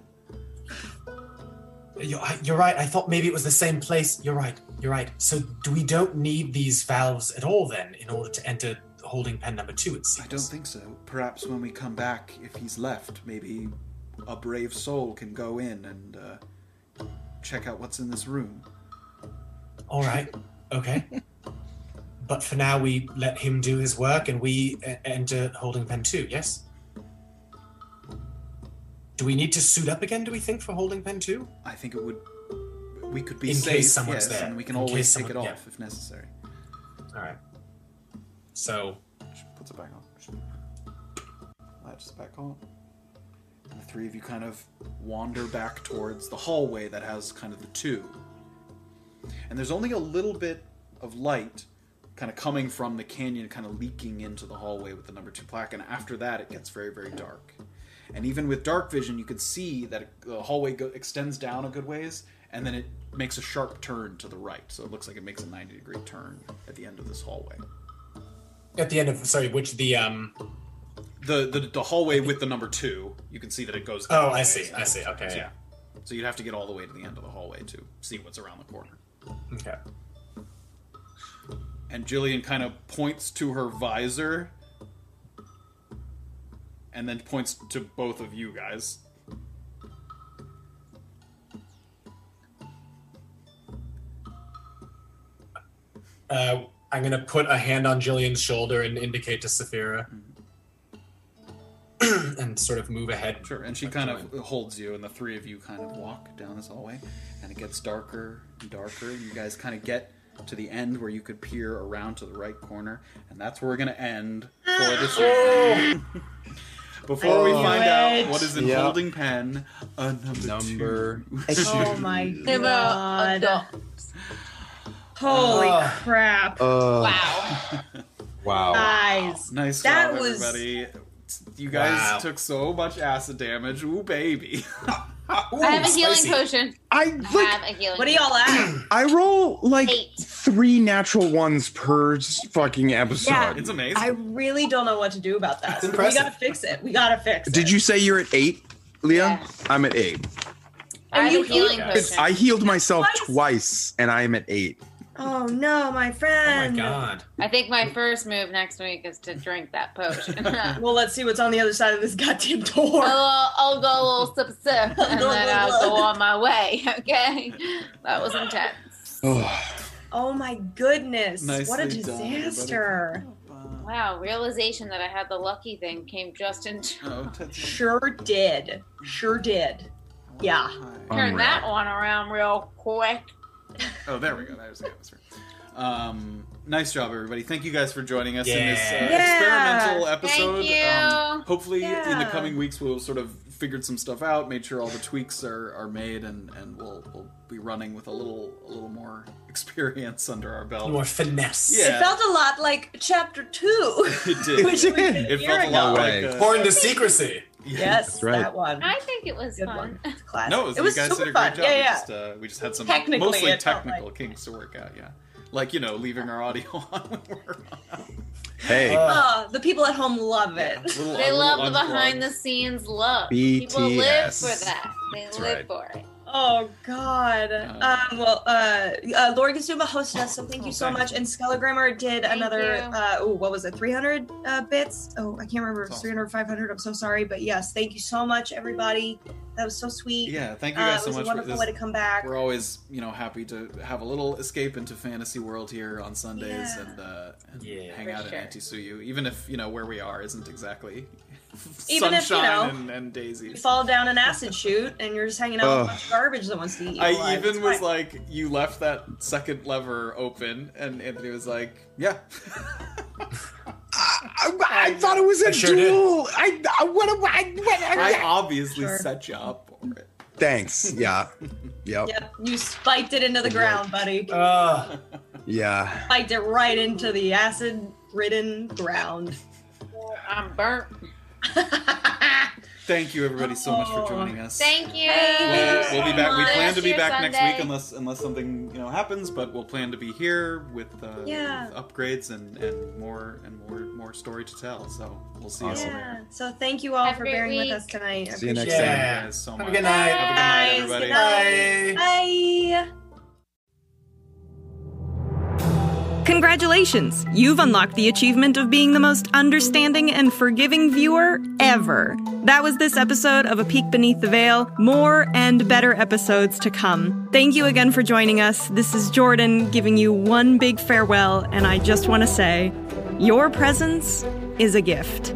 [SPEAKER 6] You're, you're right. I thought maybe it was the same place. You're right. You're right. So do we don't need these valves at all then in order to enter holding pen number two? It seems.
[SPEAKER 4] I don't think so. Perhaps when we come back, if he's left, maybe a brave soul can go in and uh, check out what's in this room.
[SPEAKER 6] All right. Okay. but for now, we let him do his work, and we e- enter holding pen two. Yes. Do we need to suit up again? Do we think for holding pen two?
[SPEAKER 4] I think it would. We could be
[SPEAKER 6] In case
[SPEAKER 4] safe,
[SPEAKER 6] someone's
[SPEAKER 4] yes,
[SPEAKER 6] there.
[SPEAKER 4] and we can
[SPEAKER 6] In
[SPEAKER 4] always
[SPEAKER 6] case
[SPEAKER 4] take it
[SPEAKER 6] someone- yeah.
[SPEAKER 4] off if necessary.
[SPEAKER 6] All right. So
[SPEAKER 4] She puts it back on. She latches it back on. And the three of you kind of wander back towards the hallway that has kind of the tube. And there's only a little bit of light kind of coming from the canyon, kind of leaking into the hallway with the number two plaque. And after that, it gets very, very dark. And even with dark vision, you could see that it- the hallway go- extends down a good ways, and then it makes a sharp turn to the right. So it looks like it makes a 90 degree turn at the end of this hallway.
[SPEAKER 6] at the end of sorry, which the um.
[SPEAKER 4] the the, the hallway with the number two. You can see that it goes.
[SPEAKER 6] Oh,
[SPEAKER 4] that
[SPEAKER 6] I
[SPEAKER 4] way.
[SPEAKER 6] see, I see, okay,
[SPEAKER 4] So,
[SPEAKER 6] yeah.
[SPEAKER 4] So you'd have to get all the way to the end of the hallway to see what's around the corner.
[SPEAKER 6] Okay.
[SPEAKER 4] And Jillian kind of points to her visor, and then points to both of you guys.
[SPEAKER 6] Uh, I'm gonna put a hand on Jillian's shoulder and indicate to Saphira, and sort of move ahead.
[SPEAKER 4] Sure. And she kind of holds you, and the three of you kind of walk down this hallway, and it gets darker and darker. And you guys kind of get to the end where you could peer around to the right corner, and that's where we're gonna end for this
[SPEAKER 12] Ah!
[SPEAKER 4] evening. Before we
[SPEAKER 12] Oh.
[SPEAKER 2] I knew
[SPEAKER 4] find
[SPEAKER 2] it.
[SPEAKER 4] out what is in
[SPEAKER 2] Yep.
[SPEAKER 4] holding pen, a number, number two.
[SPEAKER 12] Oh my
[SPEAKER 3] They were
[SPEAKER 12] god.
[SPEAKER 3] adults.
[SPEAKER 12] Holy
[SPEAKER 4] Ah.
[SPEAKER 12] crap.
[SPEAKER 11] Uh,
[SPEAKER 4] wow!
[SPEAKER 17] wow!
[SPEAKER 3] Uh,
[SPEAKER 12] Guys.
[SPEAKER 4] Nice
[SPEAKER 12] that
[SPEAKER 4] job,
[SPEAKER 12] was
[SPEAKER 4] everybody. You guys
[SPEAKER 17] Wow.
[SPEAKER 4] took so much acid damage. Ooh, baby.
[SPEAKER 3] I have a healing
[SPEAKER 4] spicy.
[SPEAKER 3] potion.
[SPEAKER 11] I
[SPEAKER 3] have a healing. What do y'all at?
[SPEAKER 11] I roll like three natural ones per s- fucking episode.
[SPEAKER 12] I really don't know what to do about that. We
[SPEAKER 11] impressive.
[SPEAKER 12] gotta fix it. We gotta fix it.
[SPEAKER 11] Did you say you're at eight, Leah? I'm at eight.
[SPEAKER 12] I have a
[SPEAKER 3] healing
[SPEAKER 11] It's- I healed myself twice, and I am at eight.
[SPEAKER 3] Oh no, my friend.
[SPEAKER 11] God.
[SPEAKER 3] I think my first move next week is to drink that potion.
[SPEAKER 12] well, let's see what's on the other side of this goddamn door.
[SPEAKER 3] I'll, uh, I'll go a little sip sip and then I'll go on my way. Okay. That was intense.
[SPEAKER 12] Oh my goodness. what a
[SPEAKER 3] Nicely done,
[SPEAKER 12] disaster.
[SPEAKER 3] Wow, realization that I had the lucky thing came just in
[SPEAKER 4] time.
[SPEAKER 12] Sure did. Sure did. Yeah.
[SPEAKER 3] Turn that one around real quick.
[SPEAKER 4] Oh, there we go. There's the atmosphere. Um, nice job, everybody. Thank you guys for joining us in this uh,
[SPEAKER 3] Yeah. Yeah.
[SPEAKER 4] experimental
[SPEAKER 3] Thank
[SPEAKER 4] episode.
[SPEAKER 3] you.
[SPEAKER 4] Um, hopefully, in the
[SPEAKER 3] Yeah.
[SPEAKER 4] coming weeks, we'll sort of figured some stuff out, made sure all the tweaks are, are made, and, and we'll, we'll be running with a little a little more experience under our belt.
[SPEAKER 6] More finesse.
[SPEAKER 4] Yeah.
[SPEAKER 12] It felt a lot like chapter two.
[SPEAKER 4] it did.
[SPEAKER 12] Which we did
[SPEAKER 4] It
[SPEAKER 12] a
[SPEAKER 4] felt
[SPEAKER 12] year
[SPEAKER 4] a lot
[SPEAKER 12] ago.
[SPEAKER 4] like uh,
[SPEAKER 6] Born to secrecy.
[SPEAKER 12] Yes,
[SPEAKER 4] That's right.
[SPEAKER 12] that one.
[SPEAKER 3] I think it was fun.
[SPEAKER 4] No,
[SPEAKER 12] It was
[SPEAKER 4] you guys
[SPEAKER 12] super
[SPEAKER 4] did a great
[SPEAKER 12] fun.
[SPEAKER 4] job.
[SPEAKER 12] Yeah,
[SPEAKER 4] we,
[SPEAKER 12] yeah.
[SPEAKER 4] Just, uh, we just had some
[SPEAKER 12] Technically,
[SPEAKER 4] mostly
[SPEAKER 12] it felt
[SPEAKER 4] technical kinks to work out. Yeah, like you know, leaving our audio on when we're on.
[SPEAKER 11] Hey.
[SPEAKER 4] Uh,
[SPEAKER 12] Ah, the people at home love it.
[SPEAKER 4] little-
[SPEAKER 3] They
[SPEAKER 4] a
[SPEAKER 3] love the
[SPEAKER 4] little
[SPEAKER 3] behind the scenes love. People live
[SPEAKER 12] BTS.
[SPEAKER 3] for that. They live for it.
[SPEAKER 12] Oh God! um, well, uh, uh, Lori Kasuma hosted us, so thank you so much. And Skellagrammer did another.
[SPEAKER 3] you.
[SPEAKER 12] Uh, oh, what was it? Three hundred uh, bits? Oh, I can't remember. Three hundred, five hundred. I'm so sorry, but yes, thank you so much, everybody. That was so sweet.
[SPEAKER 4] Yeah, thank you
[SPEAKER 12] Uh,
[SPEAKER 4] guys
[SPEAKER 12] it
[SPEAKER 4] so
[SPEAKER 12] was
[SPEAKER 4] much.
[SPEAKER 12] A wonderful
[SPEAKER 4] for this.
[SPEAKER 12] way to come back.
[SPEAKER 4] We're always, you know, happy to have a little escape into fantasy world here on Sundays
[SPEAKER 12] Yeah.
[SPEAKER 4] and, uh, and hang
[SPEAKER 12] For
[SPEAKER 4] out
[SPEAKER 12] sure.
[SPEAKER 4] at Antisuyu, even if you know where we are isn't exactly sunshine
[SPEAKER 12] Even if, you know,
[SPEAKER 4] and, and
[SPEAKER 12] You
[SPEAKER 4] daisies.
[SPEAKER 12] fall down an acid chute, and you're just hanging out
[SPEAKER 11] Uh,
[SPEAKER 12] with
[SPEAKER 4] Ugh.
[SPEAKER 12] a bunch of garbage that wants to eat you.
[SPEAKER 4] I
[SPEAKER 12] alive.
[SPEAKER 4] even
[SPEAKER 12] It's
[SPEAKER 4] was
[SPEAKER 12] fine.
[SPEAKER 4] like, you left that second lever open, and Anthony was like, "Yeah."
[SPEAKER 11] I, I thought it was a
[SPEAKER 4] I sure did.
[SPEAKER 11] duel. I, I what? am I, what am
[SPEAKER 4] I obviously set you up for it.
[SPEAKER 11] Thanks. Yeah. Yep.
[SPEAKER 12] Yep, you spiked it into the ground, buddy.
[SPEAKER 11] Yeah.
[SPEAKER 12] Spiked it right into the acid-ridden ground.
[SPEAKER 3] I'm burnt.
[SPEAKER 4] Thank you, everybody, so much for joining us.
[SPEAKER 3] Thank you.
[SPEAKER 4] We'll, we'll be back. We plan to be back next week
[SPEAKER 3] the
[SPEAKER 4] unless unless something you know happens, but we'll plan to be here with, uh,
[SPEAKER 12] Yeah.
[SPEAKER 4] with upgrades and, and more and more more story to tell. So we'll see you all there.
[SPEAKER 12] Yeah. So thank you all
[SPEAKER 3] Have a
[SPEAKER 12] for
[SPEAKER 3] great
[SPEAKER 12] bearing
[SPEAKER 3] week.
[SPEAKER 12] with us tonight. I
[SPEAKER 4] See you next
[SPEAKER 12] appreciate
[SPEAKER 4] time,
[SPEAKER 12] it.
[SPEAKER 4] you guys. So
[SPEAKER 12] Have a
[SPEAKER 4] much.
[SPEAKER 12] good night.
[SPEAKER 4] Have a good night, everybody.
[SPEAKER 12] Guys, good night. Bye.
[SPEAKER 1] Congratulations! You've unlocked the achievement of being the most understanding and forgiving viewer ever. That was this episode of A Peek Beneath the Veil. More and better episodes to come. Thank you again for joining us. This is Jordan giving you one big farewell, and I just want to say your presence is a gift.